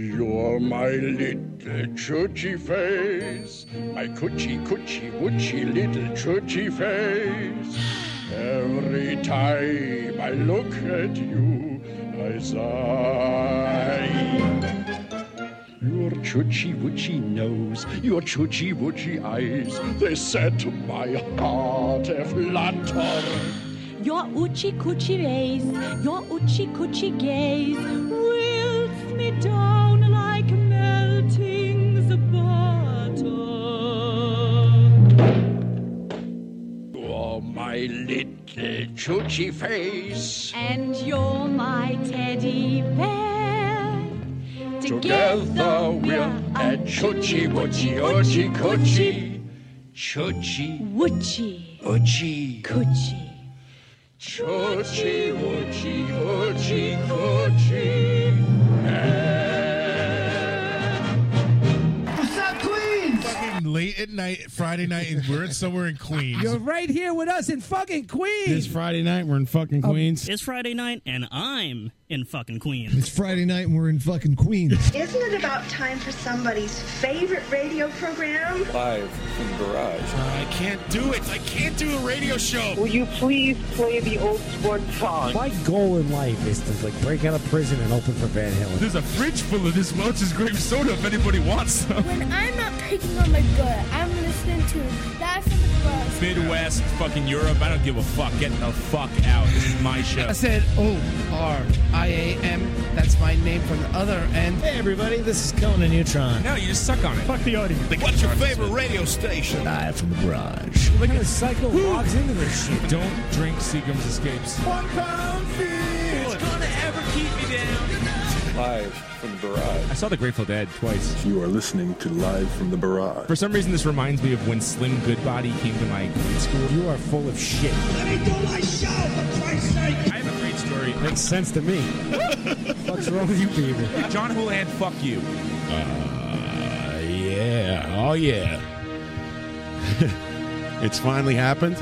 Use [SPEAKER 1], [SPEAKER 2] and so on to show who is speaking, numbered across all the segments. [SPEAKER 1] You're my little churchy face, my coochie coochie woochy little churchy face. Every time I look at you, I sigh. Your churchy woochy nose, your churchy woochy eyes, they set my heart aflutter.
[SPEAKER 2] Your oochie coochie ways, your oochie coochie gaze wilts me down like melting the butter.
[SPEAKER 1] You're Oh, my little churchy face.
[SPEAKER 2] And you're my teddy bear.
[SPEAKER 1] Together we're a choochie woochie oochie coochie. Choochie
[SPEAKER 2] Woochie
[SPEAKER 1] oochie.
[SPEAKER 2] coochie.
[SPEAKER 1] Choochie woochie oochie coochie.
[SPEAKER 3] What's up, Queens?
[SPEAKER 4] Fucking late at night, Friday night, and we're in somewhere in Queens.
[SPEAKER 3] You're right here with us in fucking Queens.
[SPEAKER 4] This Friday night, we're in fucking Queens.
[SPEAKER 5] It's Friday night, and I'm in fucking Queens.
[SPEAKER 6] It's Friday night and we're in fucking Queens.
[SPEAKER 7] Isn't it about time for somebody's favorite radio program?
[SPEAKER 8] Live from the garage.
[SPEAKER 4] I can't do it. I can't do a radio show.
[SPEAKER 9] Will you please play the old sport song?
[SPEAKER 10] My goal in life is to like break out of prison and open for Van Halen.
[SPEAKER 4] There's a fridge full of this Welch's grape soda if anybody wants some.
[SPEAKER 11] When I'm not picking on my gut, I'm listening to Live from the Garage.
[SPEAKER 4] Midwest, fucking Europe. I don't give a fuck. Get the fuck out. This is my show.
[SPEAKER 3] I said O R I A M. That's my name from the other end.
[SPEAKER 10] Hey everybody, this is Conan Neutron.
[SPEAKER 4] No, you just suck on it. Fuck the audience. what's your favorite radio station?
[SPEAKER 10] Live from the garage. What kind of psycho walks into this shit?
[SPEAKER 4] Don't drink Seagram's Escapes. One pound feet.
[SPEAKER 8] Live from the garage.
[SPEAKER 4] I saw The Grateful Dead twice.
[SPEAKER 8] You are listening to Live from the Barrage.
[SPEAKER 4] For some reason, this reminds me of when Slim Goodbody came to my grade school.
[SPEAKER 10] You are full of shit.
[SPEAKER 9] Let me do my show, for Christ's sake!
[SPEAKER 4] I have a great story.
[SPEAKER 10] Makes sense to me. What's wrong with you people?
[SPEAKER 4] John Hulan, fuck you. Uh, yeah. Oh, yeah. it's finally happened.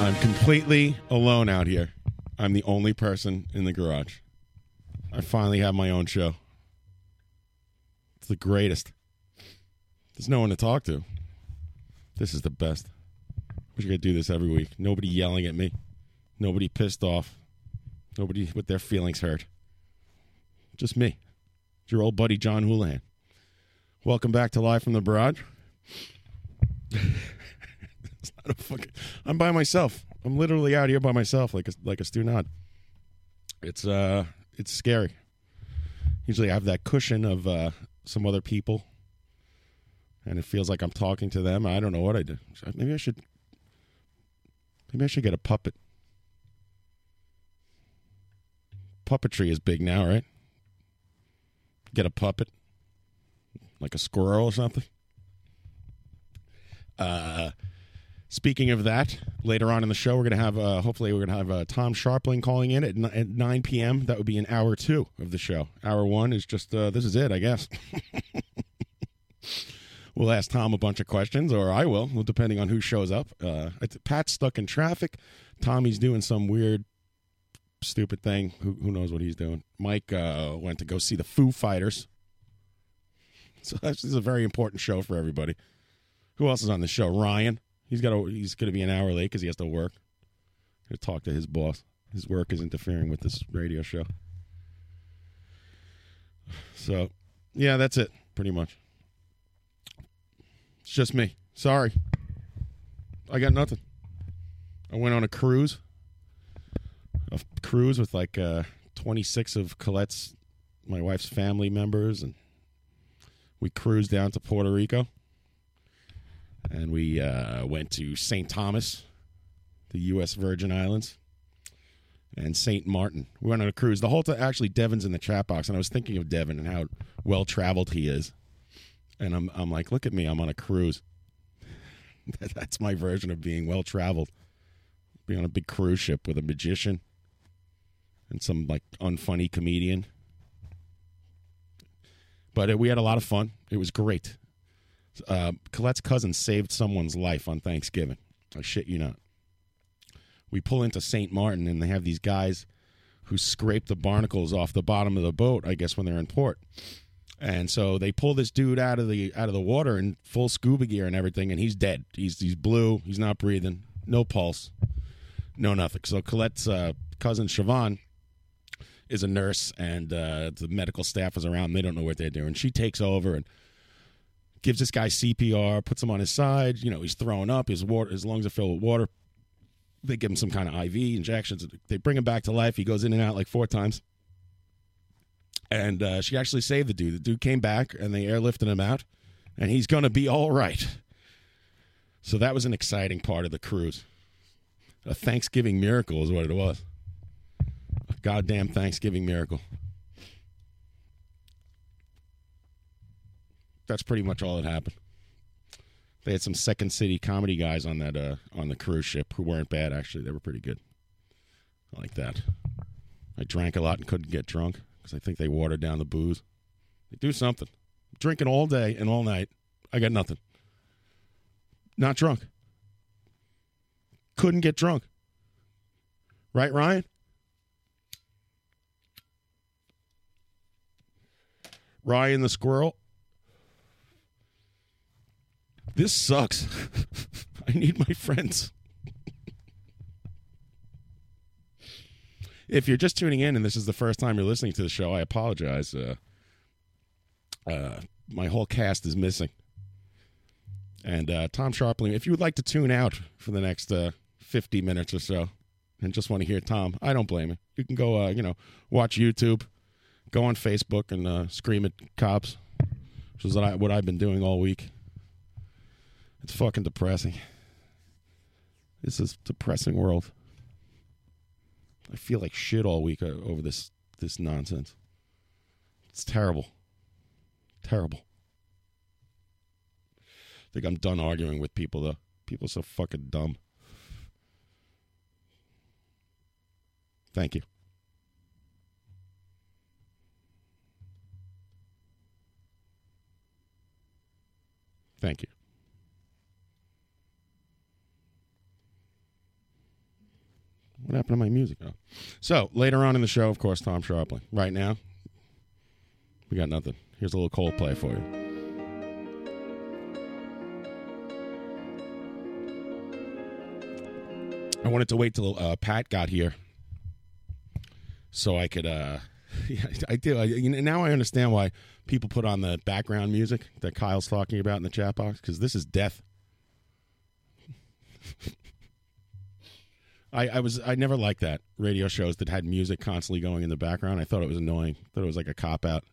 [SPEAKER 4] I'm completely alone out here. I'm the only person in the garage. I finally have my own show. It's the greatest. There's no one to talk to. This is the best. We're going to do this every week. Nobody yelling at me. Nobody pissed off. Nobody with their feelings hurt. Just me. Your old buddy John Houlihan. Welcome back to Live from the Barrage. it's not a fucking, I'm by myself. I'm literally out here by myself like a, like a stew nod. It's uh it's scary. Usually I have that cushion of uh some other people and it feels like I'm talking to them. I don't know what I do. Maybe I should maybe I should get a puppet. puppetry is big now, right? Get a puppet, like a squirrel or something. Uh, speaking of that, later on in the show, we're gonna have uh, hopefully we're gonna have uh, Tom Sharpling calling in at, n- at nine p.m. That would be an hour two of the show. Hour one is just uh, this is it, I guess. We'll ask Tom a bunch of questions, or I will, well, depending on who shows up. Uh, it's- Pat's stuck in traffic. Tommy's doing some weird stupid thing. Who, who knows what he's doing? Mike uh, went to go see the Foo Fighters. So this is a very important show for everybody. Who else is on the show? Ryan. He's got. to He's going to be an hour late because he has to work. Going to talk to his boss. His work is interfering with this radio show. So, yeah, that's it pretty much. It's just me. Sorry, I got nothing. I went on a cruise a f- cruise with like uh, 26 of Colette's, my wife's family members, and we cruised down to Puerto Rico. And we uh, went to St. Thomas, the U.S. Virgin Islands, and St. Martin. We went on a cruise. The whole time, actually, Devin's in the chat box, and I was thinking of Devin and how well traveled he is. And I'm, I'm like, look at me, I'm on a cruise. That's my version of being well traveled. Be on a big cruise ship with a magician and some like unfunny comedian. But uh we had a lot of fun. It was great. Uh, Colette's cousin saved someone's life on Thanksgiving. I shit you not. We pull into St. Martin and they have these guys who scrape the barnacles off the bottom of the boat, I guess, when they're in port. And so they pull this dude out of the out of the water in full scuba gear and everything, and he's dead. He's he's blue. He's not breathing. No pulse. No nothing. So Colette's uh, cousin Siobhan is a nurse, and uh, the medical staff is around. They don't know what they're doing. She takes over and gives this guy CPR, puts him on his side. You know, he's thrown up. His water, his lungs are filled with water. They give him some kind of IV injections. They bring him back to life. He goes in and out like four times. And uh, she actually saved the dude. The dude came back, and they airlifted him out, and he's gonna be all right. So that was an exciting part of the cruise. A Thanksgiving miracle is what it was. A goddamn Thanksgiving miracle. that's pretty much all that happened. They had some second city comedy guys on that uh, on the cruise ship who weren't bad actually. They were pretty good. I like that. I drank a lot and couldn't get drunk because I think they watered down the booze. They do something. Drinking all day and all night. I got nothing. Not drunk. Couldn't get drunk. Right, Ryan? Ryan the squirrel this sucks. I need my friends. if you're just tuning in and this is the first time you're listening to the show, I apologize. Uh, uh, my whole cast is missing. And uh, Tom Sharpling, if you would like to tune out for the next uh, 50 minutes or so and just want to hear Tom, I don't blame you. You can go, uh, you know, watch YouTube, go on Facebook and uh, scream at cops, which is what, I, what I've been doing all week. It's fucking depressing. This is depressing world. I feel like shit all week uh, over this this nonsense. It's terrible. Terrible. I think I'm done arguing with people though. People are so fucking dumb. Thank you. Thank you. What happened to my music? Oh. So later on in the show, of course, Tom Sharpling. Right now, we got nothing. Here's a little Coldplay for you. I wanted to wait till uh, Pat got here, so I could. Uh, yeah, I do. I, you know, now I understand why people put on the background music that Kyle's talking about in the chat box because this is death. I, I was I never liked that radio shows that had music constantly going in the background. I thought it was annoying. thought it was like a cop out.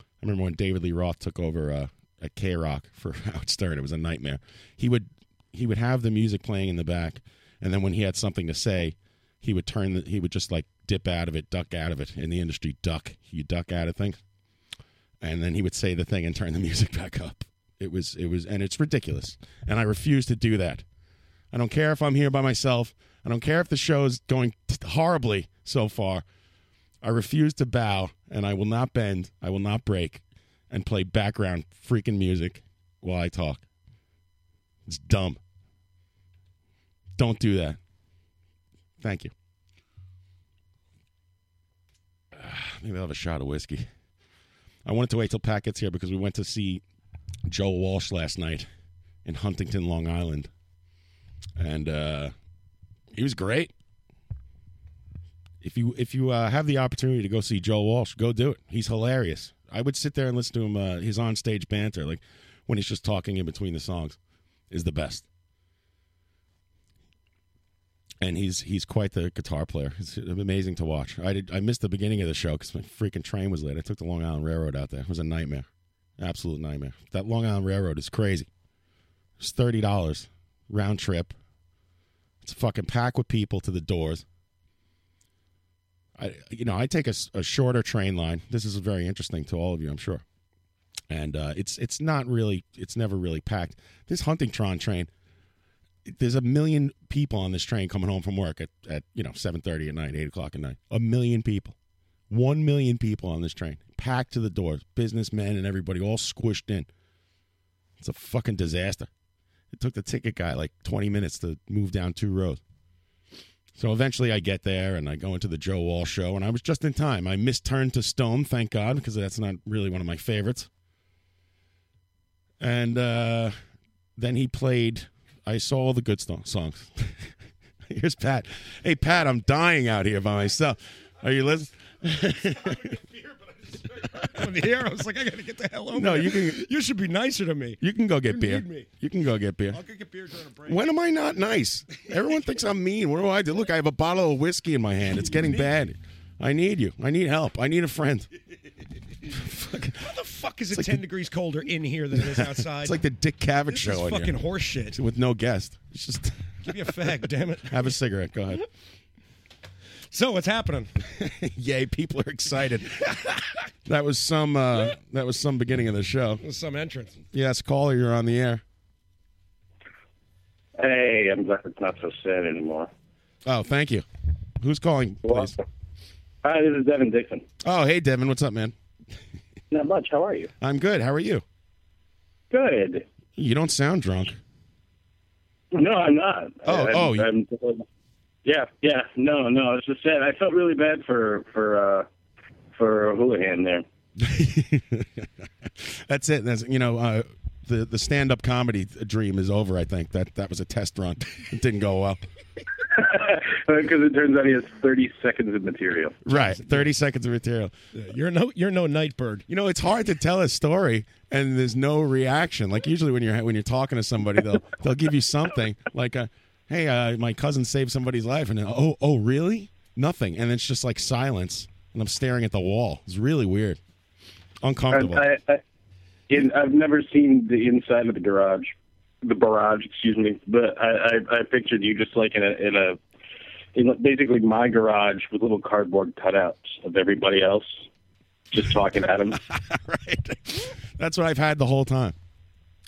[SPEAKER 4] I remember when David Lee Roth took over uh, a K Rock for Howard Stern. It was a nightmare. He would he would have the music playing in the back, and then when he had something to say, he would turn. The, he would just like dip out of it, duck out of it. In the industry, duck you duck out of things, and then he would say the thing and turn the music back up. It was it was and it's ridiculous. And I refuse to do that. I don't care if I'm here by myself. I don't care if the show is going horribly so far. I refuse to bow and I will not bend. I will not break and play background freaking music while I talk. It's dumb. Don't do that. Thank you. Ah, Maybe I'll have a shot of whiskey. I wanted to wait till Pat gets here because we went to see Joe Walsh last night in Huntington, Long Island. And, uh, he was great. If you if you uh, have the opportunity to go see Joe Walsh, go do it. He's hilarious. I would sit there and listen to him. Uh, his on stage banter, like when he's just talking in between the songs, is the best. And he's he's quite the guitar player. It's amazing to watch. I did I missed the beginning of the show because my freaking train was late. I took the Long Island Railroad out there. It was a nightmare, absolute nightmare. That Long Island Railroad is crazy. It's thirty dollars round trip. It's fucking packed with people to the doors. I, you know, I take a, s- a shorter train line. This is very interesting to all of you, I'm sure. And uh, it's it's not really, it's never really packed. This Huntingtron train, there's a million people on this train coming home from work at, at you know 7:30 at night, 8 o'clock at night. A million people, one million people on this train, packed to the doors, businessmen and everybody all squished in. It's a fucking disaster. It took the ticket guy like 20 minutes to move down two rows. So eventually I get there and I go into the Joe Wall show, and I was just in time. I misturned to Stone, thank God, because that's not really one of my favorites. And uh, then he played, I saw all the good sto- songs. Here's Pat. Hey, Pat, I'm dying out here by myself. Are you listening?
[SPEAKER 12] I'm here. I was like, I gotta get the hell over.
[SPEAKER 4] no,
[SPEAKER 12] there.
[SPEAKER 4] you can.
[SPEAKER 12] You should be nicer to me.
[SPEAKER 4] You can go get
[SPEAKER 12] You
[SPEAKER 4] beer.
[SPEAKER 12] need me.
[SPEAKER 4] You can go get beer.
[SPEAKER 12] I'll go get beer during a break.
[SPEAKER 4] When am I not nice? Everyone thinks I'm mean. What do I do? Look, I have a bottle of whiskey in my hand. It's getting bad. I need you. I need help. I need a friend.
[SPEAKER 12] How the fuck is it ten degrees colder in here than it is outside?
[SPEAKER 4] It's like the Dick Cavett show.
[SPEAKER 12] is
[SPEAKER 4] in here.
[SPEAKER 12] fucking horse shit.
[SPEAKER 4] With no guest. It's just
[SPEAKER 12] Give me a fag, damn it.
[SPEAKER 4] have a cigarette. Go ahead.
[SPEAKER 12] So what's happening?
[SPEAKER 4] Yay, people are excited. That was some. Uh, that was some beginning of the show.
[SPEAKER 12] There's some entrance.
[SPEAKER 4] Yes, caller, you're on the air.
[SPEAKER 13] Hey, I'm glad it's not so sad anymore.
[SPEAKER 4] Oh, thank you. Who's calling? Please?
[SPEAKER 13] Hi, this is Devin Dixon.
[SPEAKER 4] Oh, hey, Devin. What's up, man?
[SPEAKER 13] Not much. How are you?
[SPEAKER 4] I'm good. How are you?
[SPEAKER 13] Good.
[SPEAKER 4] You don't sound drunk.
[SPEAKER 13] No, I'm not.
[SPEAKER 4] Oh,
[SPEAKER 13] I'm,
[SPEAKER 4] oh, you-
[SPEAKER 13] I'm, yeah, yeah. No, no. It's just sad. I felt really bad for for uh, for Houlihan there.
[SPEAKER 4] That's it. That's you know, uh, the the stand up comedy dream is over. I think that that was a test run. It didn't go well.
[SPEAKER 13] Because it turns out he has 30 seconds of material.
[SPEAKER 4] Right, thirty seconds of material.
[SPEAKER 12] You're no you're no nightbird.
[SPEAKER 4] You know, it's hard to tell a story and there's no reaction. Like usually when you're when you're talking to somebody, they'll they'll give you something like, uh, "Hey, uh, my cousin saved somebody's life," and then, oh oh really? Nothing, and it's just like silence, and I'm staring at the wall. It's really weird, uncomfortable.
[SPEAKER 13] I, I, in, I've never seen the inside of the garage, the barrage, excuse me. But I, I, I pictured you just like in a in a in basically my garage with little cardboard cutouts of everybody else, just talking at him.
[SPEAKER 4] That's what I've had the whole time.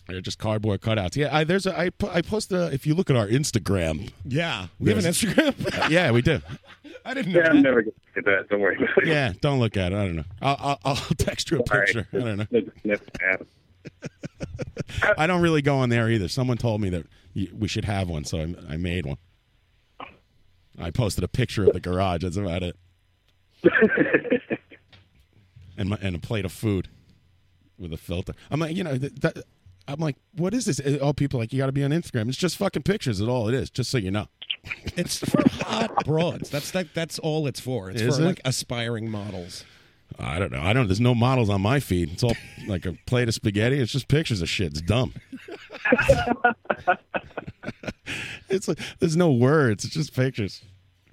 [SPEAKER 4] They're just cardboard cutouts. Yeah, I, there's a I pu- I post a if you look at our Instagram.
[SPEAKER 12] Yeah, we have an
[SPEAKER 4] There's-
[SPEAKER 12] Instagram.
[SPEAKER 4] yeah, we do.
[SPEAKER 12] I didn't know.
[SPEAKER 13] Yeah, I'm never gonna get that. Don't worry about it.
[SPEAKER 4] Yeah, don't look at it. I don't know. I'll I'll, I'll text you a
[SPEAKER 13] Sorry.
[SPEAKER 4] picture. I don't know.
[SPEAKER 13] Yeah.
[SPEAKER 4] I don't really go on there either. Someone told me that y- we should have one, so I, I made one. I posted a picture of the garage. That's about it. and my, and a plate of food with a filter. I'm like, you know, th- that, I'm like, what is this? Uh, All people are like, you got to be on Instagram. It's just fucking pictures. Is all it is. Just so you know.
[SPEAKER 12] It's for hot broads. That's that. That's all it's for. It's
[SPEAKER 4] Is
[SPEAKER 12] for
[SPEAKER 4] it?
[SPEAKER 12] like aspiring models.
[SPEAKER 4] I don't know. I don't. There's no models on my feed. It's all like a plate of spaghetti. It's just pictures of shit. It's dumb. it's like there's no words. It's just pictures.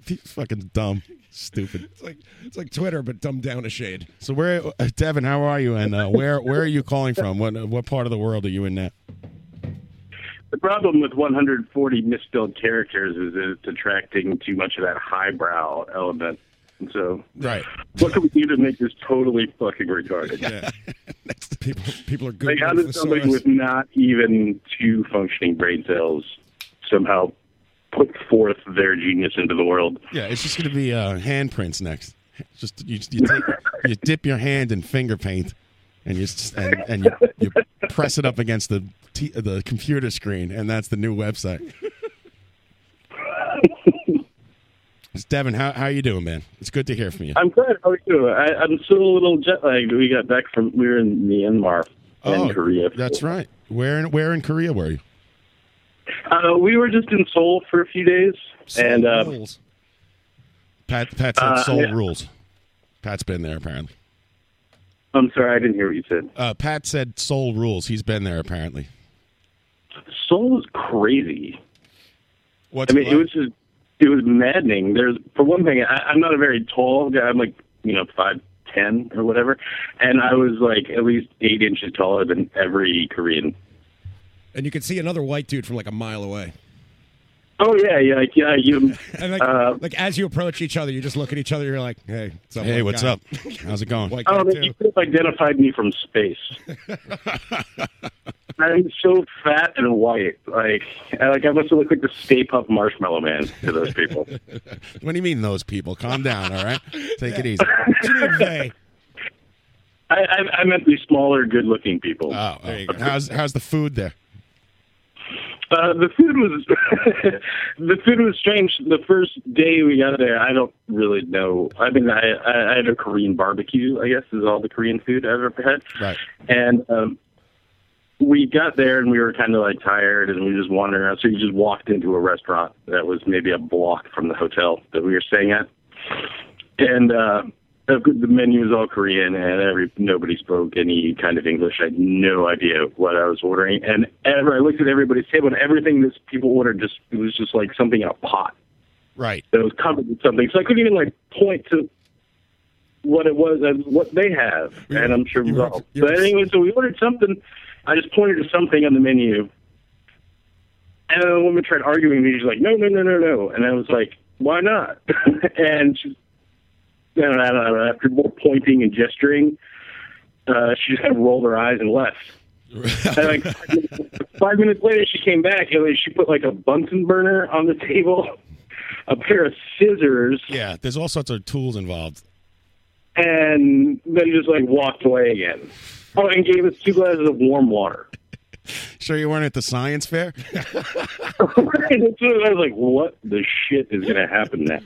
[SPEAKER 4] It's fucking dumb, stupid.
[SPEAKER 12] It's like it's like Twitter, but dumbed down a shade.
[SPEAKER 4] So where, uh, Devin? How are you? And uh, where where are you calling from? What what part of the world are you in now?
[SPEAKER 13] The problem with 140 misspelled characters is that it's attracting too much of that highbrow element. And so,
[SPEAKER 4] right.
[SPEAKER 13] What can we do to make this totally fucking retarded?
[SPEAKER 12] People people are good.
[SPEAKER 13] like, how
[SPEAKER 12] with
[SPEAKER 13] does somebody
[SPEAKER 12] thesaurus.
[SPEAKER 13] with not even two functioning brain cells somehow put forth their genius into the world?
[SPEAKER 4] Yeah, it's just gonna be uh, handprints next. Just you, you, take, you dip your hand in finger paint, and you s- and, and you, you press it up against the t- the computer screen, and that's the new website. It's Devin, how how you doing, man? It's good to hear from you.
[SPEAKER 13] I'm glad. How are you? I, I'm still a little jet lagged. We got back from we were in Myanmar and
[SPEAKER 4] Oh,
[SPEAKER 13] Korea.
[SPEAKER 4] That's right. Where in where in Korea were you?
[SPEAKER 13] Uh, we were just in Seoul for a few days, and uh,
[SPEAKER 4] Pat Pat said
[SPEAKER 13] Uh,
[SPEAKER 4] Seoul
[SPEAKER 13] yeah.
[SPEAKER 4] rules. Pat's been there apparently.
[SPEAKER 13] I'm sorry I didn't hear what you said.
[SPEAKER 4] Uh, Pat said Seoul rules. He's been there apparently.
[SPEAKER 13] Seoul is crazy.
[SPEAKER 4] What's
[SPEAKER 13] I mean,
[SPEAKER 4] it like?
[SPEAKER 13] it was just it was maddening. There's for one thing, I, I'm not a very tall guy. I'm like you know five ten or whatever, and I was like at least eight inches taller than every Korean.
[SPEAKER 12] and you can see another white dude from like a mile away.
[SPEAKER 13] Oh yeah, yeah, like, yeah. You
[SPEAKER 12] And like,
[SPEAKER 13] uh,
[SPEAKER 12] like as you approach each other, you just look at each other. You're like, hey, what's up?
[SPEAKER 4] Oh, Hey,
[SPEAKER 12] white
[SPEAKER 4] what's
[SPEAKER 12] guy?
[SPEAKER 4] up? How's it going?
[SPEAKER 12] White
[SPEAKER 13] Oh, I
[SPEAKER 12] guy
[SPEAKER 13] don't know, you
[SPEAKER 12] too.
[SPEAKER 13] could have identified me from space. I'm so fat and white. Like, I, like I must have looked like the Stay Puft Marshmallow Man to those people.
[SPEAKER 4] What do you mean those people? Calm down, all right? Take it easy.
[SPEAKER 13] I, I, I meant the smaller, good-looking people.
[SPEAKER 4] Oh, How's how's the food there?
[SPEAKER 13] Uh, the food was the food was strange. The first day we got there, I don't really know. I mean, I, I, I had a Korean barbecue. I guess is all the Korean food I've ever had.
[SPEAKER 4] Right.
[SPEAKER 13] And um, we got there and we were kind of like tired and we just wandered around. So we just walked into a restaurant that was maybe a block from the hotel that we were staying at. And uh, the the menu was all Korean and every nobody spoke any kind of English. I had no idea what I was ordering. And ever I looked at everybody's table and everything this people ordered just it was just like something in a pot
[SPEAKER 4] Right.
[SPEAKER 13] that was covered with something. So I couldn't even like point to what it was and what they have. and I'm sure we all.
[SPEAKER 14] you were
[SPEAKER 13] But anyway, so we ordered something. I just pointed to something on the menu. And the woman tried arguing with me. She's like, no, no, no, no, no. And I was like, why not? and she, I don't know, I don't know, after more pointing and gesturing, uh, she just kind of rolled her eyes and left. and like five minutes- five minutes later, she came back and like, she put like a Bunsen burner on the table, a pair of scissors,
[SPEAKER 4] Yeah, there's all sorts of tools involved.
[SPEAKER 13] and then just like walked away again. Oh, and gave us two glasses of warm water.
[SPEAKER 4] Sure, you weren't at the science fair?
[SPEAKER 13] and so I was like, "What the shit is going to happen now?"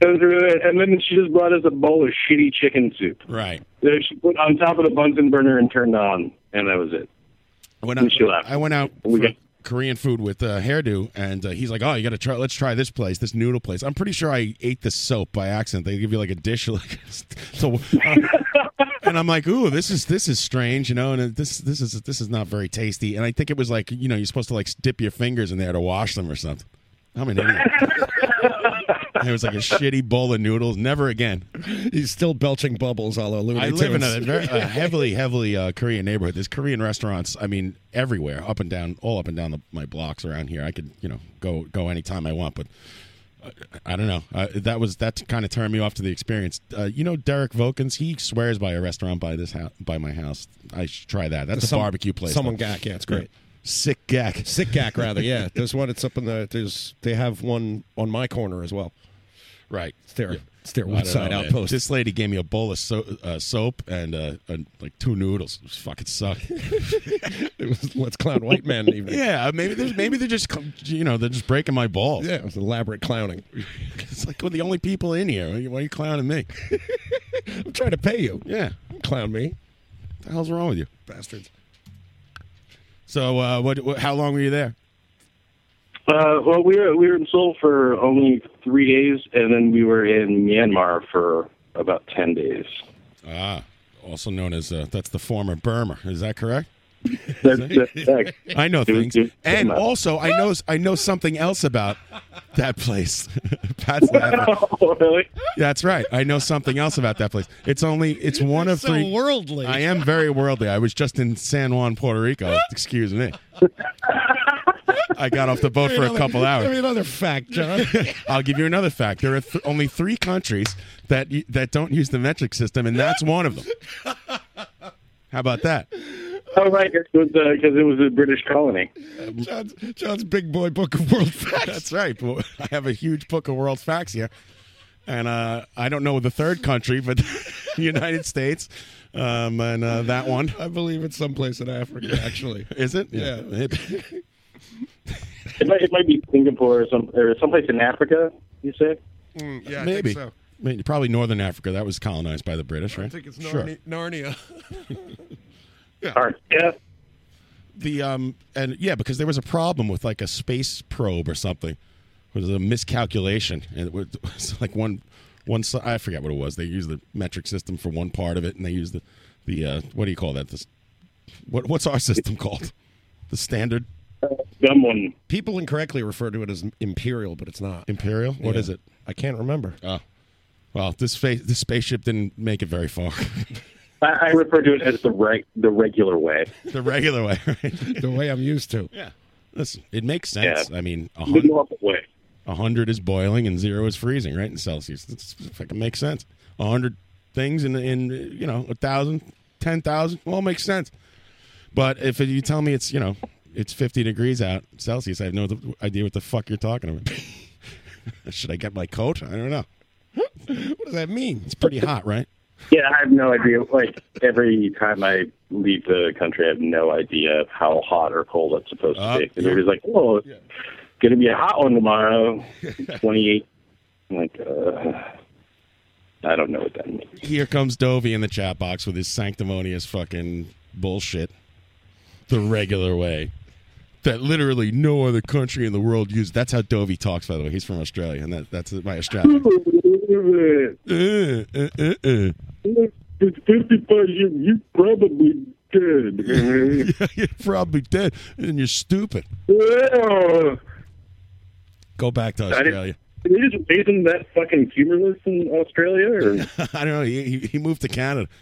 [SPEAKER 13] It was really- and then she just brought us a bowl of shitty chicken soup
[SPEAKER 4] Right.
[SPEAKER 13] that she put on top of the Bunsen burner and turned on, and that was it.
[SPEAKER 4] When
[SPEAKER 13] and she left.
[SPEAKER 4] I went out for Korean food with uh, hairdo, and uh, he's like, "Oh, you got to try. Let's try this place, this noodle place." I'm pretty sure I ate the soap by accident. They give you like a dish, like so, and I'm like, "Ooh, this is this is strange," you know, and it- this this is this is not very tasty. And I think it was like, you know, you're supposed to like dip your fingers in there to wash them or something. I'm an idiot. And it was like a shitty bowl of noodles. Never again.
[SPEAKER 12] He's still belching bubbles all over.
[SPEAKER 4] I live in a, very, a heavily, heavily uh, Korean neighborhood. There's Korean restaurants. I mean, everywhere, up and down, all up and down the, my blocks around here. I could, you know, go go anytime I want. But uh, I don't know. Uh, that was that kind of turned me off to the experience. Uh, you know, Derek Vokins. He swears by a restaurant by this house, by my house. I should try that. That's
[SPEAKER 12] Some-
[SPEAKER 4] a barbecue place.
[SPEAKER 12] Someone
[SPEAKER 4] though.
[SPEAKER 12] gack, yeah, it's great.
[SPEAKER 4] Sick gack,
[SPEAKER 12] sick gack, rather, yeah. There's one. It's up in the. There's they have one on my corner as well.
[SPEAKER 4] Right,
[SPEAKER 12] it's their it's their
[SPEAKER 4] I don't
[SPEAKER 12] one side
[SPEAKER 4] know, man.
[SPEAKER 12] outpost.
[SPEAKER 4] This lady gave me a bowl of so- uh, soap and uh, and like two noodles. It fucking sucked.
[SPEAKER 12] It was let's clown white man evening.
[SPEAKER 4] Yeah, maybe they're maybe they're just you know they're just breaking my balls.
[SPEAKER 12] Yeah, it was elaborate clowning.
[SPEAKER 4] it's like we're the only people in here. Why are you- why are you clowning me?
[SPEAKER 12] I'm trying to pay you.
[SPEAKER 4] Yeah,
[SPEAKER 12] clown me.
[SPEAKER 4] What the hell's wrong with you,
[SPEAKER 12] bastards?
[SPEAKER 4] So, uh, what, what? How long were you there?
[SPEAKER 13] Uh, well, we were we were in Seoul for only three days, and then we were in Myanmar for about ten days.
[SPEAKER 4] Ah, also known as uh, that's the former Burma. Is that correct?
[SPEAKER 13] That's, that's correct.
[SPEAKER 4] I know
[SPEAKER 13] It was-
[SPEAKER 4] things,
[SPEAKER 13] it was
[SPEAKER 4] and
[SPEAKER 13] Burma.
[SPEAKER 4] also I know I know something else about that place. Pat's laughing.
[SPEAKER 13] really?
[SPEAKER 4] That's right. I know something else about that place. It's only it's one of
[SPEAKER 5] so
[SPEAKER 4] three.
[SPEAKER 5] worldly.
[SPEAKER 4] I am very worldly. I was just in San Juan, Puerto Rico. Excuse me. I got off the boat for a couple hours.
[SPEAKER 12] Give me another fact, John.
[SPEAKER 4] I'll give you another fact. There are th- only three countries that y- that don't use the metric system, and that's one of them. How about that?
[SPEAKER 13] Oh, right, because it was a British colony.
[SPEAKER 12] John's, John's big boy book of world facts.
[SPEAKER 4] That's right. Bo- I have a huge book of world facts here, and uh, I don't know the third country, but the United States, um, and uh, that one.
[SPEAKER 12] I believe it's someplace in Africa, actually.
[SPEAKER 4] Is it?
[SPEAKER 12] Yeah.
[SPEAKER 13] It might, it might be Singapore or some or someplace in Africa. You say?
[SPEAKER 4] Mm,
[SPEAKER 12] yeah, I think
[SPEAKER 4] Maybe.
[SPEAKER 12] so.
[SPEAKER 4] Maybe- Probably northern Africa. That was colonized by the British, right?
[SPEAKER 12] I think it's
[SPEAKER 4] Sure.
[SPEAKER 12] Narni- Narnia.
[SPEAKER 13] Yeah.
[SPEAKER 4] the um and yeah because there was a problem with like a space probe or something it was a miscalculation and it was, it was like one one si- I forget what it was they used the metric system for one part of it and they used the the uh, what do you call that this what what's our system called the standard
[SPEAKER 13] Someone.
[SPEAKER 12] People incorrectly refer to it as imperial, but it's not.
[SPEAKER 4] imperial What
[SPEAKER 12] Yeah.
[SPEAKER 4] is it
[SPEAKER 12] I can't remember
[SPEAKER 4] oh well this space this spaceship didn't make it very far
[SPEAKER 13] I, I refer to it as the reg, the regular way.
[SPEAKER 4] the regular way right?
[SPEAKER 12] the way I'm used to.
[SPEAKER 4] Yeah. Listen, it makes sense. I mean, a
[SPEAKER 13] The
[SPEAKER 4] hundred,
[SPEAKER 13] normal way.
[SPEAKER 4] a hundred is boiling and zero is freezing, right? In Celsius, That's- that fucking makes sense. A hundred things in in you know a thousand, ten thousand, all makes sense. But if you tell me it's you know it's fifty degrees out Celsius, I have no th- idea what the fuck you're talking about. Should I get my coat? I don't know.
[SPEAKER 12] What does that mean?
[SPEAKER 4] It's pretty hot, right?
[SPEAKER 13] Yeah, I have no idea. Like every time I leave the country, I have no idea how hot or cold it's supposed
[SPEAKER 4] Uh,
[SPEAKER 13] to be. Because everybody's like, "Oh, it's gonna be a hot one tomorrow, 28." I'm like, uh, I don't know what that means.
[SPEAKER 4] Here comes Dovey in the chat box with his sanctimonious fucking bullshit. The regular way. That literally no other country in the world uses. That's how Dovey talks, by the way. He's from Australia, and that, that's my Australian. Uh, uh, uh, uh.
[SPEAKER 14] It's 55 years. You probably did.
[SPEAKER 4] You're probably dead, and you're stupid. Go back to
[SPEAKER 13] I didn't-
[SPEAKER 4] Australia.
[SPEAKER 13] They just isn't that fucking humorless in Australia? Or?
[SPEAKER 4] I don't know. He, he, he moved to Canada.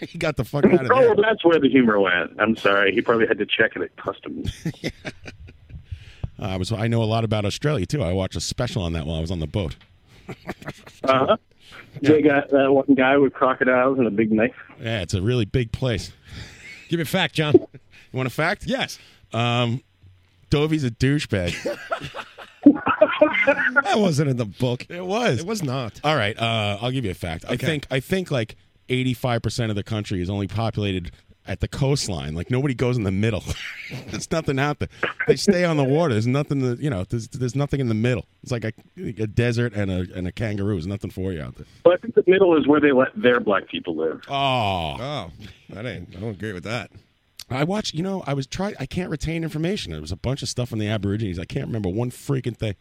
[SPEAKER 4] He got the fuck out of
[SPEAKER 13] Oh,
[SPEAKER 4] there.
[SPEAKER 13] that's where the humor went. I'm sorry. He probably had to check it at customs.
[SPEAKER 4] I was. I know a lot about Australia too. I watched a special on that while I was on the boat.
[SPEAKER 13] Uh huh. They got that one guy with crocodiles and a big knife.
[SPEAKER 4] Yeah, it's a really big place.
[SPEAKER 12] Give me a fact, John. You
[SPEAKER 4] want a fact?
[SPEAKER 12] Yes.
[SPEAKER 4] Um, Dovey's a douchebag.
[SPEAKER 12] that wasn't in the book.
[SPEAKER 4] It was. It
[SPEAKER 12] was not.
[SPEAKER 4] All right. Uh, I'll give you a fact. I
[SPEAKER 12] Okay.
[SPEAKER 4] think. I think like eighty-five percent of the country is only populated at the coastline. Like nobody goes in the middle. there's nothing out there. They stay on the water. There's nothing. To, you know. There's there's nothing in the middle. It's like a, a desert and a and a kangaroo. There's nothing for you out there.
[SPEAKER 13] Well, I think the middle is where they let their black people live.
[SPEAKER 4] Oh.
[SPEAKER 12] Oh, I didn't. I don't agree with that.
[SPEAKER 4] I watched. You know, I was trying. I can't retain information. There was a bunch of stuff on the Aborigines. I can't remember one freaking thing.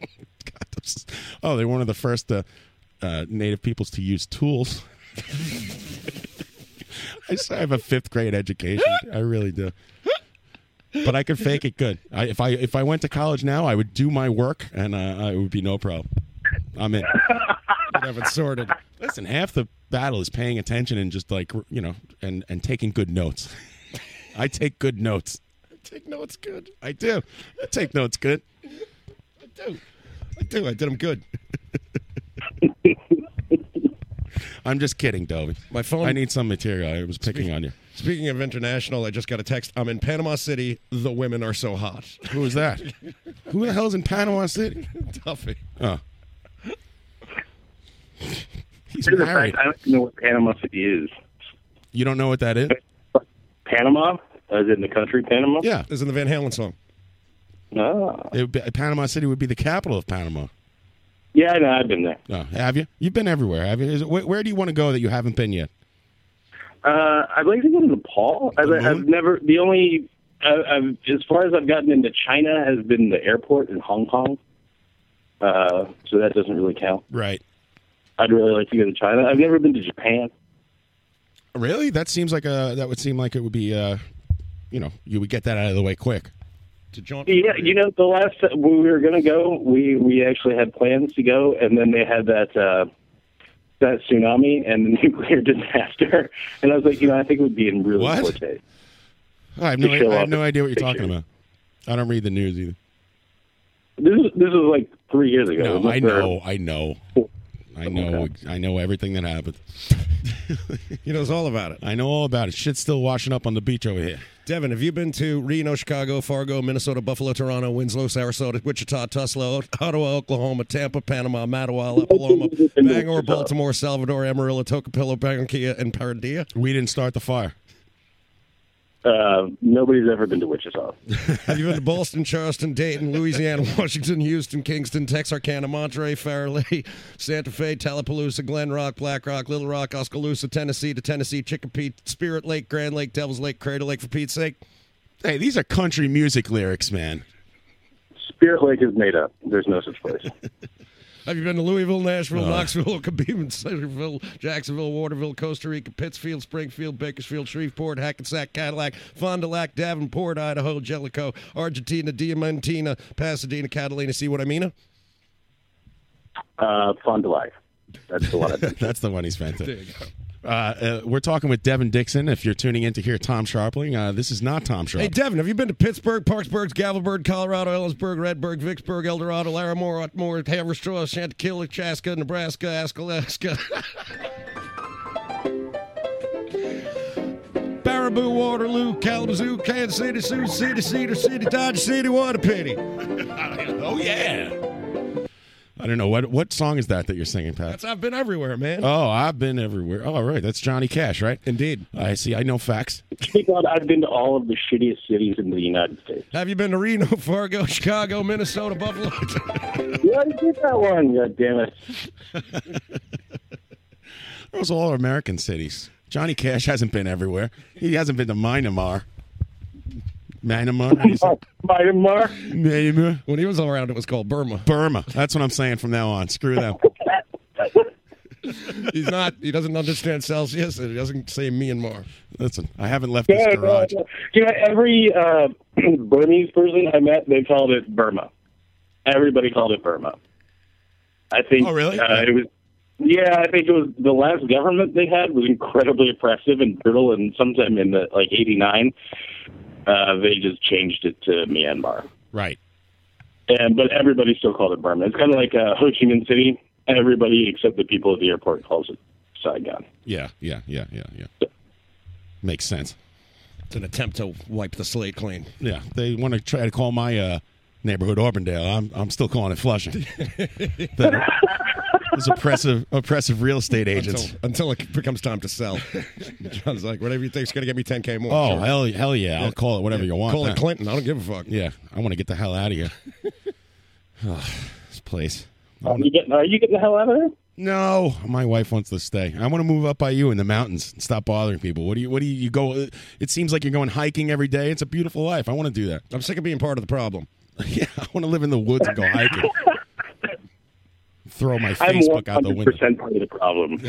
[SPEAKER 4] God, those- oh, they were one of the first uh, uh, Native peoples to use tools. I, s- I have a fifth grade education. I really do. But I could fake it good. I, if I if I went to college now, I would do my work, and uh, I, it would be no problem. I'm in. I'd have it sorted. Listen, half the battle is paying attention and just like you know, and and taking good notes. I take good notes. Take notes good. I do. I take notes good.
[SPEAKER 12] I do. I do. I did them good.
[SPEAKER 4] I'm just kidding, Dovey. My phone. I need some material. I was picking on you.
[SPEAKER 12] Speaking of international, I just got a text. I'm in Panama City. The women are so hot.
[SPEAKER 4] Who is that? Who the hell's in Panama City?
[SPEAKER 12] Duffy.
[SPEAKER 4] Oh, He's
[SPEAKER 13] Here's a
[SPEAKER 4] married.
[SPEAKER 13] fact, I don't know what Panama City is.
[SPEAKER 4] you don't know what that is?
[SPEAKER 13] Panama? As in the country Panama?
[SPEAKER 4] Yeah,
[SPEAKER 12] is in the Van Halen song.
[SPEAKER 13] No.
[SPEAKER 4] It would be, uh, Panama City would be the capital of Panama.
[SPEAKER 13] Yeah, I know. I've been there.
[SPEAKER 4] Oh, have you? You've been everywhere. Have you? Is, where, where do you want to go that you haven't been yet?
[SPEAKER 13] Uh, I'd like to go to Nepal. I've, I've never. The only. I, I've, as far as I've gotten into China has been the airport in Hong Kong. Uh, so that doesn't really count.
[SPEAKER 4] Right.
[SPEAKER 13] I'd really like to go to China. I've never been to Japan.
[SPEAKER 4] Really? That seems like a. That would seem like it would be. Uh, you know, you would get that out of the way quick.
[SPEAKER 12] To John.
[SPEAKER 13] Yeah, you know, the last when we were going to go, we we actually had plans to go, and then they had that uh, that tsunami and the nuclear disaster, and I was like, you know, I think it would be in really poor taste.
[SPEAKER 4] I have no.
[SPEAKER 13] To show
[SPEAKER 4] I
[SPEAKER 13] off
[SPEAKER 4] have no idea what you're talking about. I don't read the news either.
[SPEAKER 13] This is this is like three years ago. It
[SPEAKER 4] No,
[SPEAKER 13] was
[SPEAKER 4] I
[SPEAKER 13] for-
[SPEAKER 4] know. I know. I know. I know everything that happened.
[SPEAKER 12] He knows all about it.
[SPEAKER 4] I know all about it. Shit's still washing up on the beach over here.
[SPEAKER 12] Devin, have you been to Reno, Chicago, Fargo, Minnesota, Buffalo, Toronto, Winslow, Sarasota, Wichita, Tusla, Ottawa, Oklahoma, Tampa, Panama, Mattawa, La Paloma, Bangor, Baltimore, Salvador, Amarillo, Tocopilla, Barranquilla, and Paradilla?
[SPEAKER 4] We didn't start the fire.
[SPEAKER 13] Uh, nobody's ever been to Wichita.
[SPEAKER 12] Have you been to Boston, Charleston, Dayton, Louisiana, Washington, Houston, Kingston, Texarkana, Monterey, Fairleigh, Santa Fe, Tallapalooza, Glen Rock, Black Rock, Little Rock, Oskaloosa, Tennessee to Tennessee, Chicopee, Spirit Lake, Grand Lake, Devil's Lake, Crater Lake, for Pete's sake?
[SPEAKER 4] Hey, these are country music lyrics, man.
[SPEAKER 13] Spirit Lake is made up. There's no such place.
[SPEAKER 12] Have you been to Louisville, Nashville,
[SPEAKER 13] Uh.
[SPEAKER 12] Knoxville, Khabib, Centerville, Jacksonville, Waterville, Costa Rica, Pittsfield, Springfield, Bakersfield, Shreveport, Hackensack, Cadillac, Fond du Lac, Davenport, Idaho, Jellicoe, Argentina, Diamantina, Pasadena, Catalina. See what I mean?
[SPEAKER 13] Uh, Fond du Lac. That's the one.
[SPEAKER 4] That's the one he's meant
[SPEAKER 12] There
[SPEAKER 4] to.
[SPEAKER 12] you go.
[SPEAKER 4] Uh, uh, we're talking with Devin Dixon. If you're tuning in to hear Tom Sharpling, uh, this is not Tom Sharpling.
[SPEAKER 12] Hey, Devin, have you been to Pittsburgh, Parksburg, Gavelburg, Colorado, Ellensburg, Redburg, Vicksburg, Eldorado, Laramore, Otmore, Haverstraw, Chanticleer, Chaska, Nebraska, Askalaska, Baraboo, Waterloo, Kalamazoo, Kansas City, Sioux City, Cedar City, Dodge City, Water Pity.
[SPEAKER 4] oh, yeah. I don't know what what song is that that you're singing, Pat.
[SPEAKER 12] That's, I've been everywhere, man.
[SPEAKER 4] Oh, I've been everywhere. All right, that's Johnny Cash, right? Indeed. I see. I know facts.
[SPEAKER 13] Thank God I've been to all of the shittiest cities in the United States.
[SPEAKER 12] Have you been to Reno, Fargo, Chicago, Minnesota, Buffalo?
[SPEAKER 13] You already did that one, God damn it.
[SPEAKER 4] Those are all American cities. Johnny Cash hasn't been everywhere. He hasn't been to Myanmar. Myanmar. how do you say-
[SPEAKER 13] Myanmar.
[SPEAKER 4] Myanmar.
[SPEAKER 12] When he was around, it was called Burma.
[SPEAKER 4] Burma. That's what I'm saying from now on. Screw them.
[SPEAKER 12] He's not. He doesn't understand Celsius. and He doesn't say Myanmar.
[SPEAKER 4] Listen, I haven't left
[SPEAKER 13] Yeah, no, no. You know, every uh, Burmese person I met, they called it Burma. Everybody called it Burma. I think.
[SPEAKER 4] Oh, really?
[SPEAKER 13] Uh, it was. Yeah, I think it was the last government they had was incredibly oppressive and brutal, and sometime in the like '89, uh, they just changed it to Myanmar.
[SPEAKER 4] Right.
[SPEAKER 13] And but everybody still called it Burma. It's kind of like uh, Ho Chi Minh City. Everybody except the people at the airport calls it Saigon.
[SPEAKER 4] Yeah, yeah, yeah, yeah, yeah. Makes sense.
[SPEAKER 12] It's an attempt to wipe the slate clean.
[SPEAKER 4] Yeah, they want to try to call my uh, neighborhood Auburndale. I'm I'm still calling it Flushing. That- those oppressive oppressive real estate agents.
[SPEAKER 12] Until, until it becomes time to sell. John's like, whatever you think's going to get me 10K more.
[SPEAKER 4] oh
[SPEAKER 12] sure.
[SPEAKER 4] hell hell yeah! I'll call it whatever you want.
[SPEAKER 12] Call it
[SPEAKER 4] then.
[SPEAKER 12] Clinton. I don't give a fuck.
[SPEAKER 4] Yeah, I want to get the hell out of here. Ugh, this place.
[SPEAKER 13] Are you getting? Are you getting the hell out of there?
[SPEAKER 4] No, my wife wants to stay. I want to move up by you in the mountains and stop bothering people. What do you? What do you, you go? uh, It seems like you're going hiking every day. It's a beautiful life. I want to do that.
[SPEAKER 12] I'm sick of being part of the problem.
[SPEAKER 4] yeah, I want to live in the woods and go hiking. Throw my
[SPEAKER 13] I'm
[SPEAKER 4] Facebook out the
[SPEAKER 13] 100
[SPEAKER 4] window.
[SPEAKER 13] percent part of the problem.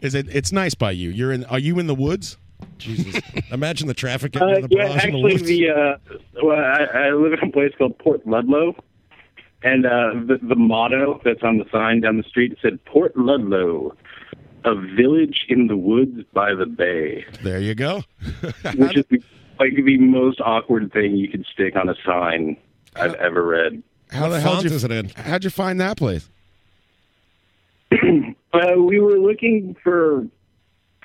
[SPEAKER 4] Is it? It's nice by you. You're in. Are you in the woods?
[SPEAKER 12] Jesus. Imagine the traffic getting
[SPEAKER 13] Uh,
[SPEAKER 12] into the
[SPEAKER 13] yeah,
[SPEAKER 12] barrage in the
[SPEAKER 13] actually,
[SPEAKER 12] woods.
[SPEAKER 13] the, uh, well, I, I live in a place called Port Ludlow, and uh, the, the motto that's on the sign down the street said "Port Ludlow, a village in the woods by the bay,"
[SPEAKER 4] There you go.
[SPEAKER 13] which is the, like the most awkward thing you could stick on a sign I've ever read.
[SPEAKER 4] How the hell
[SPEAKER 12] font
[SPEAKER 4] did
[SPEAKER 12] is it in?
[SPEAKER 4] How'd you find that place?
[SPEAKER 13] Uh, we were looking for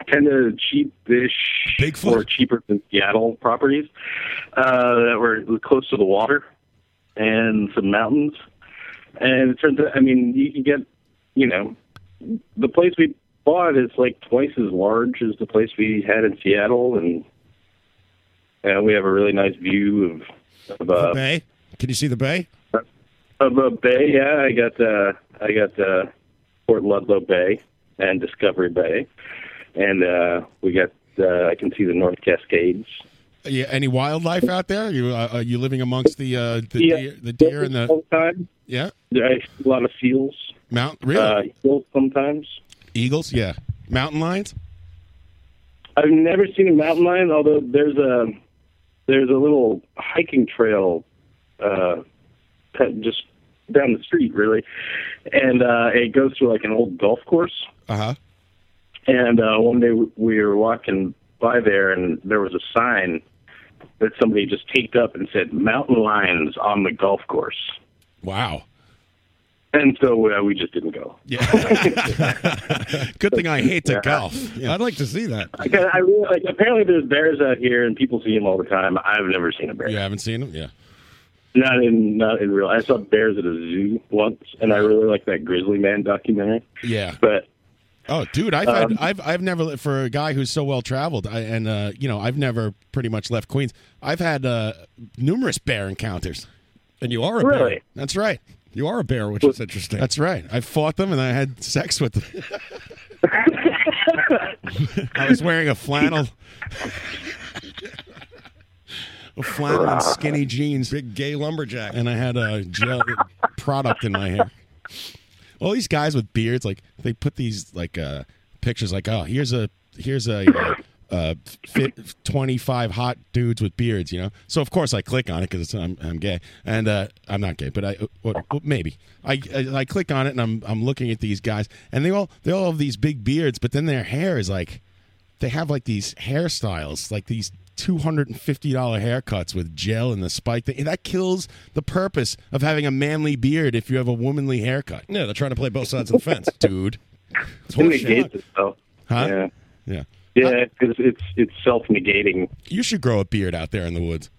[SPEAKER 13] kind of cheapish or cheaper than Seattle properties uh, that were close to the water and some mountains. And it turns out, I mean, you can get, you know, the place we bought is like twice as large as the place we had in Seattle, and uh, we have a really nice view of of, uh,
[SPEAKER 12] bay? Can you see the bay?
[SPEAKER 13] of a bay. Yeah, I got uh, I got uh, Port Ludlow Bay and Discovery Bay, and uh, we got uh, I can see the North Cascades.
[SPEAKER 4] Yeah, any wildlife out there? You uh, are you living amongst the uh, the,
[SPEAKER 13] Yeah.
[SPEAKER 4] deer, the deer and the
[SPEAKER 13] Sometimes
[SPEAKER 4] yeah
[SPEAKER 13] there are a lot of seals.
[SPEAKER 4] mount really
[SPEAKER 13] Uh, seals sometimes.
[SPEAKER 4] eagles? Yeah, mountain lions.
[SPEAKER 13] I've never seen a mountain lion, although there's a there's a little hiking trail uh, cut just down the street, really, and uh, it goes through like an old golf course.
[SPEAKER 4] Uh huh.
[SPEAKER 13] And uh, one day w- we were walking by there, and there was a sign that somebody just taped up and said "Mountain Lions on the golf course."
[SPEAKER 4] Wow.
[SPEAKER 13] And so uh, we just didn't go.
[SPEAKER 4] Good thing I hate to golf. Yeah.
[SPEAKER 12] I'd like to see that.
[SPEAKER 13] Like, I, I really, like, apparently, there's bears out here, and people see them all the time. I've never seen a bear.
[SPEAKER 4] You haven't seen them? Yeah.
[SPEAKER 13] Not in not in real. I saw bears at a zoo once, and I really like that Grizzly Man documentary.
[SPEAKER 4] Yeah.
[SPEAKER 13] But
[SPEAKER 4] Oh, dude, I've
[SPEAKER 13] Um,
[SPEAKER 4] had, I've I've never li- for a guy who's so well traveled, I, and uh, you know, I've never pretty much left Queens. I've had uh, numerous bear encounters.
[SPEAKER 12] And you are a bear.
[SPEAKER 13] Really?
[SPEAKER 4] That's right.
[SPEAKER 12] You are a bear, which is interesting.
[SPEAKER 4] That's right. I fought them and I had sex with them. I was wearing a flannel, a flannel and skinny jeans,
[SPEAKER 12] Big gay lumberjack.
[SPEAKER 4] and I had a gel product in my hair. All these guys with beards, like they put these like uh, pictures, like oh here's a here's a uh, uh, fit, twenty five hot dudes with beards, you know. So of course I click on it because I'm I'm gay, and uh, I'm not gay, but I well, well, maybe I, I I click on it and I'm I'm looking at these guys, and they all they all have these big beards, but then their hair is like they have like these hairstyles, like these two hundred and fifty dollar haircuts with gel and the spike. Thing. That kills the purpose of having a manly beard if you have a womanly haircut,
[SPEAKER 12] Yeah, they're trying to play both sides of the fence.
[SPEAKER 4] dude.
[SPEAKER 13] it's negates itself.
[SPEAKER 4] Huh?
[SPEAKER 13] Yeah,
[SPEAKER 4] Yeah,
[SPEAKER 13] yeah, because it's it's self negating.
[SPEAKER 4] you should grow a beard out there in the woods.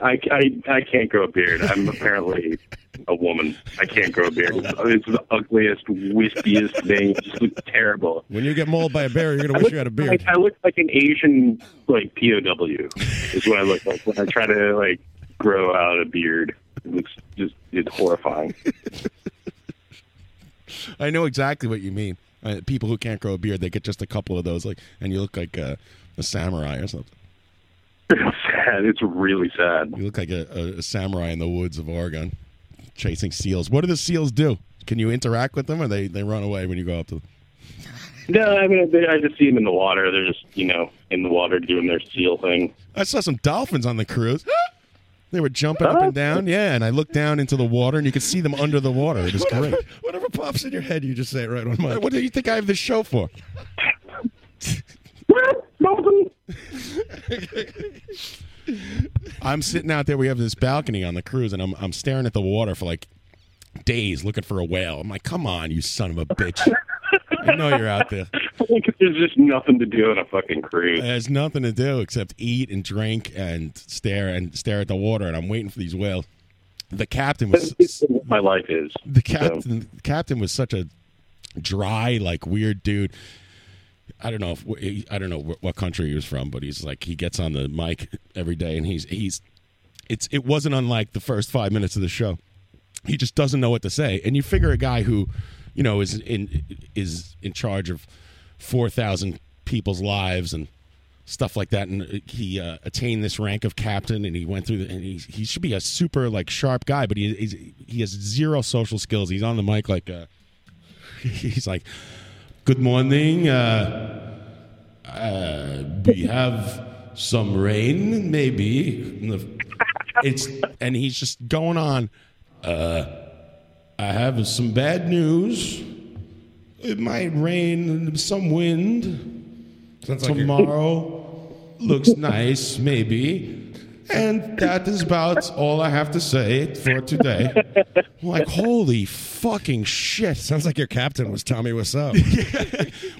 [SPEAKER 13] I, I, I can't grow a beard. I'm apparently a woman. I can't grow a beard. It's the ugliest, wispiest thing. It just looks terrible.
[SPEAKER 12] When you get mauled by a bear, you're gonna wish you had a beard.
[SPEAKER 13] I, I look like an Asian like POW. Is what I look like when I try to like grow out a beard. It looks just it's horrifying.
[SPEAKER 4] I know exactly what you mean. Uh, people who can't grow a beard, they get just a couple of those, like, and you look like uh, a samurai or something.
[SPEAKER 13] It's sad. It's really sad.
[SPEAKER 4] You look like a, a, a samurai in the woods of Oregon, chasing seals. What do the seals do? Can you interact with them, or they they run away when you go up to them?
[SPEAKER 13] No, I mean I I just see them in the water. They're just you know in the water doing their seal thing.
[SPEAKER 4] I saw some dolphins on the cruise. They were jumping up and down, yeah. And I looked down into the water, and you could see them under the water. It was great.
[SPEAKER 12] Whatever pops in your head, you just say it right on my.
[SPEAKER 4] What do you think I have this show for? I'm sitting out there. We have this balcony on the cruise, and I'm I'm staring at the water for like days, looking for a whale. I'm like, come on, you son of a bitch! I know you're out there.
[SPEAKER 13] There's just nothing to do on a fucking cruise.
[SPEAKER 4] There's nothing to do except eat and drink and stare and stare at the water. And I'm waiting for these whales. The captain was
[SPEAKER 13] That's what my life is.
[SPEAKER 4] the captain. The captain was such a dry, like weird dude. I don't know if I don't know wh- what country he was from, but he's like he gets on the mic every day, and he's he's it's it wasn't unlike the first five minutes of the show. He just doesn't know what to say, and you figure a guy who you know is in is in charge of four thousand people's lives and stuff like that, and he uh, attained this rank of captain, and he went through, the, and he he should be a super like sharp guy, but he he's, he has zero social skills. He's on the mic like uh, he's like. Good morning. Uh, uh, we have some rain, maybe. It's and he's just going on. Uh, I have some bad news. It might rain, some wind
[SPEAKER 12] like you're-
[SPEAKER 4] tomorrow. Looks nice, maybe. And that is about all I have to say for today. Like, holy fucking shit!
[SPEAKER 12] Sounds like your captain was Tommy Wiseau.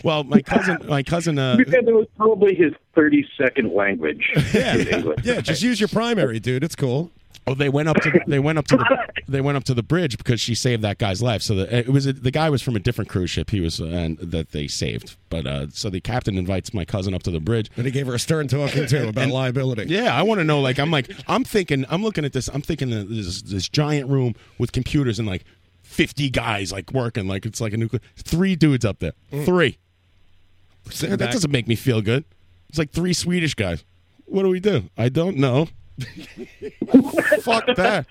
[SPEAKER 4] Well, my cousin, my cousin, uh,
[SPEAKER 13] You said that was probably his 30 second language in English.
[SPEAKER 12] yeah, just use your primary, dude. It's cool.
[SPEAKER 4] Oh, they went up to they went up to the, they went up to the bridge because she saved that guy's life. So the, it was the guy was from a different cruise ship. He was uh, and that they saved. But uh, so the captain invites my cousin up to the bridge.
[SPEAKER 12] And he gave her a stern talking to about liability.
[SPEAKER 4] Yeah, I want to know. Like I'm like I'm thinking I'm looking at this. I'm thinking that this this giant room with computers and like 50 guys like working like it's like a nuclear. Three dudes up there.
[SPEAKER 12] Mm.
[SPEAKER 4] Three.
[SPEAKER 12] Sitting
[SPEAKER 4] that
[SPEAKER 12] back.
[SPEAKER 4] doesn't make me feel good. It's like three Swedish guys. What do we do? I don't know. Fuck that.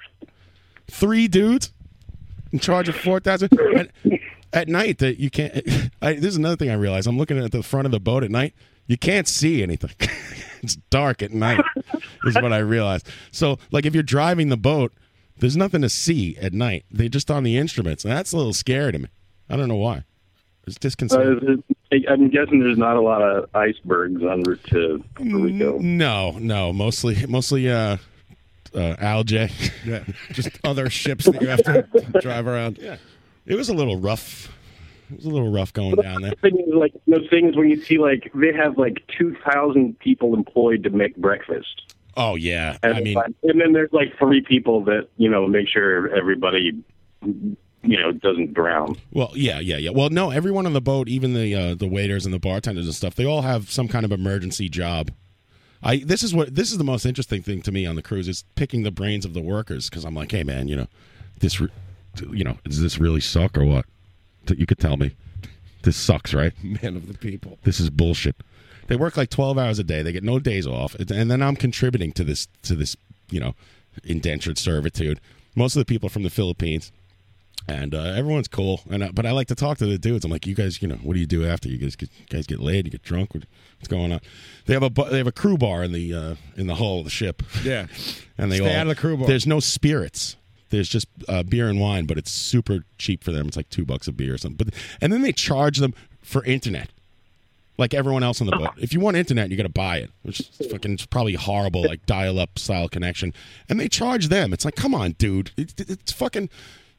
[SPEAKER 4] Three dudes in charge of four thousand. At night, that you can't. I, this is another thing I realized. I'm looking at the front of the boat at night. You can't see anything. it's dark at night. is what I realized. So, like, if you're driving the boat, there's nothing to see at night. They're just on the instruments, and that's a little scary to me. I don't know why. It's disconcerting.
[SPEAKER 13] Uh, I- I'm guessing there's not a lot of icebergs en route to Puerto Rico.
[SPEAKER 4] Mm, No, no, mostly mostly uh, uh algae.
[SPEAKER 12] Yeah, just other ships that you have to drive around.
[SPEAKER 4] Yeah, it was a little rough. It was a little rough going down there.
[SPEAKER 13] Thing is, like the things when you see like they have like 2,000 people employed to make breakfast.
[SPEAKER 4] Oh yeah,
[SPEAKER 13] And,
[SPEAKER 4] I mean,
[SPEAKER 13] and then there's like three people that you know make sure everybody you know doesn't drown.
[SPEAKER 4] well, yeah, yeah, yeah. Well, no, everyone on the boat, even the uh, the waiters and the bartenders and stuff, they all have some kind of emergency job. I this is what this is the most interesting thing to me on the cruise is picking the brains of the workers because I'm like, hey man, you know, this, re- you know, does this really suck or what? T- You could tell me, this sucks, right?
[SPEAKER 12] Man of the people.
[SPEAKER 4] This is bullshit. They work like twelve hours a day. They get no days off, and then I'm contributing to this to this you know indentured servitude. Most of the people are from the Philippines, and uh, everyone's cool. And I, but I like to talk to the dudes. I'm like, you guys, you know, what do you do after you guys get, you guys get laid? You get drunk? What- What's going on? They have a bu- they have a crew bar in the uh, in the hull of the ship.
[SPEAKER 12] Yeah,
[SPEAKER 4] and they
[SPEAKER 12] Stay
[SPEAKER 4] all,
[SPEAKER 12] out of the crew bar.
[SPEAKER 4] There's no spirits. There's just uh, beer and wine, but it's super cheap for them. It's like two bucks a beer or something. But and then they charge them for internet, like everyone else on the boat. If you want internet, you got to buy it, which is fucking it's probably horrible, like dial-up style connection. And they charge them. It's like, come on, dude. It, it- it's fucking.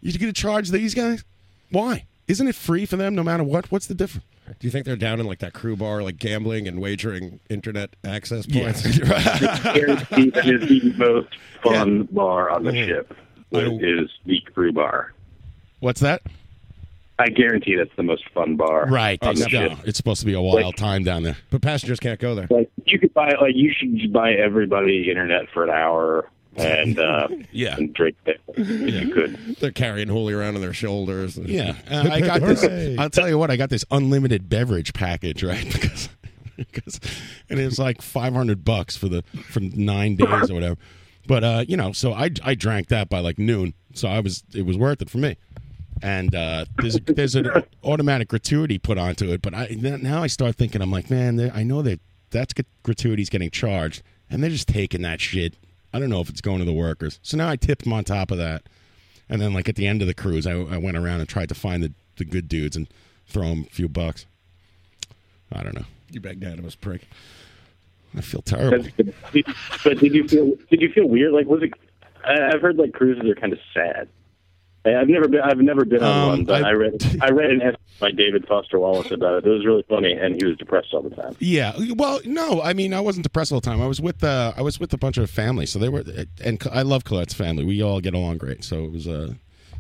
[SPEAKER 4] You're gonna charge these guys? Why? Isn't it free for them no matter what? What's the difference?
[SPEAKER 12] Do you think they're down in like that crew bar, like gambling and wagering internet access
[SPEAKER 4] Yeah.
[SPEAKER 12] points?
[SPEAKER 13] Guaranteed that is the most fun bar on the ship. It is the crew bar.
[SPEAKER 4] What's that?
[SPEAKER 13] I guarantee that's the most fun bar.
[SPEAKER 4] Right.
[SPEAKER 13] on
[SPEAKER 4] It's,
[SPEAKER 13] the
[SPEAKER 4] no,
[SPEAKER 13] ship.
[SPEAKER 4] it's supposed to be a wild time down there.
[SPEAKER 12] But passengers can't go there.
[SPEAKER 13] Like you could buy, like you should buy everybody internet for an hour and uh,
[SPEAKER 4] yeah,
[SPEAKER 13] and drink it. You could.
[SPEAKER 12] They're carrying Hooli around on their shoulders.
[SPEAKER 4] Yeah, uh, I got
[SPEAKER 12] Hooray.
[SPEAKER 4] this. I'll tell you what, I got this unlimited beverage package, right? Because, because and it was like five hundred bucks for the for nine days or whatever. But uh, you know, so I I drank that by like noon, so I was it was worth it for me. And uh, there's there's an automatic gratuity put onto it, but I now I start thinking I'm like, man, they- I know that that's get- gratuity's getting charged, and they're just taking that shit. I don't know if it's going to the workers. So now I tipped them on top of that. And then, like at the end of the cruise, I, I went around and tried to find the, the good dudes and throw them a few bucks. I don't know.
[SPEAKER 12] You magnanimous prick.
[SPEAKER 4] I feel terrible.
[SPEAKER 13] but did you feel? Did you feel weird? Like was it? I- I've heard like cruises are kind of sad. I- I've never been. I've never been on
[SPEAKER 4] Um,
[SPEAKER 13] one, but
[SPEAKER 4] I-
[SPEAKER 13] I, read. I read an essay by David Foster Wallace about it. It was really funny, and he was depressed all the time.
[SPEAKER 4] Yeah. Well, no, I mean, I wasn't depressed all the time. I was with uh, I was with a bunch of family, so they were, and I love Colette's family. We all get along great, so it was uh,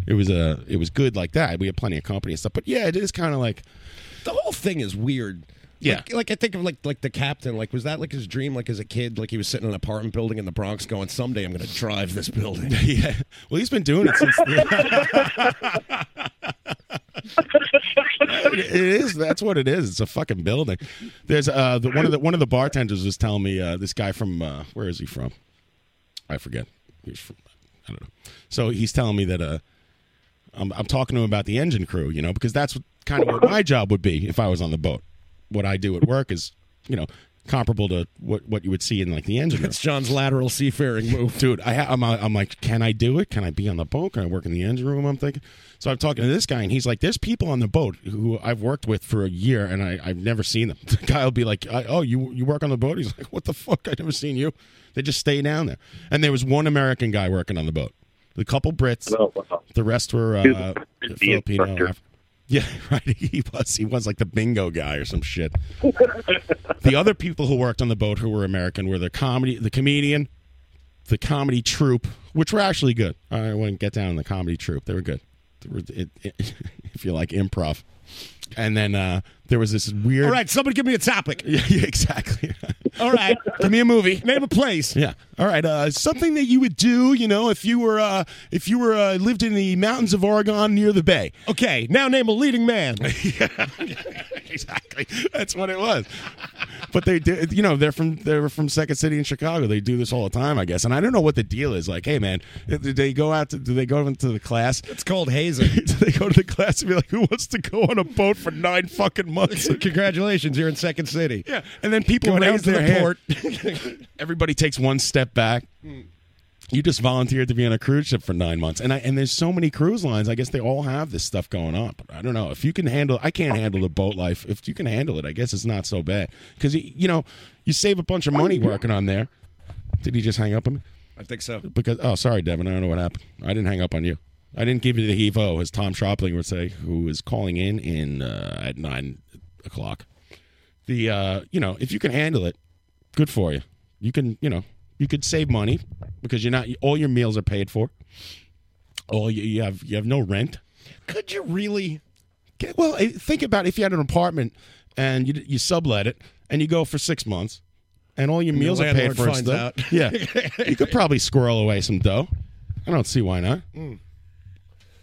[SPEAKER 4] it was uh, it was good like that. We had plenty of company and stuff. But yeah, it is kind of like
[SPEAKER 12] the whole thing is weird.
[SPEAKER 4] Yeah.
[SPEAKER 12] Like, like I think of like like the captain. Like was that like his dream? Like as a kid, like he was sitting in an apartment building in the Bronx, going, "Someday I'm going to drive this building."
[SPEAKER 4] yeah. Well, he's been doing it since. it is. That's what it is. It's a fucking building. There's uh the, one of the one of the bartenders was telling me uh, this guy from uh, where is he from? I forget. He's from I don't know. So he's telling me that uh I'm I'm talking to him about the engine crew, you know, because that's what, kind of what my job would be if I was on the boat. What I do at work is, you know, comparable to what what you would see in like the engine. It's
[SPEAKER 12] John's lateral seafaring move,
[SPEAKER 4] dude. I ha- I'm uh, I'm like, can I do it? Can I be on the boat? Can I work in the engine room? I'm thinking. So I'm talking to this guy, and he's like, "There's people on the boat who I've worked with for a year, and I, I've never seen them." The guy will be like, I, "Oh, you you work on the boat?" He's like, "What the fuck? I never seen you." They just stay down there, and there was one American guy working on the boat. The couple Brits, the rest were uh,
[SPEAKER 13] the
[SPEAKER 4] Filipino.
[SPEAKER 13] instructor.
[SPEAKER 4] Af- yeah, right. He was he was like the bingo guy or some shit. the other people who worked on the boat who were American were the comedy, the comedian, the comedy troupe, which were actually good. I wouldn't get down on the comedy troupe; they were good. They were- it- it- if you like improv, and then uh, there was this weird.
[SPEAKER 12] All right, somebody give me a topic.
[SPEAKER 4] Yeah, yeah exactly.
[SPEAKER 12] All right,
[SPEAKER 4] give me a movie.
[SPEAKER 12] Name a place.
[SPEAKER 4] Yeah. All right. Uh, something that you would do, you know, if you were uh, if you were uh, lived in the mountains of Oregon near the bay.
[SPEAKER 12] Okay. Now name a leading man.
[SPEAKER 4] exactly. That's what it was. But they did, you know, they're from they were from Second City in Chicago. They do this all the time, I guess. And I don't know what the deal is. Like, hey, man, do they go out to do they go into the class? It's
[SPEAKER 12] called hazing.
[SPEAKER 4] do they go to the class and be like, who wants to go on a boat for nine fucking months?
[SPEAKER 12] Congratulations, you're in Second City.
[SPEAKER 4] Yeah, and then people
[SPEAKER 12] Go down
[SPEAKER 4] raise
[SPEAKER 12] to
[SPEAKER 4] their
[SPEAKER 12] the
[SPEAKER 4] hand.
[SPEAKER 12] port.
[SPEAKER 4] Everybody takes one step back. You just volunteered to be on a cruise ship for nine months, and I, and there's so many cruise lines. I guess they all have this stuff going on. But I don't know if you can handle. I can't handle the boat life. If you can handle it, I guess it's not so bad because you know you save a bunch of money working on there. Did he just hang up on me?
[SPEAKER 12] I think so.
[SPEAKER 4] Because oh, sorry, Devin, I don't know what happened. I didn't hang up on you. I didn't give you the heave ho, as Tom Shopling would say, who is calling in in uh, at nine o'clock. The uh, you know, if you can handle it, good for you. You can you know you could save money because you're not all your meals are paid for. All you, you have you have no rent.
[SPEAKER 12] Could you really?
[SPEAKER 4] Okay, well, eh, think about if you had an apartment and you you sublet it and you go for six months, and all your
[SPEAKER 12] And your
[SPEAKER 4] meals are paid
[SPEAKER 12] landlord
[SPEAKER 4] for. and
[SPEAKER 12] finds
[SPEAKER 4] stuff.
[SPEAKER 12] out.
[SPEAKER 4] Yeah, you could probably squirrel away some dough. I don't see why not.
[SPEAKER 12] Mm.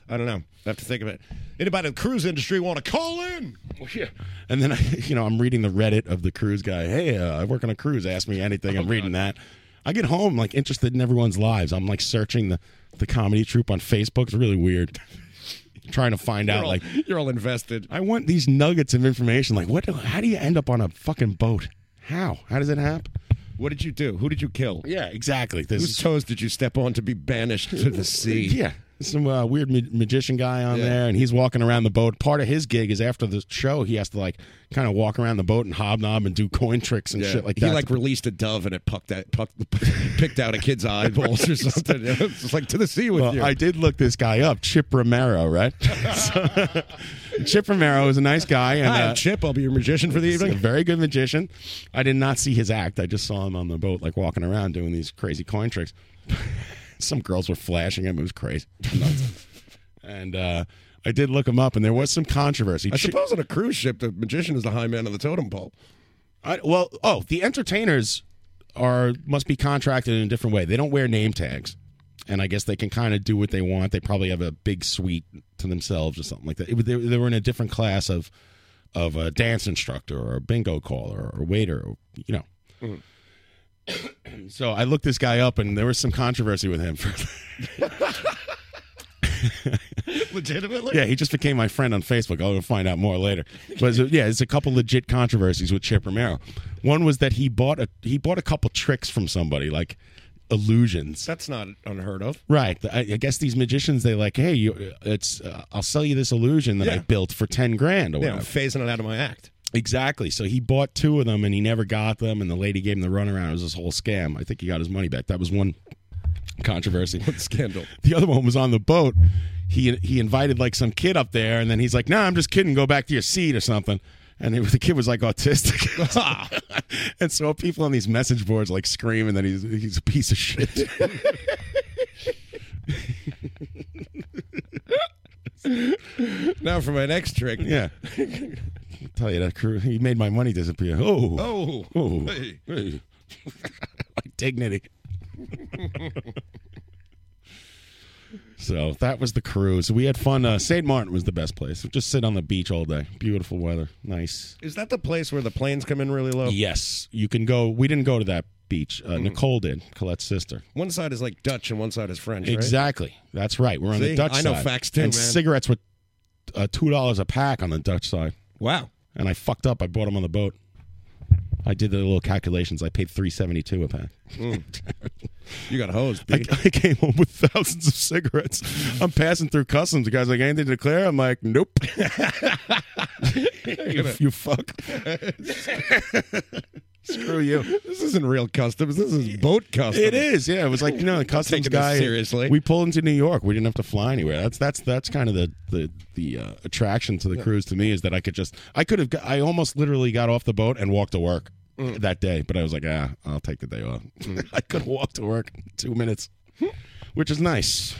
[SPEAKER 12] I don't know. I have to think of it. Anybody in the cruise industry want to call in? yeah.
[SPEAKER 4] And then I, you know, I'm reading the Reddit of the cruise guy. Hey, uh, I work on a cruise. Ask me anything.
[SPEAKER 12] Oh,
[SPEAKER 4] I'm reading that. I get home like interested in everyone's lives. I'm like searching the the comedy troupe on Facebook. It's really weird. Trying to find out like
[SPEAKER 12] you're all invested.
[SPEAKER 4] I want these nuggets of information. Like what? How do you end up on a fucking boat? How? How does it happen?
[SPEAKER 12] What did you do? Who did you kill?
[SPEAKER 4] Yeah, exactly. This
[SPEAKER 12] Whose toes did you step on to be banished to the sea?
[SPEAKER 4] Yeah. Some uh, weird ma- magician guy on
[SPEAKER 12] Yeah.
[SPEAKER 4] there, and he's walking around the boat. Part of his gig is after the show, he has to like kind of walk around the boat and hobnob and do coin tricks and
[SPEAKER 12] Yeah.
[SPEAKER 4] shit like
[SPEAKER 12] he
[SPEAKER 4] that.
[SPEAKER 12] like released a dove and it pucked out, pucked, picked out a kid's eyeballs or something. It's just like to the sea with
[SPEAKER 4] well,
[SPEAKER 12] you.
[SPEAKER 4] I did look this guy up, Chip Romero, right? So- Chip Romero is a nice guy. And, uh,
[SPEAKER 12] Hi, I'm Chip. I'll be your magician for the
[SPEAKER 4] he's
[SPEAKER 12] evening.
[SPEAKER 4] A very good magician. I did not see his act. I just saw him on the boat, like walking around doing these crazy coin tricks. Some girls were flashing him. It was crazy. Nuts. and uh, I did look him up, and there was some controversy.
[SPEAKER 12] I suppose on a cruise ship, the magician is the high man of the totem pole.
[SPEAKER 4] I, well, oh, the entertainers are must be contracted in a different way. They don't wear name tags, and I guess they can kind of do what they want. They probably have a big suite to themselves or something like that. It, was- they, they were in a different class of of a dance instructor or a bingo caller or a waiter, or, you know. So I looked this guy up, and there was some controversy with him. For,
[SPEAKER 12] Legitimately?
[SPEAKER 4] yeah, he just became my friend on Facebook. I'll find out more later. But it's- yeah, it's a couple legit controversies with Chip Romero. One was that he bought a he bought a couple tricks from somebody, like illusions.
[SPEAKER 12] That's not unheard of.
[SPEAKER 4] Right. I, I guess these magicians they like, hey, you, it's uh, I'll sell you this illusion that I
[SPEAKER 12] Yeah.
[SPEAKER 4] built for ten grand or
[SPEAKER 12] Yeah, I'm
[SPEAKER 4] whatever.
[SPEAKER 12] phasing it out of my act.
[SPEAKER 4] Exactly. So he bought two of them and he never got them, and the lady gave him the runaround. It was this whole scam. I think he got his money back. That was one controversy. What
[SPEAKER 12] scandal?
[SPEAKER 4] The other one was on the boat. He he invited like some kid up there, and then he's like, "No, I'm just kidding. Go back to your seat or something." And it was- the kid was like autistic, and so people on these message boards like screaming that he's he's a piece of shit.
[SPEAKER 12] now for my next trick.
[SPEAKER 4] Yeah. tell you that crew he made my money disappear. Oh.
[SPEAKER 12] Oh.
[SPEAKER 4] Oh.
[SPEAKER 12] Hey.
[SPEAKER 4] Hey. Like dignity. So that was the cruise. We had fun. Uh, St. Martin was the best place. Just sit on the beach all day. Beautiful weather. Nice.
[SPEAKER 12] Is that the place where the planes come in really low?
[SPEAKER 4] Yes. You can go. We didn't go to that beach.
[SPEAKER 12] Mm-hmm.
[SPEAKER 4] Uh, Nicole did, Colette's sister.
[SPEAKER 12] One side is like Dutch and one side is French. right?
[SPEAKER 4] Exactly. That's right. We're on
[SPEAKER 12] See?
[SPEAKER 4] the Dutch
[SPEAKER 12] I
[SPEAKER 4] side.
[SPEAKER 12] know facts too,
[SPEAKER 4] And
[SPEAKER 12] man.
[SPEAKER 4] cigarettes were uh, two dollars a pack on the Dutch side.
[SPEAKER 12] Wow.
[SPEAKER 4] And I fucked up. I bought them on the boat. I did the little calculations. I paid three seventy two a pack.
[SPEAKER 12] Hmm. You got hosed.
[SPEAKER 4] I, I came home with thousands of cigarettes. I'm passing through customs. The guy's like, "Anything to declare?" I'm like, "Nope." you, you fuck. Screw you.
[SPEAKER 12] This isn't real customs. This is boat customs.
[SPEAKER 4] It is, yeah. It was like you know, the customs
[SPEAKER 12] taking this
[SPEAKER 4] guy.
[SPEAKER 12] seriously.
[SPEAKER 4] we pulled into New York. We didn't have to fly anywhere. That's that's that's kind of the the the uh, attraction to the
[SPEAKER 12] Yeah.
[SPEAKER 4] cruise to me is that I could just I could have got- I almost literally got off the boat and walked to work
[SPEAKER 12] Mm.
[SPEAKER 4] that day, but I was like, ah, I'll take the day off. I could walk to work in two minutes, which is nice.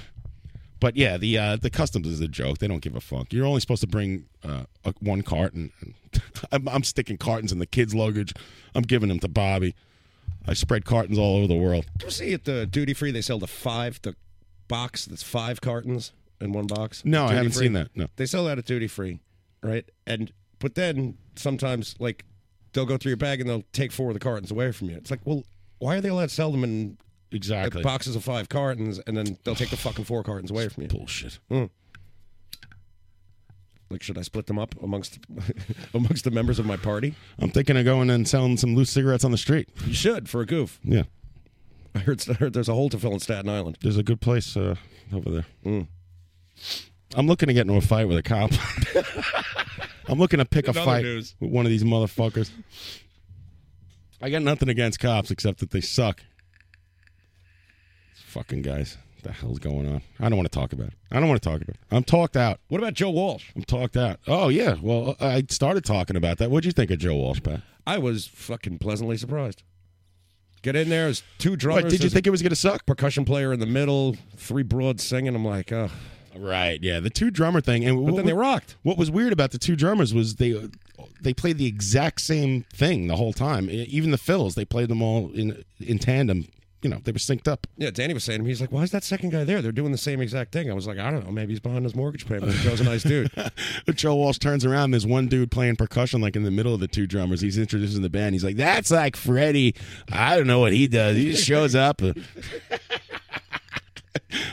[SPEAKER 4] But yeah, the uh, the customs is a joke. They don't give a fuck. You're only supposed to bring uh, a, one carton. I'm, I'm sticking cartons in the kids' luggage. I'm giving them to Bobby. I spread cartons all over the world.
[SPEAKER 12] You see at the duty free they sell the five the box that's five cartons in one box.
[SPEAKER 4] No, I
[SPEAKER 12] Duty
[SPEAKER 4] haven't
[SPEAKER 12] free.
[SPEAKER 4] seen that, no.
[SPEAKER 12] they sell that at duty free, right? And but then sometimes like they'll go through your bag and they'll take four of the cartons away from you. It's like, well, why are they allowed to sell them in
[SPEAKER 4] exactly
[SPEAKER 12] boxes of five cartons and then they'll take the fucking four cartons away from you? Hmm.
[SPEAKER 4] Bullshit.
[SPEAKER 12] Like, should I split them up amongst amongst the members of my party?
[SPEAKER 4] I'm thinking of going and selling some loose cigarettes on the street.
[SPEAKER 12] You should for a goof.
[SPEAKER 4] Yeah.
[SPEAKER 12] I heard, I heard there's a hole to fill in Staten Island. Mm.
[SPEAKER 4] There's a good place uh, over there. I'm looking to get into a fight with a cop. I'm looking to pick
[SPEAKER 12] In
[SPEAKER 4] a
[SPEAKER 12] other
[SPEAKER 4] fight
[SPEAKER 12] news.
[SPEAKER 4] with one of these motherfuckers. I got nothing against cops except that they suck. These fucking guys. What the hell's going on? I don't want to talk about it. I don't want to talk about it. I'm talked out.
[SPEAKER 12] What about Joe Walsh?
[SPEAKER 4] I'm talked out. Oh, yeah. Well, I started talking about that. What'd you think of Joe Walsh, Pat?
[SPEAKER 12] I was fucking pleasantly surprised. Get in there, it's two drummers.
[SPEAKER 4] What, did you
[SPEAKER 12] there's a
[SPEAKER 4] think it was going to suck?
[SPEAKER 12] Percussion player in the middle, three broads singing. I'm like, oh.
[SPEAKER 4] Right, yeah, the two drummer thing, and
[SPEAKER 12] but then they rocked.
[SPEAKER 4] What was weird about the two drummers was they they played the exact same thing the whole time. E- Even the fills, they played them all in in tandem. You know, they were synced up.
[SPEAKER 12] Yeah, Danny was saying to me, he's like, why is that second guy there? They're doing the same exact thing. I was like, I don't know. Maybe he's behind his mortgage payment. Joe's a nice dude.
[SPEAKER 4] But Joe Walsh turns around. There's one dude playing percussion like in the middle of the two drummers. He's introducing the band. He's like, "That's like Freddie. I don't know what he does. He just shows up."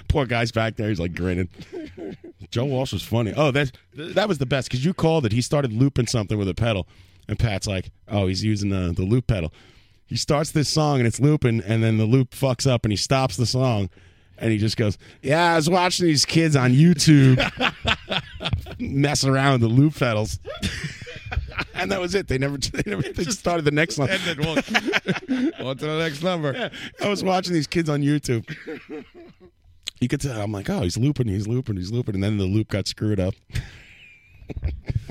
[SPEAKER 4] Poor guy's back there. He's like grinning. Joe Walsh was funny. Oh, that that was the best because you called it. He started looping something with a pedal, and Pat's like, "Oh, he's using the the loop pedal." He starts this song and it's looping, and then the loop fucks up, and he stops the song, and he just goes, "Yeah, I was watching these kids on YouTube mess around with the loop pedals." and that was it. They never they never they just started the next song.
[SPEAKER 12] On to the next number.
[SPEAKER 4] I was watching these kids on YouTube. You could tell. I'm like, oh, he's looping, he's looping, he's looping, and then the loop got screwed up.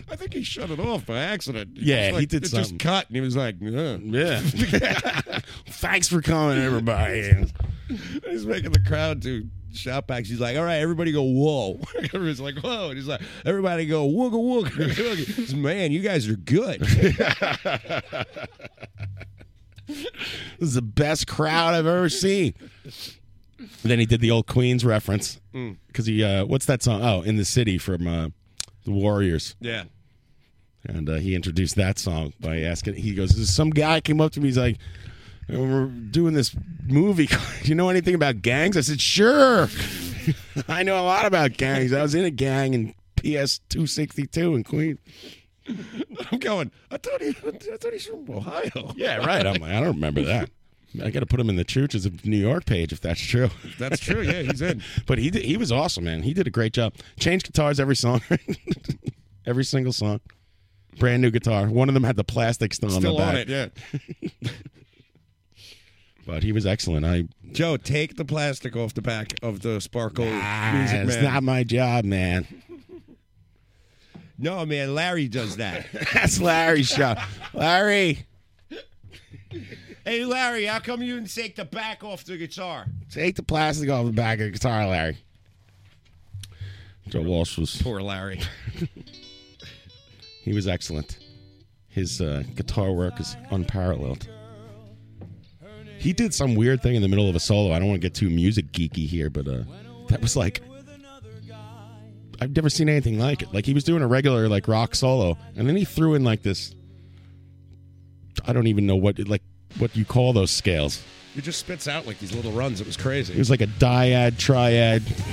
[SPEAKER 12] I think he shut it off by accident. It
[SPEAKER 4] Yeah,
[SPEAKER 12] was
[SPEAKER 4] he
[SPEAKER 12] like-
[SPEAKER 4] did
[SPEAKER 12] It
[SPEAKER 4] something.
[SPEAKER 12] just cut, and he was like, "Yeah,
[SPEAKER 4] Thanks for coming, everybody."
[SPEAKER 12] he's making the crowd do shout backs. He's like, "All right, everybody go whoa!" Everybody's like, "Whoa!" And he's like, "Everybody go wooga wooga wooga." He's, Man, you guys are good.
[SPEAKER 4] This is the best crowd I've ever seen. then he did the old Queens reference
[SPEAKER 12] Mm.
[SPEAKER 4] because he uh, what's that song? Oh, in the city from uh, the Warriors.
[SPEAKER 12] yeah.
[SPEAKER 4] And uh, he introduced that song by asking. He goes, "Some guy came up to me. He's like, we're doing this movie. Do you know anything about gangs?" I said, "Sure, I know a lot about gangs. I was in a gang in PS two sixty two in Queens."
[SPEAKER 12] I'm going. I thought he. I thought he's from Ohio.
[SPEAKER 4] Yeah, right. I'm like, I don't remember that. I got to put him in the Churches of New York page if that's true.
[SPEAKER 12] That's true. Yeah, he's in.
[SPEAKER 4] but he did, he was awesome, man. He did a great job. Changed guitars every song, every single song. Brand new guitar. One of them had the plastic still, on
[SPEAKER 12] Still
[SPEAKER 4] the back.
[SPEAKER 12] on it. Yeah.
[SPEAKER 4] But he was excellent. I
[SPEAKER 12] Joe, take the plastic off the back of the sparkle
[SPEAKER 4] Ah,
[SPEAKER 12] music
[SPEAKER 4] it's
[SPEAKER 12] man.
[SPEAKER 4] not my job, man.
[SPEAKER 12] no, man, Larry does that.
[SPEAKER 4] That's Larry's job. Larry,
[SPEAKER 12] hey, Larry, how come you didn't take the back off the guitar?
[SPEAKER 4] take the plastic off the back of the guitar, Larry. Joe Walsh was
[SPEAKER 12] poor Larry.
[SPEAKER 4] he was excellent. His uh, guitar work is unparalleled. He did some weird thing in the middle of a solo. I don't want to get too music geeky here, but uh, that was like I've never seen anything like it. Like he was doing a regular like rock solo, and then he threw in like this. I don't even know what like what you call those scales.
[SPEAKER 12] He just spits out like these little runs. It was crazy.
[SPEAKER 4] It was like a dyad, triad.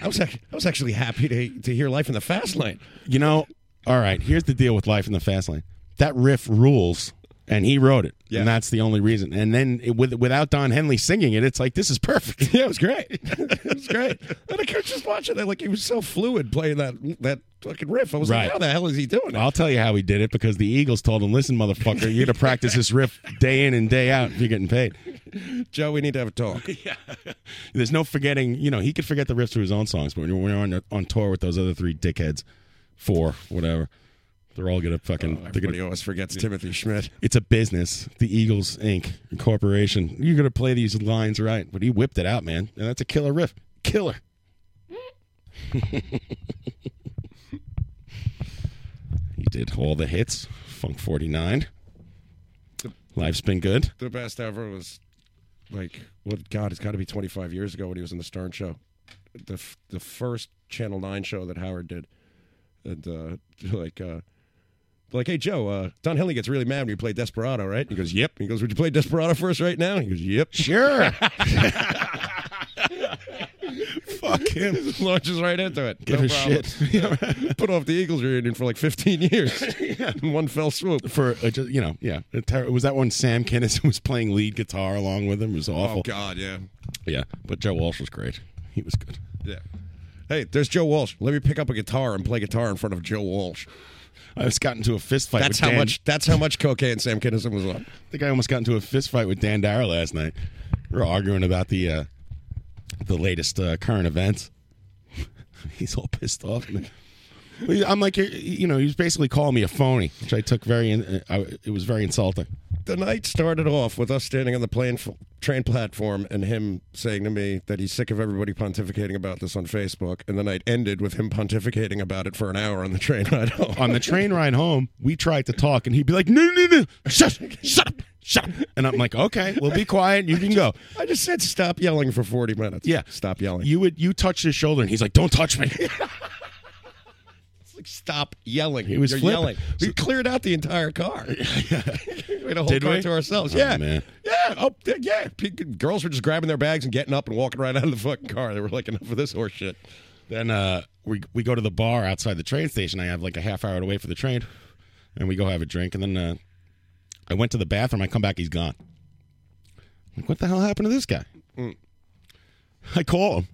[SPEAKER 12] I was ac- I was actually happy to to hear Life in the Fast Lane.
[SPEAKER 4] You know, all right, here's the deal with Life in the Fast Lane. That riff rules, and he wrote it.
[SPEAKER 12] Yeah.
[SPEAKER 4] And that's the only reason. And then it, with, without Don Henley singing it, it's like, this is perfect.
[SPEAKER 12] Yeah, it was great. it was great. And I could just watching that. Like he was so fluid playing that that fucking riff. I was
[SPEAKER 4] Right.
[SPEAKER 12] like, how the hell is he doing it?
[SPEAKER 4] I'll tell you how he did it because the Eagles told him, listen, motherfucker, you're going to practice this riff day in and day out if you're getting paid.
[SPEAKER 12] Joe, we need to have a talk.
[SPEAKER 4] There's no forgetting, you know, he could forget the riffs to his own songs, but when you're, when you're on, on tour with those other three dickheads, four, whatever, they're all going to fucking. they're gonna,
[SPEAKER 12] Oh, Everybody always forgets Timothy Schmidt.
[SPEAKER 4] it's a business, the Eagles Inc. Corporation. You're gonna play these lines right, but he whipped it out, man, and that's a killer riff, killer. he did all the hits, Funk 49. Life's been good.
[SPEAKER 12] The best ever was like, what? God, it's got to be 25 years ago when he was in the Stern Show, the f- the first Channel Nine show that Howard did, and uh, like. uh like, hey Joe, uh, Don Henley gets really mad when you play Desperado, right? He goes, "Yep." He goes, "Would you play Desperado for us right now?" He goes, "Yep."
[SPEAKER 4] Sure.
[SPEAKER 12] Fuck him. Launches right into it.
[SPEAKER 4] Give
[SPEAKER 12] no
[SPEAKER 4] a
[SPEAKER 12] problem.
[SPEAKER 4] shit.
[SPEAKER 12] Yeah. Put off the Eagles reunion for like 15 years in one fell swoop.
[SPEAKER 4] For uh, ju- you know, yeah, it ter- it was that one Sam Kinison was playing lead guitar along with him. It was awful.
[SPEAKER 12] Oh God, yeah,
[SPEAKER 4] Yeah, but Joe Walsh was great. He was good.
[SPEAKER 12] yeah. Hey, there's Joe Walsh. Let me pick up a guitar and play guitar in front of Joe Walsh.
[SPEAKER 4] I just got into a fist fight.
[SPEAKER 12] That's
[SPEAKER 4] with
[SPEAKER 12] how
[SPEAKER 4] Dan-
[SPEAKER 12] much. That's how much cocaine Sam Kinison was on.
[SPEAKER 4] I think I almost got into a fist fight with Dan Dara last night. We were arguing about the uh, the latest uh, current events. He's all pissed off. Man. I'm like, you're- you know, he was basically calling me a phony, which I took very. In, uh, I, it was very insulting.
[SPEAKER 12] The night started off with us standing on the plane f- train platform and him saying to me that he's sick of everybody pontificating about this on Facebook, and the night ended with him pontificating about it for an hour on the train ride home.
[SPEAKER 4] On the train ride home, we tried to talk, and he'd be like, "No, no, no, shut, shut up, shut up," and I'm like, "Okay, well, be quiet. You can go."
[SPEAKER 12] I just said stop yelling for 40 minutes.
[SPEAKER 4] Yeah.
[SPEAKER 12] Stop yelling.
[SPEAKER 4] You would you touch his shoulder, and he's like, "Don't touch me."
[SPEAKER 12] Like, stop yelling.
[SPEAKER 4] He was
[SPEAKER 12] You're
[SPEAKER 4] flipping.
[SPEAKER 12] yelling. We cleared out the entire car. we had a whole
[SPEAKER 4] Did
[SPEAKER 12] car
[SPEAKER 4] we?
[SPEAKER 12] to ourselves.
[SPEAKER 4] Oh,
[SPEAKER 12] yeah.
[SPEAKER 4] man.
[SPEAKER 12] Yeah. Oh, th- yeah. P- Girls were just grabbing their bags and getting up and walking right out of the fucking car. They were like, enough of this horse shit.
[SPEAKER 4] Then uh, we we go to the bar outside the train station. I have like a half hour to wait for the train, and we go have a drink. And then uh, I went to the bathroom. I come back, he's gone. I'm like, what the hell happened to this guy? I call him.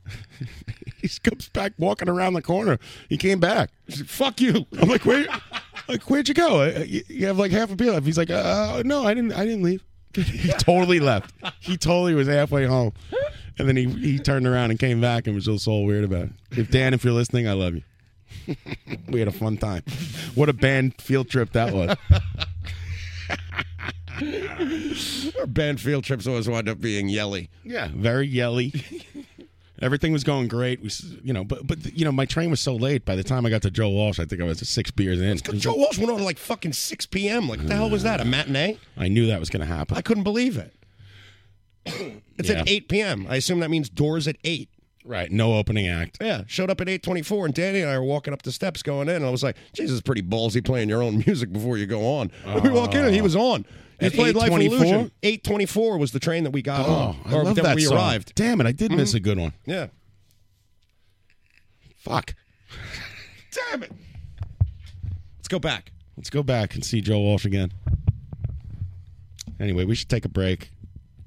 [SPEAKER 4] he comes back walking around the corner. He came back.
[SPEAKER 12] He's like, Fuck you.
[SPEAKER 4] I'm like, where? like, where'd you go? Uh, You you have like half a beer left. He's like, uh, no, I didn't. I didn't leave. he totally left. He totally was halfway home, and then he he turned around and came back and was just all weird about it. If Dan, if you're listening, I love you. we had a fun time. What a band field trip that was.
[SPEAKER 12] Our band field trips always wind up being yelly.
[SPEAKER 4] Yeah, very yelly. Everything was going great. We, s- you know, but but you know, my train was so late. By the time I got to Joe Walsh, I think I was six beers in.
[SPEAKER 12] Joe Walsh went on at like fucking 6 p.m. Like, what the hell was that? A matinee?
[SPEAKER 4] I knew that was going to happen.
[SPEAKER 12] I couldn't believe it. It's at
[SPEAKER 4] Yeah.
[SPEAKER 12] 8 p.m. I assume that means doors at 8.
[SPEAKER 4] Right. No opening act.
[SPEAKER 12] Yeah, showed up at 8:24 and Danny and I were walking up the steps going in and I was like, "Jesus, pretty ballsy playing your own music before you go on." And we walk in and he was on. He
[SPEAKER 4] Uh, At
[SPEAKER 12] played Life
[SPEAKER 4] 8:24?
[SPEAKER 12] Illusion. 8:24 was the train that we got
[SPEAKER 4] Oh,
[SPEAKER 12] on
[SPEAKER 4] I
[SPEAKER 12] or
[SPEAKER 4] love
[SPEAKER 12] that,
[SPEAKER 4] that
[SPEAKER 12] we
[SPEAKER 4] song.
[SPEAKER 12] arrived.
[SPEAKER 4] Damn it, I did miss
[SPEAKER 12] Mhm.
[SPEAKER 4] a good one.
[SPEAKER 12] Yeah.
[SPEAKER 4] Fuck.
[SPEAKER 12] Damn it. Let's go back.
[SPEAKER 4] Let's go back and see Joe Walsh again. Anyway, we should take a break.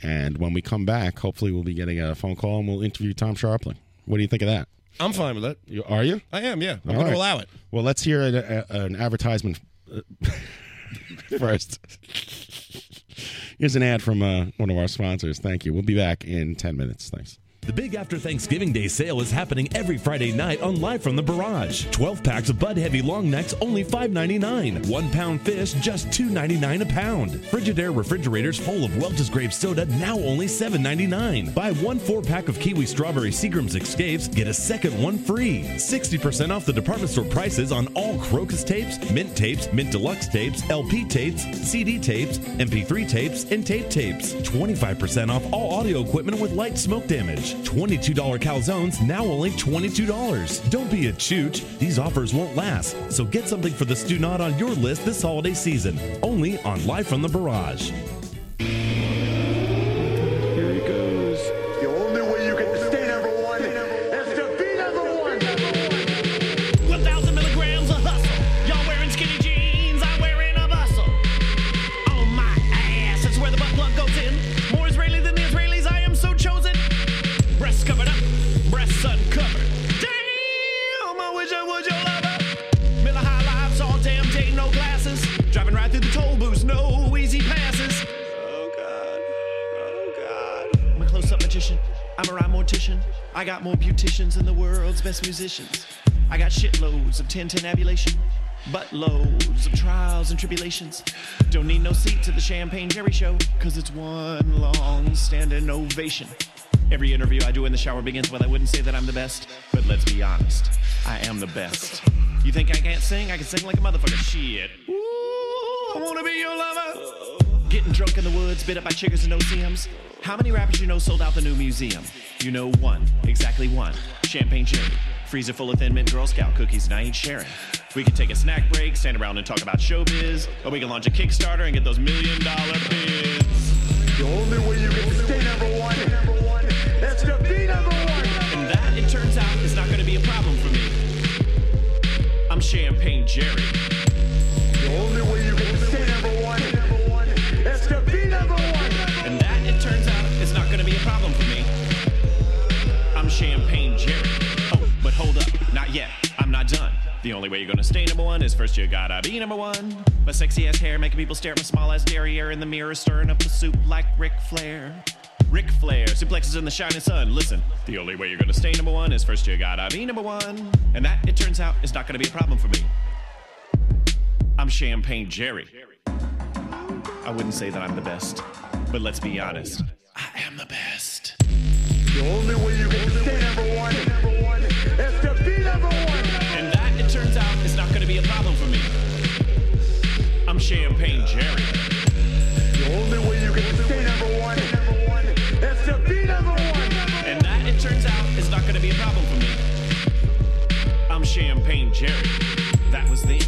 [SPEAKER 4] And when we come back, hopefully we'll be getting a phone call and we'll interview Tom Sharpling. What do you think of that?
[SPEAKER 12] I'm fine with it.
[SPEAKER 4] You, are you?
[SPEAKER 12] I am, yeah. I'm
[SPEAKER 4] All
[SPEAKER 12] going
[SPEAKER 4] right.
[SPEAKER 12] to allow it.
[SPEAKER 4] Well, let's hear an, a, an advertisement uh, first. Here's an ad from uh, one of our sponsors. Thank you. We'll be back in 10 minutes. Thanks.
[SPEAKER 15] The big after Thanksgiving Day sale is happening every Friday night on Live from the Barrage. 12 packs of Bud Heavy Long Necks only $5.99. One pound fish just $2.99 a pound. Frigidaire refrigerators full of Welch's grape soda now only $7.99. Buy one four pack of Kiwi Strawberry Seagram's Escapes, get a second one free. 60% off the department store prices on all Crocus tapes, mint tapes, mint deluxe tapes, LP tapes, CD tapes, MP3 tapes, and tape tapes. 25% off all audio equipment with light smoke damage. $22 calzones, now only $22. Don't be a chooch. These offers won't last. So get something for the stew not on your list this holiday season. Only on Live from the Barrage.
[SPEAKER 16] Here he goes. The only way you can stay number one is to be number one.
[SPEAKER 9] 1,000 milligrams of hustle. Y'all wearing skinny jeans, I'm wearing a bustle. Oh my ass, that's where the butt plug goes in. More Israeli than the Israelis, I am so chosen. Breasts covered up, breasts uncovered. Damn, I wish I was your lover. Miller High lives all damn day, no glasses. Driving right through the toll booths, no easy passes. Oh God, oh God. I'm a close-up magician. I'm a rhyme mortician. I got more beauticians than the world's best musicians. I got shitloads of 1010 abulation, buttloads of trials and tribulations. Don't need no seat to the Champagne Jerry show, cause it's one long standing ovation. Every interview I do in the shower begins with I wouldn't say that I'm the best, but let's be honest, I am the best. You think I can't sing? I can sing like a motherfucker. Shit. I wanna be your lover. Getting drunk in the woods, bit up by chiggers and OCMs. How many rappers you know sold out the new museum? You know one, exactly one. Champagne cherry, freezer full of Thin Mint Girl Scout cookies, and I ain't sharing. We could take a snack break, stand around and talk about showbiz, or we can launch a Kickstarter and get those million dollar bids. The only way you can stay number one, number one, is to be number one. And that, it turns out, is not going to be a problem for me. I'm Champagne Jerry. The only way you can stay number one, number one, is to be number one. And that, it turns out, is not going to be a problem for me. I'm Champagne Jerry. Oh, but hold up, not yet. I'm not done. The only way you're gonna stay number one is first you gotta be number one. My sexy ass hair making people stare at my small ass derriere in the mirror, stirring up the soup like Ric Flair. Ric Flair, suplexes in the shining sun. Listen, the only way you're gonna stay number one is first you gotta be number one. And that, it turns out, is not gonna be a problem for me. I'm Champagne Jerry. I wouldn't say that I'm the best, but let's be honest, I am the best. The only way you can stay number one, number one, is to be number one. And that, it turns out, is not going to be a problem for me. I'm Champagne Jerry. The only way you can stay number one, number one, is to be number one. And that, it turns out, is not going to be a problem for me. I'm Champagne Jerry. That was the.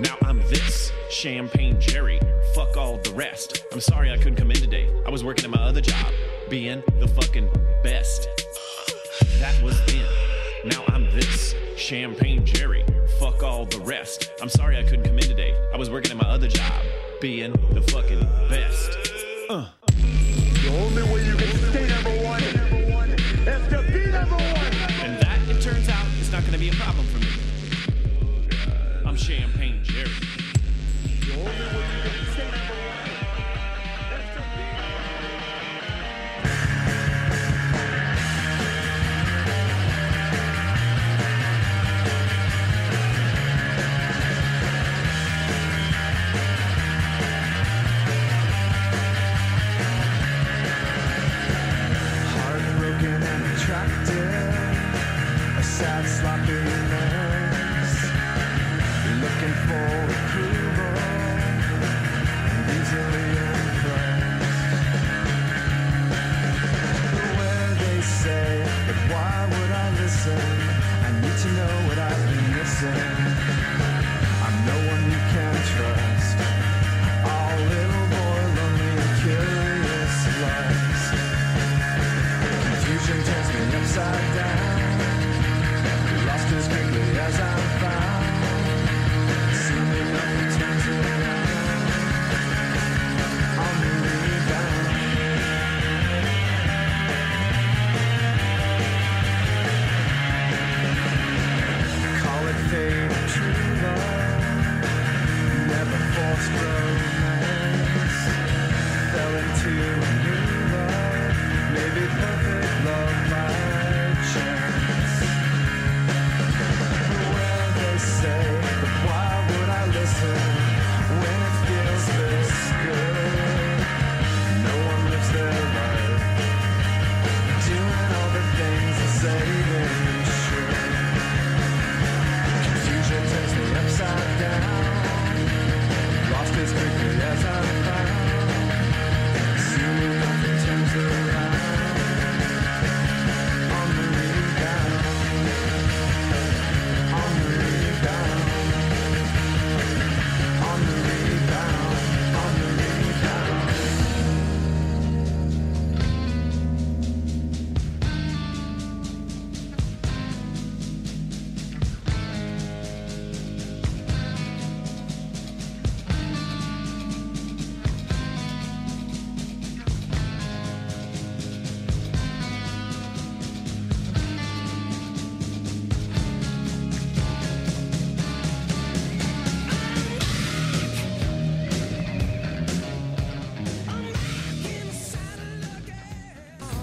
[SPEAKER 9] Now I'm this Champagne Jerry. Fuck all the rest. I'm sorry I couldn't come in today. I was working at my other job, being the fucking best. That was then. Now I'm this Champagne Jerry. Fuck all the rest. I'm sorry I couldn't come in today. I was working at my other job, being the fucking best. Uh. The only way you can stay number one, number one, is to be number one. And that, it turns out, is not going to be a problem for me. I'm Champagne Jerry.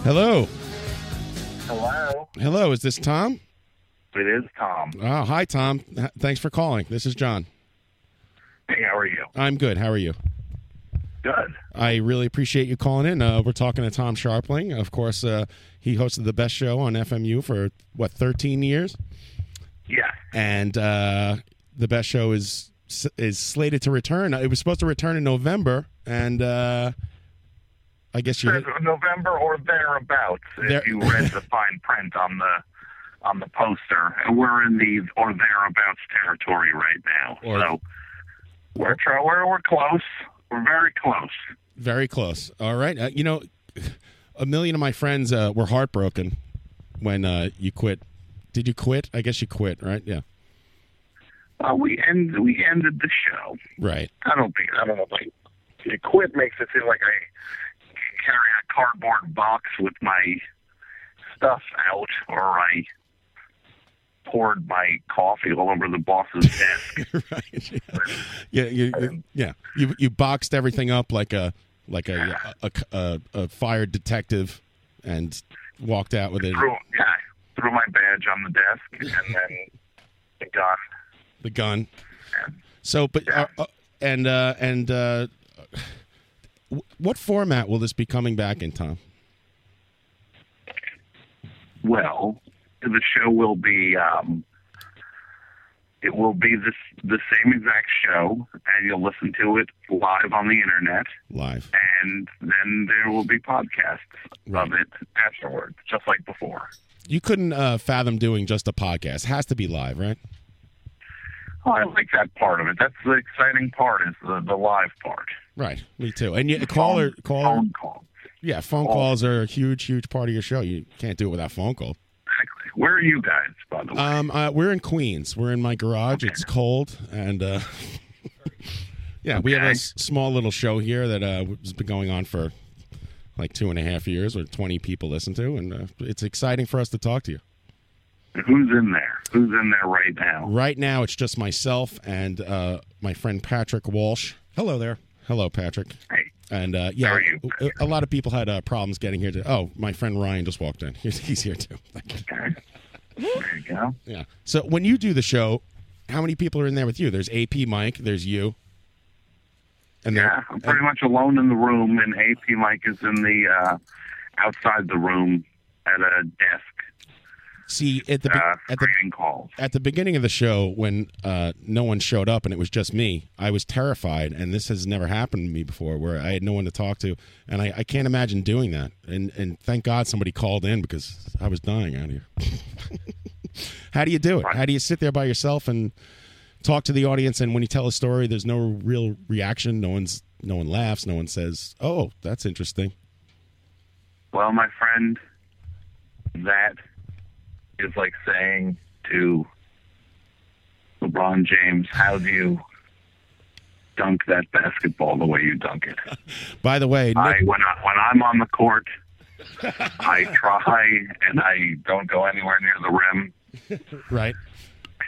[SPEAKER 4] Hello.
[SPEAKER 17] Hello.
[SPEAKER 4] Hello. Is this Tom?
[SPEAKER 17] It is Tom.
[SPEAKER 4] Oh, hi, Tom. Th- Thanks for calling. This is John.
[SPEAKER 17] Hey, how are you?
[SPEAKER 4] I'm good. How are you?
[SPEAKER 17] Good.
[SPEAKER 4] I really appreciate you calling in. Uh, we're talking to Tom Sharpling. Of course, uh, he hosted the best show on FMU for, what, 13 years?
[SPEAKER 17] Yeah.
[SPEAKER 4] and uh, the best show is is slated to return. It was supposed to return in November, and uh, I guess you
[SPEAKER 17] Says November or thereabouts.
[SPEAKER 4] There-
[SPEAKER 17] If you read the fine print on the on the poster, And we're in the or thereabouts territory right now. so we're, try- we're we're close. We're very close.
[SPEAKER 4] very close. All right, uh, you know, a million of my friends uh, were heartbroken when uh, you quit. Did you quit? I guess you quit, right? Yeah,
[SPEAKER 17] Uh, we end we ended the show.
[SPEAKER 4] right.
[SPEAKER 17] I don't think I don't know. Like, it quit makes it seem like I carry a cardboard box with my stuff out, or I poured my coffee all over the boss's desk.
[SPEAKER 4] right. Yeah, you, you, yeah. You you boxed everything up like a like a a, a, a fire detective, and walked out with it.
[SPEAKER 17] Threw, yeah, I threw my badge on the desk, and then the gun.
[SPEAKER 4] the gun. So, but uh, uh, and uh, and uh, w- what format will this be coming back in, Tom?
[SPEAKER 17] Well, the show will be um, it will be this the same exact show, and you'll listen to it live on the internet,
[SPEAKER 4] live,
[SPEAKER 17] and then there will be podcasts of it afterwards, just like before.
[SPEAKER 4] You couldn't uh, fathom doing just a podcast. Has to be live, right?
[SPEAKER 17] Oh, I like that part of it. That's the exciting part is the, the live part.
[SPEAKER 4] Right. Me too. And you, caller, caller, phone
[SPEAKER 17] calls.
[SPEAKER 4] Yeah, phone calls are a huge, huge part of your show. You can't do it without phone call.
[SPEAKER 17] Where are you guys, by the way?
[SPEAKER 4] Um, uh, we're in Queens. We're in my garage. It's cold, and uh, yeah, we have a s- small little show here that uh, has been going on for like two and a half years, or twenty people listen to, and uh, it's exciting for us to talk to you.
[SPEAKER 17] Who's in there? Who's in there right now?
[SPEAKER 4] Right now, it's just myself and uh, my friend Patrick Walsh. Hello there. Hello, Patrick.
[SPEAKER 17] Hey.
[SPEAKER 4] And uh, yeah, a, a lot of people had uh, problems getting here. To, oh, my friend Ryan just walked in. He's, he's here too.
[SPEAKER 17] There you go.
[SPEAKER 4] Yeah. So when you do the show, how many people are in there with you? There's AP Mike. There's you. And yeah,
[SPEAKER 17] I'm pretty much alone in the room, and AP Mike is in the uh, outside the room at a desk
[SPEAKER 4] see at the be-
[SPEAKER 17] uh,
[SPEAKER 4] at the
[SPEAKER 17] screening calls.
[SPEAKER 4] at the beginning of the show when uh, no one showed up and it was just me, I was terrified, and this has never happened to me before, where I had no one to talk to, and I, I can't imagine doing that. And and thank God somebody called in because I was dying out here. How do you do it? How do you sit there by yourself and talk to the audience? And when you tell a story, there's no real reaction. No one's no one laughs. No one says, "Oh, that's interesting."
[SPEAKER 17] Well, my friend, that is like saying to LeBron James, "How do you dunk that basketball the way you dunk it?"
[SPEAKER 4] By the way,
[SPEAKER 17] I
[SPEAKER 4] Nick-
[SPEAKER 17] when I when I'm on the court, I try and I don't go anywhere near the rim.
[SPEAKER 4] right?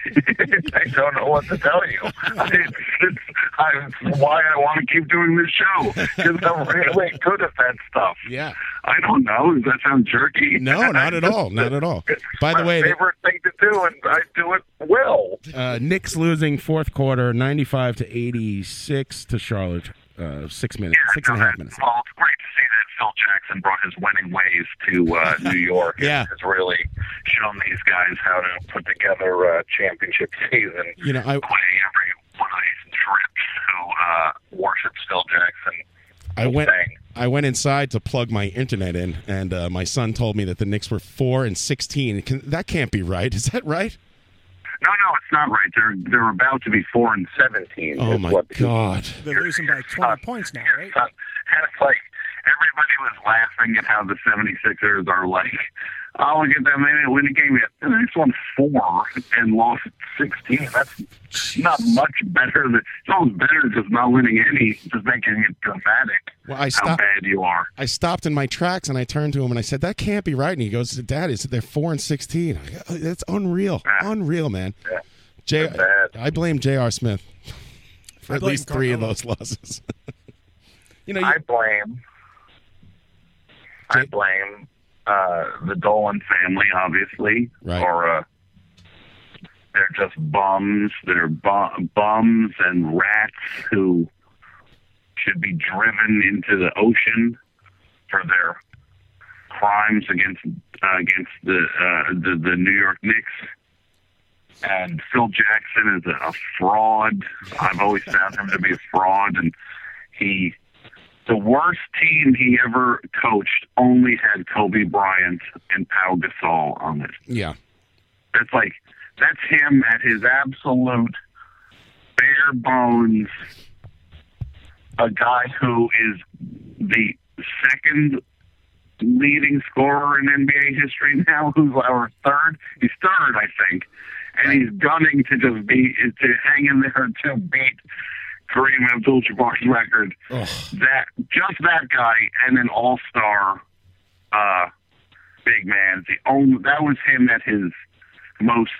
[SPEAKER 17] I don't know what to tell you. It's, it's, I, it's why I want to keep doing this show because I'm really good at that stuff.
[SPEAKER 4] Yeah.
[SPEAKER 17] I don't know. Does that sound jerky?
[SPEAKER 4] No, not at all. Not at all. By the way, the-
[SPEAKER 17] favorite thing to do, and I do it well.
[SPEAKER 4] Uh, Knicks losing fourth quarter, ninety-five to eighty-six to Charlotte. Uh, six minutes, six and a half minutes.
[SPEAKER 17] Well, it's great to see that Phil Jackson brought his winning ways to uh, New York.
[SPEAKER 4] Yeah.
[SPEAKER 17] and has really shown these guys how to put together a championship season.
[SPEAKER 4] You know, I
[SPEAKER 17] Way everyone on these trips who uh, worships Phil Jackson.
[SPEAKER 4] I went I went inside to plug my internet in, and uh, my son told me that the Knicks were four and sixteen. Can, that can't be right. Is that right?
[SPEAKER 17] No, no, it's not right. They're they're about to be four and seventeen.
[SPEAKER 4] Oh
[SPEAKER 17] is
[SPEAKER 4] my
[SPEAKER 17] what
[SPEAKER 4] God!
[SPEAKER 17] They're losing by 20 points now, right? And it's like everybody was laughing at how the 76ers are like, oh, look at them. They didn't win a game yet. And they just won four and lost 16. That's not much better. Than, it's almost better than just not winning any, just making it dramatic
[SPEAKER 4] Well, I
[SPEAKER 17] how
[SPEAKER 4] stopped.
[SPEAKER 17] bad you are.
[SPEAKER 4] I stopped in my tracks and I turned to him and I said, "That can't be right." And he goes, "Dad, is they're four and 16. I go, "Oh, That's unreal, unreal, man." J- I blame J.R. Smith for
[SPEAKER 17] I
[SPEAKER 4] at
[SPEAKER 17] blame
[SPEAKER 4] least three of
[SPEAKER 17] Carmelo.
[SPEAKER 4] those losses.
[SPEAKER 17] I blame. I blame uh, the Dolan family, obviously,
[SPEAKER 4] right.
[SPEAKER 17] or uh, they're just bums. They're bu- bums and rats who should be driven into the ocean for their crimes against uh, against the, uh, the the New York Knicks. And Phil Jackson is a, a fraud. I've always found him to be a fraud, and he the worst team he ever coached only had Kobe Bryant and Pau Gasol on it.
[SPEAKER 4] Yeah.
[SPEAKER 17] That's like that's him at his absolute bare bones. A guy who is the second leading scorer in NBA history now, who's our third. He's third, I think, and he's gunning to just be to hang in there to beat Kareem Abdul-Jabbar's record. That just that guy and an all-star uh, big man. The only that was him at his most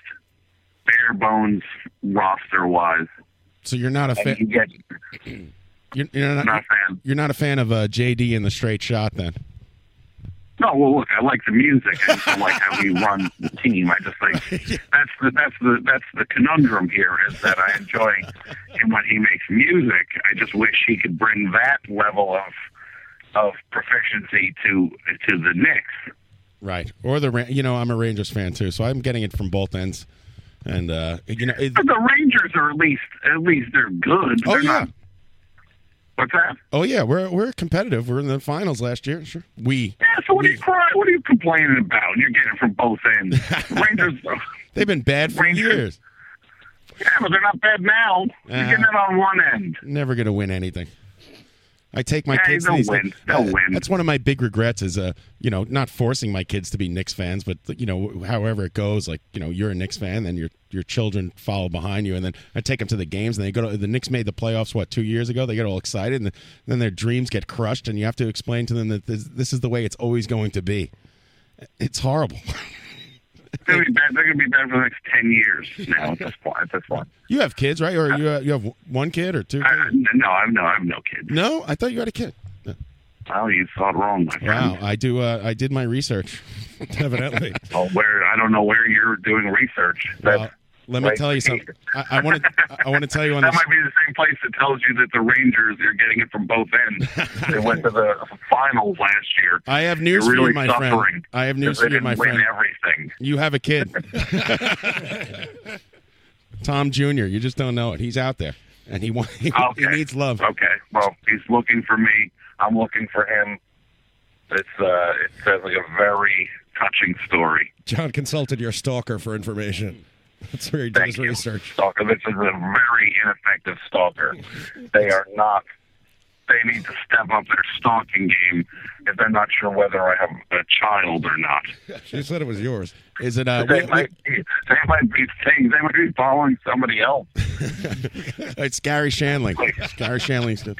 [SPEAKER 17] bare bones roster wise.
[SPEAKER 4] So you're not a
[SPEAKER 17] And he
[SPEAKER 4] fan.
[SPEAKER 17] gets
[SPEAKER 4] You're, you're not,
[SPEAKER 17] Not a fan.
[SPEAKER 4] You're not a fan of uh, JD and the Straight Shot, then?
[SPEAKER 17] No, well, look, I like the music. I just don't like how he runs the team. I just think that's the that's the that's the conundrum here is that I enjoy him when he makes music. I just wish he could bring that level of of proficiency to to the Knicks.
[SPEAKER 4] Right. Or the Ra- you know I'm a Rangers fan too, so I'm getting it from both ends. And uh, you know, it,
[SPEAKER 17] But the Rangers are at least at least they're good.
[SPEAKER 4] Oh,
[SPEAKER 17] they're
[SPEAKER 4] yeah.
[SPEAKER 17] not. What's that?
[SPEAKER 4] oh yeah, we're we're competitive. We're in the finals last year. Sure, we
[SPEAKER 17] Yeah, so what are you crying? What are you complaining about? You're getting it from both ends. Rangers.
[SPEAKER 4] they've been bad for years.
[SPEAKER 17] Yeah, but they're not bad now. You're
[SPEAKER 4] Ah.
[SPEAKER 17] getting it on one end.
[SPEAKER 4] Never gonna win anything. I take my
[SPEAKER 17] Hey,
[SPEAKER 4] kids.
[SPEAKER 17] they'll
[SPEAKER 4] to these
[SPEAKER 17] win.
[SPEAKER 4] things.
[SPEAKER 17] They'll
[SPEAKER 4] Uh,
[SPEAKER 17] win.
[SPEAKER 4] That's one of my big regrets is uh, you know, not forcing my kids to be Knicks fans, but you know, however it goes, like you know, you're a Knicks fan, then your your children follow behind you, and then I take them to the games, and they go to the Knicks made the playoffs what two years ago. They get all excited, and then their dreams get crushed, and you have to explain to them that this, this is the way it's always going to be. It's horrible.
[SPEAKER 17] It's gonna be bad. They're going to be bad for the next ten years now. At this point, at this point.
[SPEAKER 4] You have kids, right? Or you uh, you have one kid or two? Kids?
[SPEAKER 17] I, no, I have no, I have no kids.
[SPEAKER 4] No, I thought you had a kid.
[SPEAKER 17] Oh, you thought wrong, my friend.
[SPEAKER 4] Wow, I do. Uh, I did my research. Evidently.
[SPEAKER 17] Oh, where I don't know where you're doing research. That's,
[SPEAKER 4] Well, let me
[SPEAKER 17] like-
[SPEAKER 4] tell you something. I want to. I want to tell you on
[SPEAKER 17] that
[SPEAKER 4] this.
[SPEAKER 17] might be the same place that tells you that the Rangers are getting it from both ends. they went to the finals last year.
[SPEAKER 4] I have news
[SPEAKER 17] You're
[SPEAKER 4] for
[SPEAKER 17] really
[SPEAKER 4] you, my
[SPEAKER 17] suffering
[SPEAKER 4] friend. I have news
[SPEAKER 17] because they
[SPEAKER 4] for you,
[SPEAKER 17] didn't
[SPEAKER 4] my
[SPEAKER 17] win
[SPEAKER 4] friend.
[SPEAKER 17] Everything.
[SPEAKER 4] You have a kid, Tom Jr. You just don't know it. He's out there, and he wants. He,
[SPEAKER 17] Okay.
[SPEAKER 4] needs love.
[SPEAKER 17] Okay. Well, he's looking for me. I'm looking for him. It's uh, it sounds like a very touching story.
[SPEAKER 12] John consulted your stalker for information. That's where he did his research.
[SPEAKER 17] stalker. This is a very ineffective stalker. They are not. They need to step up their stalking game if they're not sure whether I have a child or not.
[SPEAKER 12] She said it was yours.
[SPEAKER 4] Is it? Uh,
[SPEAKER 17] they, might be, they might be saying they might be following somebody else.
[SPEAKER 4] it's Gary Shanley. Gary Shanley's good.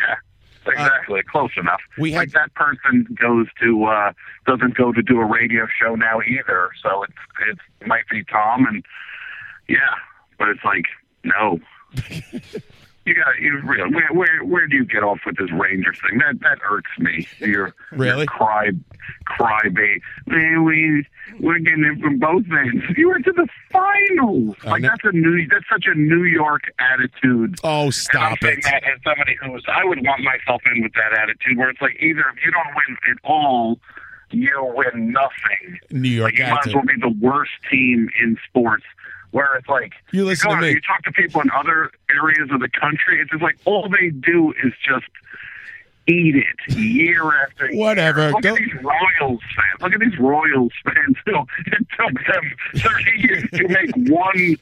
[SPEAKER 17] Exactly, close enough.
[SPEAKER 4] we
[SPEAKER 17] like that person goes to uh, doesn't go to do a radio show now either. So it's it might be Tom and yeah, but it's like no. you got you really where, where where do you get off with this Ranger thing? That that irks me. You're
[SPEAKER 4] really
[SPEAKER 17] cry crybaby. Man, we we're getting it from both ends. You were to the finals. Like that's a new that's such a New York attitude.
[SPEAKER 4] Oh,
[SPEAKER 17] stop I'm saying That as somebody who's I would want myself in with that attitude where it's like either if you don't win at all, you win nothing.
[SPEAKER 4] New York
[SPEAKER 17] Like, you might as well be the worst team in sports. Where it's like
[SPEAKER 4] You listen
[SPEAKER 17] go
[SPEAKER 4] to
[SPEAKER 17] out,
[SPEAKER 4] me.
[SPEAKER 17] You talk to people in other areas of the country. It's just like all they do is just eat it year after year.
[SPEAKER 4] Whatever.
[SPEAKER 17] Look
[SPEAKER 4] Go-
[SPEAKER 17] at these Royals fans. Look at these Royals fans. who It took them 30 years to make one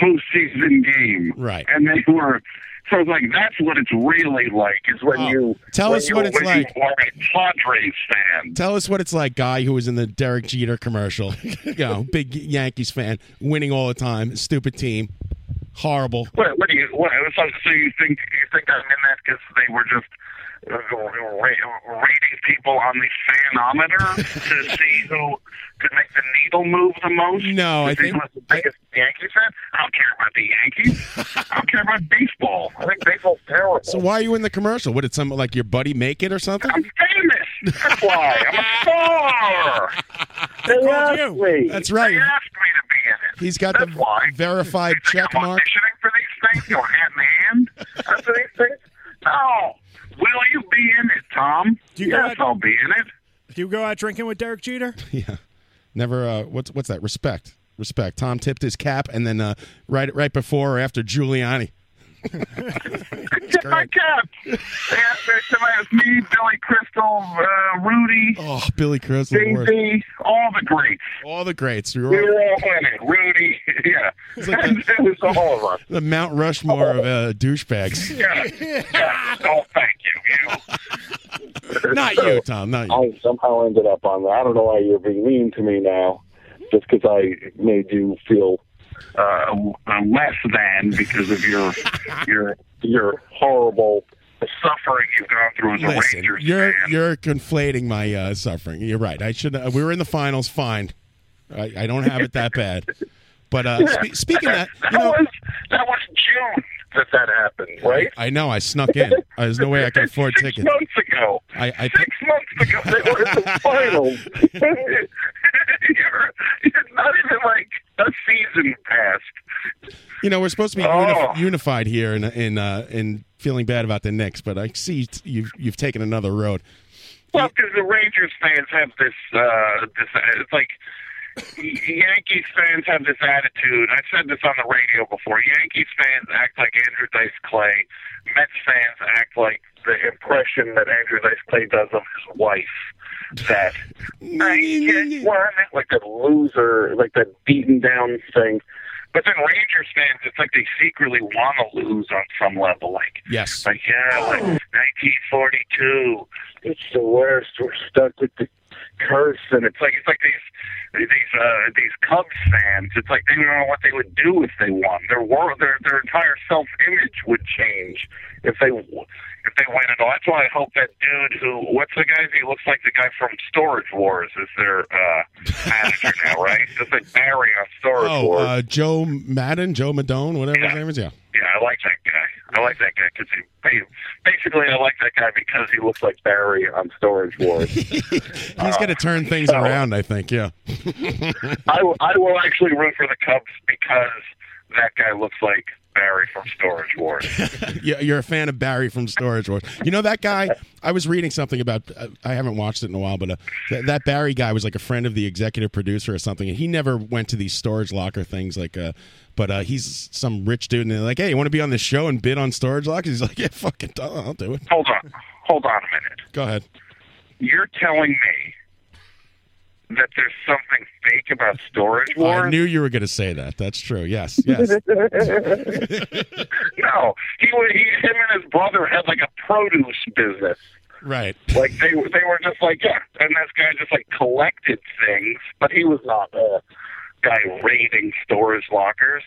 [SPEAKER 17] postseason game.
[SPEAKER 4] Right.
[SPEAKER 17] And they were. So it's like that's what it's really like is when you
[SPEAKER 4] Tell
[SPEAKER 17] when
[SPEAKER 4] us
[SPEAKER 17] you-
[SPEAKER 4] what it's
[SPEAKER 17] when you
[SPEAKER 4] like.
[SPEAKER 17] are a Padres fan.
[SPEAKER 4] Tell us what it's like, guy who was in the Derek Jeter commercial. you know, big Yankees fan, winning all the time, stupid team, horrible.
[SPEAKER 17] What, what do you? What, so, so you think you think I'm in that because they were just uh, ra- rating people on the fanometer to see who could make the needle move the most?
[SPEAKER 4] No,
[SPEAKER 17] to
[SPEAKER 4] I
[SPEAKER 17] see
[SPEAKER 4] think-
[SPEAKER 17] who was the biggest Yankees fan. I don't care about the Yankees. I don't care about baseball. I think baseball's terrible.
[SPEAKER 4] So why are you in the commercial? What did some like your buddy make it or something?
[SPEAKER 17] Famous. That's why. I'm a star. They
[SPEAKER 4] asked
[SPEAKER 17] me.
[SPEAKER 4] That's right.
[SPEAKER 17] They asked me to be in it.
[SPEAKER 4] He's got the verified check mark.
[SPEAKER 17] auditioning for these things, going hand in hand. After these things, no. Will you be in it, Tom?
[SPEAKER 18] Do you go
[SPEAKER 17] yes,
[SPEAKER 18] out-
[SPEAKER 17] I'll be in it.
[SPEAKER 18] Do you go out drinking with Derek Jeter?
[SPEAKER 4] Yeah. Never. Uh, what's what's that? Respect. Respect. Tom tipped his cap, and then uh, right right before or after Giuliani.
[SPEAKER 17] Tip my cap. They asked me- somebody asked me, Billy Crystal, uh, Rudy,
[SPEAKER 4] Oh, Billy Crystal. the worst.
[SPEAKER 17] Daisy, all the greats.
[SPEAKER 4] All the greats.
[SPEAKER 17] We
[SPEAKER 4] You
[SPEAKER 17] were
[SPEAKER 4] were
[SPEAKER 17] all in it. Rudy, yeah. it was all of us.
[SPEAKER 4] the Mount Rushmore of uh, douchebags.
[SPEAKER 17] Yeah. yeah. Oh, thank you. you.
[SPEAKER 4] Not you, Tom. Not you.
[SPEAKER 19] I somehow ended up on that. I don't know why you're being mean to me now, just because I made you feel
[SPEAKER 17] uh, uh, less than because of your your your horrible suffering you've gone through as a
[SPEAKER 4] Listen,
[SPEAKER 17] Rangers.
[SPEAKER 4] you're you're conflating my uh, suffering. You're right. I should. Uh, we were in the finals. Fine. I, I don't have it that bad. But uh,
[SPEAKER 17] Yeah.
[SPEAKER 4] spe- speaking of that,
[SPEAKER 17] that was that was June that that happened, right?
[SPEAKER 4] I know I snuck in. Uh, There's no way I can afford
[SPEAKER 17] Six
[SPEAKER 4] tickets.
[SPEAKER 17] months ago.
[SPEAKER 4] I, I
[SPEAKER 17] Six months ago, they were in the finals. You're- you're not even like a season passed.
[SPEAKER 4] You know, we're supposed to be
[SPEAKER 17] Oh.
[SPEAKER 4] uni- unified here in in uh, in feeling bad about the Knicks, but I see t- you've you've taken another road.
[SPEAKER 17] Well, because the Rangers fans have this, uh, this it's like Yankees fans have this attitude. I said this on the radio before. Yankees fans act like Andrew Dice Clay. Mets fans act like the impression that Andrew Dice Clay does of his wife. That I get one, like the loser, like the beaten down thing. But then Rangers fans, it's like they secretly want to lose on some level. Like
[SPEAKER 4] Yes.
[SPEAKER 17] like, yeah, like 1942. It's the worst. We're stuck with the curse, and it's like it's like these these uh, these Cubs fans. It's like they don't know what they would do if they won. Their world, their their entire self image would change if they w- if they win at all. That's why I hope that dude who what's the guy? He looks like the guy from Storage Wars is their uh, manager now, right? It's like Barry on Storage
[SPEAKER 4] Oh,
[SPEAKER 17] Wars.
[SPEAKER 4] uh, Joe Madden, Joe Madone, whatever his name is. Yeah.
[SPEAKER 17] Yeah, I like that guy. I like that guy because he basically I like that guy because he looks like Barry on Storage Wars.
[SPEAKER 4] He's got to turn things around, I think. Yeah.
[SPEAKER 17] I, will- I will actually root for the Cubs because that guy looks like Barry from Storage Wars.
[SPEAKER 4] Yeah, you're a fan of Barry from Storage Wars. You know that guy? I was reading something about. uh, I haven't watched it in a while, but uh, th- that Barry guy was like a friend of the executive producer or something, and he never went to these storage locker things. Like, uh, but uh, he's some rich dude, and they're like, "Hey, you want to be on this show and bid on storage lockers?" He's like, "Yeah, fucking, duh, I'll do it."
[SPEAKER 17] Hold on, hold on a minute.
[SPEAKER 4] Go ahead.
[SPEAKER 17] You're telling me that there's something fake about Storage Wars?
[SPEAKER 4] I knew you were going to say that. That's true. Yes, yes.
[SPEAKER 17] no, he, wa- he, him and his brother had like a produce business.
[SPEAKER 4] Right.
[SPEAKER 17] Like they they were just like yeah, and this guy just like collected things, but he was not a guy raiding storage lockers.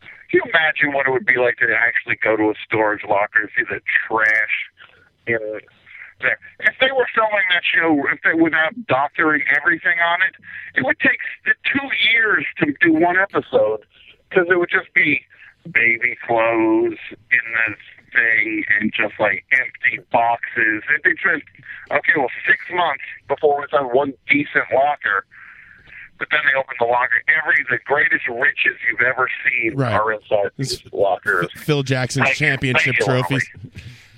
[SPEAKER 17] Can you imagine what it would be like to actually go to a storage locker and see the trash in there? If they were selling that show, if they without doctoring everything on it, it would take s- two years to do one episode because it would just be baby clothes in this thing and just like empty boxes. It'd be just okay. Well, six months before it's on one decent locker. But then they open the locker. Every the greatest riches you've ever seen
[SPEAKER 4] Right.
[SPEAKER 17] are inside these lockers.
[SPEAKER 4] Phil Jackson's championship
[SPEAKER 17] thank you, Ollie.
[SPEAKER 4] trophies.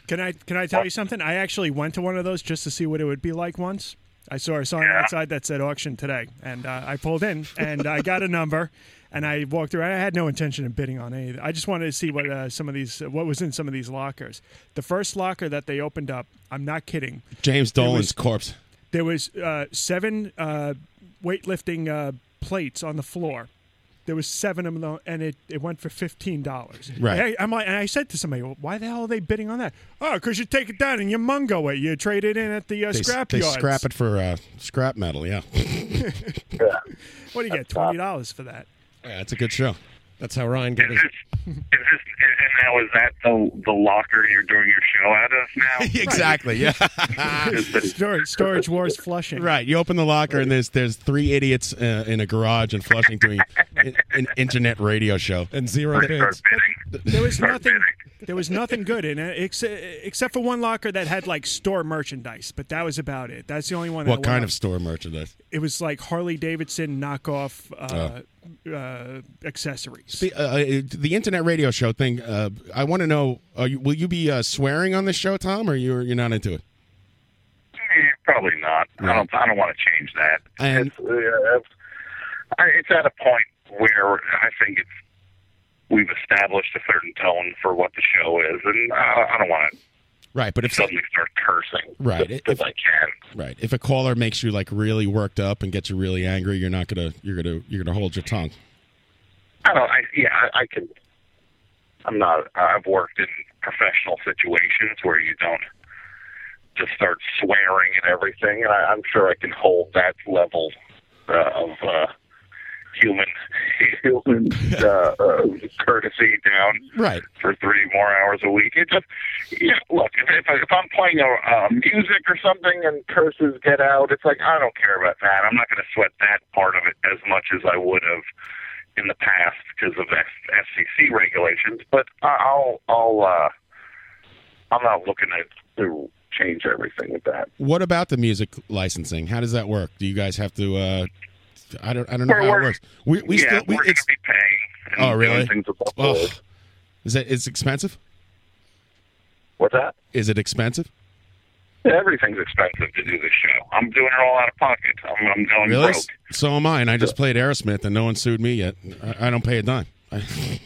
[SPEAKER 18] Can I can I tell you something? I actually went to one of those just to see what it would be like once. I saw a sign outside that said auction today, and uh, I pulled in and I got a number, and I walked around. I had no intention of bidding on any. of it. I just wanted to see what uh, some of these what was in some of these lockers. The first locker that they opened up, I'm not kidding.
[SPEAKER 4] James
[SPEAKER 18] There
[SPEAKER 4] Dolan's
[SPEAKER 18] was-
[SPEAKER 4] corpse.
[SPEAKER 18] There was uh, seven uh, weightlifting uh, plates on the floor. There was seven of them, and it, it went for fifteen dollars.
[SPEAKER 4] Right.
[SPEAKER 18] I, am like, and I said to somebody, well, "Why the hell are they bidding on that? Oh, because you take it down and you mungo it. You trade it in at the uh,
[SPEAKER 4] They,
[SPEAKER 18] scrap
[SPEAKER 4] they
[SPEAKER 18] yards.
[SPEAKER 4] scrap it for uh, scrap metal. Yeah.
[SPEAKER 18] What do you get? Twenty dollars for that?
[SPEAKER 4] yeah, it's a good show.
[SPEAKER 12] That's how Ryan got his.
[SPEAKER 17] Is this and now is that the the locker you're doing your show out of now?
[SPEAKER 4] Exactly. Yeah.
[SPEAKER 18] storage, storage wars flushing.
[SPEAKER 4] Right. You open the locker and there's there's three idiots uh, in a garage in Flushing doing an, an internet radio show
[SPEAKER 12] and zero
[SPEAKER 18] There was nothing. There was nothing good in it ex- except for one locker that had like store merchandise, but that was about it. That's the only one. that
[SPEAKER 4] What
[SPEAKER 18] went
[SPEAKER 4] kind
[SPEAKER 18] up.
[SPEAKER 4] of store merchandise?
[SPEAKER 18] It was like Harley Davidson knockoff uh,
[SPEAKER 4] Oh.
[SPEAKER 18] uh, accessories.
[SPEAKER 4] Spe- uh, uh, the internet radio show thing. Uh, I want to know: are you, Will you be uh, swearing on this show, Tom, or you're you're not into it?
[SPEAKER 17] Eh, probably not. I don't. I don't want to change that.
[SPEAKER 4] And
[SPEAKER 17] It's, uh, it's- I, it's at a point where I think it's we've established a certain tone for what the show is, and I, I don't want to
[SPEAKER 4] right, but if
[SPEAKER 17] suddenly start cursing.
[SPEAKER 4] Right,
[SPEAKER 17] just
[SPEAKER 4] it-
[SPEAKER 17] 'cause I can.
[SPEAKER 4] right, if a caller makes you like really worked up and gets you really angry, you're not gonna you're gonna you're gonna hold your tongue.
[SPEAKER 17] I don't. I, yeah, I, I can. I'm not. I've worked in professional situations where you don't just start swearing and everything, and I, I'm sure I can hold that level uh, of uh, human human uh, uh, courtesy down
[SPEAKER 4] Right.
[SPEAKER 17] for three more hours a week. It just, yeah. Look, if, if, if I'm playing a, uh, music or something and curses get out, it's like I don't care about that. I'm not going to sweat that part of it as much as I would have in the past because of F- FCC regulations. But I- I'll, I'll, uh, I'm not looking at to change everything with that.
[SPEAKER 4] What about the music licensing? How does that work? Do you guys have to? Uh, I don't I don't know
[SPEAKER 17] We're-
[SPEAKER 4] how it
[SPEAKER 17] we're-
[SPEAKER 4] works. We we
[SPEAKER 17] yeah,
[SPEAKER 4] still we,
[SPEAKER 17] we're going
[SPEAKER 4] it's
[SPEAKER 17] to be paying. and
[SPEAKER 4] oh
[SPEAKER 17] doing
[SPEAKER 4] really?
[SPEAKER 17] Things with the
[SPEAKER 4] Ugh.
[SPEAKER 17] board.
[SPEAKER 4] Is that it's expensive?
[SPEAKER 17] What's that?
[SPEAKER 4] Is it expensive?
[SPEAKER 17] Everything's expensive to do this show. I'm doing it all out of pocket. I'm, Oh, I'm going
[SPEAKER 4] Really?
[SPEAKER 17] broke.
[SPEAKER 4] So am I, and I just played Aerosmith, and no one sued me yet. I, I don't pay a dime. I,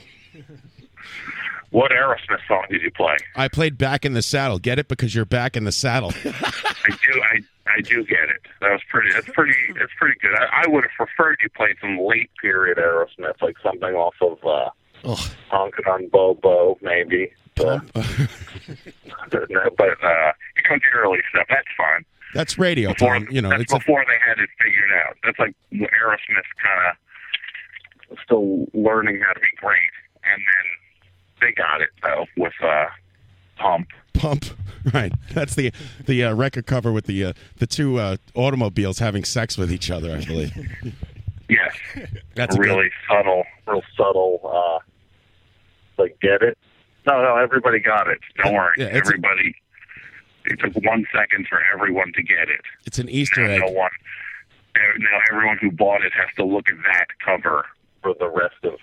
[SPEAKER 17] What Aerosmith song did you play?
[SPEAKER 4] I played Back in the Saddle. Get it? Because you're back in the saddle.
[SPEAKER 17] I do. I I do get it. That was pretty. That's pretty. That's pretty good. I, I would have preferred you played some late period Aerosmith, like something off of uh, Honkin' on Bobo, maybe. But, but uh, you come to early stuff. That's fine.
[SPEAKER 4] That's radio,
[SPEAKER 17] Before-
[SPEAKER 4] Tom. You know,
[SPEAKER 17] that's
[SPEAKER 4] it's a,
[SPEAKER 17] before they had it figured out. That's like when Aerosmith kind of still learning how to be great, and then they got it though with uh, Pump.
[SPEAKER 4] pump. Right. That's the the uh, record cover with the uh, the two uh, automobiles having sex with each other. I believe.
[SPEAKER 17] Yes.
[SPEAKER 4] That's a good-
[SPEAKER 17] really subtle, real subtle. Uh, like, get it? No, no, everybody got it. Don't worry,
[SPEAKER 4] yeah, it's-
[SPEAKER 17] everybody. It took one second for everyone to get it.
[SPEAKER 4] It's an Easter egg.
[SPEAKER 17] No one. Now everyone who bought it has to look at that cover for the rest of.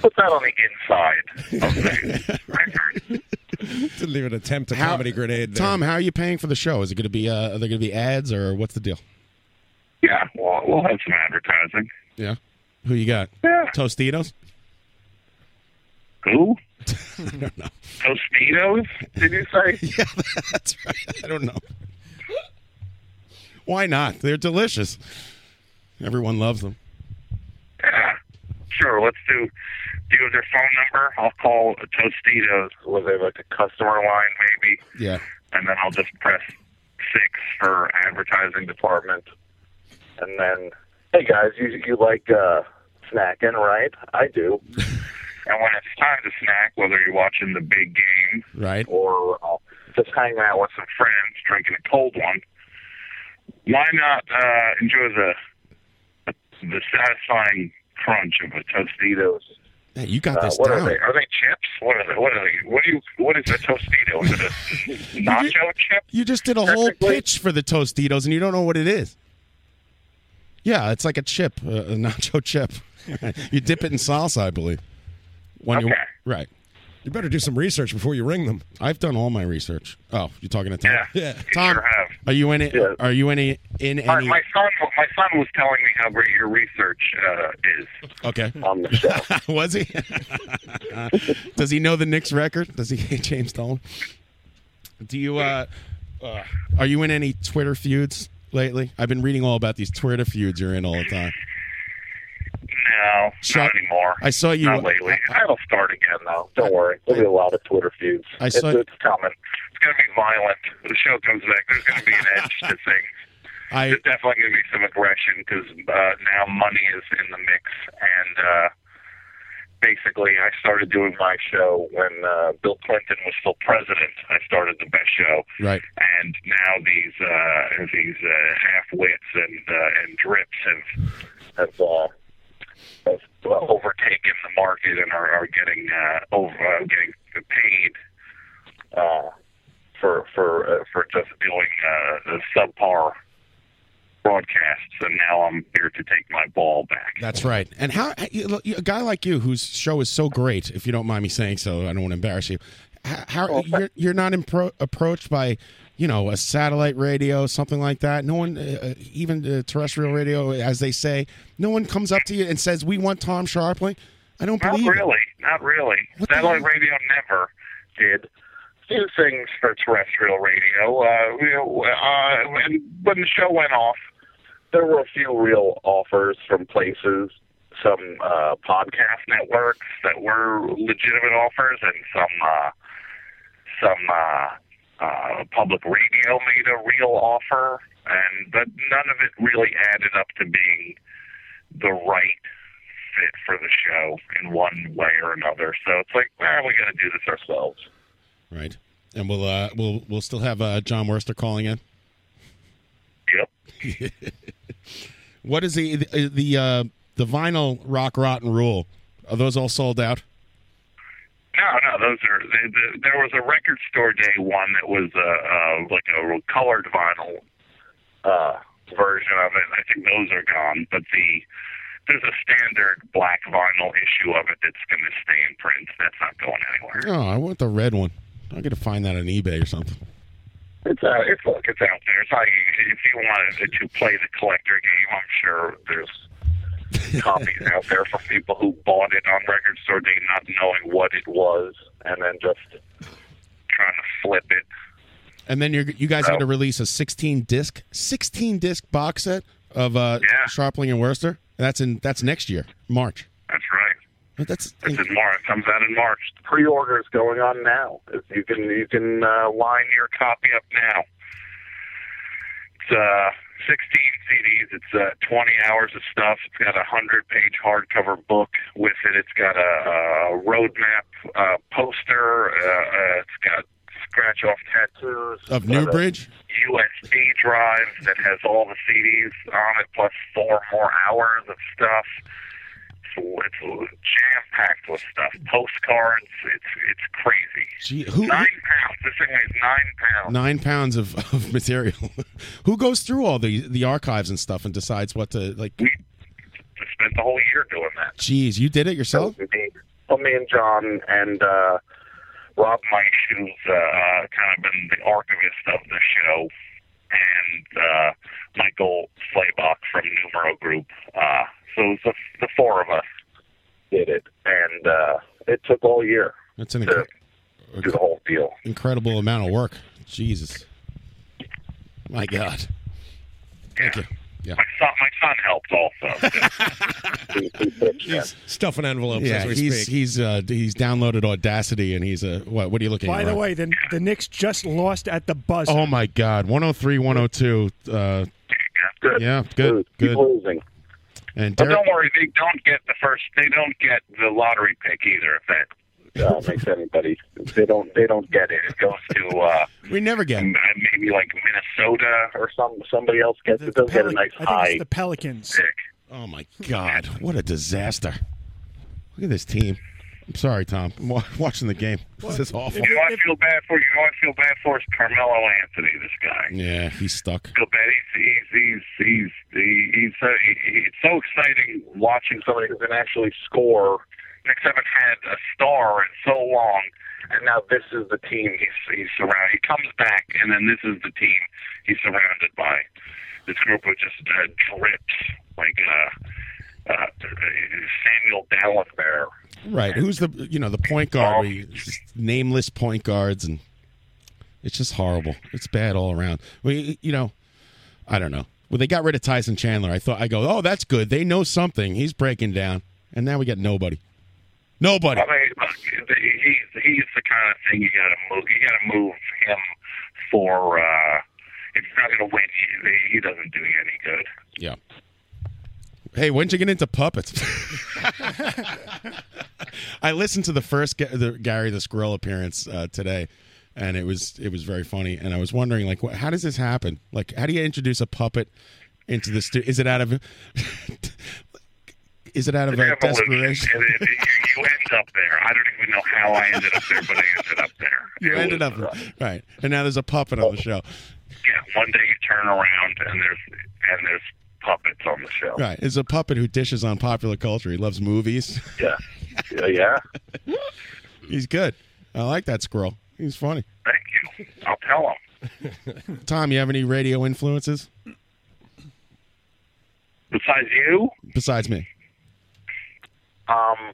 [SPEAKER 17] What's that on the inside? Of the record?
[SPEAKER 12] Didn't even attempt a
[SPEAKER 4] How-
[SPEAKER 12] comedy grenade. There.
[SPEAKER 4] Tom, how are you paying for the show? Is it going to be uh, are there going to be ads or what's the deal?
[SPEAKER 17] Yeah, well, we'll have some advertising.
[SPEAKER 4] Yeah. Who you got? Tostitos.
[SPEAKER 17] Who?
[SPEAKER 4] I don't know.
[SPEAKER 17] Tostitos? Did you say?
[SPEAKER 4] yeah, that's right. I don't know. Why not? They're delicious. Everyone loves them.
[SPEAKER 17] Yeah, sure. Let's do. Do you have their phone number? I'll call Tostitos. Was it like a customer line, maybe?
[SPEAKER 4] Yeah.
[SPEAKER 17] And then I'll just press six for advertising department. And then, hey guys, you you like uh, snacking, right? I do. and when it's time to snack, whether you're watching the big game,
[SPEAKER 4] Right.
[SPEAKER 17] or uh, just hanging out with some friends, drinking a cold one, why not uh, enjoy the the satisfying crunch of a Tostitos?
[SPEAKER 4] Hey, you got
[SPEAKER 17] Uh,
[SPEAKER 4] this
[SPEAKER 17] what
[SPEAKER 4] down.
[SPEAKER 17] are they? Are they chips? What are they? What are they? What do you? What is a Tostito? Is it a nacho chip?
[SPEAKER 4] You just did a whole pitch for the Tostitos, and you don't know what it is. Yeah, it's like a chip, uh, a, a nacho chip. you dip it in salsa, I believe. When you
[SPEAKER 12] Okay.
[SPEAKER 4] right,
[SPEAKER 12] You better do some research before you ring them.
[SPEAKER 4] I've done all my research. Oh, you're talking to Tom?
[SPEAKER 12] Yeah.
[SPEAKER 4] Tom, are you in it? Are you in any? In
[SPEAKER 17] My,
[SPEAKER 4] any?
[SPEAKER 17] my son, my son was telling me how great your research uh, is.
[SPEAKER 4] Okay.
[SPEAKER 17] On the show.
[SPEAKER 4] Was he? Does he know the Knicks record? Does he hate James Dolan? Do you? Uh, uh, are you in any Twitter feuds lately? I've been reading all about these Twitter feuds you're in all the time.
[SPEAKER 17] No,
[SPEAKER 4] Shut-
[SPEAKER 17] not anymore.
[SPEAKER 4] I saw you-
[SPEAKER 17] Not lately. I, will start again though. Don't worry. There'll be a lot of Twitter feuds.
[SPEAKER 4] I saw-
[SPEAKER 17] it's, it's coming. It's going to be violent. The show comes back. There's going to be an edge to things.
[SPEAKER 4] I-
[SPEAKER 17] There's definitely going to be some aggression because uh, now money is in the mix, and uh, basically, I started doing my show when uh, Bill Clinton was still president. I started the best show,
[SPEAKER 4] Right.
[SPEAKER 17] and now these uh, these uh, half wits and uh, and drips have have, uh, have overtaken the market and are, are getting uh, over uh, getting paid uh, for for uh, for just doing uh, subpar broadcasts, and now I'm here to take my ball back.
[SPEAKER 4] That's right. And how you- you- a guy like you, whose show is so great, if you don't mind me saying so, I don't want to embarrass you. h- How you're, you're not impro- approached by, you know, a satellite radio, something like that. No one, uh, uh, even uh, terrestrial radio, as they say, no one comes up to you and says, "We want Tom Sharpling." I don't
[SPEAKER 17] Not
[SPEAKER 4] believe. it.
[SPEAKER 17] really. Not really. Satellite radio never did. Few things for terrestrial radio. Uh, you know, uh, when, when the show went off, there were a few real offers from places, some uh, podcast networks that were legitimate offers, and some uh, some uh, uh, public radio made a real offer, and but none of it really added up to being the right fit for the show in one way or another. So it's like, where are we going to do this ourselves?
[SPEAKER 4] Right. And we'll uh, we'll we'll still have uh, John Worster calling in. Yep. what is the the the, uh, the vinyl rock rotten rule? Are those all sold out?
[SPEAKER 17] No, no, those are. They, the, there was a record store day one that was uh, uh, like a colored vinyl uh, version of it. I think those are gone, but the there's a standard black vinyl issue of it that's going to stay in print. That's not going anywhere.
[SPEAKER 4] Oh, I want the red one. I got to find that on eBay or something.
[SPEAKER 17] It's uh, it's look, it's out there. It's like if you wanted to play the collector game, I'm sure there's copies out there for people who bought it on record store day, not knowing what it was, and then just trying to flip it.
[SPEAKER 4] And then you're, you guys are going to release a 16 disc 16 disc box set of uh, Sharpling and Worster. And that's in that's next year, March.
[SPEAKER 17] That's right.
[SPEAKER 4] But That's
[SPEAKER 17] It's in March. It comes out in March. Pre-order is going on now. You can you can uh, line your copy up now. It's uh, 16 CDs. It's uh, 20 hours of stuff. It's got a 100-page hardcover book with it. It's got a, a roadmap uh, poster. Uh, uh, it's got scratch-off tattoos
[SPEAKER 4] of Newbridge.
[SPEAKER 17] USB drive that has all the CDs on it, plus four more hours of stuff. It's, it's jam packed with stuff, postcards. It's it's crazy.
[SPEAKER 4] Gee, who-
[SPEAKER 17] nine pounds. This thing weighs nine pounds.
[SPEAKER 4] Nine pounds of, of material. Who goes through all the the archives and stuff and decides what to like?
[SPEAKER 17] I spent the whole year doing that.
[SPEAKER 4] Jeez, you did it yourself.
[SPEAKER 17] Well, me and John and uh, Rob Mike, who's uh, kind of been the archivist of the show, and uh, Michael Slaybach from Numero Group. Uh, so it was the, the four of us did it, and uh, it took all year
[SPEAKER 4] That's an
[SPEAKER 17] to do the whole deal.
[SPEAKER 4] incredible amount of work. Jesus, my God. Thank you. Yeah.
[SPEAKER 17] My son, my son helped also.
[SPEAKER 12] He's stuffing envelopes
[SPEAKER 4] Yeah,
[SPEAKER 12] as we
[SPEAKER 4] he's
[SPEAKER 12] speak.
[SPEAKER 4] he's uh, he's downloaded Audacity and he's uh, what what are you looking
[SPEAKER 18] By
[SPEAKER 4] at?
[SPEAKER 18] the
[SPEAKER 4] Rob?
[SPEAKER 18] way, the, the Knicks just lost at the buzzer.
[SPEAKER 4] Oh my God, 103, 102. Uh,
[SPEAKER 17] good.
[SPEAKER 4] Yeah, good, good.
[SPEAKER 17] losing.
[SPEAKER 4] And
[SPEAKER 17] But
[SPEAKER 4] Derek,
[SPEAKER 17] don't worry, they don't get the first. They don't get the lottery pick either. If that uh, makes anybody, they don't. They don't get it. It goes to uh,
[SPEAKER 4] we never get
[SPEAKER 17] m- uh, maybe like Minnesota or some somebody else gets it. They'll get a nice
[SPEAKER 18] I think
[SPEAKER 17] high
[SPEAKER 18] it's the Pelicans.
[SPEAKER 17] pick.
[SPEAKER 4] Oh my God, what a disaster! Look at this team. I'm sorry, Tom. I'm wa- watching the game. This is awful.
[SPEAKER 17] You know what I feel bad for? You know what I feel bad for? Is Carmelo Anthony, this guy.
[SPEAKER 4] Yeah, he's stuck.
[SPEAKER 17] I feel bad. He's he's he's he's, he's so, he- it's so exciting watching somebody who can actually score. Knicks haven't had a star in so long, and now this is the team he's he's surrounded. He comes back, and then this is the team he's surrounded by. This group of just uh, drips like uh, uh, Samuel Dallas Bear.
[SPEAKER 4] Right. Who's the you know the point guard? We, just nameless point guards, and it's just horrible. It's bad all around. We you know, I don't know. Well, they got rid of Tyson Chandler. I thought I go, oh, that's good. They know something. He's breaking down, and now we got nobody. Nobody.
[SPEAKER 17] I mean, look, he's he's the kind of thing you got to move. You got to move him for. uh If you're not going to win, he, he doesn't do you any good.
[SPEAKER 4] Yeah. Hey, when'd you get into puppets? I listened to the first Ga- the Gary the Squirrel appearance uh, today, and it was it was very funny. And I was wondering, like, what, how does this happen? Like, how do you introduce a puppet into the studio? Is it out of is it out of uh,
[SPEAKER 17] Evolution.
[SPEAKER 4] desperation?
[SPEAKER 17] It- it- you, you end up there. I don't even know how I ended up there, but I ended up there.
[SPEAKER 4] You
[SPEAKER 17] It
[SPEAKER 4] ended
[SPEAKER 17] was
[SPEAKER 4] up right, and now there's a puppet on the show.
[SPEAKER 17] Yeah, one day you turn around and there's and there's puppets on the show.
[SPEAKER 4] Right, it's a puppet who dishes on popular culture. He loves movies.
[SPEAKER 17] Yeah. Yeah, yeah.
[SPEAKER 4] He's good. I like that squirrel. He's funny.
[SPEAKER 17] Thank you. I'll tell them.
[SPEAKER 4] Tom, you have any radio influences
[SPEAKER 17] Besides you,
[SPEAKER 4] besides me?
[SPEAKER 17] um,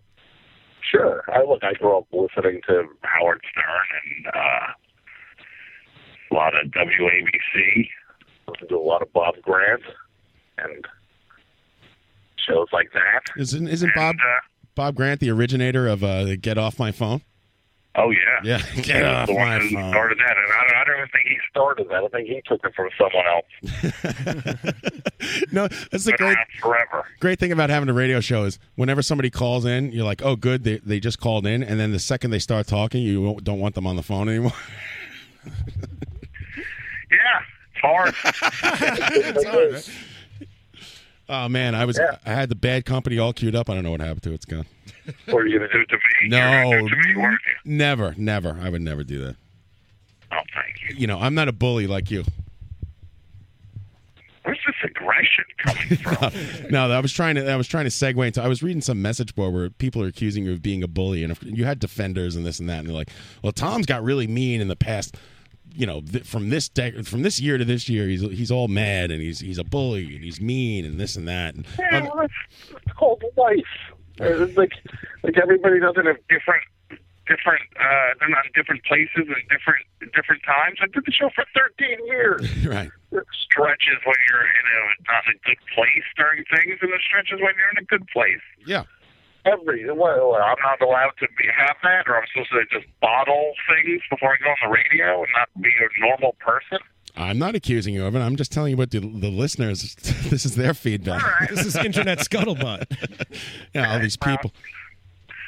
[SPEAKER 17] sure. I look. I grew up listening to Howard Stern and uh, a lot of WABC. Listened to a lot of Bob Grant and shows like that. uh,
[SPEAKER 4] Isn't isn't Bob Bob Grant the originator of uh, the "Get Off My Phone"?
[SPEAKER 17] Oh yeah,
[SPEAKER 4] Yeah,
[SPEAKER 17] He
[SPEAKER 4] get
[SPEAKER 17] was
[SPEAKER 4] off
[SPEAKER 17] the one
[SPEAKER 4] my
[SPEAKER 17] who
[SPEAKER 4] phone.
[SPEAKER 17] started that, and I don't, I don't even think he started that. I think he took it from someone else.
[SPEAKER 4] No, that's the
[SPEAKER 17] Been
[SPEAKER 4] great
[SPEAKER 17] around uh, forever.
[SPEAKER 4] great thing about having a radio show is whenever somebody calls in, you're like, oh, good, they they just called in, and then the second they start talking, you won't- don't want them on the phone anymore.
[SPEAKER 17] Yeah, it's hard.
[SPEAKER 4] it's hard. Oh man, I was I had the bad company all queued up. I don't know what happened to it. It's gone.
[SPEAKER 17] What are you gonna do to me?
[SPEAKER 4] No,
[SPEAKER 17] you were gonna do it to me, weren't you?
[SPEAKER 4] never, never. I would never do that.
[SPEAKER 17] Oh, thank you.
[SPEAKER 4] You know, I'm not a bully like you.
[SPEAKER 17] Where's this aggression coming from?
[SPEAKER 4] No, I was trying to. I was trying to segue into. I was reading some message board where people are accusing you of being a bully, and if you had defenders and this and that, and they're like, "Well, Tom's got really mean in the past. You know, th- from this dec- from this year to this year, he's he's all mad and he's he's a bully and he's mean and this and that." And,
[SPEAKER 12] Um,
[SPEAKER 17] yeah, well, it's, it's called life. Uh, It's like, like everybody doesn't have different, different. Uh, they're not in different places and different, different times. I did the show for 13 years.
[SPEAKER 4] right.
[SPEAKER 17] stretches when you're in a not in a good place during things, and the stretches when you're in a good place.
[SPEAKER 4] Yeah.
[SPEAKER 17] Every well, I'm not allowed to be, have that, or I'm supposed to just bottle things before I go on the radio and not be a normal person.
[SPEAKER 4] I'm not accusing you of it. I'm just telling you what the, the listeners. This is their feedback.
[SPEAKER 12] This is internet scuttlebutt.
[SPEAKER 4] yeah, all these people.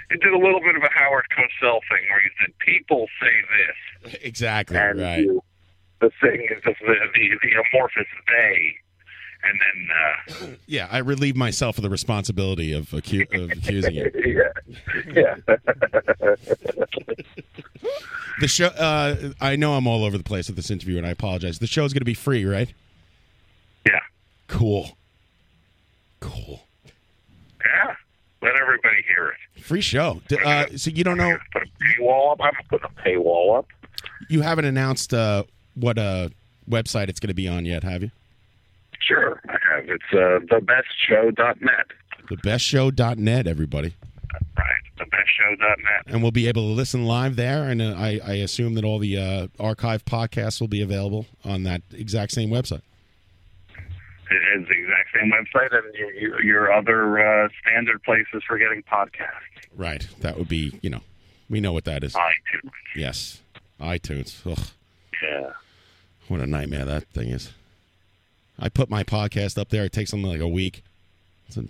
[SPEAKER 17] It did a little bit of a Howard Cosell thing where you said people say this,
[SPEAKER 4] Exactly.
[SPEAKER 17] and
[SPEAKER 4] right.
[SPEAKER 17] you, the thing is the the, the amorphous they, and then uh,
[SPEAKER 4] Yeah, I relieve myself of the responsibility of, acu- of accusing you.
[SPEAKER 17] yeah,
[SPEAKER 4] The show. Uh, I know I'm all over the place with this interview, and I apologize. The show's going to be free, right?
[SPEAKER 17] Yeah.
[SPEAKER 4] Cool.
[SPEAKER 17] yeah. Let everybody hear it.
[SPEAKER 4] Free show. D- Uh, so you don't know.
[SPEAKER 17] Put a paywall up. I'm putting a paywall up.
[SPEAKER 4] You haven't announced uh, what uh, website it's going to be on yet, have you?
[SPEAKER 17] Sure, I have. It's uh, thebestshow.net.
[SPEAKER 4] Thebestshow.net, everybody,
[SPEAKER 17] Right, thebestshow.net.
[SPEAKER 4] and we'll be able to listen live there. And uh, I, I assume that all the uh, archive podcasts will be available on that exact same website.
[SPEAKER 17] It is the exact same website and your, your, your other uh, standard places for getting podcasts.
[SPEAKER 4] Right. That would be. You know, we know what that is.
[SPEAKER 17] iTunes.
[SPEAKER 4] Yes. iTunes. Ugh.
[SPEAKER 17] Yeah.
[SPEAKER 4] What a nightmare that thing is. I put my podcast up there. It takes something like a week. So,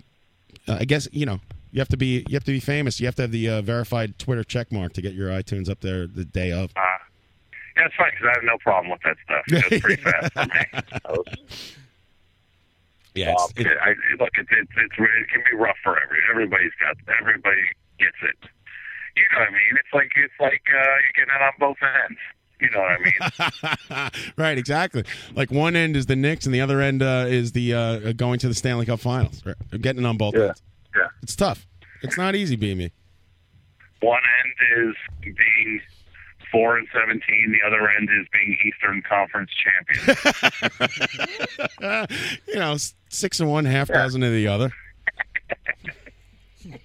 [SPEAKER 4] uh, I guess you know you have to be you have to be famous. You have to have the uh, verified Twitter check mark to get your iTunes up there the day of.
[SPEAKER 17] Uh, yeah, it's fine because I have no problem with that stuff. It's pretty fast for me. I was-
[SPEAKER 4] Yeah,
[SPEAKER 17] Um, I, look, it, it, it's it can be rough for every everybody's got everybody gets it. You know what I mean? It's like it's like uh, you're getting it on both ends. You know what I mean?
[SPEAKER 4] right, exactly. Like one end is the Knicks, and the other end uh, is the uh, going to the Stanley Cup Finals. Right. Getting on both ends.
[SPEAKER 17] Yeah.
[SPEAKER 4] It's tough. It's not easy E. being me.
[SPEAKER 17] One end is being four and seventeen. The other end is being Eastern Conference champion.
[SPEAKER 4] you know, s- six and one, half dozen of the other. Do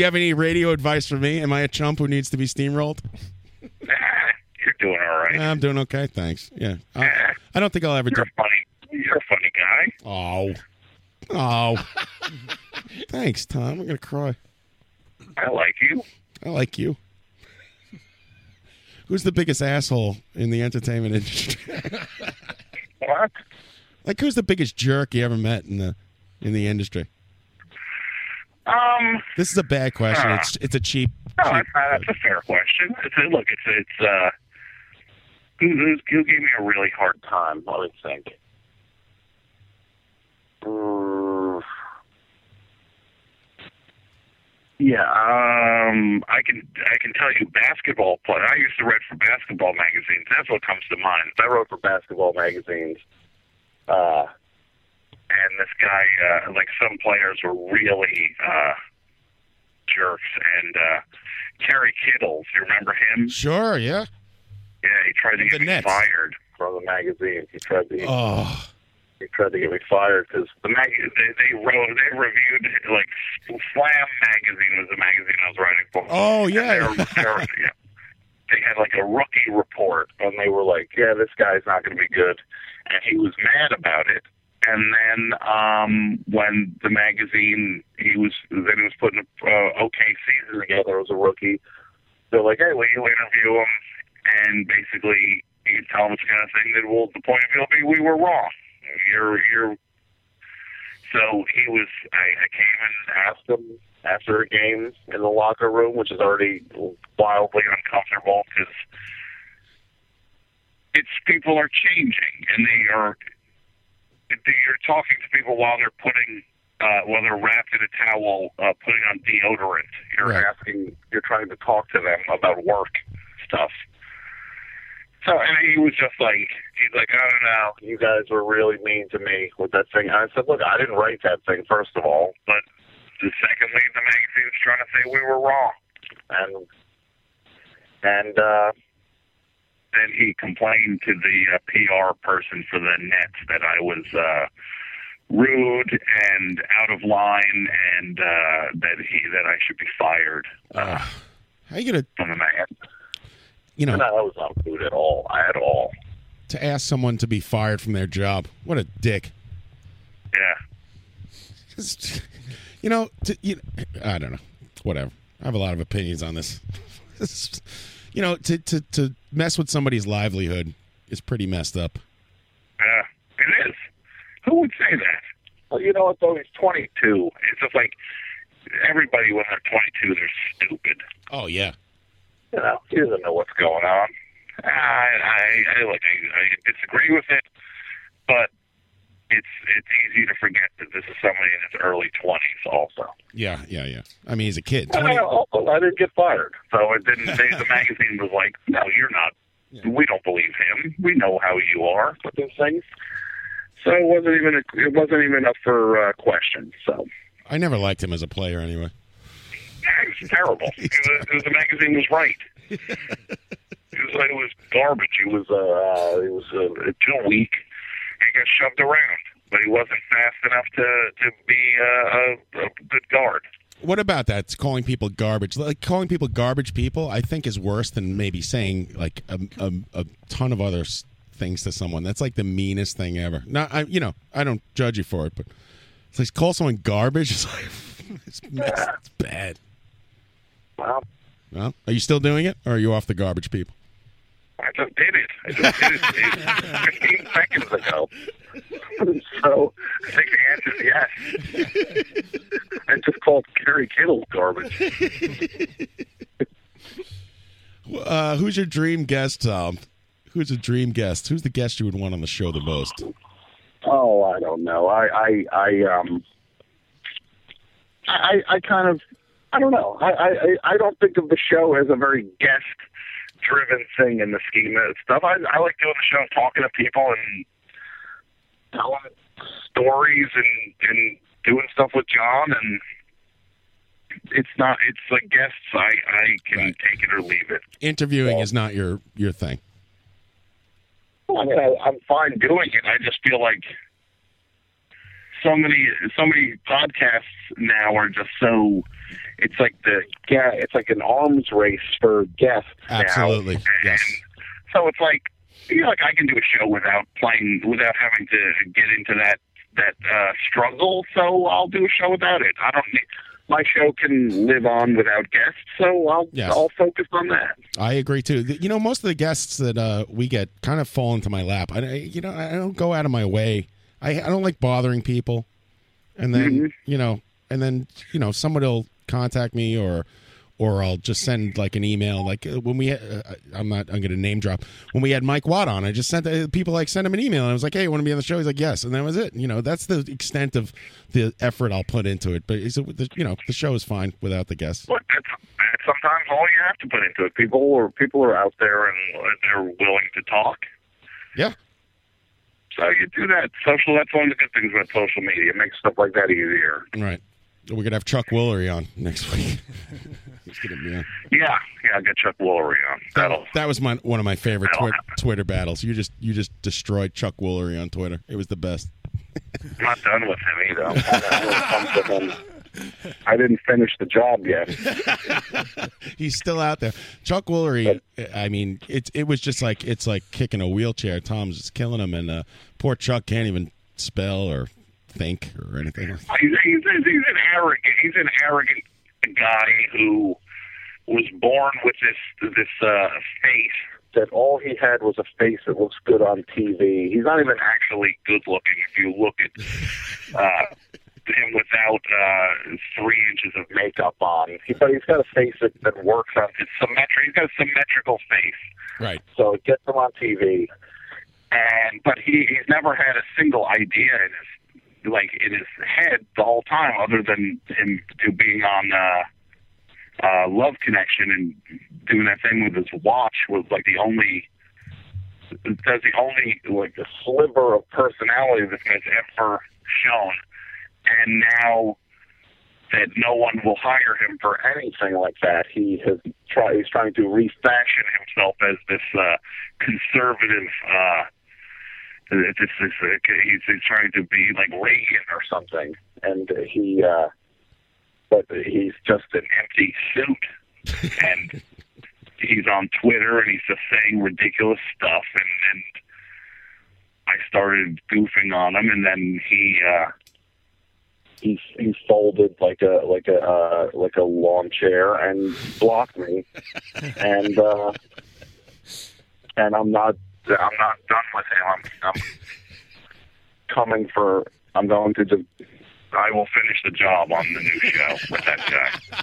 [SPEAKER 4] you have any radio advice for me? Am I a chump who needs to be steamrolled?
[SPEAKER 17] You're doing all right.
[SPEAKER 4] I'm doing okay, thanks. Yeah, I, I don't think I'll ever do.
[SPEAKER 17] Funny, you're a funny guy.
[SPEAKER 4] Oh, oh, thanks, Tom. I'm gonna cry.
[SPEAKER 17] I like you.
[SPEAKER 4] I like you. Who's the biggest asshole in the entertainment industry?
[SPEAKER 17] What?
[SPEAKER 4] like, who's the biggest jerk you ever met in the in the industry?
[SPEAKER 17] Um.
[SPEAKER 4] This is a bad question.
[SPEAKER 17] Ah.
[SPEAKER 4] It's it's a cheap.
[SPEAKER 17] No, Oh, that's, that's a fair question. It's a, look, it's it's uh, who, who's, who gave me a really hard time? Let me think. Mm. Yeah, um, I can I can tell you basketball player. I used to write for basketball magazines. That's what comes to mind. I wrote for basketball magazines, uh, and this guy, uh, like some players, were really uh, jerks. And uh, Kerry Kittles, you remember him?
[SPEAKER 4] Sure, yeah.
[SPEAKER 17] Yeah, he tried to get me fired from the magazine. He tried to.
[SPEAKER 4] Oh.
[SPEAKER 17] He tried to get me fired because the mag- they, they wrote they reviewed like Slam magazine was the magazine I was writing for.
[SPEAKER 4] Oh,
[SPEAKER 17] And
[SPEAKER 4] yeah.
[SPEAKER 17] they were- they were- yeah. They had like a rookie report, and they were like, "Yeah, this guy's not going to be good," and he was mad about it. And then um, when the magazine he was then he was putting a uh, okay season together as a rookie, they're like, "Hey, will you interview him?" And basically, you tell him this kind of thing. That well, the point of it will be we were wrong. You're you're. So he was. I, I came and asked him after a game in the locker room, which is already wildly uncomfortable because it's people are changing and they are. You're talking to people while they're putting, uh, while they're wrapped in a towel, uh, putting on deodorant. You're asking, you're trying to talk to them about work stuff. So and he was just like he's like, I don't know, you guys were really mean to me with that thing. I said, Look, I didn't write that thing first of all, but the secondly the magazine was trying to say we were wrong. And and uh then he complained to the uh, PR person for the net that I was uh rude and out of line and uh that he that I should be fired.
[SPEAKER 4] Uh, how you gonna
[SPEAKER 17] from the man.
[SPEAKER 4] You know-
[SPEAKER 17] and I was not rude at all, at all.
[SPEAKER 4] to ask someone to be fired from their job? What a dick!
[SPEAKER 17] Yeah.
[SPEAKER 4] You know, to, you, I don't know. Whatever. I have a lot of opinions on this. This- you know, to, to to mess with somebody's livelihood is pretty messed up.
[SPEAKER 17] Yeah, Uh, it is. Who would say that? Well, you know what though? He's 22. It's just like everybody when they're 22, they're stupid.
[SPEAKER 4] Oh yeah.
[SPEAKER 17] You know, he doesn't know what's going on. I, I, I like, I, I disagree with it, but it's it's easy to forget that this is somebody in his early 20s also.
[SPEAKER 4] Yeah, yeah, yeah. I mean, he's a kid.
[SPEAKER 17] Well, no, also, I didn't get fired, so it didn't. They, the magazine was like, "No, you're not. We don't believe him. We know how you are with those things." So it wasn't even a, it wasn't even up for uh, question. So
[SPEAKER 4] I never liked him as a player anyway.
[SPEAKER 17] yeah, it was terrible. it was, it was, the magazine was right. it was like it was garbage. It was uh, it was uh, too weak. He got shoved around, but he wasn't fast enough to to be uh, a, a good guard.
[SPEAKER 4] What about that? Calling people garbage, like calling people garbage people, I think is worse than maybe saying like a, a, a ton of other s- things to someone. That's like the meanest thing ever. Not, I, you know, I don't judge you for it, but it's like call someone garbage. It's like it's, messed, it's bad.
[SPEAKER 17] Wow.
[SPEAKER 4] Well, are you still doing it, or are you off the garbage people?
[SPEAKER 17] I just did it. I just did it 15 seconds ago. So I think the answer is yes. I just called Gary Kittle garbage.
[SPEAKER 4] Uh, who's your dream guest, Tom? Who's a dream guest? Who's the guest you would want on the show the most?
[SPEAKER 13] Oh, I don't know. I, I, I, um,
[SPEAKER 17] I, I kind of, I don't know. I, I, I- I don't think of the show as a very guest driven thing in the scheme of stuff. I, I like doing the show and talking to people and telling stories and, and doing stuff with John and it's not, it's like guests. I, I can take it or leave it.
[SPEAKER 4] Interviewing is not your your thing.
[SPEAKER 17] I mean, I, I'm fine doing it. I just feel like so many so many podcasts now are just so. It's like the yeah, it's like an arms race for guests. now.
[SPEAKER 4] Absolutely, yes.
[SPEAKER 17] So it's like you know, like I can do a show without playing without having to get into that that uh, struggle. So I'll do a show without it. I don't need. My show can live on without guests, so I'll
[SPEAKER 4] Yes.
[SPEAKER 17] I'll focus on that.
[SPEAKER 4] I agree too. The- You know, most of the guests that uh, we get kind of fall into my lap. I, I- you know, I don't go out of my way. I, I don't like bothering people, and then you know, and then you know, somebody will contact me or or I'll just send like an email. Like uh, when we, uh, uh, I'm not, I'm going to name drop. When we had Mike Watt on, I just sent uh, people like sent him an email, and I was like, "Hey, want to be on the show?" He's like, "Yes," and that was it. You know, that's the extent of the effort I'll put into it. But it's, you know, the show is fine without the guests.
[SPEAKER 17] Look, that's, that's sometimes all you have to put into it. People or people are out there and they're willing to talk.
[SPEAKER 4] Yeah.
[SPEAKER 17] So you do that. Social. That's one of the good things about social media. It makes stuff like that easier.
[SPEAKER 4] Right. We're gonna have Chuck Woolery on next week. He's gonna be on.
[SPEAKER 17] Yeah, yeah. I got Chuck Woolery on. That'll.
[SPEAKER 4] That was my one of my favorite Twitter, Twitter battles. You just you just destroyed Chuck Woolery on Twitter. It was the best.
[SPEAKER 17] I'm not done with him either. I'm not done with him.
[SPEAKER 19] I didn't finish the job yet.
[SPEAKER 4] He's still out there. Chuck Woolery. I mean, it's it was just like it's like kicking a wheelchair. Tom's just killing him, and uh, poor Chuck can't even spell or think or anything.
[SPEAKER 17] He's, he's, he's an arrogant. He's an arrogant guy who was born with this this uh, face
[SPEAKER 19] That all he had was a face that looks good on TV. He's not even
[SPEAKER 17] actually good looking. If you look at uh, him without uh, three inches of makeup on,
[SPEAKER 19] He, but he's got a face that, that works on.
[SPEAKER 17] it's symmetric. He's got a symmetrical face.
[SPEAKER 4] Right.
[SPEAKER 19] So it gets him on TV.
[SPEAKER 17] and but he he's never had a single idea in his like in his head the whole time other than him to being on uh uh love connection and doing that thing with his watch was like the only that's the only like the sliver of personality this guy's ever shown and now that no one will hire him for anything like that he has
[SPEAKER 19] Try, he's trying to refashion him.
[SPEAKER 17] himself as this uh, conservative. Uh, this is uh, he's, he's trying to be like Reagan or something,
[SPEAKER 19] And he, uh, but he's just an
[SPEAKER 17] empty suit, and he's on Twitter and he's just saying ridiculous stuff, and and I started goofing on him, and then he. Uh,
[SPEAKER 19] he he folded like a like a uh, like a lawn chair and blocked me, and uh, and I'm not
[SPEAKER 17] I'm not done with him. I'm, I'm
[SPEAKER 19] coming for. I'm going to just.
[SPEAKER 17] I will finish the job on the new show with that guy.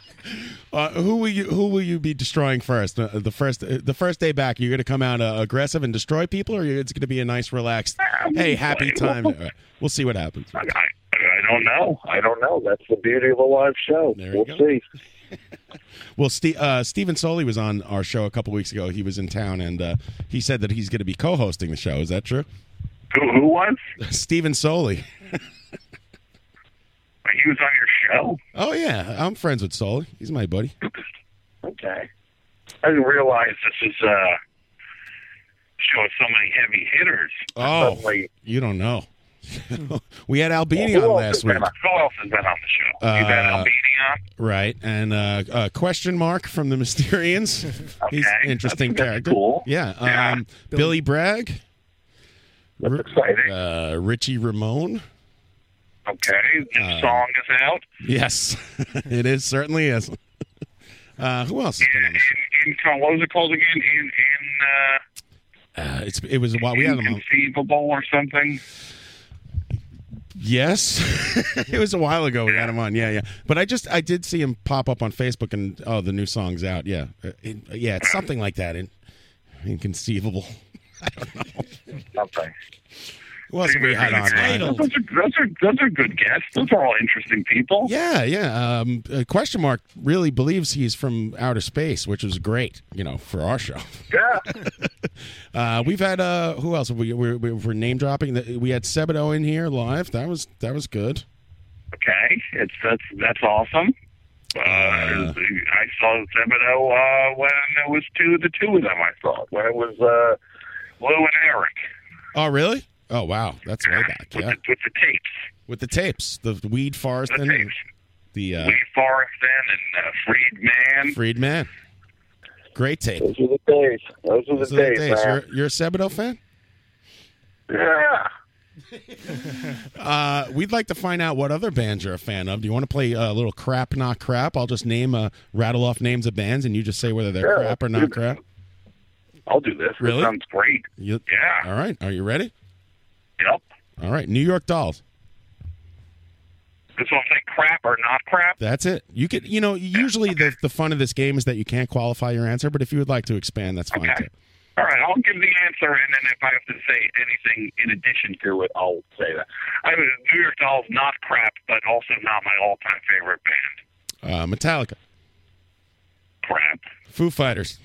[SPEAKER 4] Uh, who will you Who will you be destroying first? Uh, the first The first day back, you're going to come out uh, aggressive and destroy people, or it's going to be a nice, relaxed, hey, happy time. All right. We'll see what happens.
[SPEAKER 17] I, I don't know.
[SPEAKER 19] I don't know. That's the beauty of a live show. we'll see.
[SPEAKER 4] Well, Ste uh, Stephen Soley was on our show a couple weeks ago. He was in town, and uh, he said that he's going to be co-hosting the show. Is that true?
[SPEAKER 17] Who, who was?
[SPEAKER 4] Stephen Soley.
[SPEAKER 17] He was on your show.
[SPEAKER 4] Oh yeah, I'm friends with Soley. He's my buddy.
[SPEAKER 17] Okay. I didn't realize this is uh showing so many heavy hitters.
[SPEAKER 4] Oh,
[SPEAKER 17] Suddenly,
[SPEAKER 4] you don't know. we had Albini on
[SPEAKER 17] who else has
[SPEAKER 4] last week.
[SPEAKER 17] been on- Who else has been on the show? you had
[SPEAKER 4] Uh,
[SPEAKER 17] Albini on.
[SPEAKER 4] Right, and uh, uh, question mark from the Mysterians. He's an interesting
[SPEAKER 17] that's
[SPEAKER 4] character.
[SPEAKER 17] cool.
[SPEAKER 4] Yeah, um, Billy, Bragg. That's
[SPEAKER 19] exciting.
[SPEAKER 4] Uh, Richie Ramone.
[SPEAKER 17] Okay, the
[SPEAKER 4] Uh,
[SPEAKER 17] song is out.
[SPEAKER 4] Yes, it is certainly is. Uh, who else? has been on the show?
[SPEAKER 17] In in- what was it called again? In in
[SPEAKER 4] Uh, it's it was a while we
[SPEAKER 17] uh,
[SPEAKER 4] had him on.
[SPEAKER 17] inconceivable or something.
[SPEAKER 4] Yes, it was a while ago we had him on. Yeah, yeah. But I just I did see him pop up on Facebook and oh the new song's out. Yeah, Uh, it- yeah. It's something like that. In, inconceivable. I don't know.
[SPEAKER 17] Something.
[SPEAKER 4] Who else have we had on?
[SPEAKER 17] Those are, those are those are good guests. Those are all interesting people.
[SPEAKER 4] Yeah, yeah. Um, uh, question mark really believes he's from outer space, which was great. You know, for our show.
[SPEAKER 17] Yeah.
[SPEAKER 4] Uh, we've had uh, who else? We we're, we're name dropping. The- We had Sebadoh in here live. That was that was good.
[SPEAKER 17] Okay, it's that's that's awesome. Uh, I saw Zebedo uh, when it was two the two of them. I thought when it was uh, Lou and Eric
[SPEAKER 4] Oh, really? Oh, wow. That's way back. Yeah.
[SPEAKER 17] with the tapes,
[SPEAKER 4] With the tapes, the weed forest and the uh,
[SPEAKER 17] Lee Forrest then and uh, Freedman.
[SPEAKER 4] Freedman. Great tape.
[SPEAKER 19] Those are the days. Those are the
[SPEAKER 4] Those are
[SPEAKER 19] days, man.
[SPEAKER 4] You're, you're a Sebadoh fan?
[SPEAKER 19] Yeah.
[SPEAKER 4] Uh, we'd like to find out what other bands you're a fan of. Do you want to play a little crap, not crap? I'll just name, uh, rattle off names of bands, and you just say whether they're
[SPEAKER 17] Sure,
[SPEAKER 4] crap or
[SPEAKER 17] let's do
[SPEAKER 4] not crap.
[SPEAKER 17] I'll do this.
[SPEAKER 4] Really?
[SPEAKER 17] This sounds great.
[SPEAKER 4] You-
[SPEAKER 17] Yeah.
[SPEAKER 4] All right. Are you ready?
[SPEAKER 17] Yep.
[SPEAKER 4] All right. New York Dolls.
[SPEAKER 17] That's what I'm saying. Crap or not crap?
[SPEAKER 4] That's it. You could, you know, usually the, the fun of this game is that you can't qualify your answer, but if you would like to expand, that's fine. Too.
[SPEAKER 17] All right, I'll give the answer, and then if I have to say anything in addition to it, I'll say that. I mean, New York Dolls, not crap, but also not my all-time favorite band.
[SPEAKER 4] Uh, Metallica,
[SPEAKER 17] Crap,
[SPEAKER 4] Foo Fighters,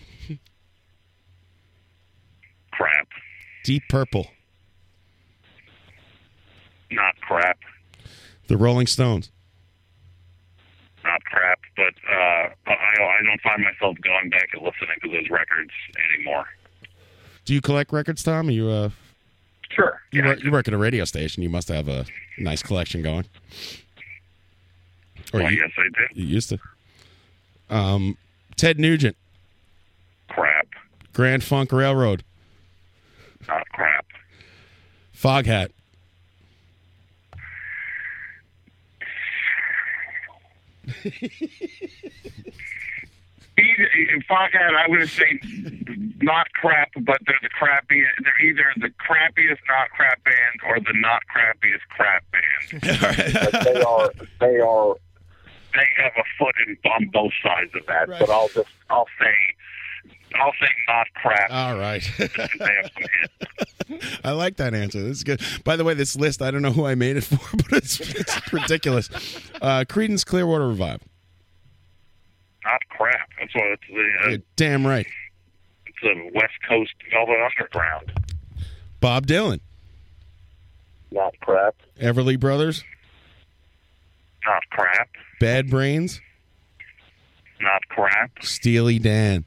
[SPEAKER 17] crap,
[SPEAKER 4] Deep Purple,
[SPEAKER 17] not crap,
[SPEAKER 4] The Rolling Stones.
[SPEAKER 17] not crap. But uh, I, I don't find myself going back and listening to those records anymore.
[SPEAKER 4] Do you collect records, Tom? Are you uh,
[SPEAKER 17] Sure.
[SPEAKER 4] you, work, you work at a radio station. You must have a nice collection going.
[SPEAKER 17] Well, yes, I do.
[SPEAKER 4] You used to. Um, Ted Nugent,
[SPEAKER 17] Crap,
[SPEAKER 4] Grand Funk Railroad,
[SPEAKER 17] not crap.
[SPEAKER 4] Foghat,
[SPEAKER 17] Either, in Foghat, I would say not crap, but they're the crappy. They're either the crappiest not crap band or the not crappiest crap band.
[SPEAKER 19] But they are they are
[SPEAKER 17] they have a foot in on both sides of that. But I'll just I'll say I'll say not crap.
[SPEAKER 4] All right.
[SPEAKER 17] they have some hits.
[SPEAKER 4] I like that answer. This is good. By the way, this list, I don't know who I made it for, but it's, it's ridiculous. Uh, Credence Clearwater Revive.
[SPEAKER 17] Not crap. That's what it's the uh,
[SPEAKER 4] You're damn right.
[SPEAKER 17] it's the West Coast Velvet Underground.
[SPEAKER 4] Bob Dylan.
[SPEAKER 17] Not crap.
[SPEAKER 4] Everly Brothers.
[SPEAKER 17] Not crap.
[SPEAKER 4] Bad Brains.
[SPEAKER 17] Not crap.
[SPEAKER 4] Steely Dan.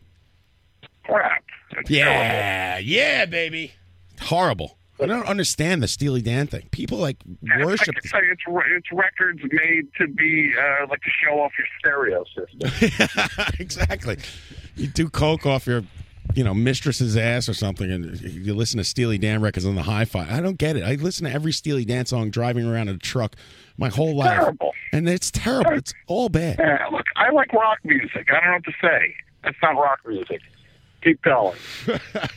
[SPEAKER 17] Crap.
[SPEAKER 4] Yeah. Yeah, baby. Horrible. I don't understand the Steely Dan thing. People like
[SPEAKER 17] Like
[SPEAKER 4] worship.
[SPEAKER 17] I say, it's re- it's records made to be uh, like to show off your stereo system.
[SPEAKER 4] exactly. You do coke off your, you know, mistress's ass or something, and you listen to Steely Dan records on the hi-fi. I don't get it. I listen to every Steely Dan song driving around in a truck my whole life,
[SPEAKER 17] Terrible.
[SPEAKER 4] and it's terrible. It's all bad.
[SPEAKER 17] Yeah, look, I like rock music. I don't know what to say. That's not rock music. Keep going.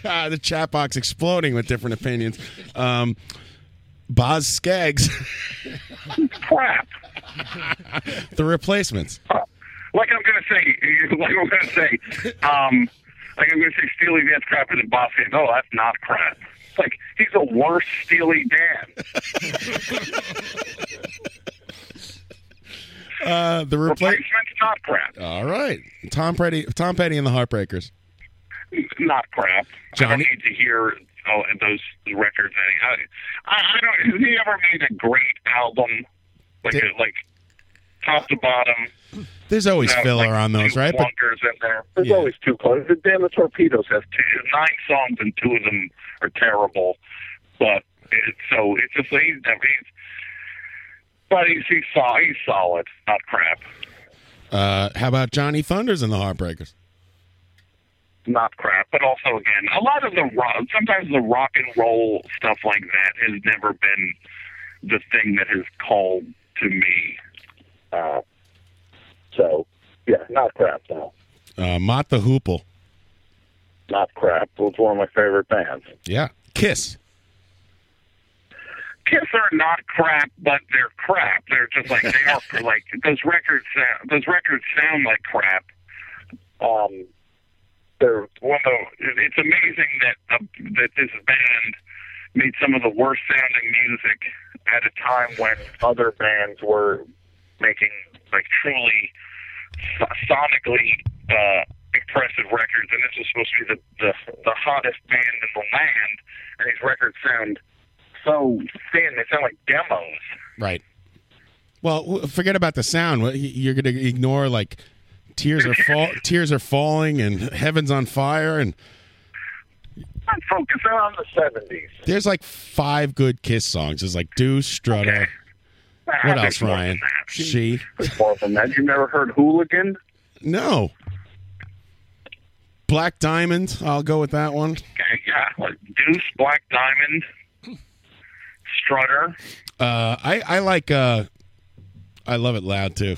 [SPEAKER 4] the chat box exploding with different opinions. Um, Boz Skaggs,
[SPEAKER 17] Crap. Uh,
[SPEAKER 4] The Replacements.
[SPEAKER 17] Like I'm gonna say, like I'm gonna say, um, like I'm gonna say, Steely Dan's crap, and then Bob says, "No, that's not crap." It's like he's the worst Steely Dan.
[SPEAKER 4] Uh, the Replacements.
[SPEAKER 17] Not crap.
[SPEAKER 4] All right, Tom Petty. Tom Petty and the Heartbreakers.
[SPEAKER 17] Not crap. I don't
[SPEAKER 4] Johnny-
[SPEAKER 17] need to hear oh, those records. Any, I, I don't. Has he ever made a great album? Like, a, like top to bottom.
[SPEAKER 4] There's always
[SPEAKER 17] No,
[SPEAKER 4] filler
[SPEAKER 17] like
[SPEAKER 4] on those,
[SPEAKER 17] two
[SPEAKER 4] right? But
[SPEAKER 17] clunkers in there. There's always two clunkers. The damn the torpedoes have two, nine songs, and two of them are terrible. But it, so it's just he's, he's but he's he's, sol- he's solid, not crap,
[SPEAKER 4] uh, how about Johnny Thunders and the Heartbreakers?
[SPEAKER 17] not crap. But also again, a lot of the rock, sometimes the rock and roll stuff like that has never been the thing that has called to me.
[SPEAKER 19] uh, so yeah, not crap no.
[SPEAKER 4] Uh, Mott the Hoople.
[SPEAKER 19] Not crap. It was one of my favorite bands.
[SPEAKER 4] Yeah. Kiss.
[SPEAKER 17] Kiss are not crap, but they're crap. They're just like they are like those records. Sound, those records sound like crap. Um, they're one of the, it's amazing that uh, that this band made some of the worst sounding music at a time when other bands were making like truly so- sonically uh, impressive records, and this was supposed to be the, the the hottest band in the land, and these records sound so thin. They sound like demos.
[SPEAKER 4] Right. Well, w- forget about the sound. What- You're going to ignore like tears are fall, tears are falling, and heaven's on fire, and
[SPEAKER 17] I'm focusing on the seventies.
[SPEAKER 4] there's like five good Kiss songs. It's like Do Strutter. What else, Ryan? She.
[SPEAKER 17] More than that. You never heard Hooligan?
[SPEAKER 4] No. Black Diamond. I'll go with that one.
[SPEAKER 17] Okay, yeah, like Deuce, Black Diamond, Strutter.
[SPEAKER 4] Uh, I I like. Uh, I love it loud too.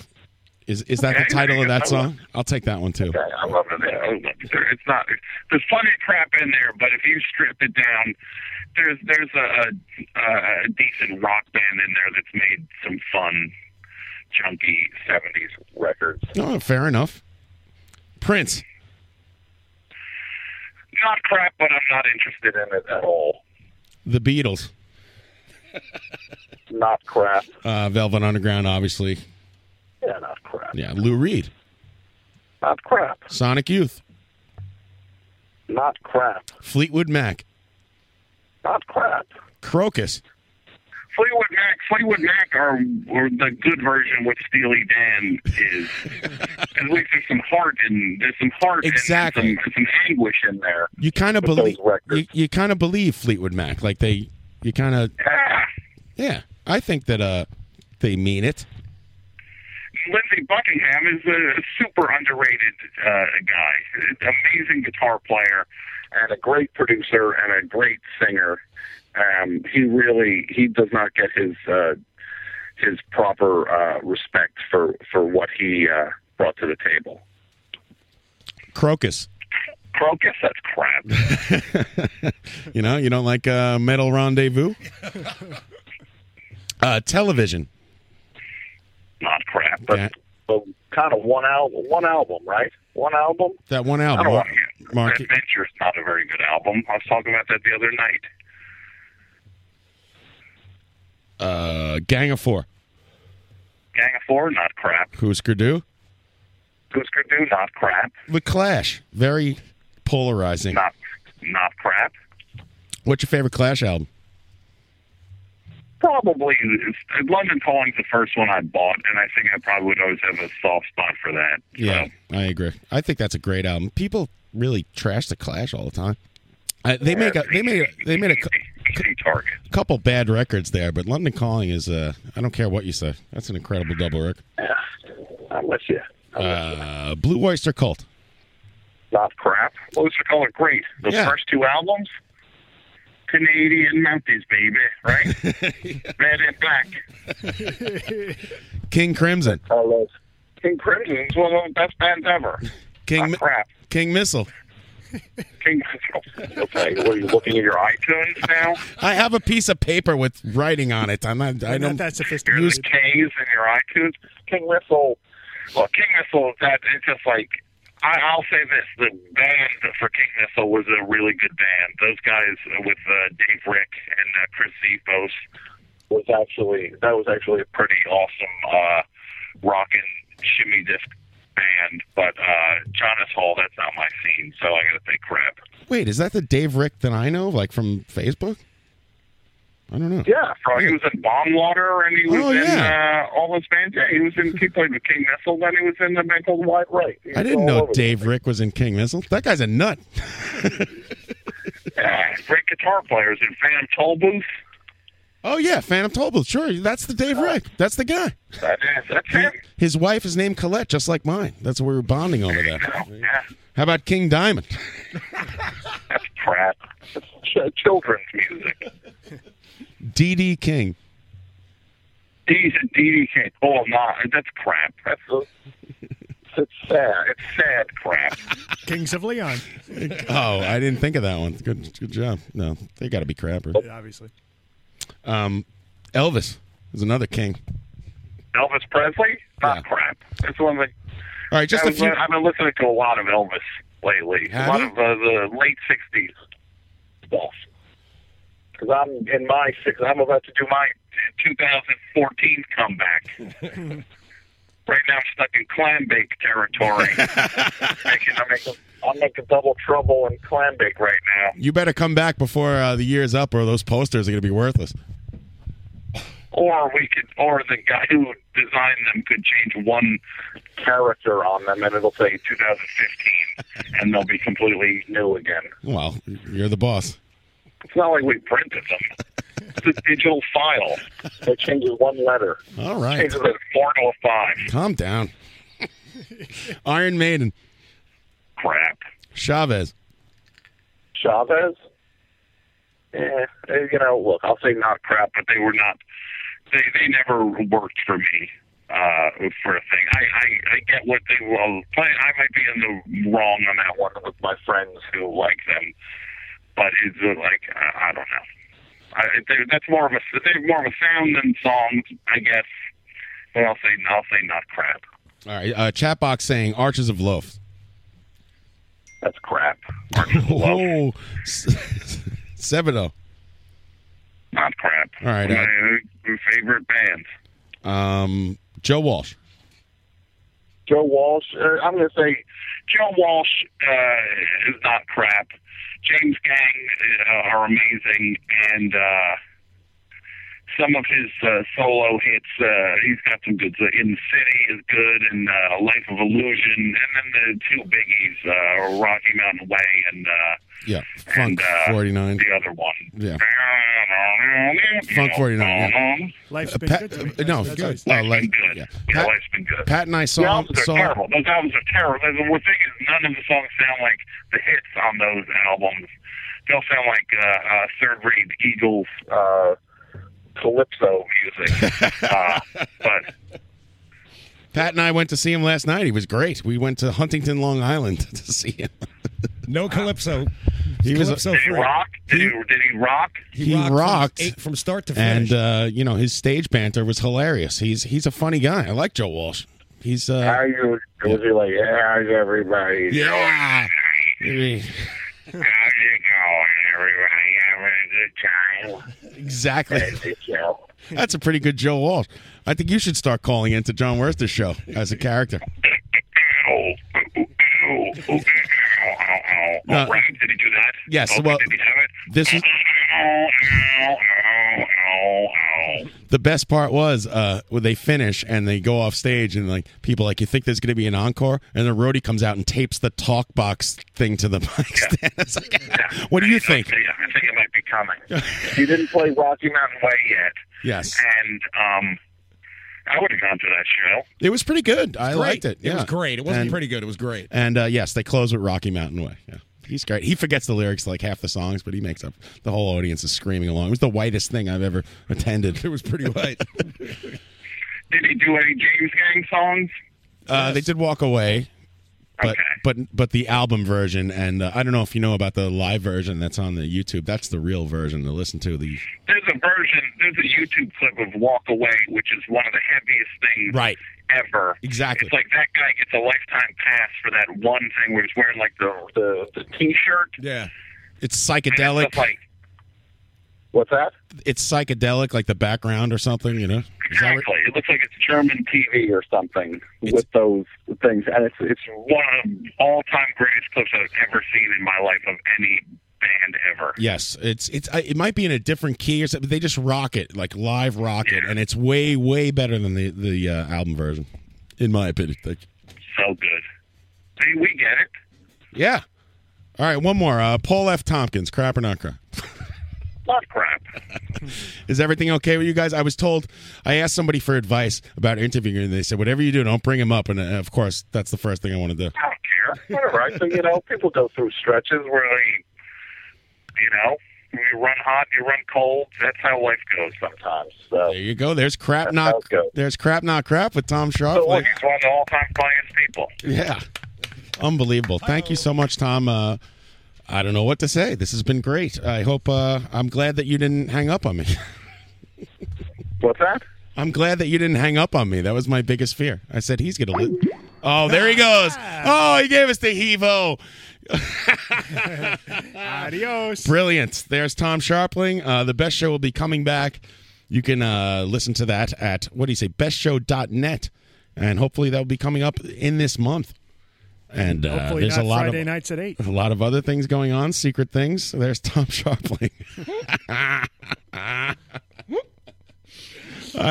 [SPEAKER 4] Is is that
[SPEAKER 17] Okay,
[SPEAKER 4] the title of
[SPEAKER 17] yeah,
[SPEAKER 4] that
[SPEAKER 17] I love-
[SPEAKER 4] song? I'll take that one too.
[SPEAKER 17] I love it. I love it. There- It's not there's funny crap in there, but if you strip it down, there's there's a, a, a decent rock band in there that's made some fun junky '70s records.
[SPEAKER 4] Oh, fair enough. Prince.
[SPEAKER 17] Not crap, but I'm not interested in it at all.
[SPEAKER 4] The Beatles.
[SPEAKER 17] Not crap.
[SPEAKER 4] Uh, Velvet Underground, obviously.
[SPEAKER 17] Yeah, not crap.
[SPEAKER 4] Yeah, Lou Reed.
[SPEAKER 17] Not crap.
[SPEAKER 4] Sonic Youth.
[SPEAKER 17] Not crap.
[SPEAKER 4] Fleetwood Mac.
[SPEAKER 17] Not crap.
[SPEAKER 4] Crocus.
[SPEAKER 17] Fleetwood Mac. Fleetwood Mac are, are the good version what Steely Dan is. At least there's some heart in there's some heart and-
[SPEAKER 4] Exactly.
[SPEAKER 17] and some, some anguish in there.
[SPEAKER 4] You kind of
[SPEAKER 17] With those
[SPEAKER 4] believe you, you kind of believe Fleetwood Mac, like they you kind of
[SPEAKER 17] Ah.
[SPEAKER 4] yeah. I think that uh they mean it.
[SPEAKER 17] Lindsey Buckingham is a super underrated uh, guy. Amazing guitar player and a great producer and a great singer. Um, he really he does not get his uh, his proper uh, respect for for what he uh, brought to the table.
[SPEAKER 4] Crocus.
[SPEAKER 17] Crocus, that's crap.
[SPEAKER 4] you know, you don't like uh, Metal Rendezvous? Uh, television.
[SPEAKER 17] Not crap,
[SPEAKER 4] but
[SPEAKER 17] So kind of one album, one album, right? One album.
[SPEAKER 4] that one album.
[SPEAKER 17] I don't
[SPEAKER 4] Mar-
[SPEAKER 17] wanna get-
[SPEAKER 4] Mark,
[SPEAKER 17] Adventure's not a very good album. I was talking about that the other night.
[SPEAKER 4] uh, Gang of Four.
[SPEAKER 17] Gang of Four, not crap.
[SPEAKER 4] Husker Du.
[SPEAKER 17] Husker Du, not crap.
[SPEAKER 4] The Clash. Very polarizing.
[SPEAKER 17] Not, not crap.
[SPEAKER 4] What's your favorite Clash album?
[SPEAKER 17] Probably it's- London Calling's the first one I bought, and I think I probably would always have a soft spot for that.
[SPEAKER 4] Yeah, I agree. I think that's a great album. People really trash the Clash all the time. Uh, they make a they made a, they made a
[SPEAKER 17] cou-
[SPEAKER 4] couple bad records there, but London Calling is uh I don't care what you say. That's an incredible double record.
[SPEAKER 17] I'm with you.
[SPEAKER 4] Uh, Blue Oyster Cult.
[SPEAKER 17] Not crap. Those are called great. Those first two albums, Canadian Mounties, baby, right? Red and black.
[SPEAKER 4] King Crimson.
[SPEAKER 17] King Crimson is one of the best bands ever.
[SPEAKER 4] King
[SPEAKER 17] Ah, crap.
[SPEAKER 4] King Missile.
[SPEAKER 17] King Okay, what are you looking at your iTunes now?
[SPEAKER 4] I have a piece of paper with writing on it. I'm not. I
[SPEAKER 17] You're
[SPEAKER 4] don't.
[SPEAKER 17] not that
[SPEAKER 4] sophisticated.
[SPEAKER 17] the K's in your iTunes. King Whistle. Well, King Whistle. That it's just like I, I'll say this: the band for King Whistle was a really good band. Those guys uh, with uh, Dave Rick and uh, Chris Zepos was actually that was actually a pretty awesome uh, rockin' shimmy disc band. But uh, Jonas Hall, that's not my scene, so I gotta say crap.
[SPEAKER 4] Wait, is that the Dave Rick that I know, like from Facebook? I don't know.
[SPEAKER 17] Yeah, probably he was in Bombwater, and he was
[SPEAKER 4] Oh,
[SPEAKER 17] in
[SPEAKER 4] yeah.
[SPEAKER 17] uh, all those bands. Yeah, he was in. He played with King Missile, then he was in the band called White Right. He
[SPEAKER 4] I
[SPEAKER 17] was
[SPEAKER 4] didn't
[SPEAKER 17] all
[SPEAKER 4] know
[SPEAKER 17] over.
[SPEAKER 4] Dave Rick was in King Missile. That guy's a nut.
[SPEAKER 17] Yeah, Ah, great guitar players in Phantom Tollbooth.
[SPEAKER 4] Oh yeah, Phantom Tollbooth. Sure, that's the Dave Rick. That's the guy.
[SPEAKER 17] That is, that's him.
[SPEAKER 4] His wife is named Colette, just like mine. That's where we were bonding over that.
[SPEAKER 17] Yeah,
[SPEAKER 4] How about King Diamond?
[SPEAKER 17] that's crap. That's ch- children's music.
[SPEAKER 4] D.D. King.
[SPEAKER 17] D's and DD King. Oh, no, that's crap. That's uh, it's sad. It's sad crap.
[SPEAKER 18] Kings of Leon.
[SPEAKER 4] Oh, I didn't think of that one. Good, good job. No, they got to be crappers.
[SPEAKER 18] Obviously.
[SPEAKER 4] Um, Elvis is another king.
[SPEAKER 17] Elvis Presley, not crap. That's one of the.
[SPEAKER 4] All right, just
[SPEAKER 17] I
[SPEAKER 4] a
[SPEAKER 17] was-
[SPEAKER 4] few-
[SPEAKER 17] I've been listening to a lot of Elvis lately.
[SPEAKER 4] Have
[SPEAKER 17] a lot
[SPEAKER 4] you?
[SPEAKER 17] of uh, the late '60s stuff. Because I'm in my six. I'm about to do my 2014 comeback. right now, I'm stuck in clam bake territory. making, I'm making, I'm making double trouble in clam bake right now.
[SPEAKER 4] You better come back before uh, the year's up, or those posters are going to be worthless.
[SPEAKER 17] Or we could, or the guy who designed them could change one character on them, and it'll say 2015, and they'll be completely new again.
[SPEAKER 4] Well, you're the boss.
[SPEAKER 17] It's not like we printed them. It's a digital file. It changes one letter.
[SPEAKER 4] All right.
[SPEAKER 17] Changes it four to a five.
[SPEAKER 4] Calm down. Iron Maiden.
[SPEAKER 17] Crap.
[SPEAKER 4] Chavez.
[SPEAKER 17] Chavez. Yeah, uh, you know, look, I'll say not crap, but they were not. They they never worked for me uh, for a thing. I, I I get what they will play. I might be in the wrong on that one with my friends who like them, but it's uh, like I, I don't know. I, they, that's more of a they're more of a sound than songs, I guess. But I'll say I'll say not crap.
[SPEAKER 4] All right, uh, chat box saying Arches of Loaf.
[SPEAKER 17] That's crap.
[SPEAKER 4] Whoa, seven zero.
[SPEAKER 17] Not crap.
[SPEAKER 4] All right,
[SPEAKER 17] My
[SPEAKER 4] uh,
[SPEAKER 17] favorite bands.
[SPEAKER 4] um, Joe Walsh.
[SPEAKER 17] Joe Walsh. Uh, I'm going to say Joe Walsh uh, is not crap. James Gang uh, are amazing, and uh, some of his uh, solo hits. Uh, he's got some good. In the City is good, and uh, Life of Illusion, and then the two biggies, uh, Rocky Mountain Way, and uh,
[SPEAKER 4] Yeah, Funk forty nine.
[SPEAKER 17] the other one.
[SPEAKER 4] Yeah. Funk 49, yeah.
[SPEAKER 18] Life's
[SPEAKER 4] Uh,
[SPEAKER 18] been
[SPEAKER 4] Pat-
[SPEAKER 18] good to
[SPEAKER 4] uh,
[SPEAKER 18] me.
[SPEAKER 4] no,
[SPEAKER 18] That's-
[SPEAKER 4] good.
[SPEAKER 18] that's
[SPEAKER 4] Uh,
[SPEAKER 18] nice.
[SPEAKER 4] like-
[SPEAKER 17] good. Yeah, life's been good.
[SPEAKER 4] Pat and I saw-
[SPEAKER 17] The albums are
[SPEAKER 4] saw-
[SPEAKER 17] terrible. Those albums are terrible. The one thing is, none of the songs sound like the hits on those albums. They all sound like uh, uh, third grade Eagles uh, calypso music. uh, but
[SPEAKER 4] Pat and I went to see him last night. He was great. We went to Huntington, Long Island, to see him.
[SPEAKER 12] No calypso.
[SPEAKER 4] He was
[SPEAKER 12] Calypso
[SPEAKER 17] did he
[SPEAKER 12] free.
[SPEAKER 17] rock? Did he, did he rock?
[SPEAKER 4] He rocked,
[SPEAKER 12] From, eight- from start to
[SPEAKER 4] and
[SPEAKER 12] finish.
[SPEAKER 4] uh, you know his stage banter was hilarious. He's he's a funny guy. I like Joe Walsh. He's uh,
[SPEAKER 19] you, was he like, how's everybody?
[SPEAKER 4] Yeah.
[SPEAKER 17] How's it going, everybody? Having a good time? uh,
[SPEAKER 4] exactly.
[SPEAKER 17] show.
[SPEAKER 4] That's a pretty good Joe Walsh. I think you should start calling into John Werster's show as a character.
[SPEAKER 17] Oh,
[SPEAKER 4] No.
[SPEAKER 17] right. Did he do that?
[SPEAKER 4] Uh, Yes,
[SPEAKER 17] Oh, Okay,
[SPEAKER 4] well,
[SPEAKER 17] did he do Oh, it?
[SPEAKER 4] This is the best part was uh, when they finish and they go off stage and like people like you think there's going to be an encore and the roadie comes out and tapes the talk box thing to the mic stand. It's like, what do you think?
[SPEAKER 17] Yeah, I think it might be coming. he didn't play Rocky Mountain Way yet.
[SPEAKER 4] Yes.
[SPEAKER 17] And um, I would have gone to that show.
[SPEAKER 4] It was pretty good. I
[SPEAKER 12] great.
[SPEAKER 4] liked it.
[SPEAKER 12] It was
[SPEAKER 4] yeah.
[SPEAKER 12] great. It wasn't
[SPEAKER 4] And-
[SPEAKER 12] pretty good. It was great.
[SPEAKER 4] And uh, yes, they close with Rocky Mountain Way. Yeah. He's great. He forgets the lyrics to, like half the songs, but he makes up. The whole audience is screaming along. It was the whitest thing I've ever attended. It was pretty white.
[SPEAKER 17] Did he do any James Gang songs?
[SPEAKER 4] uh, they did walk away, but but but the album version, and uh, I don't know if you know about the live version that's on the YouTube. That's the real version to listen to. The
[SPEAKER 17] There's a version. There's a YouTube clip of Walk Away, which is one of the heaviest things
[SPEAKER 4] right
[SPEAKER 17] ever.
[SPEAKER 4] Exactly.
[SPEAKER 17] It's like that guy gets a lifetime pass for that one thing where he's wearing like the the, the t-shirt.
[SPEAKER 12] Yeah.
[SPEAKER 4] It's psychedelic.
[SPEAKER 17] What's that?
[SPEAKER 4] It's psychedelic, like the background or something. You know.
[SPEAKER 17] Exactly. It looks like it's German TV or something with those things, and it's it's one of the all-time greatest clips I've ever seen in my life of any band ever.
[SPEAKER 4] Yes, it's it's I- it might be in a different key or something. But they just rock it like live rock it, and it's way way better than the the uh, album version, in my opinion. Like,
[SPEAKER 17] So good. Hey, we get it.
[SPEAKER 4] yeah. All right, one more. Uh, Paul F. Tompkins, crap or not crap?
[SPEAKER 17] Not crap.
[SPEAKER 4] Is everything okay with you guys? I was told I asked somebody for advice about interviewing, and they said whatever you do, don't bring him up. And uh, of course, that's the first thing I want to do.
[SPEAKER 17] Whatever. I think you know, people go through stretches where they, you know, you run hot, you run cold. That's how life goes sometimes. So.
[SPEAKER 4] There you go. There's crap
[SPEAKER 17] That's
[SPEAKER 4] not
[SPEAKER 17] how it goes.
[SPEAKER 4] there's crap not crap with Tom Sharp.
[SPEAKER 17] So well,
[SPEAKER 4] Like-
[SPEAKER 17] he's one of the all-time funniest people.
[SPEAKER 4] Yeah. Unbelievable. Thank you so much, Tom. Uh, I don't know what to say. This has been great. I hope uh, I'm glad that you didn't hang up on me.
[SPEAKER 17] What's that?
[SPEAKER 4] I'm glad that you didn't hang up on me. That was my biggest fear. I said he's gonna live. Oh, there he goes.
[SPEAKER 12] Ah.
[SPEAKER 4] Oh, he gave us the hevo.
[SPEAKER 18] Adios.
[SPEAKER 4] Brilliant. There's Tom Sharpling. Uh, the best show will be coming back. You can uh, listen to that at what do you say, bestshow.net, and hopefully that will be coming up in this month. And uh,
[SPEAKER 18] Hopefully
[SPEAKER 4] there's
[SPEAKER 18] not
[SPEAKER 4] a lot
[SPEAKER 18] Friday
[SPEAKER 4] of
[SPEAKER 18] nights at eight.
[SPEAKER 4] a lot of other things going on, secret things. There's Tom Sharpling. I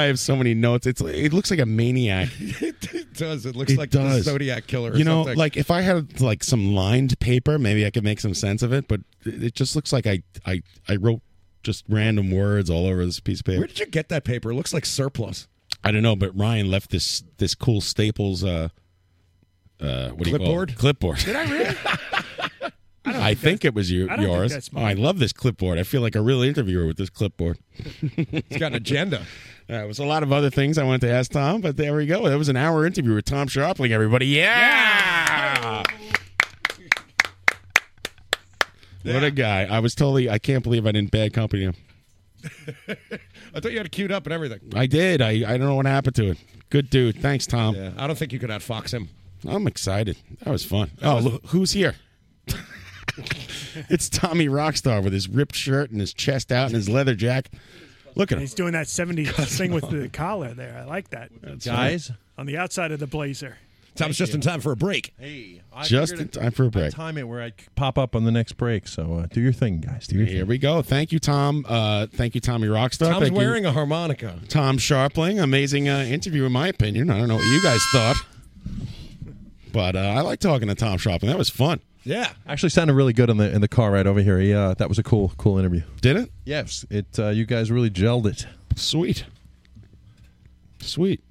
[SPEAKER 4] have so many notes. It's it looks like a maniac.
[SPEAKER 12] it does. It looks
[SPEAKER 4] It
[SPEAKER 12] like the
[SPEAKER 4] does.
[SPEAKER 12] Zodiac Killer or
[SPEAKER 4] you know,
[SPEAKER 12] something.
[SPEAKER 4] like if I had like some lined paper, maybe I could make some sense of it. But it it just looks like I I I wrote just random words all over this piece of paper.
[SPEAKER 12] Where did you get that paper? It looks like surplus.
[SPEAKER 4] I don't know, but Ryan left this this cool Staples uh uh what do you call it?
[SPEAKER 12] Clipboard?
[SPEAKER 4] clipboard.
[SPEAKER 18] Did I really?
[SPEAKER 4] I think it was you,
[SPEAKER 18] I don't think
[SPEAKER 4] yours.
[SPEAKER 18] that's
[SPEAKER 4] oh, I love this clipboard. I feel like a real interviewer with this clipboard.
[SPEAKER 12] It's got an agenda.
[SPEAKER 4] There was a lot of other things I wanted to ask Tom, but there we go. That was an hour interview with Tom Sharpling, everybody. Yeah! What a guy. I was totally, I can't believe I didn't bad company him.
[SPEAKER 12] I thought you had it queued up and everything.
[SPEAKER 4] I did. I, I don't know what happened to it. Good dude. Thanks, Tom.
[SPEAKER 12] I don't think you could outfox him.
[SPEAKER 4] I'm excited. That was fun. oh, look, who's here? it's Tommy Rockstar with his ripped shirt and his chest out and his leather jacket. Look at him.
[SPEAKER 18] He's doing that 70s thing with the collar there. I like that.
[SPEAKER 12] Guys?
[SPEAKER 18] On the outside of the blazer.
[SPEAKER 12] Tom's just in time for a break.
[SPEAKER 18] Hey,
[SPEAKER 4] Just in time for a break.
[SPEAKER 20] Time it where I c- pop up on the next break. So uh, do your thing, guys. Do your
[SPEAKER 4] Here we go. Thank you, Tom. Uh, thank you, Tommy Rockstar.
[SPEAKER 12] Tom's
[SPEAKER 4] Thank you,
[SPEAKER 12] wearing a harmonica.
[SPEAKER 4] Tom Sharpling. Amazing uh, interview, in my opinion. I don't know what you guys thought, but uh, I like talking to Tom Sharpling. That was fun.
[SPEAKER 12] Yeah.
[SPEAKER 20] Actually, sounded really good in the in the car ride over here. Yeah, that was a cool cool interview.
[SPEAKER 4] Did it?
[SPEAKER 20] Yes. It. Uh, you guys really gelled it.
[SPEAKER 4] Sweet. Sweet.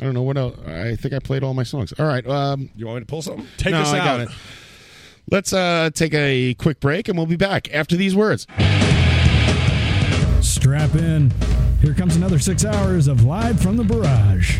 [SPEAKER 4] I don't know what else. I think I played all my songs. All right. Um,
[SPEAKER 12] You want me to pull something? Take
[SPEAKER 4] no,
[SPEAKER 12] us
[SPEAKER 4] I
[SPEAKER 12] out.
[SPEAKER 4] got it. Let's uh, take a quick break, and we'll be back after these words.
[SPEAKER 21] Strap in. Here comes another six hours of Live from the Barrage.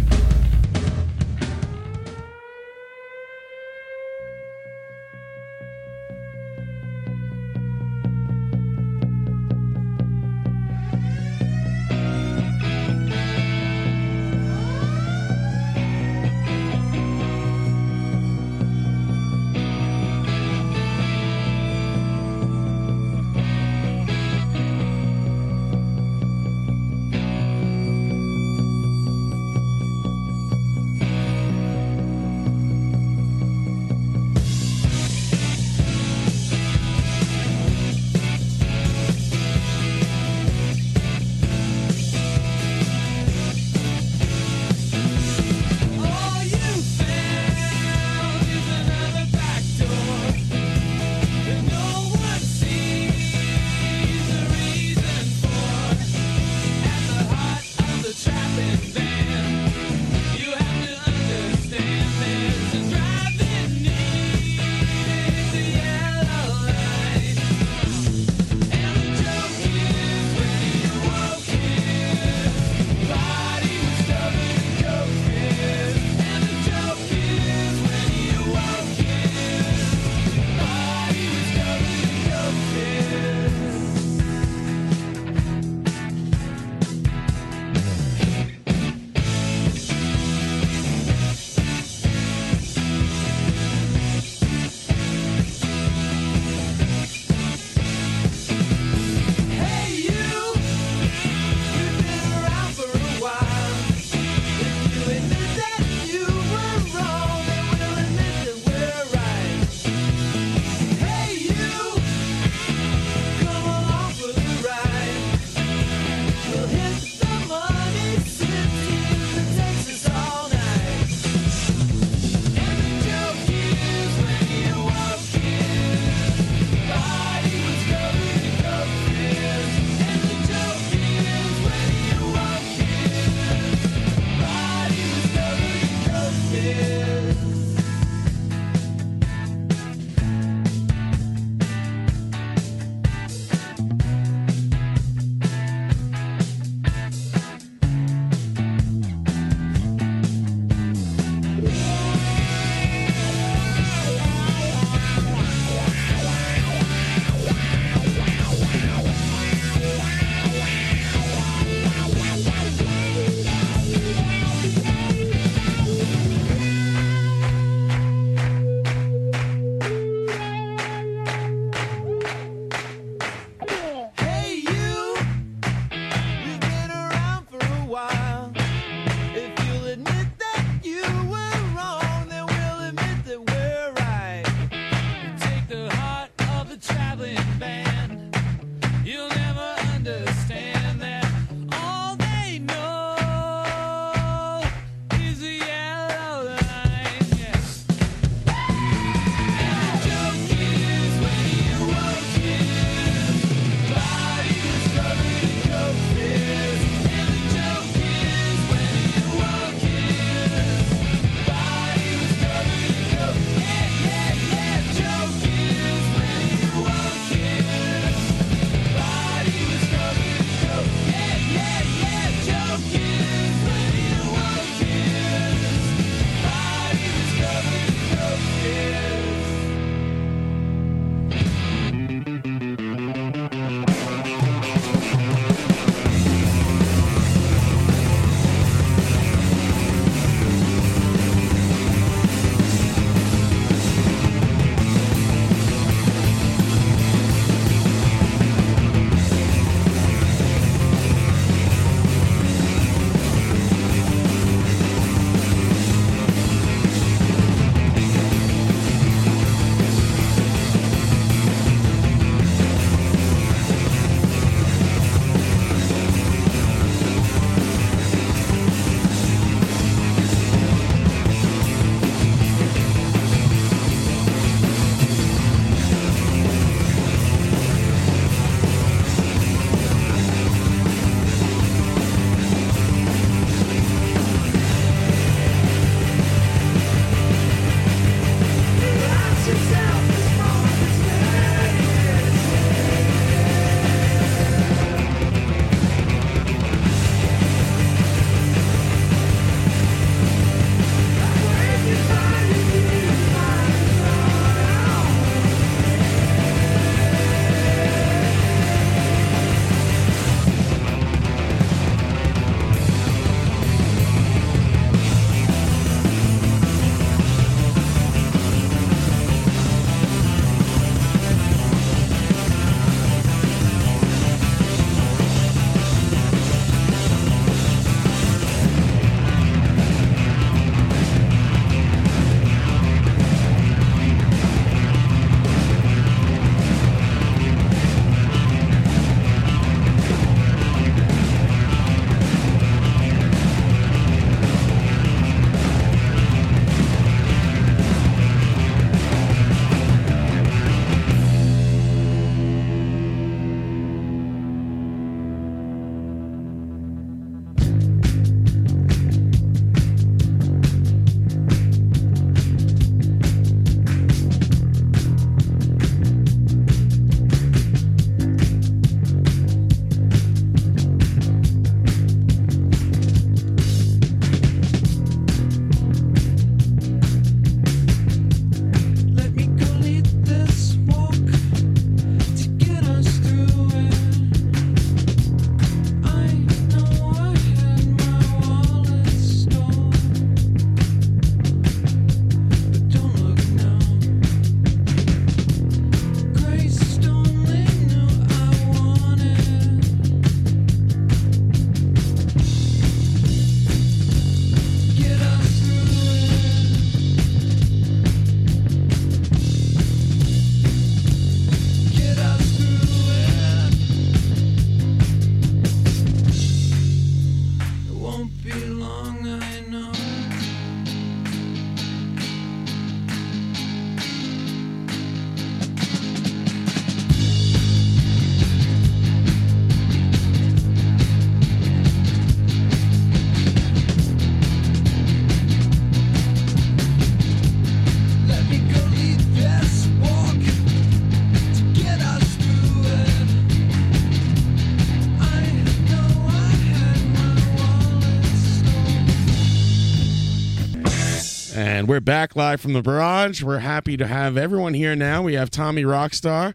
[SPEAKER 4] And we're back live from the barrage. We're happy to have everyone here now. We have Tommy Rockstar.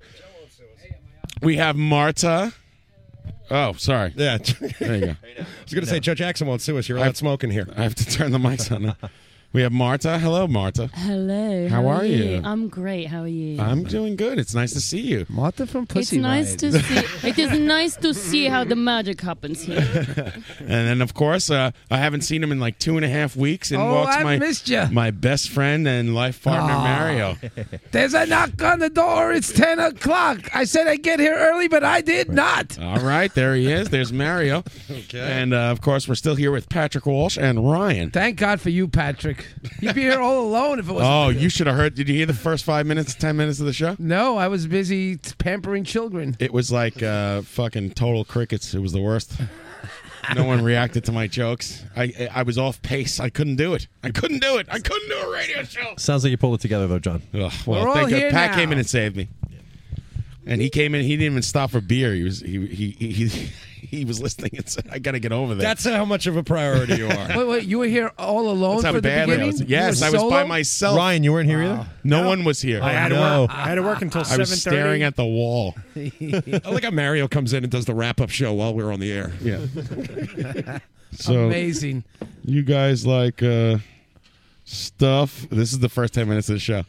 [SPEAKER 4] We have Marta. Oh, sorry.
[SPEAKER 12] Yeah.
[SPEAKER 4] There you go.
[SPEAKER 12] I was going to say, Judge Axon won't sue us. You're allowed smoking here.
[SPEAKER 4] I have to turn the mics on now. We have Marta. Hello, Marta.
[SPEAKER 2] Hello.
[SPEAKER 4] How are you?
[SPEAKER 2] I'm great. How are you?
[SPEAKER 4] I'm doing good. It's nice to see you.
[SPEAKER 22] Martha from
[SPEAKER 2] it's nice to see. It is nice to see how the magic happens here.
[SPEAKER 4] and then, of course, uh, I haven't seen him in like two and a half weeks. And
[SPEAKER 22] Oh,
[SPEAKER 4] walks
[SPEAKER 22] I
[SPEAKER 4] my,
[SPEAKER 22] missed ya.
[SPEAKER 4] My best friend and life partner,
[SPEAKER 22] Aw.
[SPEAKER 4] Mario.
[SPEAKER 22] There's a knock on the door. It's 10 o'clock. I said I'd get here early, but I did not.
[SPEAKER 4] All right, there he is. There's Mario. okay. And, uh, of course, we're still here with Patrick Walsh and Ryan.
[SPEAKER 22] Thank God for you, Patrick. You'd be here all alone if it wasn't.
[SPEAKER 4] Oh, you should have heard. Did you hear the first five minutes, ten minutes of the show?
[SPEAKER 22] No, I was busy t- pampering children.
[SPEAKER 4] It was like uh, fucking total crickets. It was the worst. No one reacted to my jokes. I I was off pace. I couldn't do it. I couldn't do it. I couldn't do a radio show.
[SPEAKER 20] Sounds like you pulled it together though, John.
[SPEAKER 4] Well,
[SPEAKER 20] all
[SPEAKER 4] thank God.
[SPEAKER 20] here
[SPEAKER 4] Pat
[SPEAKER 20] now.
[SPEAKER 4] came in and saved me. And he came in. He didn't even stop for beer. He was he he he, he was listening and said, "I got to get over there."
[SPEAKER 12] That's how much of a priority you are.
[SPEAKER 22] Wait, wait, you were here all alone
[SPEAKER 4] That's how
[SPEAKER 22] for the
[SPEAKER 4] badly I
[SPEAKER 22] beginning?
[SPEAKER 4] was-
[SPEAKER 22] You
[SPEAKER 4] Yes,
[SPEAKER 22] were
[SPEAKER 4] I was by
[SPEAKER 22] solo?
[SPEAKER 4] myself.
[SPEAKER 20] Ryan, you weren't here either. Oh,
[SPEAKER 4] No, one was here.
[SPEAKER 18] I had to
[SPEAKER 4] no.
[SPEAKER 18] work. I had to work until
[SPEAKER 4] I
[SPEAKER 18] seven
[SPEAKER 4] was staring at the wall.
[SPEAKER 12] I like how Mario comes in and does the wrap up show while we're on the air.
[SPEAKER 4] Yeah. So-
[SPEAKER 22] Amazing.
[SPEAKER 4] You guys like uh stuff? This is the first ten minutes of the show.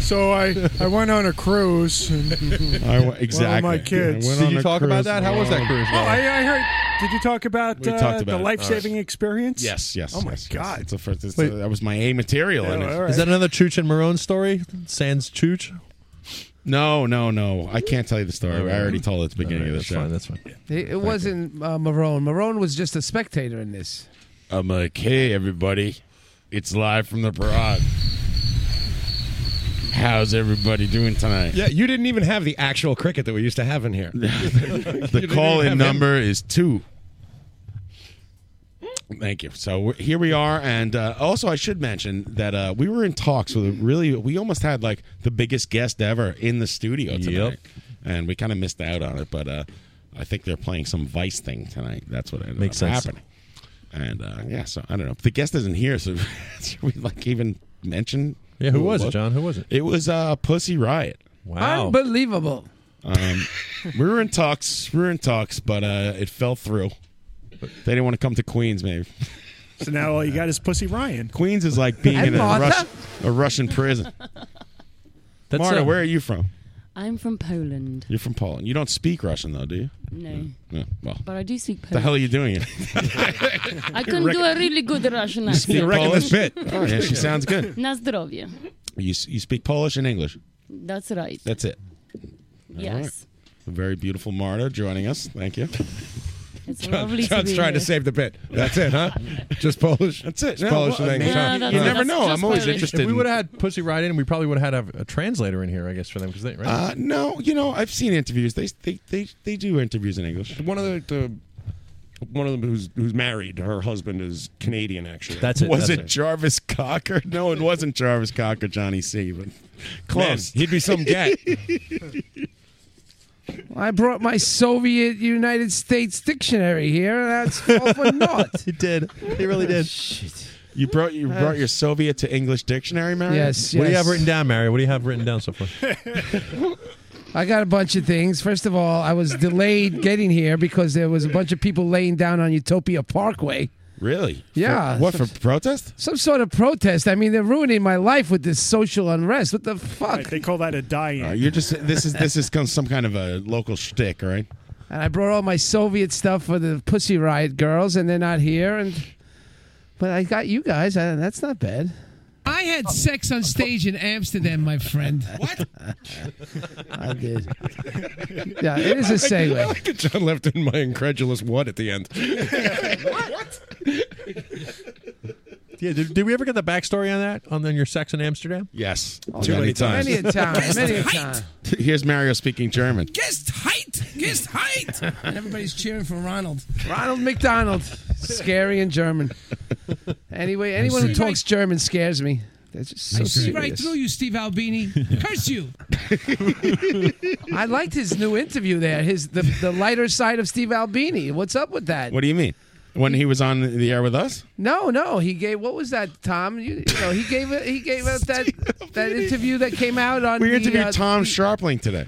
[SPEAKER 18] So I, I went on a cruise. And
[SPEAKER 4] I went-
[SPEAKER 18] One of
[SPEAKER 4] exactly.
[SPEAKER 18] my kids.
[SPEAKER 4] I went Did on you a talk about cruise. that? How was that cruise,
[SPEAKER 18] Oh,
[SPEAKER 4] Noah?
[SPEAKER 18] I, I heard. Did you talk about,
[SPEAKER 4] We
[SPEAKER 18] uh,
[SPEAKER 4] talked about
[SPEAKER 18] the
[SPEAKER 4] it.
[SPEAKER 18] life saving experience?
[SPEAKER 4] Yes, yes.
[SPEAKER 18] Oh my
[SPEAKER 4] yes, yes.
[SPEAKER 18] god.
[SPEAKER 4] It's the first. It's the- that was my A material. in it.
[SPEAKER 20] Is that another Chooch and Marone story? Sans Chooch?
[SPEAKER 4] No, no, no. I can't tell you the story. I already told it at the beginning of the show.
[SPEAKER 20] That's fine. That's fine.
[SPEAKER 22] It, it wasn't uh, Marone. Marone was just a spectator in this.
[SPEAKER 4] I'm like, hey, everybody, it's live from the broad. How's everybody doing tonight?
[SPEAKER 12] Yeah, you didn't even have the actual cricket that we used to have in here.
[SPEAKER 4] The call in number is two. Thank you. So we're, here we are, and uh, also I should mention that uh, we were in talks with a really. We almost had like the biggest guest ever in the studio tonight, and we kind of missed out on it. But uh, I think they're playing some Vice thing tonight. That's what ended
[SPEAKER 20] Makes
[SPEAKER 4] up
[SPEAKER 20] sense.
[SPEAKER 4] happening. And uh, yeah, so I don't know. The guest isn't here, so should we like even mention?
[SPEAKER 20] Yeah, who was it, John? Who was it?
[SPEAKER 4] It was uh, Pussy Riot.
[SPEAKER 22] Unbelievable.
[SPEAKER 4] Um, we were in talks. We were in talks, but uh, it fell through. They didn't want to come to Queens, maybe.
[SPEAKER 18] So now all you got is Pussy Ryan.
[SPEAKER 4] Queens is like being
[SPEAKER 18] And
[SPEAKER 4] in a,
[SPEAKER 18] Martha?
[SPEAKER 4] Russian, a Russian prison.
[SPEAKER 20] That's,
[SPEAKER 4] Marta,
[SPEAKER 20] uh,
[SPEAKER 4] where are you from?
[SPEAKER 2] I'm from Poland.
[SPEAKER 4] You're from Poland. You don't speak Russian, though, do you?
[SPEAKER 2] No,
[SPEAKER 4] No. Well,
[SPEAKER 2] but I do speak
[SPEAKER 4] the
[SPEAKER 2] Polish.
[SPEAKER 4] hell are you doing here?
[SPEAKER 2] I can do a really good Russian accent.
[SPEAKER 4] You reckon this bit?
[SPEAKER 2] Oh,
[SPEAKER 4] yeah, she sounds good.
[SPEAKER 2] Na zdrowie.
[SPEAKER 4] You, s- you speak Polish and English.
[SPEAKER 2] That's right.
[SPEAKER 4] That's it. All
[SPEAKER 2] Yes.
[SPEAKER 4] right. The very beautiful Marta joining us. Thank you.
[SPEAKER 2] It's
[SPEAKER 12] John-
[SPEAKER 2] lovely to
[SPEAKER 12] John's
[SPEAKER 2] be
[SPEAKER 12] trying
[SPEAKER 2] here.
[SPEAKER 12] to save the bit. That's it, huh? Just Polish. That's
[SPEAKER 4] it.
[SPEAKER 12] Just Polish and English. huh?
[SPEAKER 4] you never know. I'm always interested.
[SPEAKER 20] If we
[SPEAKER 4] in-
[SPEAKER 20] would have had Pussy Ride in, we probably would have had a, a translator in here, I guess, for them. Cause they, right?
[SPEAKER 4] Uh, no, you know, I've seen interviews. They they they, they do interviews in English.
[SPEAKER 12] One of the, the- one of them who's who's married. Her husband is Canadian, actually.
[SPEAKER 4] Was it Jarvis Cocker? No, it wasn't Jarvis Cocker, Johnny C. But close.
[SPEAKER 12] he'd be some guy.
[SPEAKER 22] I brought my Soviet United States dictionary here, and that's all for naught. Oh,
[SPEAKER 20] He did. He really did.
[SPEAKER 4] you brought you brought your Soviet to English dictionary, Mary.
[SPEAKER 20] What do you have written down, Mario? What do you have written down so far?
[SPEAKER 22] I got a bunch of things. First of all, I was delayed getting here because there was a bunch of people laying down on Utopia Parkway.
[SPEAKER 4] Really?
[SPEAKER 22] Yeah.
[SPEAKER 4] For- what for protest?
[SPEAKER 22] Some sort of protest. I mean, they're ruining my life with this social unrest. What the fuck?
[SPEAKER 18] they call that a dying.
[SPEAKER 4] Uh, you're just this is this is some kind of a local shtick, all right?
[SPEAKER 22] And I brought all my Soviet stuff for the Pussy Riot girls, and they're not here. And but I got you guys. I, that's not bad.
[SPEAKER 3] I had sex on stage in Amsterdam, my friend. What?
[SPEAKER 22] I did. yeah, it is a segue.
[SPEAKER 12] I like that John left in my incredulous what at the end.
[SPEAKER 20] yeah, did, did we ever get the backstory on that? On, on your sex in Amsterdam?
[SPEAKER 4] Yes.
[SPEAKER 20] Too many times.
[SPEAKER 22] Oh, Many a time. Many a time.
[SPEAKER 4] Here's Mario speaking German.
[SPEAKER 22] Guest height. Guest height.
[SPEAKER 3] And everybody's cheering for Ronald.
[SPEAKER 22] Ronald McDonald, scary in German. Anyway, anyone who
[SPEAKER 3] see.
[SPEAKER 22] talks German scares me. That's just so
[SPEAKER 3] I see right
[SPEAKER 22] serious.
[SPEAKER 3] through you, Steve Albini. Curse you.
[SPEAKER 22] I liked his new interview there. His the, the lighter side of Steve Albini. What's up with that?
[SPEAKER 4] What do you mean? When he was on the air with us?
[SPEAKER 22] No, no, he gave. What was that, Tom? You, you know, he gave. He gave out that that interview that came out on.
[SPEAKER 4] We
[SPEAKER 22] the,
[SPEAKER 4] interviewed
[SPEAKER 22] uh,
[SPEAKER 4] Tom Sharpling today.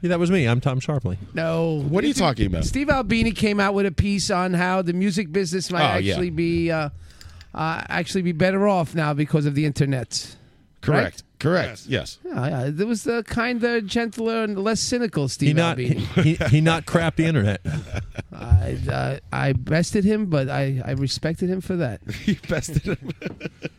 [SPEAKER 20] Yeah, that was me. I'm Tom Sharpley.
[SPEAKER 22] No.
[SPEAKER 4] What are you talking about?
[SPEAKER 22] Steve Albini came out with a piece on how the music business might
[SPEAKER 4] Oh, yeah.
[SPEAKER 22] actually be uh, uh, actually be better off now because of the internet.
[SPEAKER 4] Correct. Correct. Yes.
[SPEAKER 22] Right? Yeah, yeah. There was the kinder, gentler, and less cynical Steve
[SPEAKER 20] He not he,
[SPEAKER 22] Albini.
[SPEAKER 20] he, he not crap the internet.
[SPEAKER 22] I, uh, I bested him, but I, I respected him for that.
[SPEAKER 4] he bested him.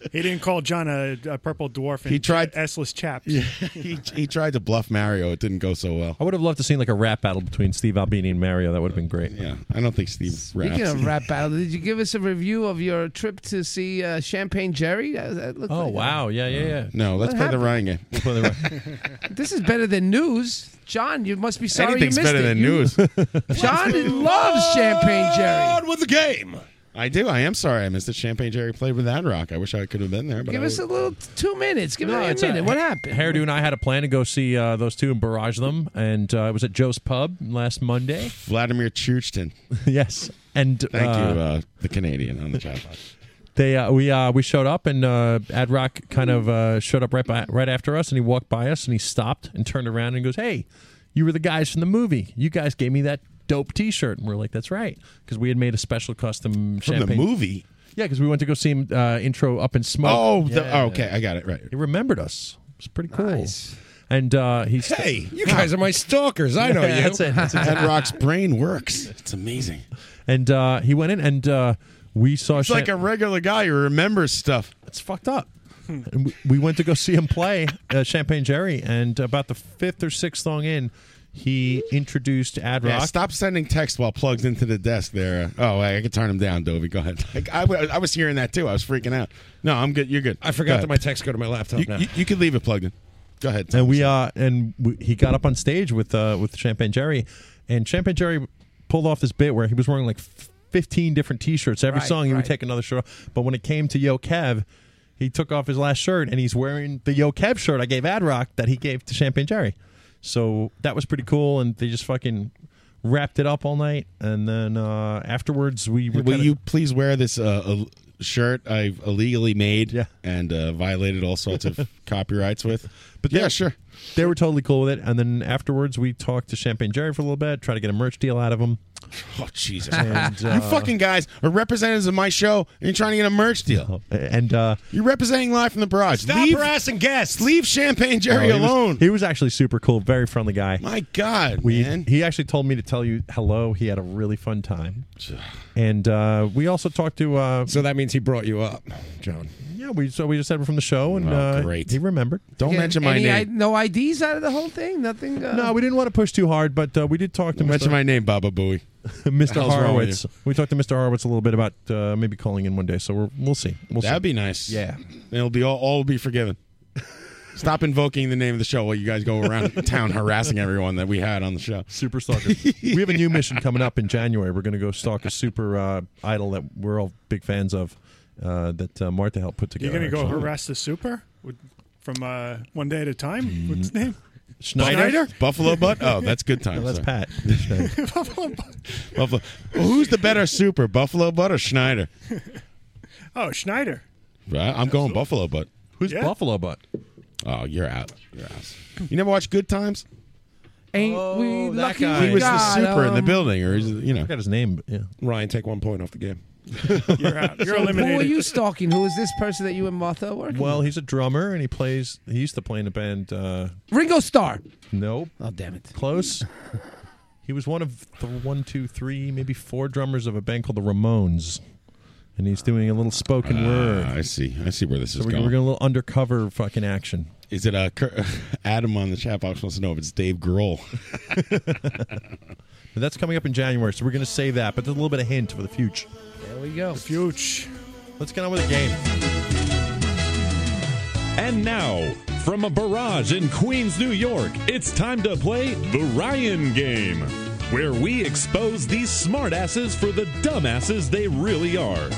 [SPEAKER 18] He didn't call John a, a purple dwarf. And
[SPEAKER 4] He tried-
[SPEAKER 18] S's chaps.
[SPEAKER 4] he, he tried to bluff Mario. It didn't go so well.
[SPEAKER 20] I would have loved to see like a rap battle between Steve Albini and Mario. That would have been great.
[SPEAKER 4] Yeah, I don't think Steve
[SPEAKER 22] Speaking of rap battle, did you give us a review of your trip to see uh, Champagne Jerry? That, that looked
[SPEAKER 20] Oh
[SPEAKER 22] like-
[SPEAKER 20] wow! Yeah, yeah, yeah.
[SPEAKER 4] No, let's
[SPEAKER 22] What
[SPEAKER 4] play
[SPEAKER 22] happened?
[SPEAKER 4] the Ryan game.
[SPEAKER 20] Let's play the Ryan.
[SPEAKER 22] This is better than news. John, you must be sorry
[SPEAKER 4] Anything's
[SPEAKER 22] you missed
[SPEAKER 4] better
[SPEAKER 22] it.
[SPEAKER 4] than
[SPEAKER 22] You-
[SPEAKER 4] news.
[SPEAKER 22] John loves Champagne Jerry.
[SPEAKER 4] with the game. I do. I am sorry. I missed the Champagne Jerry played with Ad Rock. I wish I could have been there. But
[SPEAKER 22] Give
[SPEAKER 4] I
[SPEAKER 22] us a
[SPEAKER 4] would-
[SPEAKER 22] little two minutes. Give
[SPEAKER 20] No,
[SPEAKER 22] us
[SPEAKER 20] it's
[SPEAKER 22] a
[SPEAKER 20] a-
[SPEAKER 22] minute. What happened?
[SPEAKER 20] Hairdo and I had a plan to go see uh, those two and barrage them, and uh, I was at Joe's Pub last Monday.
[SPEAKER 4] Vladimir Chuchtin.
[SPEAKER 20] yes, and
[SPEAKER 4] Thank
[SPEAKER 20] uh,
[SPEAKER 4] you, uh, the Canadian on the chat. box.
[SPEAKER 20] They uh, we uh, we showed up and uh, Ad Rock kind of uh, showed up right by, right after us and he walked by us and he stopped and turned around and goes, "Hey, you were the guys from the movie. You guys gave me that dope T-shirt." And we're like, "That's right," because we had made a special custom
[SPEAKER 4] From the
[SPEAKER 20] champagne
[SPEAKER 4] movie?
[SPEAKER 20] Yeah, because we went to go see him uh, intro up in smoke.
[SPEAKER 4] Oh, the-
[SPEAKER 20] Yeah.
[SPEAKER 4] oh, okay. I got it right.
[SPEAKER 20] He remembered us. It's pretty cool. And uh, he's
[SPEAKER 12] Hey, you guys are my stalkers. I know
[SPEAKER 20] Yeah,
[SPEAKER 12] you.
[SPEAKER 20] that's it. That's exactly-
[SPEAKER 4] Ad Rock's brain works. It's amazing.
[SPEAKER 20] and uh, he went in and uh, we saw.
[SPEAKER 4] It's like a regular guy who remembers stuff.
[SPEAKER 20] It's fucked up. And we- we went to go see him play uh, Champagne Jerry, and about the fifth or sixth song in, he introduced Ad
[SPEAKER 4] Yeah,
[SPEAKER 20] Rock.
[SPEAKER 4] stop sending text while plugged into the desk there. Oh, I, I can turn him down, Dovey. Go ahead. Like, I, w- I was hearing that too. I was freaking out. No, I'm good. You're good.
[SPEAKER 12] I
[SPEAKER 4] Go
[SPEAKER 12] forgot
[SPEAKER 4] ahead.
[SPEAKER 12] that my texts go to my laptop
[SPEAKER 4] You,
[SPEAKER 12] now.
[SPEAKER 4] you, you can leave it plugged in. Go ahead.
[SPEAKER 20] and we uh, and we, he got up on stage with uh, with Champagne Jerry, and Champagne Jerry pulled off this bit where he was wearing like f- fifteen different T-shirts. Every
[SPEAKER 15] Right,
[SPEAKER 20] song he
[SPEAKER 15] right.
[SPEAKER 20] would take another shirt. off. But when it came to Yo Kev, he took off his last shirt and he's wearing the Yo Kev shirt I gave Ad Rock that he gave to Champagne Jerry. So that was pretty cool, and they just fucking wrapped it up all night. And then uh, afterwards, we were
[SPEAKER 4] Will
[SPEAKER 20] kinda-
[SPEAKER 4] you please wear this uh, ill- shirt I've illegally made and uh, violated all sorts of copyrights with? But yeah, sure.
[SPEAKER 20] They were totally cool with it. And then afterwards, we talked to Champagne Jerry for a little bit, try to get a merch deal out of him.
[SPEAKER 4] Oh Jesus!
[SPEAKER 20] And,
[SPEAKER 4] you
[SPEAKER 20] uh,
[SPEAKER 4] fucking guys are representatives of my show, and you're trying to get a merch deal.
[SPEAKER 20] And uh,
[SPEAKER 4] you're representing live from the barrage.
[SPEAKER 12] Stop
[SPEAKER 4] leave,
[SPEAKER 12] harassing guests.
[SPEAKER 4] Leave Champagne Jerry
[SPEAKER 20] Oh, he was-
[SPEAKER 4] alone.
[SPEAKER 20] he was actually super cool, very friendly guy.
[SPEAKER 4] My God,
[SPEAKER 20] we,
[SPEAKER 4] man.
[SPEAKER 20] He actually told me to tell you hello. He had a really fun time. And uh, we also talked to. Uh,
[SPEAKER 12] so that means he brought you up, John.
[SPEAKER 20] Yeah, we so we just had him from the show, and
[SPEAKER 12] Oh,
[SPEAKER 20] uh,
[SPEAKER 12] great.
[SPEAKER 20] he remembered.
[SPEAKER 4] Don't
[SPEAKER 22] Again, any I- no IDs out of the whole thing. Nothing. Uh,
[SPEAKER 20] no, we didn't want to push too hard, but uh, we did talk to.
[SPEAKER 4] Mention
[SPEAKER 20] Mr.
[SPEAKER 4] my name, Baba Booey.
[SPEAKER 20] Mr.
[SPEAKER 4] Hell's wrong with
[SPEAKER 20] Horowitz. We talked to Mr. Horowitz a little bit about uh, maybe calling in one day, so we're, we'll see. We'll
[SPEAKER 4] That'd
[SPEAKER 20] see.
[SPEAKER 4] be nice.
[SPEAKER 20] Yeah.
[SPEAKER 4] it'll be all, all will be forgiven. Stop invoking the name of the show while you guys go around town harassing everyone that we had on the show.
[SPEAKER 20] Super stalker. we have a new mission coming up in January. We're going to go stalk a super uh, idol that we're all big fans of uh, that uh, Martha helped put
[SPEAKER 18] You're
[SPEAKER 20] together.
[SPEAKER 18] going to go
[SPEAKER 20] actually.
[SPEAKER 18] harass the super with, from uh, one day at a time? What's his name?
[SPEAKER 20] Schneider?
[SPEAKER 4] Buffalo Butt? Oh, that's good times.
[SPEAKER 20] No, that's
[SPEAKER 4] Sorry.
[SPEAKER 20] Pat.
[SPEAKER 4] Buffalo. Well, who's the better super, Buffalo Butt or Schneider?
[SPEAKER 18] oh, Schneider.
[SPEAKER 4] Right? I'm going Buffalo Butt.
[SPEAKER 20] Who's
[SPEAKER 18] Yeah.
[SPEAKER 20] Buffalo Butt?
[SPEAKER 4] Oh, you're out. You're out. You never watched Good Times?
[SPEAKER 22] Ain't we
[SPEAKER 20] that
[SPEAKER 22] lucky? um,
[SPEAKER 20] guy.
[SPEAKER 4] He was the
[SPEAKER 22] got
[SPEAKER 4] super in the
[SPEAKER 22] 'em.
[SPEAKER 4] building, or is it, you know?
[SPEAKER 20] Got his name. But yeah.
[SPEAKER 12] Ryan, take one point off the game.
[SPEAKER 18] You're out. You're
[SPEAKER 22] So
[SPEAKER 18] eliminated.
[SPEAKER 22] Who are you stalking? Who is this person that you and Martha are working?
[SPEAKER 20] Well,
[SPEAKER 22] with?
[SPEAKER 20] he's a drummer and he plays. He used to play in a band. Uh,
[SPEAKER 22] Ringo Starr.
[SPEAKER 20] nope.
[SPEAKER 22] Oh damn it!
[SPEAKER 20] Close. he was one of th- one, two, three, maybe four drummers of a band called the Ramones, and he's doing a little spoken word.
[SPEAKER 4] Ah, I see. I see where this
[SPEAKER 20] So
[SPEAKER 4] is
[SPEAKER 20] we're,
[SPEAKER 4] going.
[SPEAKER 20] we're going a little undercover fucking action.
[SPEAKER 4] Is it uh, Cur- Adam on the chat box wants to know if it's Dave Grohl?
[SPEAKER 20] But that's coming up in January, so we're going to save that. But there's a little bit of hint for the future.
[SPEAKER 22] There we go.
[SPEAKER 18] Fuge.
[SPEAKER 20] Let's get on with the game.
[SPEAKER 15] And now, from a barrage in Queens, New York, it's time to play the Ryan game, where we expose these smartasses for the dumbasses they really are.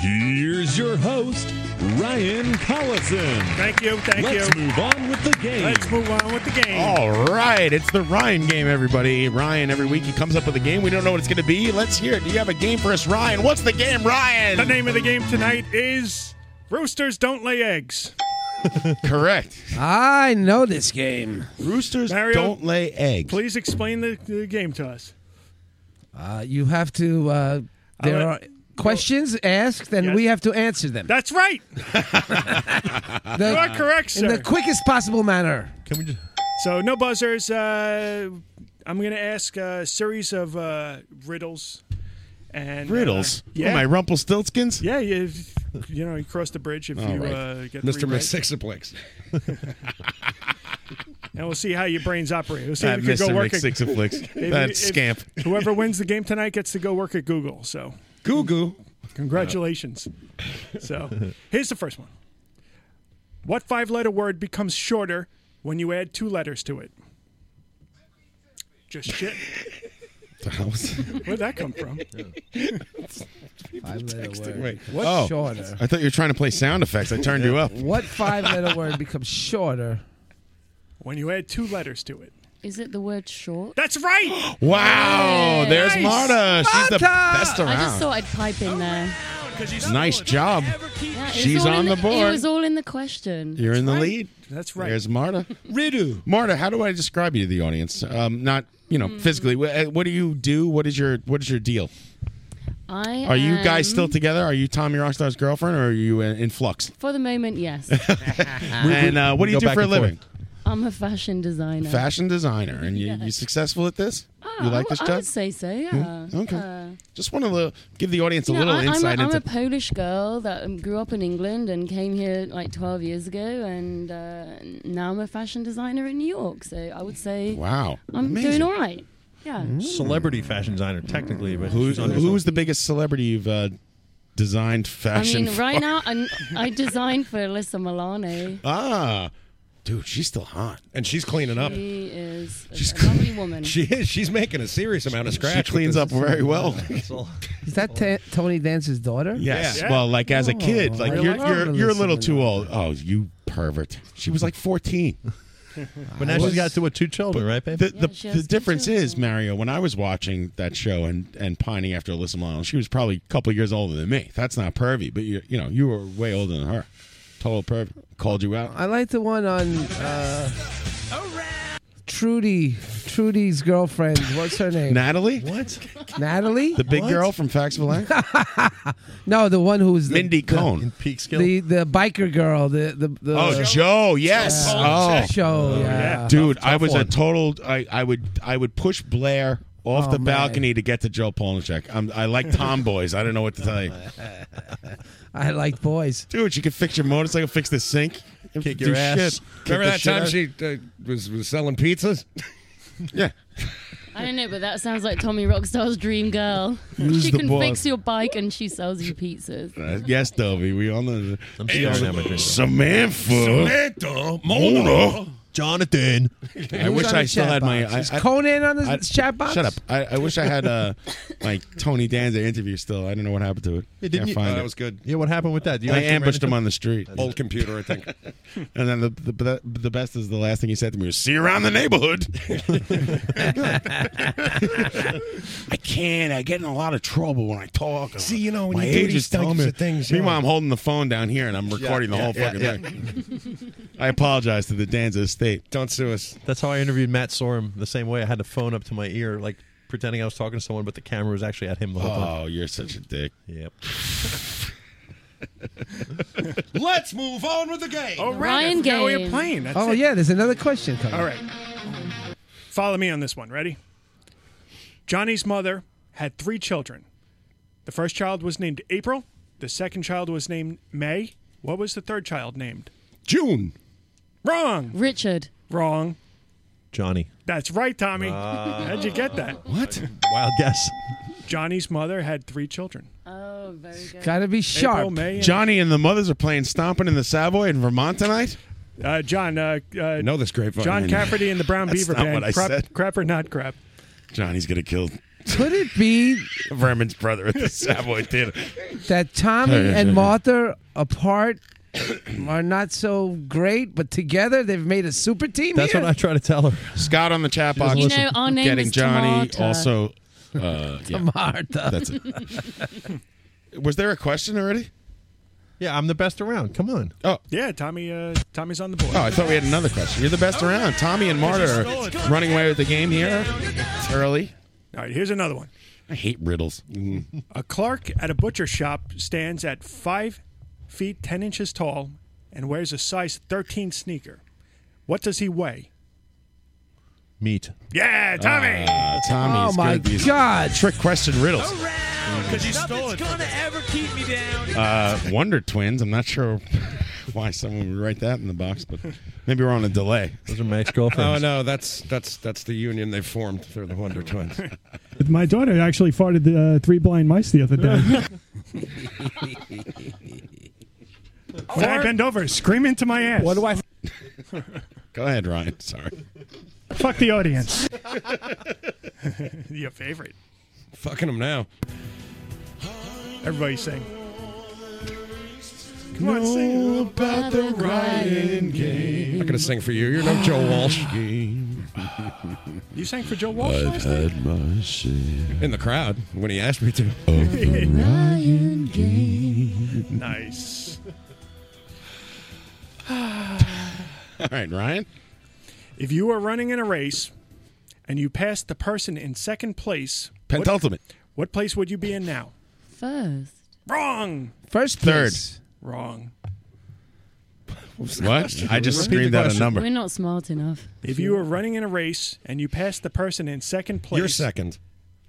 [SPEAKER 15] Here's your host, Ryan Collison.
[SPEAKER 18] Thank you. Thank
[SPEAKER 15] Let's
[SPEAKER 18] you.
[SPEAKER 15] move on with the game.
[SPEAKER 18] Let's move on with the game.
[SPEAKER 4] All right, it's the Ryan game, everybody. Ryan, every week he comes up with a game. We don't know what it's going to be. Let's hear it. Do you have a game for us, Ryan? What's the game, Ryan?
[SPEAKER 18] The name of the game tonight is Roosters Don't Lay Eggs.
[SPEAKER 4] Correct.
[SPEAKER 22] I know this game.
[SPEAKER 4] Roosters
[SPEAKER 18] Mario,
[SPEAKER 4] don't lay eggs.
[SPEAKER 18] Please explain the, the game to us.
[SPEAKER 22] Uh, you have to. Uh, there
[SPEAKER 18] I'll
[SPEAKER 22] are
[SPEAKER 18] let-
[SPEAKER 22] questions asked, and we have to answer them.
[SPEAKER 18] That's right.
[SPEAKER 22] The-
[SPEAKER 18] you are correct,
[SPEAKER 22] In
[SPEAKER 18] sir.
[SPEAKER 22] the quickest possible manner.
[SPEAKER 20] Can we just?
[SPEAKER 18] so no buzzers. Uh, I'm going to ask a series of uh, riddles. And uh,
[SPEAKER 4] Riddles.
[SPEAKER 18] yeah.
[SPEAKER 4] What Am I Rumpelstiltskins? Oh,
[SPEAKER 18] Yeah, you, you know, you cross the bridge if
[SPEAKER 4] All
[SPEAKER 18] you
[SPEAKER 4] right.
[SPEAKER 18] uh, get
[SPEAKER 12] Mr.
[SPEAKER 18] three right.
[SPEAKER 12] Mixixaplex.
[SPEAKER 18] And we'll see how your brains operate. We'll see
[SPEAKER 4] That
[SPEAKER 18] if you can
[SPEAKER 4] Mr.
[SPEAKER 18] go work at-
[SPEAKER 4] Mixixaplex.
[SPEAKER 18] If you-
[SPEAKER 4] That
[SPEAKER 18] if-
[SPEAKER 4] scamp.
[SPEAKER 18] Whoever wins the game tonight gets to go work at Google. So
[SPEAKER 12] Google.
[SPEAKER 18] Congratulations. so here's the first one. What five letter word becomes shorter when you add two letters to it? Just shit. Where'd that come from?
[SPEAKER 22] Five-letter
[SPEAKER 4] Wait.
[SPEAKER 22] word. What's
[SPEAKER 4] oh,
[SPEAKER 22] shorter?
[SPEAKER 4] I thought you were trying to play sound effects. I turned you up.
[SPEAKER 22] What five-letter word becomes shorter?
[SPEAKER 18] When you add two letters to it.
[SPEAKER 2] Is it the word short?
[SPEAKER 18] That's right.
[SPEAKER 4] Wow, there's
[SPEAKER 2] Nice.
[SPEAKER 4] Marta. She's the
[SPEAKER 2] Marta!
[SPEAKER 4] best
[SPEAKER 2] I just
[SPEAKER 4] around.
[SPEAKER 2] thought I'd pipe in there.
[SPEAKER 4] Nice job.
[SPEAKER 2] Yeah, it was
[SPEAKER 4] She's
[SPEAKER 2] all in
[SPEAKER 4] on the
[SPEAKER 2] It
[SPEAKER 4] board.
[SPEAKER 2] was all in the question.
[SPEAKER 4] You're in the lead.
[SPEAKER 18] That's right.
[SPEAKER 4] There's Marta. Ridu. Marta, how do I describe you to the audience? Um, not you know physically. Wh- uh, What do you do? What is your what is your deal?
[SPEAKER 2] I
[SPEAKER 4] Are you guys
[SPEAKER 2] am-
[SPEAKER 4] still together? Are you Tommy Rockstar's girlfriend, or are you in, in flux?
[SPEAKER 2] For the moment, yes.
[SPEAKER 4] and uh, what do
[SPEAKER 20] we
[SPEAKER 4] you
[SPEAKER 20] go
[SPEAKER 4] do
[SPEAKER 20] back
[SPEAKER 4] for a
[SPEAKER 20] and forth.
[SPEAKER 4] living?
[SPEAKER 2] I'm a fashion designer.
[SPEAKER 4] Fashion designer, and you, you successful at this? you like
[SPEAKER 2] I,
[SPEAKER 4] this
[SPEAKER 2] Oh, I
[SPEAKER 4] job?
[SPEAKER 2] would say so. Yeah.
[SPEAKER 4] Hmm? Okay.
[SPEAKER 2] Yeah.
[SPEAKER 4] Just want to give the audience a
[SPEAKER 2] You know,
[SPEAKER 4] little
[SPEAKER 2] I,
[SPEAKER 4] insight
[SPEAKER 2] am a, I'm
[SPEAKER 4] into
[SPEAKER 2] a Polish girl that um, grew up in England and came here like 12 years ago, and uh, now I'm a fashion designer in New York. So I would say,
[SPEAKER 4] Wow.
[SPEAKER 2] I'm doing all right. Yeah.
[SPEAKER 4] Mm.
[SPEAKER 20] Celebrity fashion designer, technically, but
[SPEAKER 4] Who's
[SPEAKER 20] she's on
[SPEAKER 4] who's the biggest celebrity you've uh, designed
[SPEAKER 2] I
[SPEAKER 4] fashion?
[SPEAKER 2] mean, right
[SPEAKER 4] for?
[SPEAKER 2] now, i I designed for Alyssa Milano.
[SPEAKER 4] Ah, dude, she's still hot,
[SPEAKER 12] and she's cleaning up.
[SPEAKER 2] She is a lovely woman.
[SPEAKER 12] She is. She's making a serious amount of
[SPEAKER 4] She
[SPEAKER 12] scratch. with
[SPEAKER 4] cleans
[SPEAKER 12] this.
[SPEAKER 4] up very well.
[SPEAKER 12] That's all.
[SPEAKER 22] Is that Ta- Tony Dance's daughter?
[SPEAKER 4] Yes. Well, like as a kid, like
[SPEAKER 22] I
[SPEAKER 4] you're
[SPEAKER 22] love
[SPEAKER 4] you're, you're a little
[SPEAKER 22] Alyssa
[SPEAKER 4] too old. Oh, you pervert. She was like 14.
[SPEAKER 20] But now she's got to with two children, right, babe?
[SPEAKER 4] The, the, the difference is, Mario, when I was watching that show and, and pining after Alyssa Milano, she was probably a couple years older than me. That's not pervy, but you you know, you were way older than her. Total pervy. Called you out.
[SPEAKER 22] I like the one on uh, Trudy. Trudy's girlfriend. What's her name?
[SPEAKER 4] Natalie?
[SPEAKER 20] What?
[SPEAKER 22] Natalie?
[SPEAKER 4] The big girl from Facts of Life?
[SPEAKER 22] No, the one who's the,
[SPEAKER 4] Mindy Cohn.
[SPEAKER 22] The,
[SPEAKER 20] peak
[SPEAKER 22] the the biker girl. The the, the
[SPEAKER 4] Oh, Joe, yes.
[SPEAKER 22] Yeah.
[SPEAKER 4] Oh.
[SPEAKER 22] Joe. yeah.
[SPEAKER 4] Dude,
[SPEAKER 20] Tough-
[SPEAKER 4] I
[SPEAKER 20] tough
[SPEAKER 4] was a
[SPEAKER 20] one.
[SPEAKER 4] total. I, I would I would push Blair off
[SPEAKER 22] Oh,
[SPEAKER 4] the
[SPEAKER 22] man.
[SPEAKER 4] balcony to get to Joe Polnicek. I'm, I like tomboys. I don't know what to tell you.
[SPEAKER 22] I like boys.
[SPEAKER 4] Dude, she could fix your motorcycle, fix the sink, kick
[SPEAKER 20] your ass, kick
[SPEAKER 12] Remember that time she uh, was, was selling pizzas?
[SPEAKER 4] Yeah.
[SPEAKER 2] I don't know, but that sounds like Tommy Rockstar's dream girl.
[SPEAKER 4] Who's
[SPEAKER 2] she
[SPEAKER 4] the
[SPEAKER 2] can
[SPEAKER 4] boss?
[SPEAKER 2] fix your bike and she sells you pizzas.
[SPEAKER 4] Uh, yes, Dovey, we all know.
[SPEAKER 20] I'm sorry, I'm a drinker.
[SPEAKER 4] Samantha. Mona.
[SPEAKER 20] Jonathan.
[SPEAKER 4] I wish I still had my. I,
[SPEAKER 22] Is
[SPEAKER 4] I-
[SPEAKER 22] Conan on the
[SPEAKER 4] I-
[SPEAKER 22] chat box?
[SPEAKER 4] Shut up! I, I wish I had uh, my Tony Danza interview still. I don't know what happened to it.
[SPEAKER 20] Hey, didn't
[SPEAKER 4] Can't
[SPEAKER 20] you-
[SPEAKER 4] find
[SPEAKER 20] oh,
[SPEAKER 4] it.
[SPEAKER 20] that was
[SPEAKER 12] good.
[SPEAKER 20] Yeah, what happened with that? Do you
[SPEAKER 4] I
[SPEAKER 20] actually
[SPEAKER 4] ambushed
[SPEAKER 20] remember
[SPEAKER 4] him on the street.
[SPEAKER 12] Old computer, I think.
[SPEAKER 4] And then the, the the the best is the last thing he said to me was, "See you around the neighborhood." I can't. I get in a lot of trouble when I talk.
[SPEAKER 12] See, you know, Oh, when
[SPEAKER 4] my
[SPEAKER 12] you do
[SPEAKER 4] agents
[SPEAKER 12] these
[SPEAKER 4] tell
[SPEAKER 12] types
[SPEAKER 4] me.
[SPEAKER 12] of things, you
[SPEAKER 4] Meanwhile,
[SPEAKER 12] know.
[SPEAKER 4] I'm holding the phone down here and I'm recording the whole fucking thing. I apologize to the Danza estate.
[SPEAKER 12] Don't sue us.
[SPEAKER 20] That's how I interviewed Matt Sorum the same way. I had the phone up to my ear, like pretending I was talking to someone, but the camera was actually at him the whole time.
[SPEAKER 4] Oh, you're such a dick.
[SPEAKER 20] Yep.
[SPEAKER 12] Let's move on with the game.
[SPEAKER 18] Oh, right.
[SPEAKER 2] Ryan
[SPEAKER 18] I forgot we were
[SPEAKER 2] game.
[SPEAKER 18] playing. That's
[SPEAKER 22] Oh
[SPEAKER 18] it.
[SPEAKER 22] yeah, there's another question coming.
[SPEAKER 18] All right. Follow me on this one. Ready? Johnny's mother had three children. The first child was named April. The second child was named May. What was the third child named?
[SPEAKER 12] June.
[SPEAKER 18] Wrong.
[SPEAKER 2] Richard.
[SPEAKER 18] Wrong.
[SPEAKER 20] Johnny.
[SPEAKER 18] That's right, Tommy. How'd you get that?
[SPEAKER 12] What?
[SPEAKER 20] Wild guess.
[SPEAKER 18] Johnny's mother had three children.
[SPEAKER 2] Oh, very good.
[SPEAKER 22] Gotta be
[SPEAKER 18] April,
[SPEAKER 22] sharp.
[SPEAKER 18] May, and-
[SPEAKER 4] Johnny and the mothers are playing stomping in the Savoy in Vermont tonight.
[SPEAKER 18] Uh, John. Uh, uh,
[SPEAKER 12] I know this grapevine.
[SPEAKER 18] John Cafferty and the Brown
[SPEAKER 4] That's
[SPEAKER 18] Beaver
[SPEAKER 4] not
[SPEAKER 18] Band.
[SPEAKER 4] what I
[SPEAKER 18] crap,
[SPEAKER 4] said.
[SPEAKER 18] crap or not crap?
[SPEAKER 4] Johnny's gonna kill
[SPEAKER 22] Could it be
[SPEAKER 4] Vermin's brother at the Savoy Theater.
[SPEAKER 22] that Tommy
[SPEAKER 4] Yeah, yeah,
[SPEAKER 22] and
[SPEAKER 4] yeah.
[SPEAKER 22] Martha apart are not so great, but together they've made a super team?
[SPEAKER 4] That's
[SPEAKER 22] here?
[SPEAKER 4] what I
[SPEAKER 20] try to tell her.
[SPEAKER 4] Scott on the chat
[SPEAKER 22] She doesn't
[SPEAKER 4] box.
[SPEAKER 22] You know, listen. our name
[SPEAKER 4] getting
[SPEAKER 22] is
[SPEAKER 4] Johnny.
[SPEAKER 22] Tamarta.
[SPEAKER 4] Also, uh, yeah.
[SPEAKER 22] Tamarta.
[SPEAKER 4] That's it. Was there a question already?
[SPEAKER 20] Yeah, I'm the best around. Come on.
[SPEAKER 4] Oh.
[SPEAKER 18] Yeah, Tommy. Uh, Tommy's on the board.
[SPEAKER 4] Oh, I thought we had another question. You're the best around. Tommy and Marta are running away with the game here. It's early.
[SPEAKER 18] All right, here's another one.
[SPEAKER 4] I hate riddles. Mm.
[SPEAKER 18] A clerk at a butcher shop stands at five feet ten inches tall and wears a size thirteen sneaker. What does he weigh?
[SPEAKER 20] Meat.
[SPEAKER 18] Yeah, Tommy.
[SPEAKER 4] Ah, Tommy's
[SPEAKER 18] Oh, my
[SPEAKER 4] good at these
[SPEAKER 22] God.
[SPEAKER 4] Trick question riddles.
[SPEAKER 9] Because you stole it. gonna ever keep me down.
[SPEAKER 4] Uh, Wonder Twins. I'm not sure why someone would write that in the box, but maybe we're on a delay.
[SPEAKER 20] Those are my
[SPEAKER 12] Oh
[SPEAKER 20] ex-girlfriends.
[SPEAKER 12] no, that's that's that's the union they formed. They're the Wonder Twins.
[SPEAKER 1] My daughter actually farted uh, three blind mice the other day.
[SPEAKER 18] When I bend over, scream into my ass. What do I?
[SPEAKER 4] Oh, Go ahead, Ryan. Sorry.
[SPEAKER 18] Fuck the audience. Your favorite.
[SPEAKER 12] Fucking them now.
[SPEAKER 18] Everybody sing.
[SPEAKER 4] Come on, sing about the Ryan
[SPEAKER 12] I'm not gonna sing for you. You're no Joe Walsh.
[SPEAKER 18] You sang for Joe Walsh last night?
[SPEAKER 12] had my share in the crowd when he asked me to.
[SPEAKER 18] Nice.
[SPEAKER 4] All right, Ryan.
[SPEAKER 18] If you were running in a race and you passed the person in second place, what-
[SPEAKER 4] Penultimate.
[SPEAKER 18] What, place would you be in now?
[SPEAKER 2] First.
[SPEAKER 18] Wrong.
[SPEAKER 22] First
[SPEAKER 4] Third.
[SPEAKER 18] Wrong.
[SPEAKER 4] What? I just screamed out a number.
[SPEAKER 2] We're not smart enough.
[SPEAKER 18] If you were running in a race and you passed the person in second place,
[SPEAKER 4] You're second.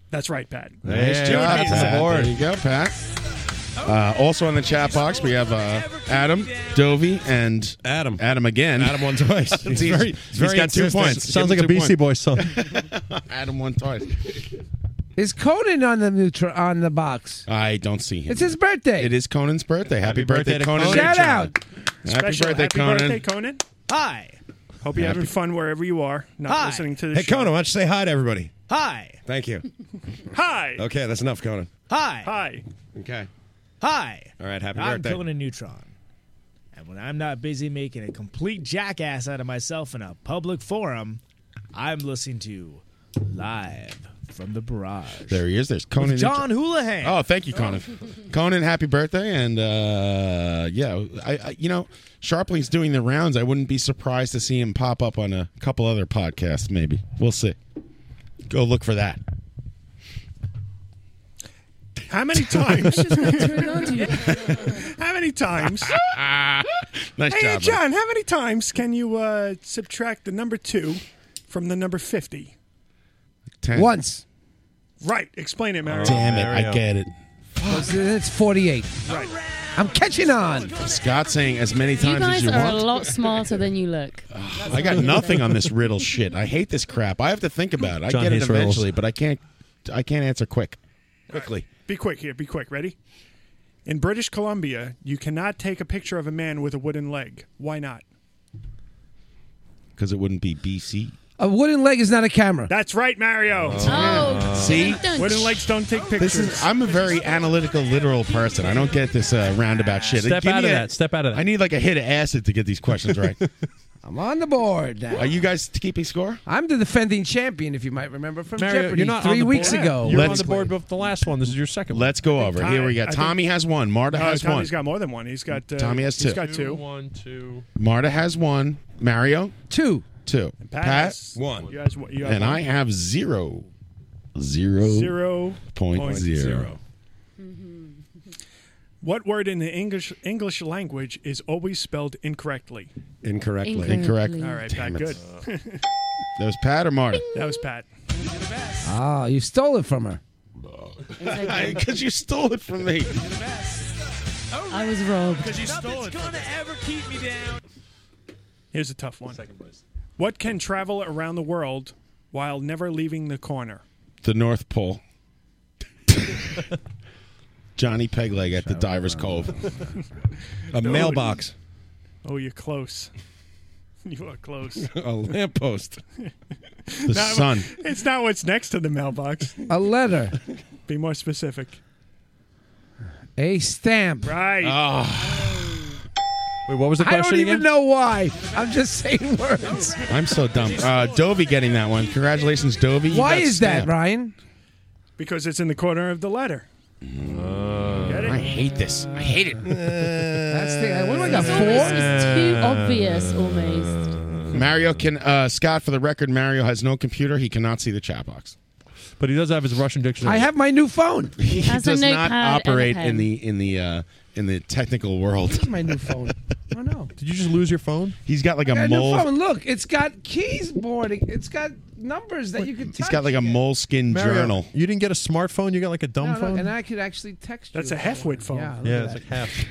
[SPEAKER 18] That's right, Pat.
[SPEAKER 4] Nice job, Pat. There you go, Pat. Uh, also on the chat box, we have uh, Adam, Dovey, and Adam. Adam again. Adam
[SPEAKER 12] won twice.
[SPEAKER 4] he's, he's got two points.
[SPEAKER 20] Sounds like
[SPEAKER 4] Give
[SPEAKER 20] a
[SPEAKER 4] him two
[SPEAKER 20] BC Boy song.
[SPEAKER 4] points. Adam won twice.
[SPEAKER 22] Is Conan on the new tr- on the box?
[SPEAKER 4] I don't see him.
[SPEAKER 22] It's his birthday.
[SPEAKER 4] It is Conan's birthday. Happy,
[SPEAKER 22] birthday
[SPEAKER 4] birthday,
[SPEAKER 22] to
[SPEAKER 4] Conan.
[SPEAKER 22] Conan. Shout out.
[SPEAKER 4] Happy
[SPEAKER 18] Special
[SPEAKER 4] birthday,
[SPEAKER 18] happy
[SPEAKER 4] Conan.
[SPEAKER 18] birthday, Conan. Hi. Hope you're
[SPEAKER 12] Happy-
[SPEAKER 18] having fun wherever you are. Not
[SPEAKER 12] Hi.
[SPEAKER 18] listening to the
[SPEAKER 12] Hey
[SPEAKER 18] show.
[SPEAKER 12] Conan, why don't you say hi to everybody?
[SPEAKER 18] Hi.
[SPEAKER 12] Thank you.
[SPEAKER 18] Hi.
[SPEAKER 12] Okay, that's enough, Conan.
[SPEAKER 18] Hi. Hi.
[SPEAKER 12] Okay.
[SPEAKER 6] Hi.
[SPEAKER 12] All right, happy
[SPEAKER 6] I'm
[SPEAKER 12] birthday.
[SPEAKER 6] Conan Neutron. And when I'm not busy making a complete jackass out of myself in a public forum, I'm listening to Live from the Barrage.
[SPEAKER 4] There he is. There's Conan.
[SPEAKER 6] John Houlihan.
[SPEAKER 4] Oh, thank you, Conan. Conan, happy birthday. And, uh, yeah, I, I, you know, Sharpling's doing the rounds. I wouldn't be surprised to see him pop up on a couple other podcasts, maybe. We'll see. Go look for that.
[SPEAKER 18] How many times?
[SPEAKER 4] Nice
[SPEAKER 18] how many times? hey,
[SPEAKER 4] job. Mike.
[SPEAKER 18] John, how many times can you uh, subtract the number two from the number 50?
[SPEAKER 4] Ten.
[SPEAKER 22] Once.
[SPEAKER 18] Right. Explain it, Mario.
[SPEAKER 4] Damn it. I get it.
[SPEAKER 22] It's 48.
[SPEAKER 18] Right.
[SPEAKER 22] I'm catching on.
[SPEAKER 4] Scott saying as many
[SPEAKER 2] You
[SPEAKER 4] times as
[SPEAKER 2] guys
[SPEAKER 4] you
[SPEAKER 2] are
[SPEAKER 4] want.
[SPEAKER 2] a lot smarter than you look.
[SPEAKER 4] I got nothing on this riddle shit. I hate this crap. I have to think about it. I
[SPEAKER 20] John
[SPEAKER 4] get it
[SPEAKER 20] hates riddles.
[SPEAKER 4] eventually, but I can't. I can't answer quick. Quickly.
[SPEAKER 18] Be quick here. Be quick. Ready? In British Columbia, you cannot take a picture of a man with a wooden leg. Why not?
[SPEAKER 4] because it wouldn't be BC.
[SPEAKER 22] A wooden leg is not a camera.
[SPEAKER 18] That's right, Mario.
[SPEAKER 4] Oh. See?
[SPEAKER 18] Wooden legs don't take pictures.
[SPEAKER 4] This is. I'm a very analytical, literal person. I don't get this uh, roundabout shit.
[SPEAKER 20] Step
[SPEAKER 4] Give
[SPEAKER 20] out
[SPEAKER 4] me
[SPEAKER 20] of
[SPEAKER 4] a-
[SPEAKER 20] that. Step out of that.
[SPEAKER 4] I need like a hit of acid to get these questions right.
[SPEAKER 22] I'm on the board now.
[SPEAKER 4] Are you guys keeping score?
[SPEAKER 22] I'm the defending champion, if you might remember from
[SPEAKER 20] Mario,
[SPEAKER 22] Jeopardy
[SPEAKER 20] you're not on
[SPEAKER 22] three
[SPEAKER 20] the
[SPEAKER 22] weeks
[SPEAKER 20] board.
[SPEAKER 22] ago.
[SPEAKER 20] You're on the board with the last one. This is your second.
[SPEAKER 4] Let's go over. Here
[SPEAKER 20] Ty-
[SPEAKER 4] we go.
[SPEAKER 20] I think-
[SPEAKER 4] Tommy has one. Marta
[SPEAKER 18] No,
[SPEAKER 4] has
[SPEAKER 18] Tommy's
[SPEAKER 4] one.
[SPEAKER 18] got more than one. He's got. Uh,
[SPEAKER 4] Tommy has
[SPEAKER 18] He's
[SPEAKER 4] two.
[SPEAKER 18] got two.
[SPEAKER 20] One, two.
[SPEAKER 4] Marta has one. Mario
[SPEAKER 22] two.
[SPEAKER 4] Two.
[SPEAKER 18] Pat,
[SPEAKER 4] Pat
[SPEAKER 18] has
[SPEAKER 12] one.
[SPEAKER 18] You guys, you guys
[SPEAKER 4] and I have zero. Zero.
[SPEAKER 18] Zero
[SPEAKER 4] point
[SPEAKER 18] point
[SPEAKER 4] zero.
[SPEAKER 18] zero. What word in the English English language is always spelled incorrectly?
[SPEAKER 12] Incorrectly.
[SPEAKER 4] Incorrect.
[SPEAKER 18] All right,
[SPEAKER 4] Damn
[SPEAKER 18] Pat.
[SPEAKER 4] it.
[SPEAKER 18] Good.
[SPEAKER 4] That was Pat or Marta?
[SPEAKER 18] that was Pat.
[SPEAKER 22] Oh, you stole it from her.
[SPEAKER 4] Because you stole it from me.
[SPEAKER 2] I was robbed.
[SPEAKER 9] Because you stole it. gonna ever keep me down.
[SPEAKER 18] Here's a tough one. What can travel around the world while never leaving the corner?
[SPEAKER 4] The North Pole. Johnny Pegleg at the Divers Cove.
[SPEAKER 18] A
[SPEAKER 4] mailbox.
[SPEAKER 18] Oh, you're close. You are close.
[SPEAKER 12] a lamppost.
[SPEAKER 4] The
[SPEAKER 18] Not-
[SPEAKER 4] sun.
[SPEAKER 18] It's not what's next to the mailbox.
[SPEAKER 22] A letter.
[SPEAKER 18] Be more specific.
[SPEAKER 22] A stamp.
[SPEAKER 18] Right.
[SPEAKER 20] Wait, what was
[SPEAKER 22] I don't even know why. I'm just saying words.
[SPEAKER 4] I'm so dumb. Uh, Dovey getting that one. Congratulations, Dovey. You
[SPEAKER 22] Why
[SPEAKER 4] got
[SPEAKER 22] is that,
[SPEAKER 4] stamped.
[SPEAKER 22] Ryan?
[SPEAKER 18] Because it's in the corner of the letter. Get it?
[SPEAKER 4] I hate this.
[SPEAKER 18] Uh.
[SPEAKER 4] I hate it.
[SPEAKER 22] That's the. uh, What do I got?
[SPEAKER 2] It's almost just too
[SPEAKER 4] Uh,
[SPEAKER 2] obvious, almost.
[SPEAKER 4] Mario can uh, Scott for the record. Mario has no computer. He cannot see the chat box.
[SPEAKER 20] But he does have his Russian dictionary.
[SPEAKER 22] I have my new phone.
[SPEAKER 4] He
[SPEAKER 22] has a
[SPEAKER 4] does
[SPEAKER 22] notepad
[SPEAKER 4] not
[SPEAKER 22] and a
[SPEAKER 4] operate
[SPEAKER 22] pen.
[SPEAKER 4] in the in the uh, in the technical world.
[SPEAKER 22] my new phone. I know.
[SPEAKER 20] Did you just lose your phone?
[SPEAKER 4] He's got like
[SPEAKER 22] I got
[SPEAKER 4] a
[SPEAKER 22] a new
[SPEAKER 4] mole.
[SPEAKER 22] phone. Look, it's got keys boarding. It's got numbers that you can.
[SPEAKER 4] He's got like a moleskin
[SPEAKER 20] Mario,
[SPEAKER 4] journal.
[SPEAKER 20] You didn't get a smartphone. You got like a dumb
[SPEAKER 22] No, no,
[SPEAKER 20] phone.
[SPEAKER 22] and I could actually text you.
[SPEAKER 18] That's a
[SPEAKER 22] if I
[SPEAKER 18] half-wit
[SPEAKER 22] wanted.
[SPEAKER 18] phone.
[SPEAKER 22] Yeah, look
[SPEAKER 20] yeah,
[SPEAKER 22] at
[SPEAKER 20] it's
[SPEAKER 22] that.
[SPEAKER 20] like half.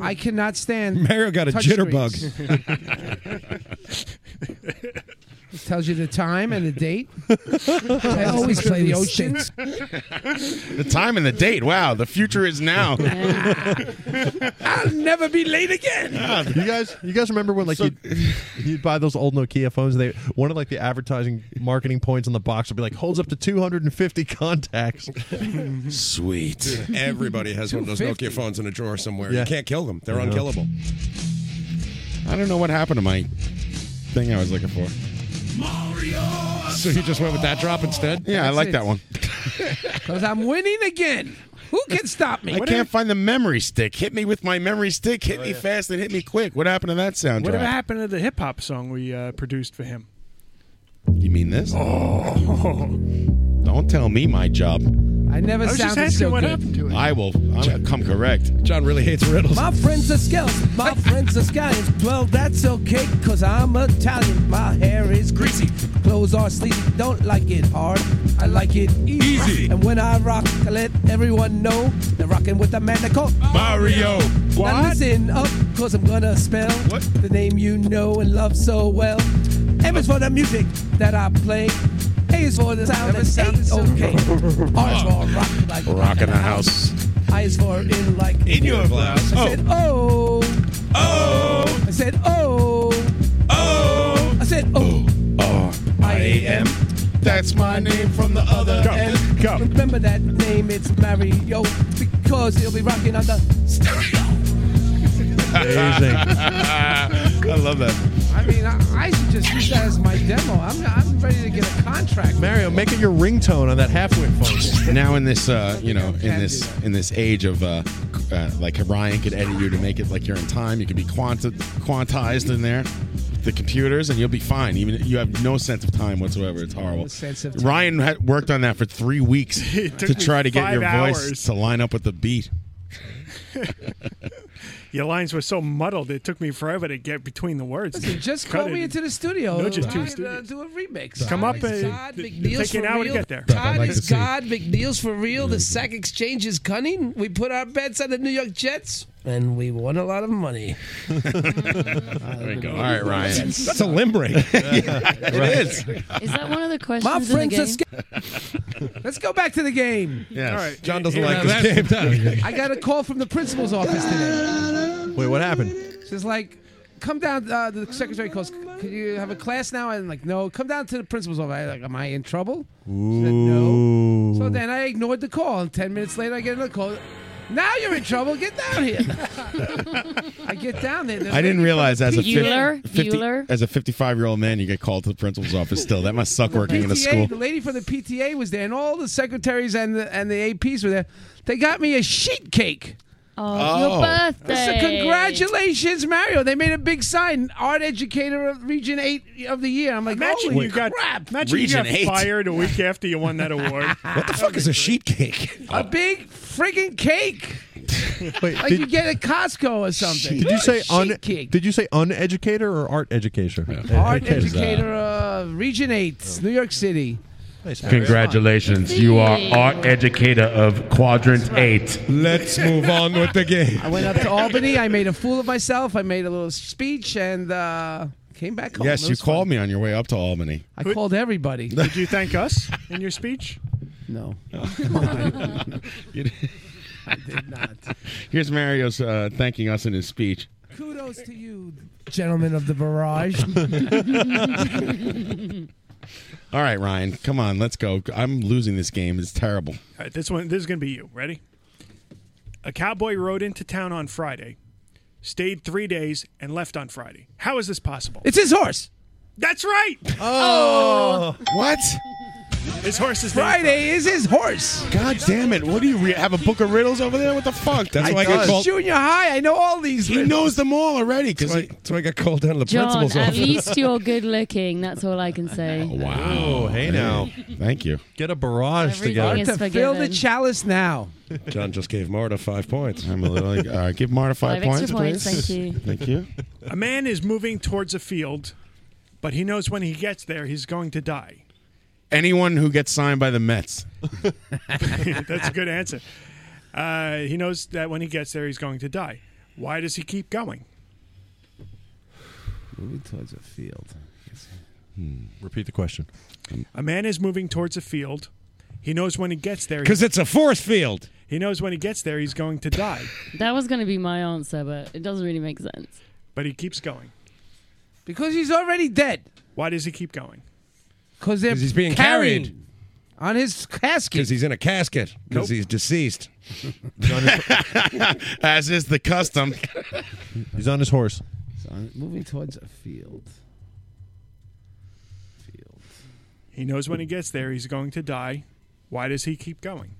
[SPEAKER 22] I cannot stand.
[SPEAKER 20] Mario got a
[SPEAKER 22] touch
[SPEAKER 20] jitterbug.
[SPEAKER 22] screens. It tells you the time and the date. I always play the
[SPEAKER 16] these
[SPEAKER 22] ocean.
[SPEAKER 4] The time and the date. Wow, the future is now.
[SPEAKER 22] I'll never be late again.
[SPEAKER 20] you guys, you guys remember when like you'd, you'd buy those old Nokia phones? They one of like the advertising marketing points on the box would be like holds up to 250 contacts.
[SPEAKER 4] Sweet.
[SPEAKER 12] Everybody has one of those Nokia phones in a drawer somewhere.
[SPEAKER 20] Yeah.
[SPEAKER 12] You can't kill them. They're
[SPEAKER 20] I know.
[SPEAKER 12] unkillable.
[SPEAKER 4] I don't know what happened to my thing I was looking for.
[SPEAKER 12] So you just went with that drop instead?
[SPEAKER 4] Yeah, I
[SPEAKER 22] That's
[SPEAKER 4] like
[SPEAKER 22] it.
[SPEAKER 4] that one.
[SPEAKER 22] Because I'm winning again. Who can stop me?
[SPEAKER 4] I can't find the memory stick. Hit me with my memory stick. Hit me fast and hit me quick. What happened to that sound?
[SPEAKER 18] Whatever
[SPEAKER 4] drop?
[SPEAKER 18] happened to the hip hop song we uh, produced for him?
[SPEAKER 4] You mean this? Oh. Don't tell me my job.
[SPEAKER 22] I never
[SPEAKER 18] I was just
[SPEAKER 22] sounded
[SPEAKER 18] asking
[SPEAKER 22] so
[SPEAKER 18] what
[SPEAKER 22] good.
[SPEAKER 18] happened to it.
[SPEAKER 4] I will. I'm gonna come correct.
[SPEAKER 12] John really hates riddles.
[SPEAKER 22] My friends are skeletons, my friends are scallions. Well, that's okay, cause I'm Italian. My hair is greasy, clothes are sleazy. Don't like it hard, I like it easy. And when I rock, I let everyone know they're rocking with a man they call
[SPEAKER 4] Mario.
[SPEAKER 22] Now listen up, cause I'm gonna spell the name you know and love so well. M is for the music that I play. A is for the sound that sounds okay. R is for rock like
[SPEAKER 4] Rock in the house.
[SPEAKER 22] I is for in like
[SPEAKER 4] In your blouse.
[SPEAKER 22] I said oh. Oh. I said oh. Oh. I said oh.
[SPEAKER 4] I am. That's my name from the other end.
[SPEAKER 22] Go. Remember that name, it's Mario, because he'll be rocking on the stereo.
[SPEAKER 4] Amazing. I love that.
[SPEAKER 22] I mean, I, I should just use that as my demo. I'm, I'm ready to get a contract.
[SPEAKER 20] Mario, make it your ringtone on that halfwit phone.
[SPEAKER 4] Now in this, uh, you know, in this in this age of uh, uh, like Ryan could edit you to make it like you're in time. You could be quanti- quantized in there, with the computers, and you'll be fine. Even you have no sense of time whatsoever. It's horrible.
[SPEAKER 22] sense of time.
[SPEAKER 4] Ryan had worked on that for three weeks
[SPEAKER 18] It took me
[SPEAKER 4] to try to get
[SPEAKER 18] five
[SPEAKER 4] your
[SPEAKER 18] hours.
[SPEAKER 4] voice to line up with the beat.
[SPEAKER 18] Your lines were so muddled, it took me forever to get between the words.
[SPEAKER 22] Listen, just
[SPEAKER 18] Cut
[SPEAKER 22] call me
[SPEAKER 18] it.
[SPEAKER 22] into the studio.
[SPEAKER 18] No, just two
[SPEAKER 22] I'd, uh,
[SPEAKER 18] studios.
[SPEAKER 22] do a remix.
[SPEAKER 18] Come up
[SPEAKER 22] Todd
[SPEAKER 18] and-
[SPEAKER 22] is God
[SPEAKER 18] th-
[SPEAKER 22] McNeil's
[SPEAKER 18] take you an
[SPEAKER 22] for
[SPEAKER 18] hour to
[SPEAKER 22] real.
[SPEAKER 18] get there.
[SPEAKER 22] Todd
[SPEAKER 18] I'd like
[SPEAKER 22] is
[SPEAKER 18] to see.
[SPEAKER 22] God. McNeil's for real. The sack exchange is cunning. We put our bets on the New York Jets, and we won a lot of money.
[SPEAKER 4] There we go. All right, Ryan.
[SPEAKER 12] That's a limb break.
[SPEAKER 4] It is.
[SPEAKER 2] Is that one of the questions?
[SPEAKER 22] My
[SPEAKER 2] in the
[SPEAKER 22] friends are
[SPEAKER 2] game?
[SPEAKER 22] sca- Let's go back to the game.
[SPEAKER 4] Yes.
[SPEAKER 18] All right.
[SPEAKER 12] John doesn't
[SPEAKER 20] Yeah,
[SPEAKER 12] like this game.
[SPEAKER 22] I got a call from the principal's office today.
[SPEAKER 20] Wait, what happened?
[SPEAKER 22] She's like, "Come down." Uh, the secretary calls. Could you have a class now? And like, no. Come down to the principal's office. I like, am I in trouble?
[SPEAKER 20] Ooh.
[SPEAKER 22] So then I ignored the call, and ten minutes later I get another call. Now you're in trouble. Get down here. I get down there.
[SPEAKER 4] I didn't realize as a
[SPEAKER 22] Bueller?
[SPEAKER 4] 50, 50
[SPEAKER 22] Bueller?
[SPEAKER 4] as a 55 year old man, you get called to the principal's office. Still, that must suck working in a
[SPEAKER 22] PTA,
[SPEAKER 4] school.
[SPEAKER 22] the lady from the PTA was there, and all the secretaries and the and the APs were there. They got me a sheet cake.
[SPEAKER 2] Oh, your birthday.
[SPEAKER 22] So congratulations, Mario! They made a big sign, Art Educator of Region Eight of the Year. I'm like,
[SPEAKER 18] Imagine
[SPEAKER 22] holy
[SPEAKER 18] you got
[SPEAKER 22] crap!
[SPEAKER 18] imagine
[SPEAKER 4] Region
[SPEAKER 18] you
[SPEAKER 4] eight.
[SPEAKER 18] got fired a week after you won that award.
[SPEAKER 12] What the fuck is a sheet cake?
[SPEAKER 22] a big friggin' cake,
[SPEAKER 20] Wait,
[SPEAKER 22] like you
[SPEAKER 20] did,
[SPEAKER 22] get at Costco or something.
[SPEAKER 20] did you say
[SPEAKER 22] Sheet
[SPEAKER 20] un?
[SPEAKER 22] cake?
[SPEAKER 20] Did you say uneducator or art educator?
[SPEAKER 22] Art
[SPEAKER 20] Educator.
[SPEAKER 22] Educator of Region Eight, New York City.
[SPEAKER 7] Congratulations, you are art educator of quadrant eight.
[SPEAKER 12] Let's move on with the game.
[SPEAKER 22] I went up to Albany. I made a fool of myself. I made a little speech and uh, came back home. It
[SPEAKER 4] Yes, you
[SPEAKER 22] was
[SPEAKER 4] called me on your way up to Albany.
[SPEAKER 22] fun. I called everybody.
[SPEAKER 18] Did you thank us in your speech?
[SPEAKER 22] No.
[SPEAKER 4] You d-
[SPEAKER 22] I did not.
[SPEAKER 4] Here's Mario's uh, thanking us in his speech.
[SPEAKER 22] Kudos to you, gentlemen of the barrage.
[SPEAKER 4] All right, Ryan, come on, let's go. I'm losing this game. It's terrible.
[SPEAKER 18] All right, this one, this is going to be you. Ready? A cowboy rode into town on Friday, stayed three days, and left on Friday. How is this possible?
[SPEAKER 22] It's his horse.
[SPEAKER 18] That's right.
[SPEAKER 22] Oh.
[SPEAKER 4] what?
[SPEAKER 18] His horse is
[SPEAKER 22] Friday is his horse.
[SPEAKER 4] God damn it! What do you re- have a book of riddles over there? What the fuck? That's why I got called.
[SPEAKER 22] Junior high. I know all these.
[SPEAKER 4] He knows them all already. Because
[SPEAKER 12] that's why I got called down to the
[SPEAKER 2] John,
[SPEAKER 12] principal's
[SPEAKER 2] at
[SPEAKER 12] office.
[SPEAKER 2] least you're good looking. That's all I can say.
[SPEAKER 12] Oh,
[SPEAKER 4] Wow.
[SPEAKER 20] hey now.
[SPEAKER 4] Thank you.
[SPEAKER 20] Get a barrage
[SPEAKER 2] Everything
[SPEAKER 20] together.
[SPEAKER 2] is
[SPEAKER 22] Fill the
[SPEAKER 2] forgiven.
[SPEAKER 22] chalice now.
[SPEAKER 12] John just gave Marta five points.
[SPEAKER 4] I'm a little. Uh, give Marta
[SPEAKER 2] five Five extra points, points, please. thank
[SPEAKER 4] Thank you.
[SPEAKER 18] A man is moving towards a field, but he knows when he gets there, he's going to die.
[SPEAKER 4] Anyone who gets signed by the Mets.
[SPEAKER 18] That's a good answer. Uh, he knows that when he gets there, he's going to die. Why does he keep going?
[SPEAKER 6] Moving towards a field.
[SPEAKER 20] Hmm. Repeat the question.
[SPEAKER 18] A man is moving towards a field. He knows when he gets there.
[SPEAKER 12] Because it's a force field.
[SPEAKER 18] He knows when he gets there, he's going to die,
[SPEAKER 2] That was going to be my answer, but it doesn't really make sense.
[SPEAKER 18] but he keeps going.
[SPEAKER 22] Because he's already dead.
[SPEAKER 18] Why does he keep going?
[SPEAKER 22] Because they're
[SPEAKER 12] 'Cause he's being
[SPEAKER 22] carrying
[SPEAKER 12] carried.
[SPEAKER 22] on his casket.
[SPEAKER 12] Because he's in a casket. Because
[SPEAKER 22] Nope.
[SPEAKER 12] he's deceased.
[SPEAKER 4] As is the custom.
[SPEAKER 20] He's on his horse.
[SPEAKER 6] moving towards a field.
[SPEAKER 18] He knows when he gets there, he's going to die. Why does he keep going?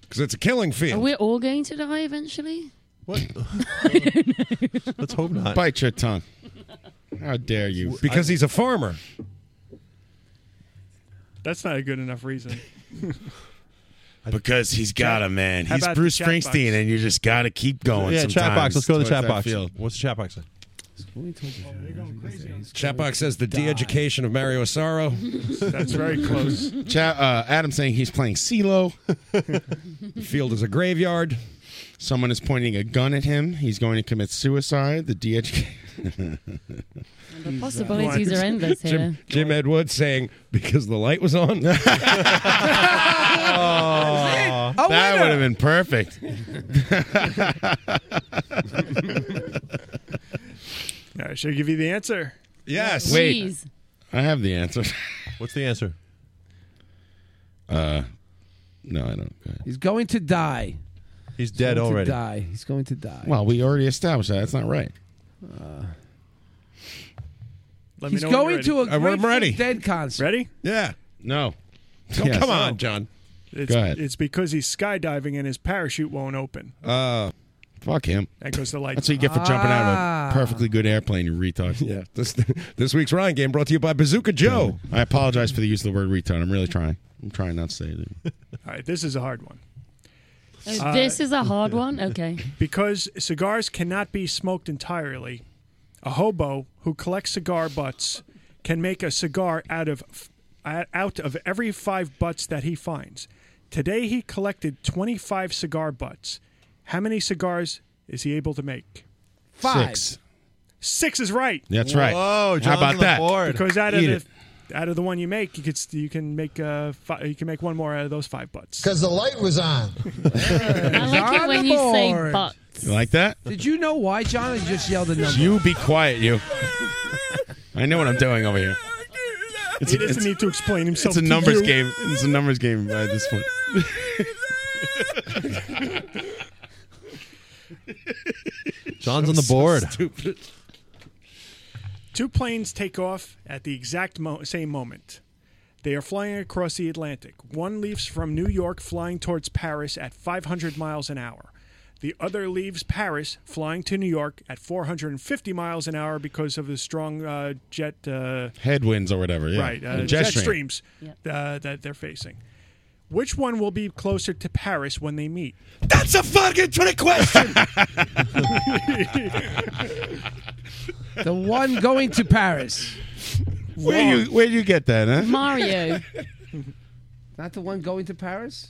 [SPEAKER 12] Because it's a killing
[SPEAKER 2] Are
[SPEAKER 12] field.
[SPEAKER 2] we all going to die eventually?
[SPEAKER 20] Let's hope
[SPEAKER 2] not.
[SPEAKER 4] Bite your tongue. How dare you?
[SPEAKER 12] Because he's a farmer.
[SPEAKER 18] That's not a good enough reason.
[SPEAKER 4] Because he's got him, man.
[SPEAKER 18] How
[SPEAKER 4] He's
[SPEAKER 18] about
[SPEAKER 4] Bruce
[SPEAKER 18] the chat
[SPEAKER 4] Springsteen,
[SPEAKER 18] box?
[SPEAKER 4] and you just got to keep going.
[SPEAKER 20] yeah, chat box.
[SPEAKER 4] sometimes
[SPEAKER 20] Let's go to the
[SPEAKER 4] towards
[SPEAKER 20] chat
[SPEAKER 4] that
[SPEAKER 20] box.
[SPEAKER 4] field.
[SPEAKER 20] What's the chat box? say?
[SPEAKER 12] Chatbox says the de-education of Mario Asaro.
[SPEAKER 18] That's very close.
[SPEAKER 4] Chat, uh, Adam saying he's playing CeeLo.
[SPEAKER 12] Field is a graveyard.
[SPEAKER 4] Someone is pointing a gun at him. He's going to commit suicide. The de
[SPEAKER 2] The possibilities are endless here.
[SPEAKER 12] Jim, Jim Ed Wood saying because the light was on.
[SPEAKER 4] Oh, that would have been perfect.
[SPEAKER 18] All right, should I give you the answer?
[SPEAKER 12] Yes.
[SPEAKER 4] Wait. I have the answer.
[SPEAKER 20] What's the answer?
[SPEAKER 4] Uh, no, I don't. Go ahead.
[SPEAKER 22] He's going to die.
[SPEAKER 20] He's
[SPEAKER 22] He's
[SPEAKER 20] dead
[SPEAKER 22] going
[SPEAKER 20] already.
[SPEAKER 22] To die. He's going to die. Uh,
[SPEAKER 4] Well, we already established that. That's not right.
[SPEAKER 18] Let
[SPEAKER 22] He's
[SPEAKER 18] me know
[SPEAKER 22] going to a
[SPEAKER 4] I'm
[SPEAKER 22] Grateful
[SPEAKER 4] ready. Oh,
[SPEAKER 22] Dead concert.
[SPEAKER 18] Ready?
[SPEAKER 12] Yeah.
[SPEAKER 4] No.
[SPEAKER 12] Come-
[SPEAKER 4] Yes.
[SPEAKER 12] Come on, John.
[SPEAKER 18] It's,
[SPEAKER 4] Go ahead.
[SPEAKER 18] It's because he's skydiving and his parachute won't open.
[SPEAKER 12] Uh,
[SPEAKER 4] Fuck him.
[SPEAKER 18] That goes the lights. Ah.
[SPEAKER 4] That's what you get for jumping out of a perfectly good airplane, you retard.
[SPEAKER 12] Yeah. This this week's Ryan game brought to you by Bazooka Joe.
[SPEAKER 4] I apologize for the use of the word retard. I'm really trying. I'm trying not to say it.
[SPEAKER 18] All right, this is a hard one.
[SPEAKER 2] Oh,
[SPEAKER 18] Uh,
[SPEAKER 2] this is a hard one. Okay.
[SPEAKER 18] Because cigars cannot be smoked entirely, a hobo who collects cigar butts can make a cigar out of uh, out of every five butts that he finds. Today he collected 25 cigar butts. How many cigars is he able to make?
[SPEAKER 22] Five.
[SPEAKER 4] Six.
[SPEAKER 18] Six is right.
[SPEAKER 4] That's right.
[SPEAKER 20] Whoa,
[SPEAKER 4] How
[SPEAKER 20] John's on
[SPEAKER 4] about
[SPEAKER 20] the
[SPEAKER 4] that?
[SPEAKER 20] board.
[SPEAKER 18] Because out of
[SPEAKER 4] Eat
[SPEAKER 18] the,
[SPEAKER 4] it.
[SPEAKER 18] out of the one you make, you could s- you can make uh fi- you can make one more out of those five butts.
[SPEAKER 8] Because the light was on.
[SPEAKER 2] I like it
[SPEAKER 22] on
[SPEAKER 2] when
[SPEAKER 22] the
[SPEAKER 2] you say
[SPEAKER 22] board.
[SPEAKER 2] but.
[SPEAKER 4] You like that?
[SPEAKER 22] Did you know why John has just yelled a number?
[SPEAKER 4] You be quiet, you. I know what I'm doing over here. It's,
[SPEAKER 18] he doesn't need to explain
[SPEAKER 4] it's
[SPEAKER 18] himself.
[SPEAKER 4] a
[SPEAKER 18] to
[SPEAKER 4] numbers
[SPEAKER 18] you.
[SPEAKER 4] game. It's a numbers game by this point.
[SPEAKER 20] John's on the board.
[SPEAKER 12] Stupid.
[SPEAKER 18] Two planes take off at the exact mo- same moment. They are flying across the Atlantic. One leaves from New York flying towards Paris at 500 miles an hour. The other leaves Paris flying to New York at 450 miles an hour because of the strong uh, jet uh,
[SPEAKER 4] Headwinds or whatever. Yeah.
[SPEAKER 18] right uh,
[SPEAKER 4] The
[SPEAKER 18] jet,
[SPEAKER 4] stream.
[SPEAKER 18] streams uh, that they're facing. Which one will be closer to Paris when they meet?
[SPEAKER 12] That's a fucking trick question.
[SPEAKER 22] The one going to Paris.
[SPEAKER 4] Where do you where do you get that, huh?
[SPEAKER 2] Mario.
[SPEAKER 22] Not the one going to Paris?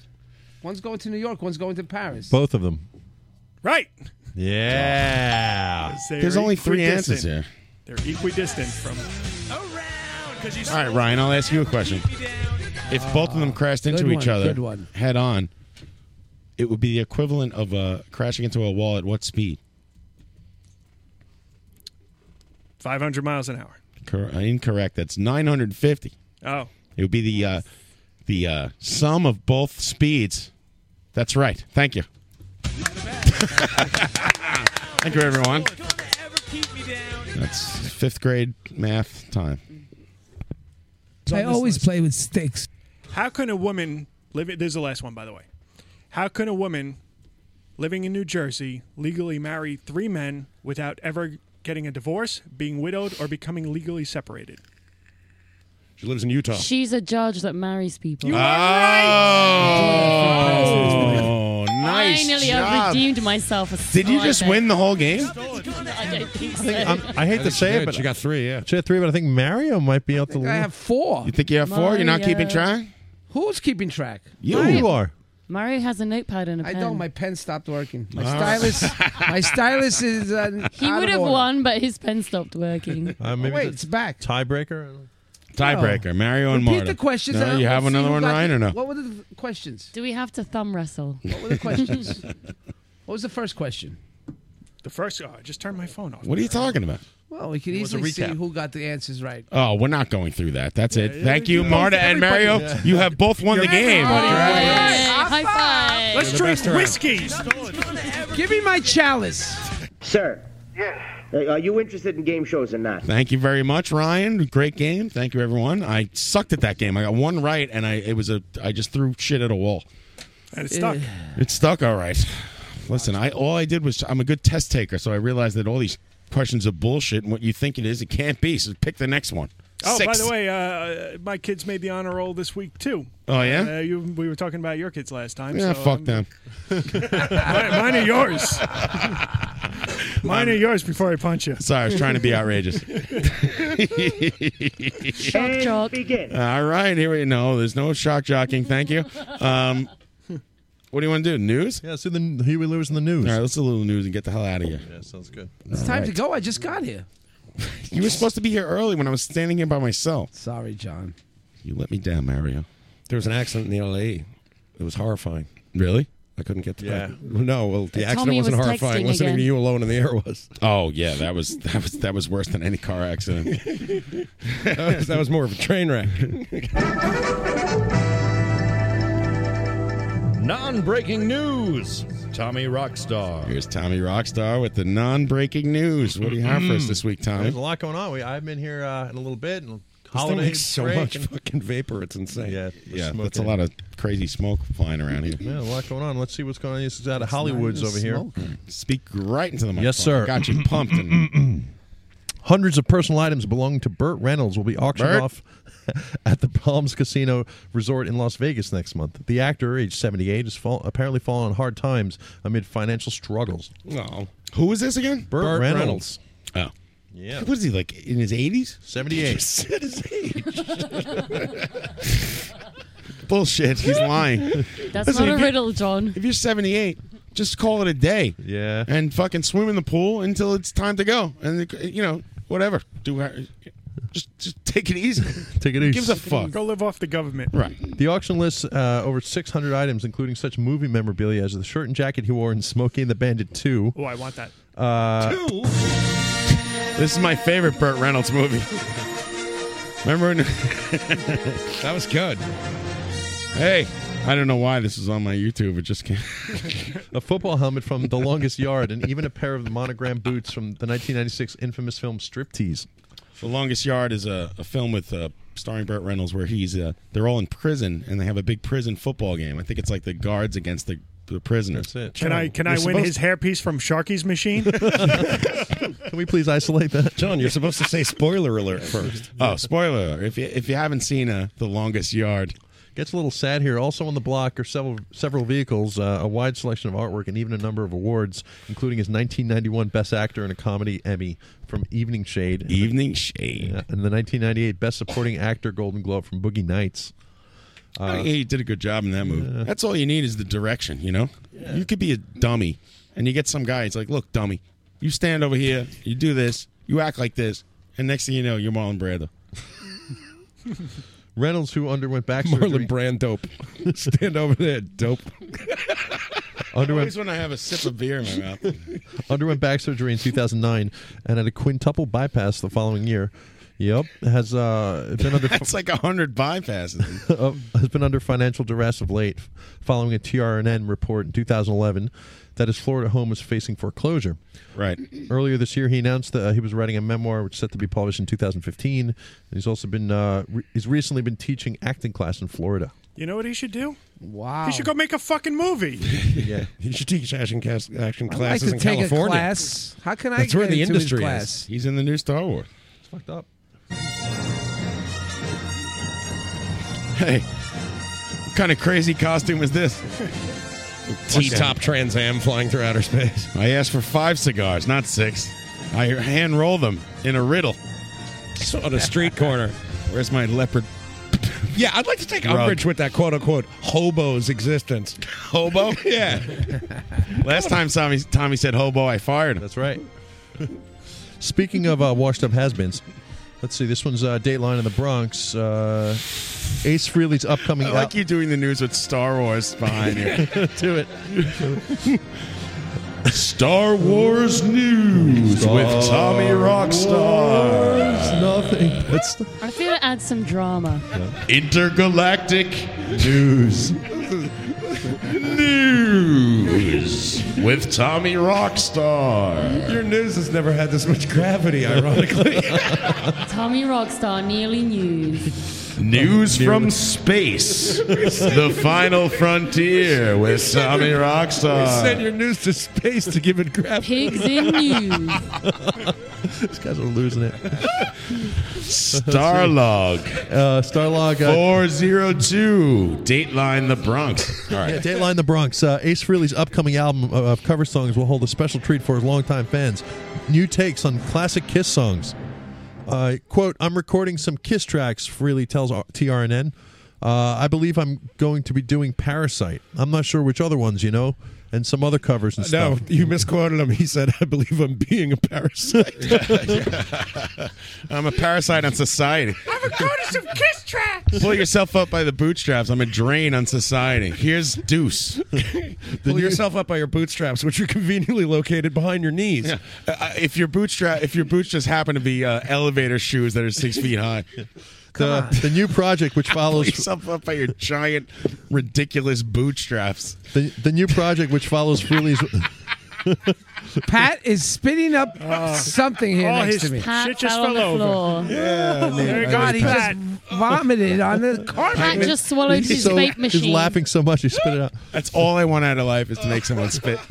[SPEAKER 22] One's going to New York, one's going to Paris.
[SPEAKER 20] Both of them.
[SPEAKER 18] Right.
[SPEAKER 20] Yeah.
[SPEAKER 18] They
[SPEAKER 4] There's
[SPEAKER 18] are
[SPEAKER 4] only three
[SPEAKER 18] equidistant.
[SPEAKER 4] answers here.
[SPEAKER 18] They're equidistant from.
[SPEAKER 4] All right, Ryan, I'll ask you a question. If both of them crashed into
[SPEAKER 22] good
[SPEAKER 4] each
[SPEAKER 22] one,
[SPEAKER 4] other
[SPEAKER 22] good one.
[SPEAKER 4] head on, it would be the equivalent of uh, crashing into a wall at what speed?
[SPEAKER 18] 500 miles an hour.
[SPEAKER 4] Cor- uh, incorrect. That's 950.
[SPEAKER 18] Oh.
[SPEAKER 4] It would be the uh, the uh, sum of both speeds. That's right. Thank you. Thank you, everyone. That's fifth grade math time.
[SPEAKER 22] I always play with stakes.
[SPEAKER 18] How can a woman living? There's the last one, by the way. How can a woman living in New Jersey legally marry three men without ever getting a divorce, being widowed, or becoming legally separated?
[SPEAKER 4] She lives in Utah.
[SPEAKER 2] She's a judge that marries people.
[SPEAKER 4] You are right. Oh, nice
[SPEAKER 2] Finally,
[SPEAKER 4] job.
[SPEAKER 2] I've redeemed myself. A
[SPEAKER 4] Did
[SPEAKER 22] Oh,
[SPEAKER 4] you just
[SPEAKER 2] slight
[SPEAKER 4] win the whole game?
[SPEAKER 2] bit. I don't think so.
[SPEAKER 20] I'm- Um, I hate to say it, but she got
[SPEAKER 4] three. Yeah,
[SPEAKER 20] she had three, but I think Mario might be able to.
[SPEAKER 22] I have four.
[SPEAKER 4] You think you have four? You're not
[SPEAKER 2] uh,
[SPEAKER 4] keeping track?
[SPEAKER 22] Who's keeping track?
[SPEAKER 4] You. You are.
[SPEAKER 2] Mario has a notepad and a
[SPEAKER 22] I
[SPEAKER 2] pen.
[SPEAKER 22] don't. My pen stopped working. My
[SPEAKER 4] Ah.
[SPEAKER 22] stylus. my stylus is. Uh,
[SPEAKER 2] He
[SPEAKER 22] out
[SPEAKER 2] would
[SPEAKER 22] of
[SPEAKER 2] have
[SPEAKER 22] order.
[SPEAKER 2] won, but his pen stopped working.
[SPEAKER 20] Uh,
[SPEAKER 22] Oh,
[SPEAKER 20] maybe
[SPEAKER 22] wait,
[SPEAKER 20] the
[SPEAKER 22] it's back.
[SPEAKER 20] Tiebreaker.
[SPEAKER 4] Tiebreaker. Mario and
[SPEAKER 22] Oh. Repeat
[SPEAKER 4] Marta.
[SPEAKER 22] the questions.
[SPEAKER 4] No,
[SPEAKER 22] and
[SPEAKER 4] you
[SPEAKER 22] I'll
[SPEAKER 4] have
[SPEAKER 22] see
[SPEAKER 4] another
[SPEAKER 22] who
[SPEAKER 4] one,
[SPEAKER 22] got
[SPEAKER 4] Ryan,
[SPEAKER 22] it.
[SPEAKER 4] or no?
[SPEAKER 22] What were the questions?
[SPEAKER 2] Do we have to thumb wrestle?
[SPEAKER 22] What were the questions? what was the first question?
[SPEAKER 18] The first. Oh, I just turned my phone off.
[SPEAKER 4] What are you talking about?
[SPEAKER 22] Well, we could
[SPEAKER 18] It was a
[SPEAKER 22] easily see
[SPEAKER 18] recap.
[SPEAKER 22] who got the answers right.
[SPEAKER 4] Oh, we're not going through that. That's it.
[SPEAKER 22] yeah,
[SPEAKER 4] Thank you,
[SPEAKER 22] yeah.
[SPEAKER 4] Marta and
[SPEAKER 22] Everybody-
[SPEAKER 4] Mario.
[SPEAKER 22] Yeah.
[SPEAKER 4] You have both won the game.
[SPEAKER 2] High five.
[SPEAKER 18] Let's
[SPEAKER 4] You're the
[SPEAKER 18] drink
[SPEAKER 4] best around.
[SPEAKER 18] whiskey.
[SPEAKER 22] Give me my chalice.
[SPEAKER 8] Sir. Yes. Are you interested in game shows or not?
[SPEAKER 4] Thank you very much, Ryan. Great game. Thank you, everyone. I sucked at that game. I got one right, and I it was a I just threw shit at a wall.
[SPEAKER 18] And it stuck.
[SPEAKER 4] It stuck. All right. Listen, I all I did was I'm a good test taker, so I realized that all these questions are bullshit, and what you think it is, it can't be. So pick the next one.
[SPEAKER 18] Oh, by
[SPEAKER 4] Six.
[SPEAKER 18] the way, uh, my kids made the honor roll this week too.
[SPEAKER 4] Oh, yeah?
[SPEAKER 18] Uh, you, we were talking about your kids last time.
[SPEAKER 4] yeah,
[SPEAKER 18] so
[SPEAKER 4] fuck
[SPEAKER 18] I'm-
[SPEAKER 4] them.
[SPEAKER 18] mine, mine are yours. mine are yours before I punch you.
[SPEAKER 4] Sorry, I was trying to be outrageous.
[SPEAKER 8] And begin.
[SPEAKER 4] All right, here we no. There's no shock jockeying. Thank you. Um, what do you want to do? News? Yeah, so the Huey Lewis in the news. All right, let's do a little news and get the hell out of here.
[SPEAKER 20] Yeah, sounds good.
[SPEAKER 22] It's time to go. I just got here.
[SPEAKER 4] You were supposed to be here early when I was standing here by myself.
[SPEAKER 22] Sorry, John.
[SPEAKER 4] You let me down, Mario.
[SPEAKER 12] There was an accident in the LA. It was horrifying.
[SPEAKER 4] Really?
[SPEAKER 12] I couldn't get to
[SPEAKER 4] Yeah.
[SPEAKER 12] that. No, well, the
[SPEAKER 4] Tommy
[SPEAKER 12] accident wasn't
[SPEAKER 4] was
[SPEAKER 12] horrifying.
[SPEAKER 4] texting
[SPEAKER 12] Listening to
[SPEAKER 4] again.
[SPEAKER 12] you alone in the air was.
[SPEAKER 4] Oh yeah, that was that was that was worse than any car accident.
[SPEAKER 12] That was, that was more of a train wreck.
[SPEAKER 11] Non-breaking news. Tommy Rockstar.
[SPEAKER 4] Here's Tommy Rockstar with the non-breaking news. What do you have for
[SPEAKER 20] Hmm.
[SPEAKER 4] us this week, Tommy?
[SPEAKER 20] There's a lot going on. We, I've been here uh, in a little bit. And
[SPEAKER 4] This thing
[SPEAKER 20] holiday
[SPEAKER 4] makes so
[SPEAKER 20] break
[SPEAKER 4] much
[SPEAKER 20] and-
[SPEAKER 4] fucking vapor. It's insane.
[SPEAKER 20] Yeah,
[SPEAKER 4] Yeah,
[SPEAKER 20] smoke
[SPEAKER 4] that's a
[SPEAKER 20] in
[SPEAKER 4] lot
[SPEAKER 20] it.
[SPEAKER 4] of crazy smoke flying around here.
[SPEAKER 20] Yeah, a lot going on. Let's see what's going on. This is out of Hollywood's over here.
[SPEAKER 4] Speak right into the microphone.
[SPEAKER 20] Yes, sir.
[SPEAKER 4] Got you pumped. And
[SPEAKER 20] Hundreds of personal items belonging to Burt Reynolds will be auctioned
[SPEAKER 4] Burt?
[SPEAKER 20] off at the Palms Casino Resort in Las Vegas next month. The actor, aged 78, is fall- apparently fallen on hard times amid financial struggles.
[SPEAKER 4] No. Who is this again?
[SPEAKER 20] Burt,
[SPEAKER 4] Burt
[SPEAKER 20] Reynolds.
[SPEAKER 4] Oh.
[SPEAKER 20] Yeah.
[SPEAKER 4] What is he like in his eighties?
[SPEAKER 20] 78.
[SPEAKER 4] said his Bullshit. He's lying.
[SPEAKER 2] That's
[SPEAKER 4] Listen,
[SPEAKER 2] not
[SPEAKER 4] if
[SPEAKER 2] a
[SPEAKER 4] you-
[SPEAKER 2] riddle, John.
[SPEAKER 4] If you're 78, just call it a day.
[SPEAKER 20] Yeah.
[SPEAKER 4] And fucking swim in the pool until it's time to go. And you know, whatever. Do just just take it easy.
[SPEAKER 20] Take it
[SPEAKER 4] Who
[SPEAKER 20] easy.
[SPEAKER 4] gives a fuck?
[SPEAKER 18] Go live off the government.
[SPEAKER 4] Right.
[SPEAKER 20] The auction lists uh, over 600 items, including such movie memorabilia as the shirt and jacket he wore in Smokey and the Bandit 2.
[SPEAKER 18] Oh, I want that.
[SPEAKER 20] Uh,
[SPEAKER 4] This is my favorite Burt Reynolds movie. Remember? When
[SPEAKER 12] that was good.
[SPEAKER 4] Hey, I don't know why this is on my YouTube. It just came.
[SPEAKER 20] a football helmet from The Longest Yard, and even a pair of the monogram boots from the 1996 infamous film Striptease.
[SPEAKER 4] The Longest Yard is a, a film with uh, starring Burt Reynolds where he's uh, they're all in prison and they have a big prison football game. I think it's like the guards against the, the prisoners.
[SPEAKER 20] That's
[SPEAKER 18] Can I can I win his hairpiece from Sharky's machine?
[SPEAKER 20] Can we please isolate that?
[SPEAKER 4] John, you're supposed to say spoiler alert first. oh, spoiler alert! If you, if you haven't seen uh, The Longest Yard,
[SPEAKER 20] Gets a little sad here. Also on the block are several several vehicles, uh, a wide selection of artwork, and even a number of awards, including his 1991 Best Actor in a Comedy Emmy from Evening Shade.
[SPEAKER 4] Evening Shade.
[SPEAKER 20] and the 1998 Best Supporting Actor Golden Globe from Boogie Nights.
[SPEAKER 4] I think he did a good job in that movie. That's all you need is the direction. You know, you could be a dummy and you get some guy. It's like, look, dummy, you stand over here, you do this, you act like this, and next thing you know, you're Marlon Brando.
[SPEAKER 20] Reynolds, who underwent back
[SPEAKER 12] Marlon
[SPEAKER 20] surgery,
[SPEAKER 12] Brand dope. Stand over there, dope.
[SPEAKER 20] Underwent-
[SPEAKER 4] Always when I have a sip of beer in my mouth.
[SPEAKER 20] underwent back surgery in 2009 and had a quintuple bypass the following year. Yep, has uh, been under. Oh,
[SPEAKER 4] That's like hundred bypasses.
[SPEAKER 20] has been under financial duress of late, following a TRNN report in 2011 that his Florida home was facing foreclosure.
[SPEAKER 4] Right.
[SPEAKER 20] Earlier this year, he announced that uh, he was writing a memoir, which is set to be published in 2015. And he's also been uh, re- he's recently been teaching acting class in Florida.
[SPEAKER 18] You know what he should do?
[SPEAKER 22] Wow.
[SPEAKER 18] He should go make a fucking movie.
[SPEAKER 20] yeah,
[SPEAKER 12] you should teach action cast, action
[SPEAKER 18] I'd
[SPEAKER 12] classes in California.
[SPEAKER 18] How can
[SPEAKER 12] That's where the industry is.
[SPEAKER 4] He's in the new Star Wars.
[SPEAKER 20] It's fucked up.
[SPEAKER 4] Hey, what kind of crazy costume is this?
[SPEAKER 12] T-top Trans Am flying through outer space.
[SPEAKER 4] I asked for five cigars, not six. I hand roll them in a riddle
[SPEAKER 12] on a street corner.
[SPEAKER 4] Where's my leopard?
[SPEAKER 12] Yeah, I'd like to take
[SPEAKER 4] Rug.
[SPEAKER 12] umbrage with that quote unquote hobo's existence.
[SPEAKER 4] Hobo? yeah. Last time Tommy, Tommy said hobo, I fired him.
[SPEAKER 20] That's right. Speaking of uh, washed up has-beens, let's see. This one's uh, Dateline in the Bronx. Uh, Ace Frehley's upcoming.
[SPEAKER 4] I like you doing the news with Star Wars behind you.
[SPEAKER 20] Do it.
[SPEAKER 4] Star Wars news with Tommy Rockstar.
[SPEAKER 20] nothing. That's
[SPEAKER 2] I feel it adds some drama.
[SPEAKER 4] Intergalactic news. news with Tommy Rockstar.
[SPEAKER 12] Your news has never had this much gravity, ironically.
[SPEAKER 2] Tommy Rockstar nearly news.
[SPEAKER 4] News from space. the final frontier with Tommy
[SPEAKER 12] We sent
[SPEAKER 4] Rockstar.
[SPEAKER 12] your news to space to give it gravity.
[SPEAKER 2] Pigs in news.
[SPEAKER 20] These guys are losing it.
[SPEAKER 4] Starlog.
[SPEAKER 20] Uh, Starlog. Uh,
[SPEAKER 4] 402. Dateline the Bronx. All
[SPEAKER 20] Yeah,
[SPEAKER 4] right.
[SPEAKER 20] Dateline the Bronx. Uh, Ace Frehley's upcoming album uh, of of cover songs will hold a special treat for his longtime fans. New takes on classic Kiss songs. Uh, quote, I'm recording some Kiss tracks, Frehley tells R- TRNN. Uh, I believe I'm going to be doing Parasite. I'm not sure which other ones, you know, and some other covers and
[SPEAKER 12] No,
[SPEAKER 20] stuff.
[SPEAKER 12] you misquoted him. He said, "I believe I'm being a parasite."
[SPEAKER 4] I'm a parasite on society.
[SPEAKER 18] I'm a go to some kiss tracks.
[SPEAKER 4] Pull yourself up by the bootstraps. I'm a drain on society. Here's Deuce.
[SPEAKER 12] Pull yourself up by your bootstraps, which are conveniently located behind your knees.
[SPEAKER 4] Yeah. Uh, if your bootstrap, if your boots just happen to be uh, elevator shoes that are six feet high,
[SPEAKER 20] The, the new project, which
[SPEAKER 4] pull
[SPEAKER 20] follows
[SPEAKER 4] yourself up by your giant, ridiculous bootstraps.
[SPEAKER 20] the, the new project, which follows Frehley's.
[SPEAKER 22] Pat is spitting up something here
[SPEAKER 18] Uh, all
[SPEAKER 22] next
[SPEAKER 18] his
[SPEAKER 22] to me.
[SPEAKER 18] Pat shit just fell fell on the over. floor. Yeah, I knew- I knew
[SPEAKER 22] Oh God, he just
[SPEAKER 18] Pat.
[SPEAKER 22] vomited on the carpet.
[SPEAKER 2] Pat just swallowed his
[SPEAKER 20] so-
[SPEAKER 2] vape
[SPEAKER 20] He's
[SPEAKER 2] machine.
[SPEAKER 20] laughing so much he spit it out.
[SPEAKER 4] That's all I want out of life is to make someone spit.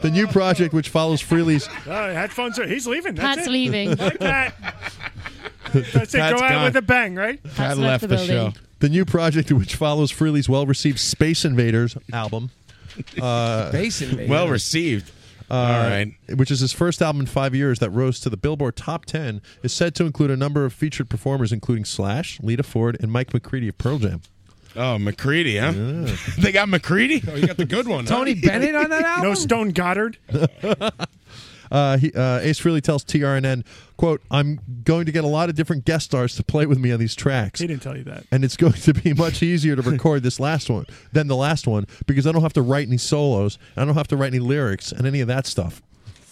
[SPEAKER 20] The new project, which follows Frehley's
[SPEAKER 18] Uh, headphones are. He's leaving. That's
[SPEAKER 2] Pat's
[SPEAKER 18] it.
[SPEAKER 2] leaving.
[SPEAKER 18] Like that. That's it. Go
[SPEAKER 20] Pat's
[SPEAKER 18] out
[SPEAKER 20] gone.
[SPEAKER 18] with a bang, right?
[SPEAKER 4] Pat left, the, show.
[SPEAKER 20] The new project, which follows Frehley's well received Space Invaders album. Uh,
[SPEAKER 4] Space Invaders. Well received.
[SPEAKER 20] Uh,
[SPEAKER 4] All right.
[SPEAKER 20] Which is his first album in five years that rose to the Billboard Top 10, is said to include a number of featured performers, including Slash, Lita Ford, and Mike McCready of Pearl Jam.
[SPEAKER 4] Oh, McCready, huh? they got McCready. Oh, you got the good one.
[SPEAKER 18] No Stone Goddard.
[SPEAKER 20] Uh, he, uh, Ace Frehley tells TRNN, quote, I'm going to get a lot of different guest stars to play with me on these tracks.
[SPEAKER 18] He didn't tell you that.
[SPEAKER 20] and it's going to be much easier to record this last one than the last one because I don't have to write any solos, I don't have to write any lyrics and any of that stuff.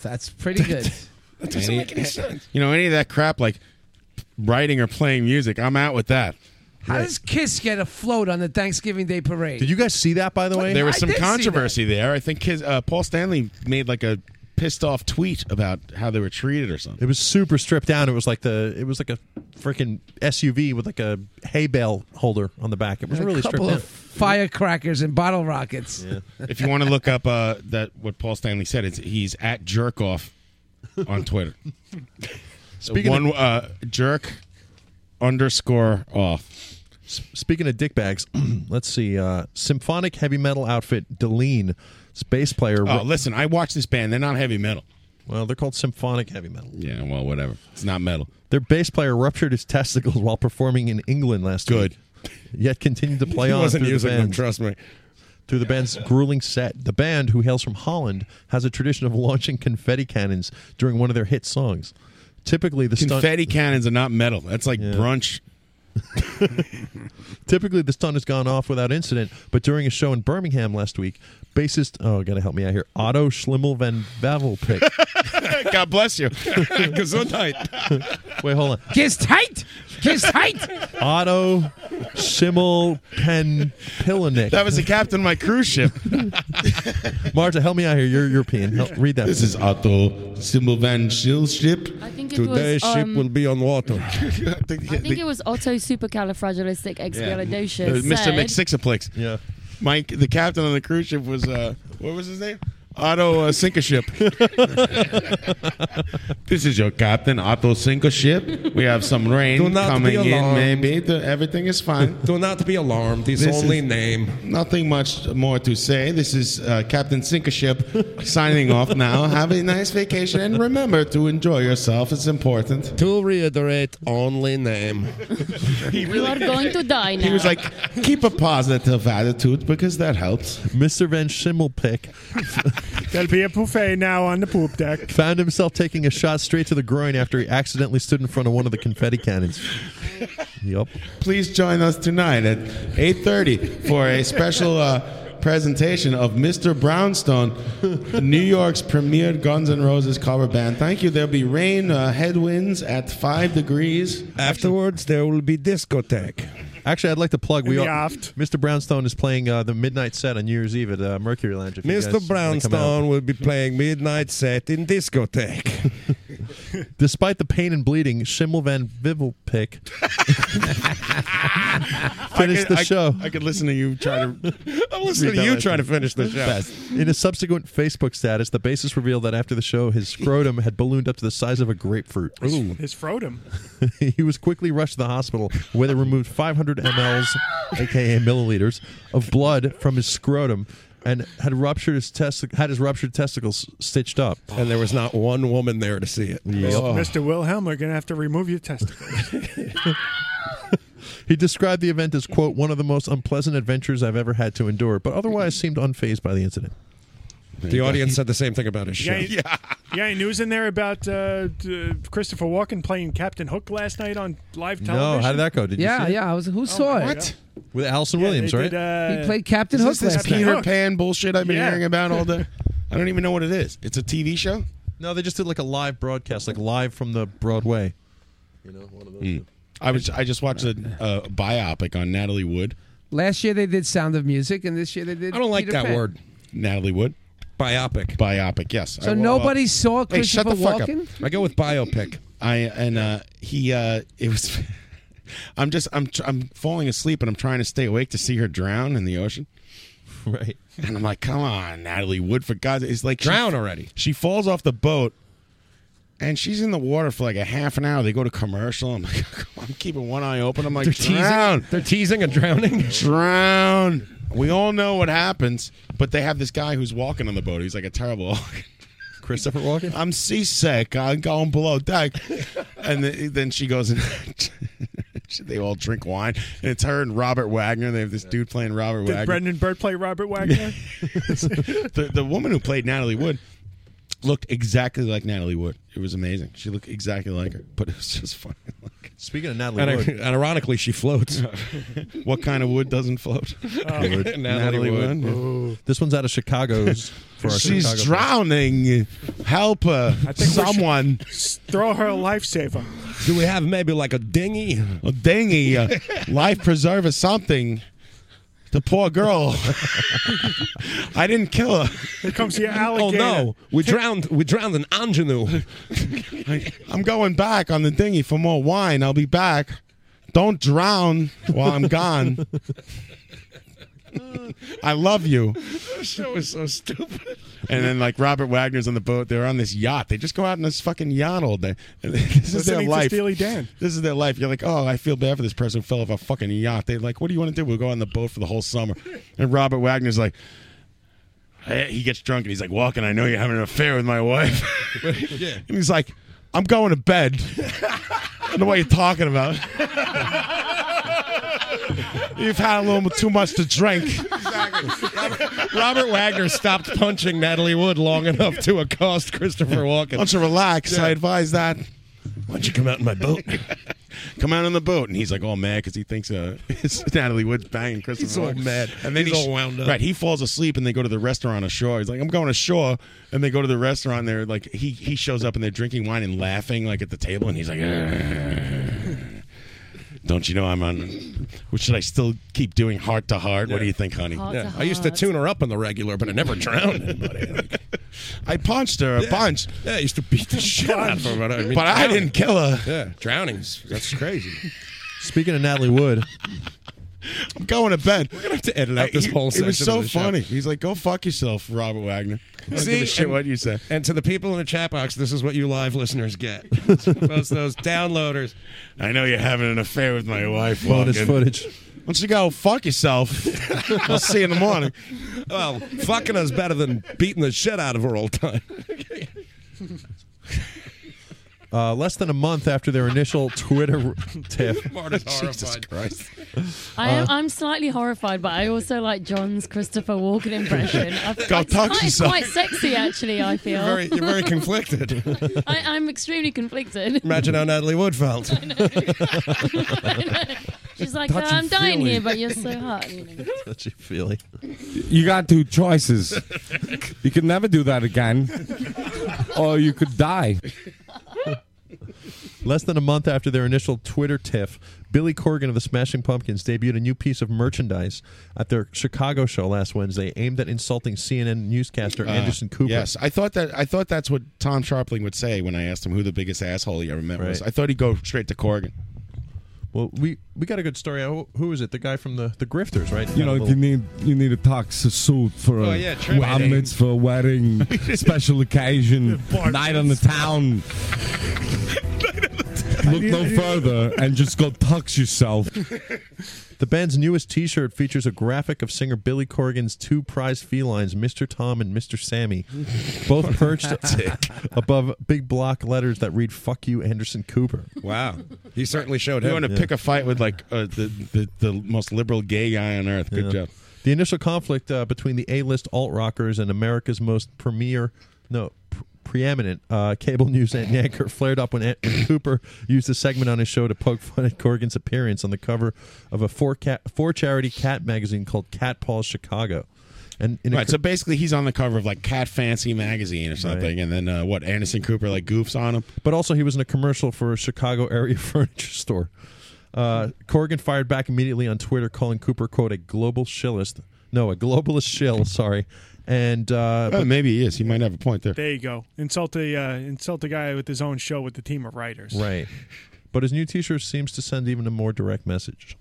[SPEAKER 22] That's pretty good.
[SPEAKER 12] That doesn't make any sense.
[SPEAKER 4] You know any of that crap like writing or playing music? I'm out with that.
[SPEAKER 22] How does Kiss get afloat on the Thanksgiving Day parade?
[SPEAKER 20] Did you guys see that, by the way?
[SPEAKER 4] There was
[SPEAKER 22] I
[SPEAKER 4] some
[SPEAKER 22] did see that.
[SPEAKER 4] controversy there. I think his, uh, Paul Stanley made like a pissed off tweet about how they were treated or something.
[SPEAKER 20] It was super stripped down. It was like the it was like a freaking SUV with like a hay bale holder on the back. It was
[SPEAKER 22] And
[SPEAKER 20] really
[SPEAKER 22] a couple
[SPEAKER 20] stripped
[SPEAKER 22] of firecrackers and bottle rockets.
[SPEAKER 4] if you want to look up uh, that what Paul Stanley said, it's, he's at jerkoff on Twitter.
[SPEAKER 20] Speaking
[SPEAKER 4] one
[SPEAKER 20] of-
[SPEAKER 4] uh, jerk underscore off.
[SPEAKER 20] S- Speaking of dick bags, let's see. Uh, symphonic heavy metal outfit Deline, bass player.
[SPEAKER 4] Oh, listen, I watch this band. They're not heavy metal.
[SPEAKER 20] Well, they're called symphonic heavy metal.
[SPEAKER 4] Yeah, well, whatever. It's not metal.
[SPEAKER 20] Their bass player ruptured his testicles while performing in England last week. Good. Yet continued to play
[SPEAKER 12] He
[SPEAKER 20] on
[SPEAKER 12] wasn't
[SPEAKER 20] through
[SPEAKER 12] using
[SPEAKER 20] the
[SPEAKER 12] them,
[SPEAKER 20] band.
[SPEAKER 12] trust me.
[SPEAKER 20] Through the band's grueling set, the band, who hails from Holland, has a tradition of launching confetti cannons during one of their hit songs. Typically, the stunt-
[SPEAKER 4] Confetti cannons are not metal. That's like brunch
[SPEAKER 20] Typically, the stun has gone off without incident, but during a show in Birmingham last week, bassist oh, gotta help me out here, Otto Schlimmel van Vavelpik.
[SPEAKER 4] God bless you. Gesundheit.
[SPEAKER 20] Wait, hold on.
[SPEAKER 4] Kiss tight.
[SPEAKER 20] Kiss tight. Otto Schimmel Pen Pilinek.
[SPEAKER 4] That was the captain of my cruise ship.
[SPEAKER 20] Marta, help me out here. You're European. Help, read that.
[SPEAKER 4] This is Otto Schimmel van Schill's ship.
[SPEAKER 2] I think it Today's was, ship um, will
[SPEAKER 12] be on water.
[SPEAKER 2] I think it was Otto Supercalifragilisticexpialidocious.
[SPEAKER 4] Uh, Mr.
[SPEAKER 2] said-
[SPEAKER 4] McSixaplex.
[SPEAKER 20] Yeah.
[SPEAKER 4] Mike, the captain on the cruise ship was uh, what was his name? Otto uh, Sinkership. this is your captain, Otto Sinkership. We have some
[SPEAKER 12] Do
[SPEAKER 4] rain
[SPEAKER 12] not
[SPEAKER 4] coming
[SPEAKER 12] be
[SPEAKER 4] in,
[SPEAKER 12] alarmed.
[SPEAKER 4] maybe. The- everything is fine.
[SPEAKER 12] Do not be alarmed. His
[SPEAKER 4] This
[SPEAKER 12] only
[SPEAKER 4] is
[SPEAKER 12] name.
[SPEAKER 4] Nothing much more to say. This is uh, Captain Sinkership signing off now. Have a nice vacation and remember to enjoy yourself. It's important.
[SPEAKER 12] To reiterate, only name.
[SPEAKER 2] you are going to die now.
[SPEAKER 4] He was like, keep a positive attitude because that helps.
[SPEAKER 20] Mr. Van Schimmelpick
[SPEAKER 18] There'll be a buffet now on the poop deck.
[SPEAKER 20] found himself taking a shot straight to the groin after he accidentally stood in front of one of the confetti cannons. Yep.
[SPEAKER 4] Please join us tonight at 8:30 for a special uh, presentation of Mr. Brownstone, New York's premier Guns N' Roses cover band. Thank you. There'll be rain, uh, headwinds at five degrees.
[SPEAKER 12] Afterwards, there will be discotheque.
[SPEAKER 20] Actually, I'd like to plug. We
[SPEAKER 12] In the
[SPEAKER 20] are, Mr. Brownstone is playing uh, the midnight set on New Year's Eve at uh, Mercury Lounge. if you guys wanna
[SPEAKER 12] Mr.
[SPEAKER 20] come out.
[SPEAKER 12] Brownstone will be playing midnight set in discotheque.
[SPEAKER 20] Despite the pain and bleeding, Schimmel van Vivelpick finished
[SPEAKER 4] I could-
[SPEAKER 20] the
[SPEAKER 4] I-
[SPEAKER 20] show.
[SPEAKER 4] I could listen to you try to.
[SPEAKER 12] I'm listening to you try to finish the show.
[SPEAKER 20] In a subsequent Facebook status, the bassist revealed that after the show, his scrotum had ballooned up to the size of a grapefruit.
[SPEAKER 18] His Frodom.
[SPEAKER 20] he was quickly rushed to the hospital where they removed 500 mLs, aka milliliters, of blood from his scrotum and had ruptured his testi- had his ruptured testicles stitched up.
[SPEAKER 12] And there was not one woman there to see it.
[SPEAKER 20] Oh.
[SPEAKER 18] Mr. Wilhelm, we're going to have to remove your testicles.
[SPEAKER 20] He described the event as quote one of the most unpleasant adventures I've ever had to endure, but otherwise seemed unfazed by the incident.
[SPEAKER 12] The audience said the same thing about his
[SPEAKER 18] You
[SPEAKER 12] show.
[SPEAKER 18] got, any, you got any news in there about uh, d- Christopher Walken playing Captain Hook last night on live television? Oh
[SPEAKER 20] No, how did that go? Did you
[SPEAKER 22] yeah,
[SPEAKER 20] see it?
[SPEAKER 22] yeah. I was, who saw it?
[SPEAKER 18] What?
[SPEAKER 20] With Allison Williams,
[SPEAKER 18] they
[SPEAKER 20] right?
[SPEAKER 18] did, uh,
[SPEAKER 22] he played Captain
[SPEAKER 4] Is
[SPEAKER 22] Hook
[SPEAKER 4] this this
[SPEAKER 22] last
[SPEAKER 4] Peter
[SPEAKER 22] night.
[SPEAKER 4] Pan bullshit I've been
[SPEAKER 22] Yeah.
[SPEAKER 4] hearing about all day? I don't even know what it is. It's a TV show.
[SPEAKER 20] no, they just did like a live broadcast, like live from the Broadway.
[SPEAKER 4] I was. I just watched a, a biopic on Natalie Wood.
[SPEAKER 22] Last year they did Sound of Music, and this year they did. Peter Pan.
[SPEAKER 4] Natalie Wood. Biopic. Biopic. Yes.
[SPEAKER 22] So
[SPEAKER 4] I will,
[SPEAKER 22] nobody saw
[SPEAKER 4] Hey, shut the
[SPEAKER 22] Christopher
[SPEAKER 4] fuck up.
[SPEAKER 22] Walken?
[SPEAKER 4] I go with biopic. I and uh, he. Uh, it was. I'm just. I'm. tr- I'm falling asleep and I'm trying to stay awake to see her drown in the ocean.
[SPEAKER 20] Right.
[SPEAKER 4] And I'm like, come on, Natalie Wood, for God's sake. It's like
[SPEAKER 12] Drown
[SPEAKER 4] already. She falls off the boat. And she's in the water for like a half an hour. They go to commercial. I'm like, I'm keeping one eye open. I'm like,
[SPEAKER 12] They're teasing-
[SPEAKER 4] drown.
[SPEAKER 12] They're teasing and drowning.
[SPEAKER 4] Drown. We all know what happens, but they have this guy who's walking on the boat. He's like a terrible
[SPEAKER 20] Christopher Walken.
[SPEAKER 4] I'm seasick. I'm going below deck. and then, then she goes and they all drink wine. And it's her and Robert Wagner. They have this dude playing Robert
[SPEAKER 18] Did
[SPEAKER 4] Wagner.
[SPEAKER 18] Brendan Bird play Robert Wagner?
[SPEAKER 4] the, the woman who played Natalie Wood looked exactly like Natalie Wood. It was amazing. She looked exactly like her, but it was just funny.
[SPEAKER 20] Speaking of Natalie
[SPEAKER 4] And I-
[SPEAKER 20] Wood,
[SPEAKER 4] and ironically, she floats. what kind of wood doesn't float?
[SPEAKER 20] Oh, Natalie Wood. This one's out of Chicago's. For our
[SPEAKER 4] She's
[SPEAKER 20] Chicago
[SPEAKER 4] drowning. Help her. Someone.
[SPEAKER 18] Throw her a lifesaver.
[SPEAKER 4] Do we have maybe like a dinghy? A dinghy, a life preserver, something. The poor girl. I didn't kill her.
[SPEAKER 18] Here comes the
[SPEAKER 12] Oh
[SPEAKER 18] alligator.
[SPEAKER 12] no, we drowned. We drowned an ingenue.
[SPEAKER 4] I'm going back on the dinghy for more wine. I'll be back. Don't drown while I'm gone. I love you.
[SPEAKER 12] This show is so stupid.
[SPEAKER 4] And then like Robert Wagner's on the boat. They're on this yacht. They just go out on this fucking yacht all day. And this is their
[SPEAKER 18] Listening to
[SPEAKER 4] life.
[SPEAKER 18] Steely Dan.
[SPEAKER 4] This is their life. You're like, oh, I feel bad for this person who fell off a fucking yacht. They're like, what do you want to do? We'll go on the boat for the whole summer. And Robert Wagner's like, eh, he gets drunk and he's like, walking. I know you're having an affair with my wife.
[SPEAKER 12] Yeah.
[SPEAKER 4] And he's like, I'm going to bed. I don't know what you're talking about. You've had a little too much to drink.
[SPEAKER 12] Robert Wagner stopped punching Natalie Wood long enough to accost Christopher Walken.
[SPEAKER 4] Why don't you relax? I advise that.
[SPEAKER 12] Why don't you come out in my boat?
[SPEAKER 4] come out on the boat. And he's like all mad because he thinks uh, it's Natalie Wood's banging Christopher
[SPEAKER 12] He's all
[SPEAKER 4] Walken.
[SPEAKER 12] mad.
[SPEAKER 4] And then
[SPEAKER 12] He's
[SPEAKER 4] he-
[SPEAKER 12] all wound up.
[SPEAKER 4] Right, he falls asleep and they go to the restaurant ashore. He's like, I'm going ashore. And they go to the restaurant. They're like, he, he shows up and they're drinking wine and laughing like at the table. And he's like, "Ugh. Don't you know I'm on? What should I still keep doing? Heart to heart. What do you think, honey?
[SPEAKER 12] Heart to Yeah. I used to heart. tune her up on the regular, but I never drowned anybody.
[SPEAKER 4] I punched her a bunch.
[SPEAKER 12] Yeah, I used to beat the shit out of her. But I, mean,
[SPEAKER 4] But I
[SPEAKER 12] drowning.
[SPEAKER 4] didn't kill her.
[SPEAKER 12] Yeah, drownings. That's crazy.
[SPEAKER 20] Speaking of Natalie Wood,
[SPEAKER 4] I'm going to bed. We're
[SPEAKER 12] gonna have to edit out this
[SPEAKER 4] He-
[SPEAKER 12] whole
[SPEAKER 4] It was
[SPEAKER 12] section
[SPEAKER 4] so
[SPEAKER 12] of the show.
[SPEAKER 4] funny. He's like, "Go fuck yourself, Robert Wagner." I don't give a shit
[SPEAKER 12] and,
[SPEAKER 4] what you say.
[SPEAKER 12] And to the people in the chat box, this is what you live listeners get. those, those downloaders.
[SPEAKER 4] I know you're having an affair with my wife.
[SPEAKER 12] Bonus
[SPEAKER 4] Walken.
[SPEAKER 12] footage.
[SPEAKER 4] Why don't you go fuck yourself? I'll see you in the morning.
[SPEAKER 12] Well, fucking is better than beating the shit out of her all the time.
[SPEAKER 20] uh, less than a month after their initial Twitter tiff,
[SPEAKER 4] Jesus Christ.
[SPEAKER 2] I am,
[SPEAKER 20] Uh,
[SPEAKER 2] I'm slightly horrified, but I also like John's Christopher Walken impression. I-
[SPEAKER 12] Go
[SPEAKER 2] I-
[SPEAKER 12] touch
[SPEAKER 2] it's quite- it's
[SPEAKER 12] yourself.
[SPEAKER 2] quite sexy, actually. I feel.
[SPEAKER 12] You're very, you're very conflicted.
[SPEAKER 2] I, I'm extremely conflicted.
[SPEAKER 12] Imagine how Natalie Wood felt.
[SPEAKER 2] She's like,
[SPEAKER 12] Touchy
[SPEAKER 2] I'm dying
[SPEAKER 12] feely.
[SPEAKER 2] here, but you're so hot. You know.
[SPEAKER 20] Touchy feely.
[SPEAKER 5] You got two choices. You can never do that again, or you could die.
[SPEAKER 20] Less than a month after their initial Twitter tiff, Billy Corgan of the Smashing Pumpkins debuted a new piece of merchandise at their Chicago show last Wednesday, aimed at insulting CNN newscaster
[SPEAKER 4] Uh,
[SPEAKER 20] Anderson Cooper.
[SPEAKER 4] Yes, I thought that. I thought that's what Tom Sharpling would say when I asked him who the biggest asshole he ever met was.
[SPEAKER 20] Right.
[SPEAKER 4] I thought he'd go straight to Corgan.
[SPEAKER 20] Well, we we got a good story. Who who is it? The guy from the the Grifters, right?
[SPEAKER 5] You know,
[SPEAKER 20] Had a
[SPEAKER 5] you
[SPEAKER 20] little-
[SPEAKER 5] need you need a tux, a suit for a
[SPEAKER 20] Oh, yeah, trim
[SPEAKER 5] bar
[SPEAKER 20] it.
[SPEAKER 5] mitzvah, wedding, special occasion, night on the town. Look no further and just go tux yourself.
[SPEAKER 20] The band's newest T-shirt features a graphic of singer Billy Corgan's two prize felines, Mr. Tom and Mr. Sammy, both perched above big block letters that read "Fuck you, Anderson Cooper."
[SPEAKER 12] Wow, he certainly showed
[SPEAKER 4] You want to
[SPEAKER 20] Yeah.
[SPEAKER 4] pick a fight with like uh, the, the the most liberal gay guy on earth? Good
[SPEAKER 20] Yeah.
[SPEAKER 4] job.
[SPEAKER 20] The initial conflict uh, between the A-list alt rockers and America's most premier, no, pr- preeminent uh, cable news an- anchor flared up when, An- when Cooper used a segment on his show to poke fun at Corgan's appearance on the cover of a for cat for charity cat magazine called Cat Paws Chicago. And in a
[SPEAKER 4] right,
[SPEAKER 20] cr-
[SPEAKER 4] so basically he's on the cover of like Cat Fancy magazine or something, and then uh, what? Anderson Cooper like goofs on him.
[SPEAKER 20] but also he was in a commercial for a Chicago area furniture store. Uh, Corgan fired back immediately on Twitter, calling Cooper "quote a global shillist." No, a globalist shill. Sorry, and uh,
[SPEAKER 4] Well, maybe he is. He might have a point there.
[SPEAKER 18] There you go. Insult the uh, insult the guy with his own show with the team of writers.
[SPEAKER 20] Right. But his new T-shirt seems to send even a more direct message.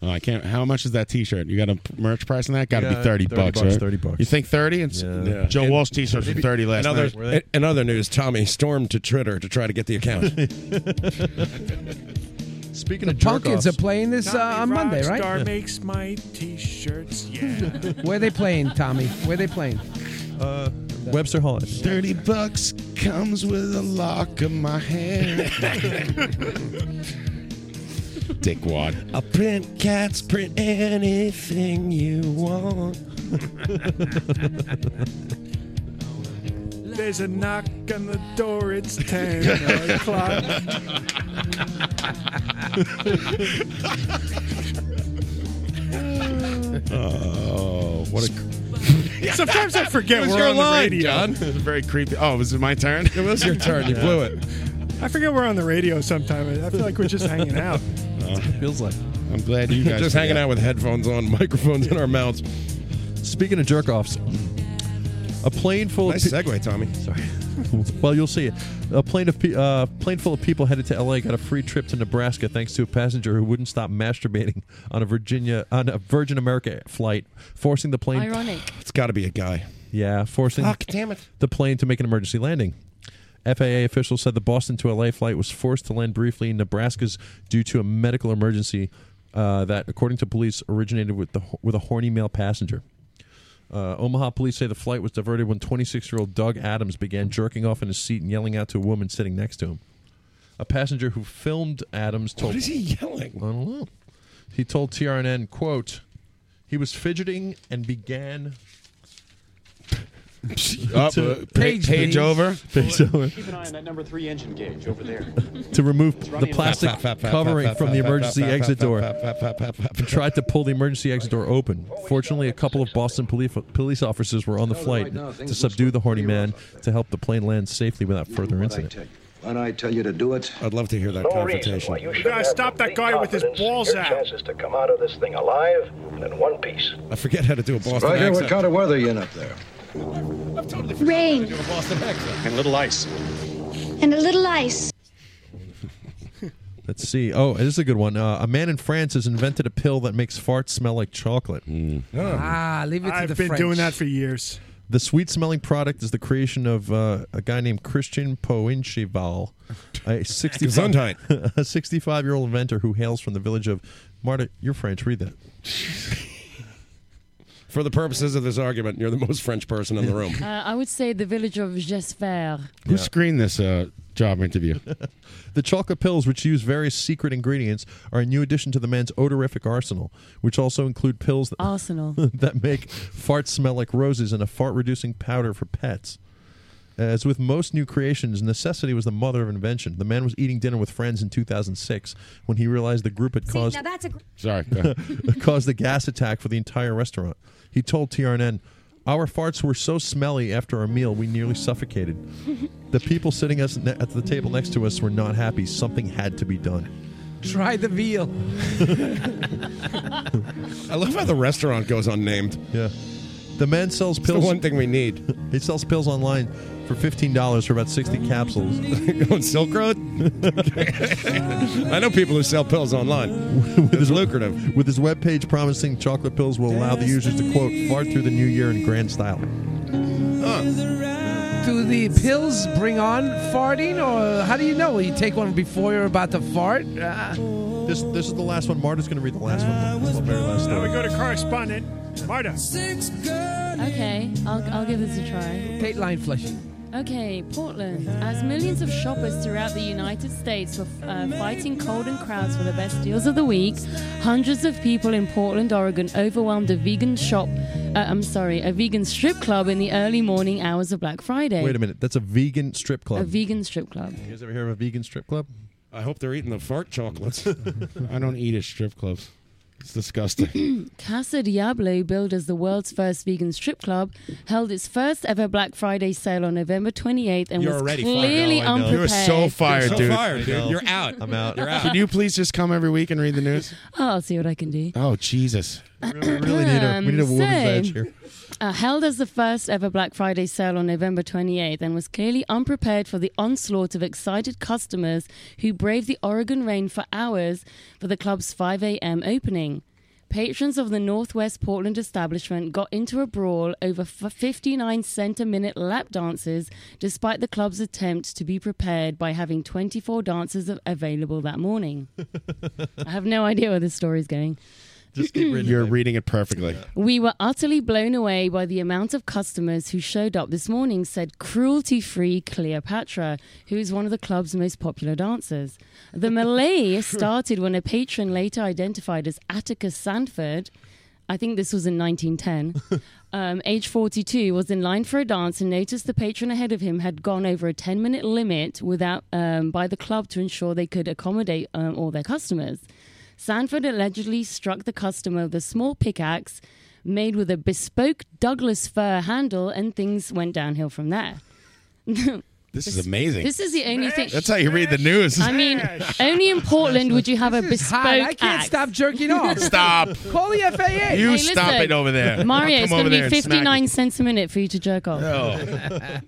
[SPEAKER 4] Oh, I can't. How much is that T-shirt? You got a p- merch price on that? Got to
[SPEAKER 20] Yeah,
[SPEAKER 4] be thirty,
[SPEAKER 20] 30
[SPEAKER 4] bucks,
[SPEAKER 20] bucks,
[SPEAKER 4] right?
[SPEAKER 20] 30 bucks.
[SPEAKER 4] You think thirty? It's
[SPEAKER 20] Yeah.
[SPEAKER 4] Joe
[SPEAKER 12] And-
[SPEAKER 4] Walsh T-shirts for thirty last
[SPEAKER 12] in other,
[SPEAKER 4] night.
[SPEAKER 12] In other news, Tommy stormed to Twitter to try to get the account.
[SPEAKER 20] Speaking
[SPEAKER 12] The
[SPEAKER 20] of jerk
[SPEAKER 12] Pumpkins
[SPEAKER 20] offs-
[SPEAKER 12] are playing
[SPEAKER 20] this,
[SPEAKER 12] uh, on Monday,
[SPEAKER 18] Rockstar
[SPEAKER 12] right? Yeah.
[SPEAKER 18] makes my t-shirts. Yeah.
[SPEAKER 22] Where they playing, Tommy? Where they playing?
[SPEAKER 20] Uh, Webster Hall.
[SPEAKER 4] Thirty bucks comes with a lock of my hair. Dickwad.
[SPEAKER 12] I'll print cats, print anything you want.
[SPEAKER 18] There's a knock on the door. It's ten
[SPEAKER 1] uh,
[SPEAKER 18] o'clock.
[SPEAKER 4] oh, what a.
[SPEAKER 18] Sometimes I forget
[SPEAKER 4] It was
[SPEAKER 18] we're
[SPEAKER 4] your
[SPEAKER 18] on the
[SPEAKER 4] line,
[SPEAKER 18] radio.
[SPEAKER 4] John. It was very creepy. Oh, was it my turn? It was your turn.
[SPEAKER 18] You blew it. I forget we're on the radio sometime. I feel like we're just hanging out.
[SPEAKER 4] Uh,
[SPEAKER 20] feels like.
[SPEAKER 4] I'm glad you guys
[SPEAKER 12] just hanging out with headphones on, microphones in our mouths.
[SPEAKER 20] Speaking of jerk offs, a plane full
[SPEAKER 12] nice
[SPEAKER 20] of pe-
[SPEAKER 12] segue, Tommy.
[SPEAKER 20] Sorry. well, you'll see it. A plane of pe- uh, plane full of people headed to L.A. got a free trip to Nebraska thanks to a passenger who wouldn't stop masturbating on a Virginia on a Virgin America flight, forcing the plane.
[SPEAKER 2] Ironic.
[SPEAKER 12] It's got to be a guy.
[SPEAKER 20] Yeah, forcing
[SPEAKER 12] Fuck, damn it.
[SPEAKER 20] the plane to make an emergency landing. FAA officials said the Boston to LA flight was forced to land briefly in Nebraska's due to a medical emergency uh, that, according to police, originated with the with a horny male passenger. Uh, Omaha police say the flight was diverted when 26-year-old Doug Adams began jerking off in his seat and yelling out to a woman sitting next to him. A passenger who filmed Adams told
[SPEAKER 12] What is he yelling?
[SPEAKER 20] I don't know. He told TRNN, "quote He was fidgeting and began
[SPEAKER 4] Up,
[SPEAKER 20] To-
[SPEAKER 4] uh, pa-
[SPEAKER 20] Page,
[SPEAKER 4] page
[SPEAKER 20] please.
[SPEAKER 4] over.
[SPEAKER 20] Page over.
[SPEAKER 16] Keep an eye on that number three engine gauge over there.
[SPEAKER 20] uh, to remove
[SPEAKER 16] It's
[SPEAKER 20] the
[SPEAKER 16] running
[SPEAKER 20] plastic
[SPEAKER 16] fat, fat, fat,
[SPEAKER 20] covering
[SPEAKER 16] fat,
[SPEAKER 20] from
[SPEAKER 16] fat,
[SPEAKER 20] the
[SPEAKER 16] fat,
[SPEAKER 20] emergency
[SPEAKER 16] fat, fat,
[SPEAKER 20] exit
[SPEAKER 16] fat,
[SPEAKER 20] door.
[SPEAKER 16] fat,
[SPEAKER 20] and Tried to pull the emergency exit door open. Fortunately, a couple of Boston police, police officers were on the flight to subdue the horny man to help the plane land safely without further incident.
[SPEAKER 10] When I tell you to do it,
[SPEAKER 12] I'd love to hear that
[SPEAKER 10] no
[SPEAKER 12] confrontation.
[SPEAKER 10] Reason why you
[SPEAKER 18] You
[SPEAKER 10] should
[SPEAKER 18] gotta
[SPEAKER 10] have
[SPEAKER 18] stop that
[SPEAKER 10] complete
[SPEAKER 18] guy with his
[SPEAKER 10] confidence in
[SPEAKER 18] balls
[SPEAKER 10] your
[SPEAKER 18] out.
[SPEAKER 10] chances to come out of this thing alive and in one piece.
[SPEAKER 12] I forget how to do a Boston
[SPEAKER 10] Right here, what
[SPEAKER 12] accent.
[SPEAKER 10] kind of weather you in up there?
[SPEAKER 14] Rain
[SPEAKER 10] And little ice.
[SPEAKER 14] and a little ice.
[SPEAKER 20] Let's see. Oh, this is a good one. Uh, a man in France has invented a pill that makes farts smell like chocolate.
[SPEAKER 10] Hmm.
[SPEAKER 18] Ah, leave it to I've
[SPEAKER 22] the
[SPEAKER 18] been
[SPEAKER 22] French.
[SPEAKER 18] doing that for years.
[SPEAKER 20] The sweet smelling product is the creation of uh, a guy named Christian Poincheval, a 65 a 65 year old inventor who hails from the village of Marta. You're French, read that.
[SPEAKER 12] For the purposes of this argument, you're the most French person in the room.
[SPEAKER 2] Uh, I would say the village of Jesper.
[SPEAKER 4] Who screened this uh, job interview?
[SPEAKER 20] The chocolate pills, which use various secret ingredients, are a new addition to the man's odorific arsenal, which also include pills that,
[SPEAKER 2] Arsenal.
[SPEAKER 20] that make farts smell like roses and a fart reducing powder for pets. As with most new creations, necessity was the mother of invention. The man was eating dinner with friends in 2006 when he realized the group had caused
[SPEAKER 14] now that's a gr-
[SPEAKER 4] Sorry,
[SPEAKER 20] caused a gas attack for the entire restaurant. He told TRN, "Our farts were so smelly after our meal, we nearly suffocated. The people sitting us ne- at the table next to us were not happy. Something had to be done."
[SPEAKER 22] Try the veal.
[SPEAKER 12] I love how the restaurant goes unnamed.
[SPEAKER 20] Yeah. The man sells pills.
[SPEAKER 12] the one thing we need.
[SPEAKER 20] He sells pills online for fifteen dollars for about sixty capsules.
[SPEAKER 12] On Silk Road? I know people who sell pills online.
[SPEAKER 20] it's lucrative. With his webpage promising chocolate pills will allow the users to quote fart through the new year in grand style.
[SPEAKER 22] Do the pills bring on farting, or how do you know? Will you take one before you're about to fart?
[SPEAKER 20] This this is the last one. Marta's going to read the last one. This is the very last
[SPEAKER 18] Now we go
[SPEAKER 20] story.
[SPEAKER 18] to correspondent Marta.
[SPEAKER 2] Okay, I'll, I'll give this a try.
[SPEAKER 22] Dateline flushing.
[SPEAKER 2] Okay, Portland. As millions of shoppers throughout the United States were uh, fighting cold and crowds for the best deals of the week, hundreds of people in Portland, Oregon, overwhelmed a vegan shop. Uh, I'm sorry, a vegan strip club in the early morning hours of Black Friday.
[SPEAKER 20] Wait a minute. That's a vegan strip club.
[SPEAKER 2] A vegan strip club.
[SPEAKER 20] you guys ever hear of a vegan strip club?
[SPEAKER 12] I hope they're eating the fart chocolates.
[SPEAKER 4] I don't eat at strip clubs. It's disgusting.
[SPEAKER 2] Casa Diablo, billed as the world's first vegan strip club, held its first ever Black Friday sale on November 28th and
[SPEAKER 4] You're
[SPEAKER 2] was
[SPEAKER 4] already fired.
[SPEAKER 2] clearly
[SPEAKER 4] No, I know.
[SPEAKER 2] unprepared.
[SPEAKER 4] You're so fired, dude.
[SPEAKER 12] fired, dude.
[SPEAKER 4] I know.
[SPEAKER 12] You're out.
[SPEAKER 20] I'm out.
[SPEAKER 4] You're out. Can you please just come every week and read the news?
[SPEAKER 2] Oh, I'll see what I can do.
[SPEAKER 4] Oh Jesus!
[SPEAKER 20] We really need a we need a
[SPEAKER 2] Um,
[SPEAKER 20] woman's
[SPEAKER 2] so-
[SPEAKER 20] edge here.
[SPEAKER 2] Uh, held as the first ever Black Friday sale on November 28th and was clearly unprepared for the onslaught of excited customers who braved the Oregon rain for hours for the club's 5 a.m. opening. Patrons of the Northwest Portland establishment got into a brawl over f- 59 cent a minute lap dances despite the club's attempt to be prepared by having 24 dancers a- available that morning. I have no idea where this story is going.
[SPEAKER 4] Just You're reading it perfectly.
[SPEAKER 2] We were utterly blown away by the amount of customers who showed up this morning, said cruelty free Cleopatra, who is one of the club's most popular dancers. The melee started when a patron later identified as Atticus Sanford. I think this was in 1910. Um, age 42 was in line for a dance and noticed the patron ahead of him had gone over a 10 minute limit without um, by the club to ensure they could accommodate um, all their customers. Sanford allegedly struck the customer with a small pickaxe made with a bespoke Douglas fir handle, and things went downhill from there.
[SPEAKER 4] This is amazing.
[SPEAKER 2] This is the only thing.
[SPEAKER 4] That's how you read the news.
[SPEAKER 2] I mean, only in Portland would you have a
[SPEAKER 22] This is
[SPEAKER 2] bespoke
[SPEAKER 22] hot. I can't
[SPEAKER 2] axe.
[SPEAKER 22] stop jerking off.
[SPEAKER 4] Stop.
[SPEAKER 22] Call the FAA.
[SPEAKER 4] You stop
[SPEAKER 2] listen.
[SPEAKER 4] it over there.
[SPEAKER 2] Mario,
[SPEAKER 4] I'll
[SPEAKER 2] it's
[SPEAKER 4] come
[SPEAKER 2] going to
[SPEAKER 4] over
[SPEAKER 2] be
[SPEAKER 4] there and smack
[SPEAKER 2] 59 cents a minute for you to jerk off.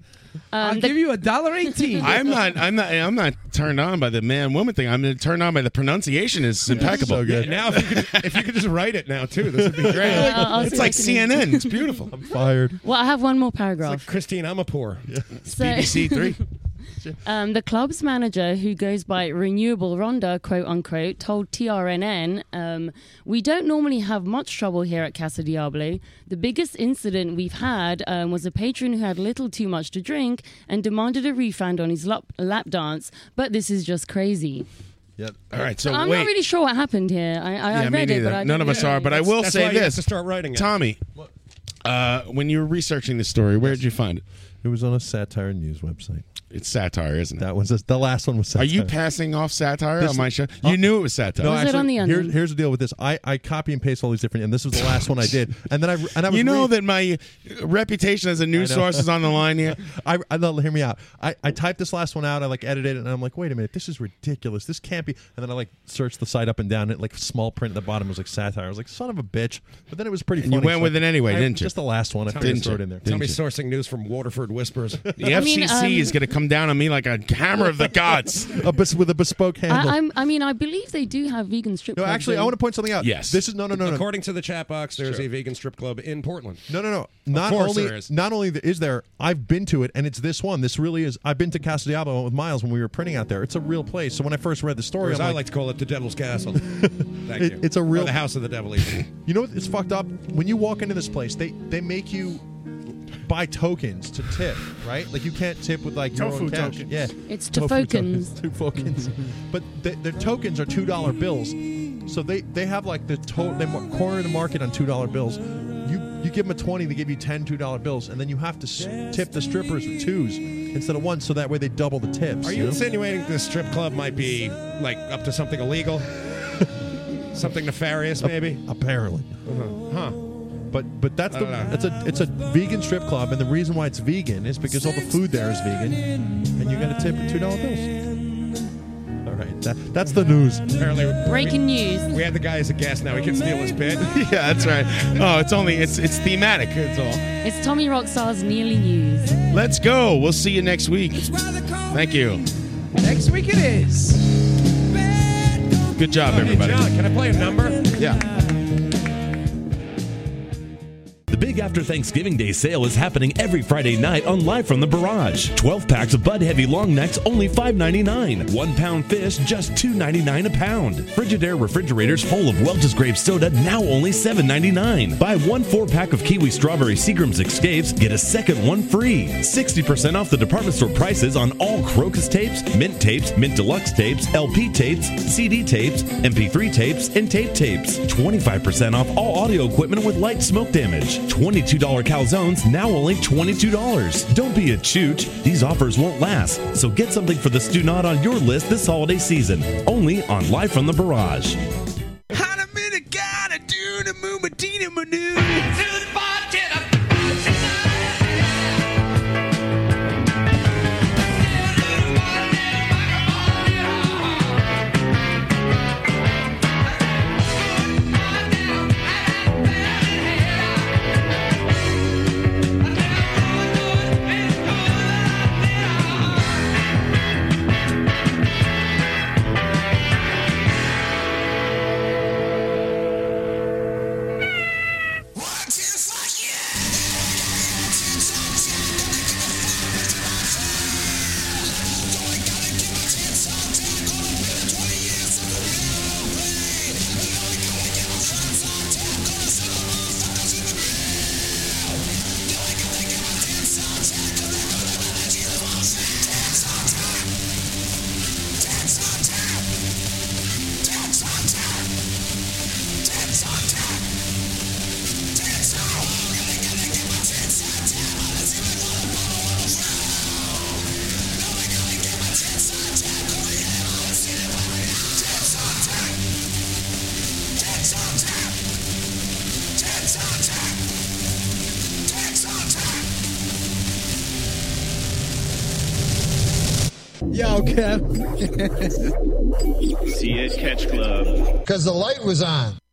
[SPEAKER 2] Um,
[SPEAKER 4] No.
[SPEAKER 22] I'll give you a dollar eighteen.
[SPEAKER 4] I'm not. I'm not. I'm not turned on by the man woman thing. I'm turned on by the pronunciation. is impeccable.
[SPEAKER 12] so good. Now, if you, could, if you could just write it now too, this would be great.
[SPEAKER 2] Yeah, I'll- I'll
[SPEAKER 12] it's
[SPEAKER 2] see
[SPEAKER 12] like
[SPEAKER 2] what I can do.
[SPEAKER 12] CNN. It's beautiful. I'm
[SPEAKER 20] fired.
[SPEAKER 2] Well, I have one more paragraph.
[SPEAKER 12] Christine Amapour.
[SPEAKER 2] So- Um, the club's manager, who goes by Renewable Rhonda, quote unquote, told TRNN, um, We don't normally have much trouble here at Casa Diablo. The biggest incident we've had um, was a patron who had little too much to drink and demanded a refund on his lap, lap dance, but this is just crazy.
[SPEAKER 20] Yep.
[SPEAKER 4] All right. So
[SPEAKER 2] I'm
[SPEAKER 4] wait.
[SPEAKER 2] not really sure what happened here. I, I, I
[SPEAKER 4] yeah, me
[SPEAKER 2] read it,
[SPEAKER 4] neither.
[SPEAKER 2] but I
[SPEAKER 4] None of
[SPEAKER 2] didn't
[SPEAKER 4] us are.
[SPEAKER 2] know.
[SPEAKER 4] But I will
[SPEAKER 12] That's
[SPEAKER 4] say
[SPEAKER 12] why you have
[SPEAKER 4] this:
[SPEAKER 12] to start writing it.
[SPEAKER 4] Tommy. Uh, when you were researching this story, where did you find it?
[SPEAKER 20] It was on a satire news website.
[SPEAKER 4] It's satire, isn't it?
[SPEAKER 20] That was the last one was
[SPEAKER 4] Are
[SPEAKER 20] satire.
[SPEAKER 4] you passing off satire
[SPEAKER 20] This- Oh.
[SPEAKER 4] E on my show? You knew it was satire.
[SPEAKER 20] No, actually, here- here's the deal with this. I, I copy and paste all these different, and this was the last one I did. And then I and I was
[SPEAKER 4] you know
[SPEAKER 20] reading-
[SPEAKER 4] that my reputation as a news
[SPEAKER 20] I know.
[SPEAKER 4] source is on the line here.
[SPEAKER 20] I, I no, hear me out. I, I typed this last one out. I like edited it, and I'm like, wait a minute, this is ridiculous. This can't be. And then I like searched the site up and down. And it like small print at the bottom was like satire. I was like, son of a bitch. But then it was pretty.
[SPEAKER 4] And you
[SPEAKER 20] funny,
[SPEAKER 4] went
[SPEAKER 20] so
[SPEAKER 4] with it anyway,
[SPEAKER 20] I-
[SPEAKER 4] didn't you?
[SPEAKER 20] Just the last one. I
[SPEAKER 4] Tell
[SPEAKER 20] figured
[SPEAKER 4] me-
[SPEAKER 20] throw it in there.
[SPEAKER 12] Tell me
[SPEAKER 4] Didn't
[SPEAKER 12] sourcing news from Waterford Whispers.
[SPEAKER 4] The
[SPEAKER 2] I
[SPEAKER 4] FCC
[SPEAKER 2] mean, um,
[SPEAKER 4] is going to come down on me like a hammer of the gods.
[SPEAKER 20] a bes- with a bespoke
[SPEAKER 2] I, I'm, I mean, I believe they do have vegan strip
[SPEAKER 20] No,
[SPEAKER 2] clubs
[SPEAKER 20] actually, I
[SPEAKER 2] in-
[SPEAKER 20] want to point something out.
[SPEAKER 4] Yes.
[SPEAKER 20] This is no, no, no, no.
[SPEAKER 12] According to the chat box, there's a vegan strip club in Portland.
[SPEAKER 20] No, no, no. Not
[SPEAKER 12] course
[SPEAKER 20] only
[SPEAKER 12] there is.
[SPEAKER 20] not only th- is there, I've been to it, and it's this one. This really is. I've been to Casa Diablo with Miles when we were printing out there. It's a real place. So when I first read the
[SPEAKER 12] Or
[SPEAKER 20] story,
[SPEAKER 12] as
[SPEAKER 20] I'm
[SPEAKER 12] I
[SPEAKER 20] like,
[SPEAKER 12] like to call it, the Devil's Castle. Thank
[SPEAKER 20] It-
[SPEAKER 12] you.
[SPEAKER 20] it's a
[SPEAKER 12] Or
[SPEAKER 20] real-
[SPEAKER 12] the House of the Devil. even.
[SPEAKER 20] you know, what? it's fucked up. When you walk into this place, they they make you buy tokens to tip, right? Like you can't tip with like your
[SPEAKER 2] Tofu
[SPEAKER 20] own cash.
[SPEAKER 2] tokens.
[SPEAKER 20] Yeah,
[SPEAKER 2] It's
[SPEAKER 20] Tofu
[SPEAKER 2] tofokens.
[SPEAKER 20] tokens. Tofokens. but th- their tokens are two dollar bills, so they they have like the to- they mar- corner the market on two dollar bills. You you give them a twenty, they give you ten two dollar bills, and then you have to s- tip the strippers with twos instead of ones, so that way they double the tips.
[SPEAKER 12] Are you insinuating this strip club might be like up to something illegal? something nefarious, maybe?
[SPEAKER 20] Apparently.
[SPEAKER 12] Huh.
[SPEAKER 20] Uh-huh.
[SPEAKER 12] Uh-huh.
[SPEAKER 20] But but that's
[SPEAKER 12] I
[SPEAKER 20] the
[SPEAKER 12] don't know.
[SPEAKER 20] that's a it's a vegan strip club, and the reason why it's vegan is because all the food there is vegan, and you got to tip with two dollar bills. All right, that, that's the news.
[SPEAKER 12] Apparently,
[SPEAKER 2] Breaking news.
[SPEAKER 12] We had the guy as a guest. Now we can steal his bit.
[SPEAKER 4] yeah, that's right. Oh, it's only it's it's thematic. That's all.
[SPEAKER 2] It's Tommy Rockstar's Nearly News.
[SPEAKER 4] Let's go. We'll see you next week. Thank you.
[SPEAKER 23] Next week it is.
[SPEAKER 4] Good job, everybody.
[SPEAKER 12] John, can I play a number?
[SPEAKER 4] Yeah.
[SPEAKER 15] The big after Thanksgiving Day sale is happening every Friday night on Live from the Barrage. 12 packs of Bud Heavy Long Necks only $5.99. One pound fist just $2.99 a pound. Frigidaire refrigerators full of Welch's grape soda now only $7.99. Buy one four pack of Kiwi Strawberry Seagram's Escapes, get a second one free. 60% off the department store prices on all Crocus tapes, mint tapes, mint deluxe tapes, LP tapes, CD tapes, MP3 tapes, and tape tapes. 25% off all audio equipment with light smoke damage. $22 calzones, now only $22. Don't be a chooch. These offers won't last. So get something for the stew not on your list this holiday season. Only on Live from the Barrage.
[SPEAKER 1] Yo, Kev.
[SPEAKER 22] CS Catch Club.
[SPEAKER 1] Because the light was on.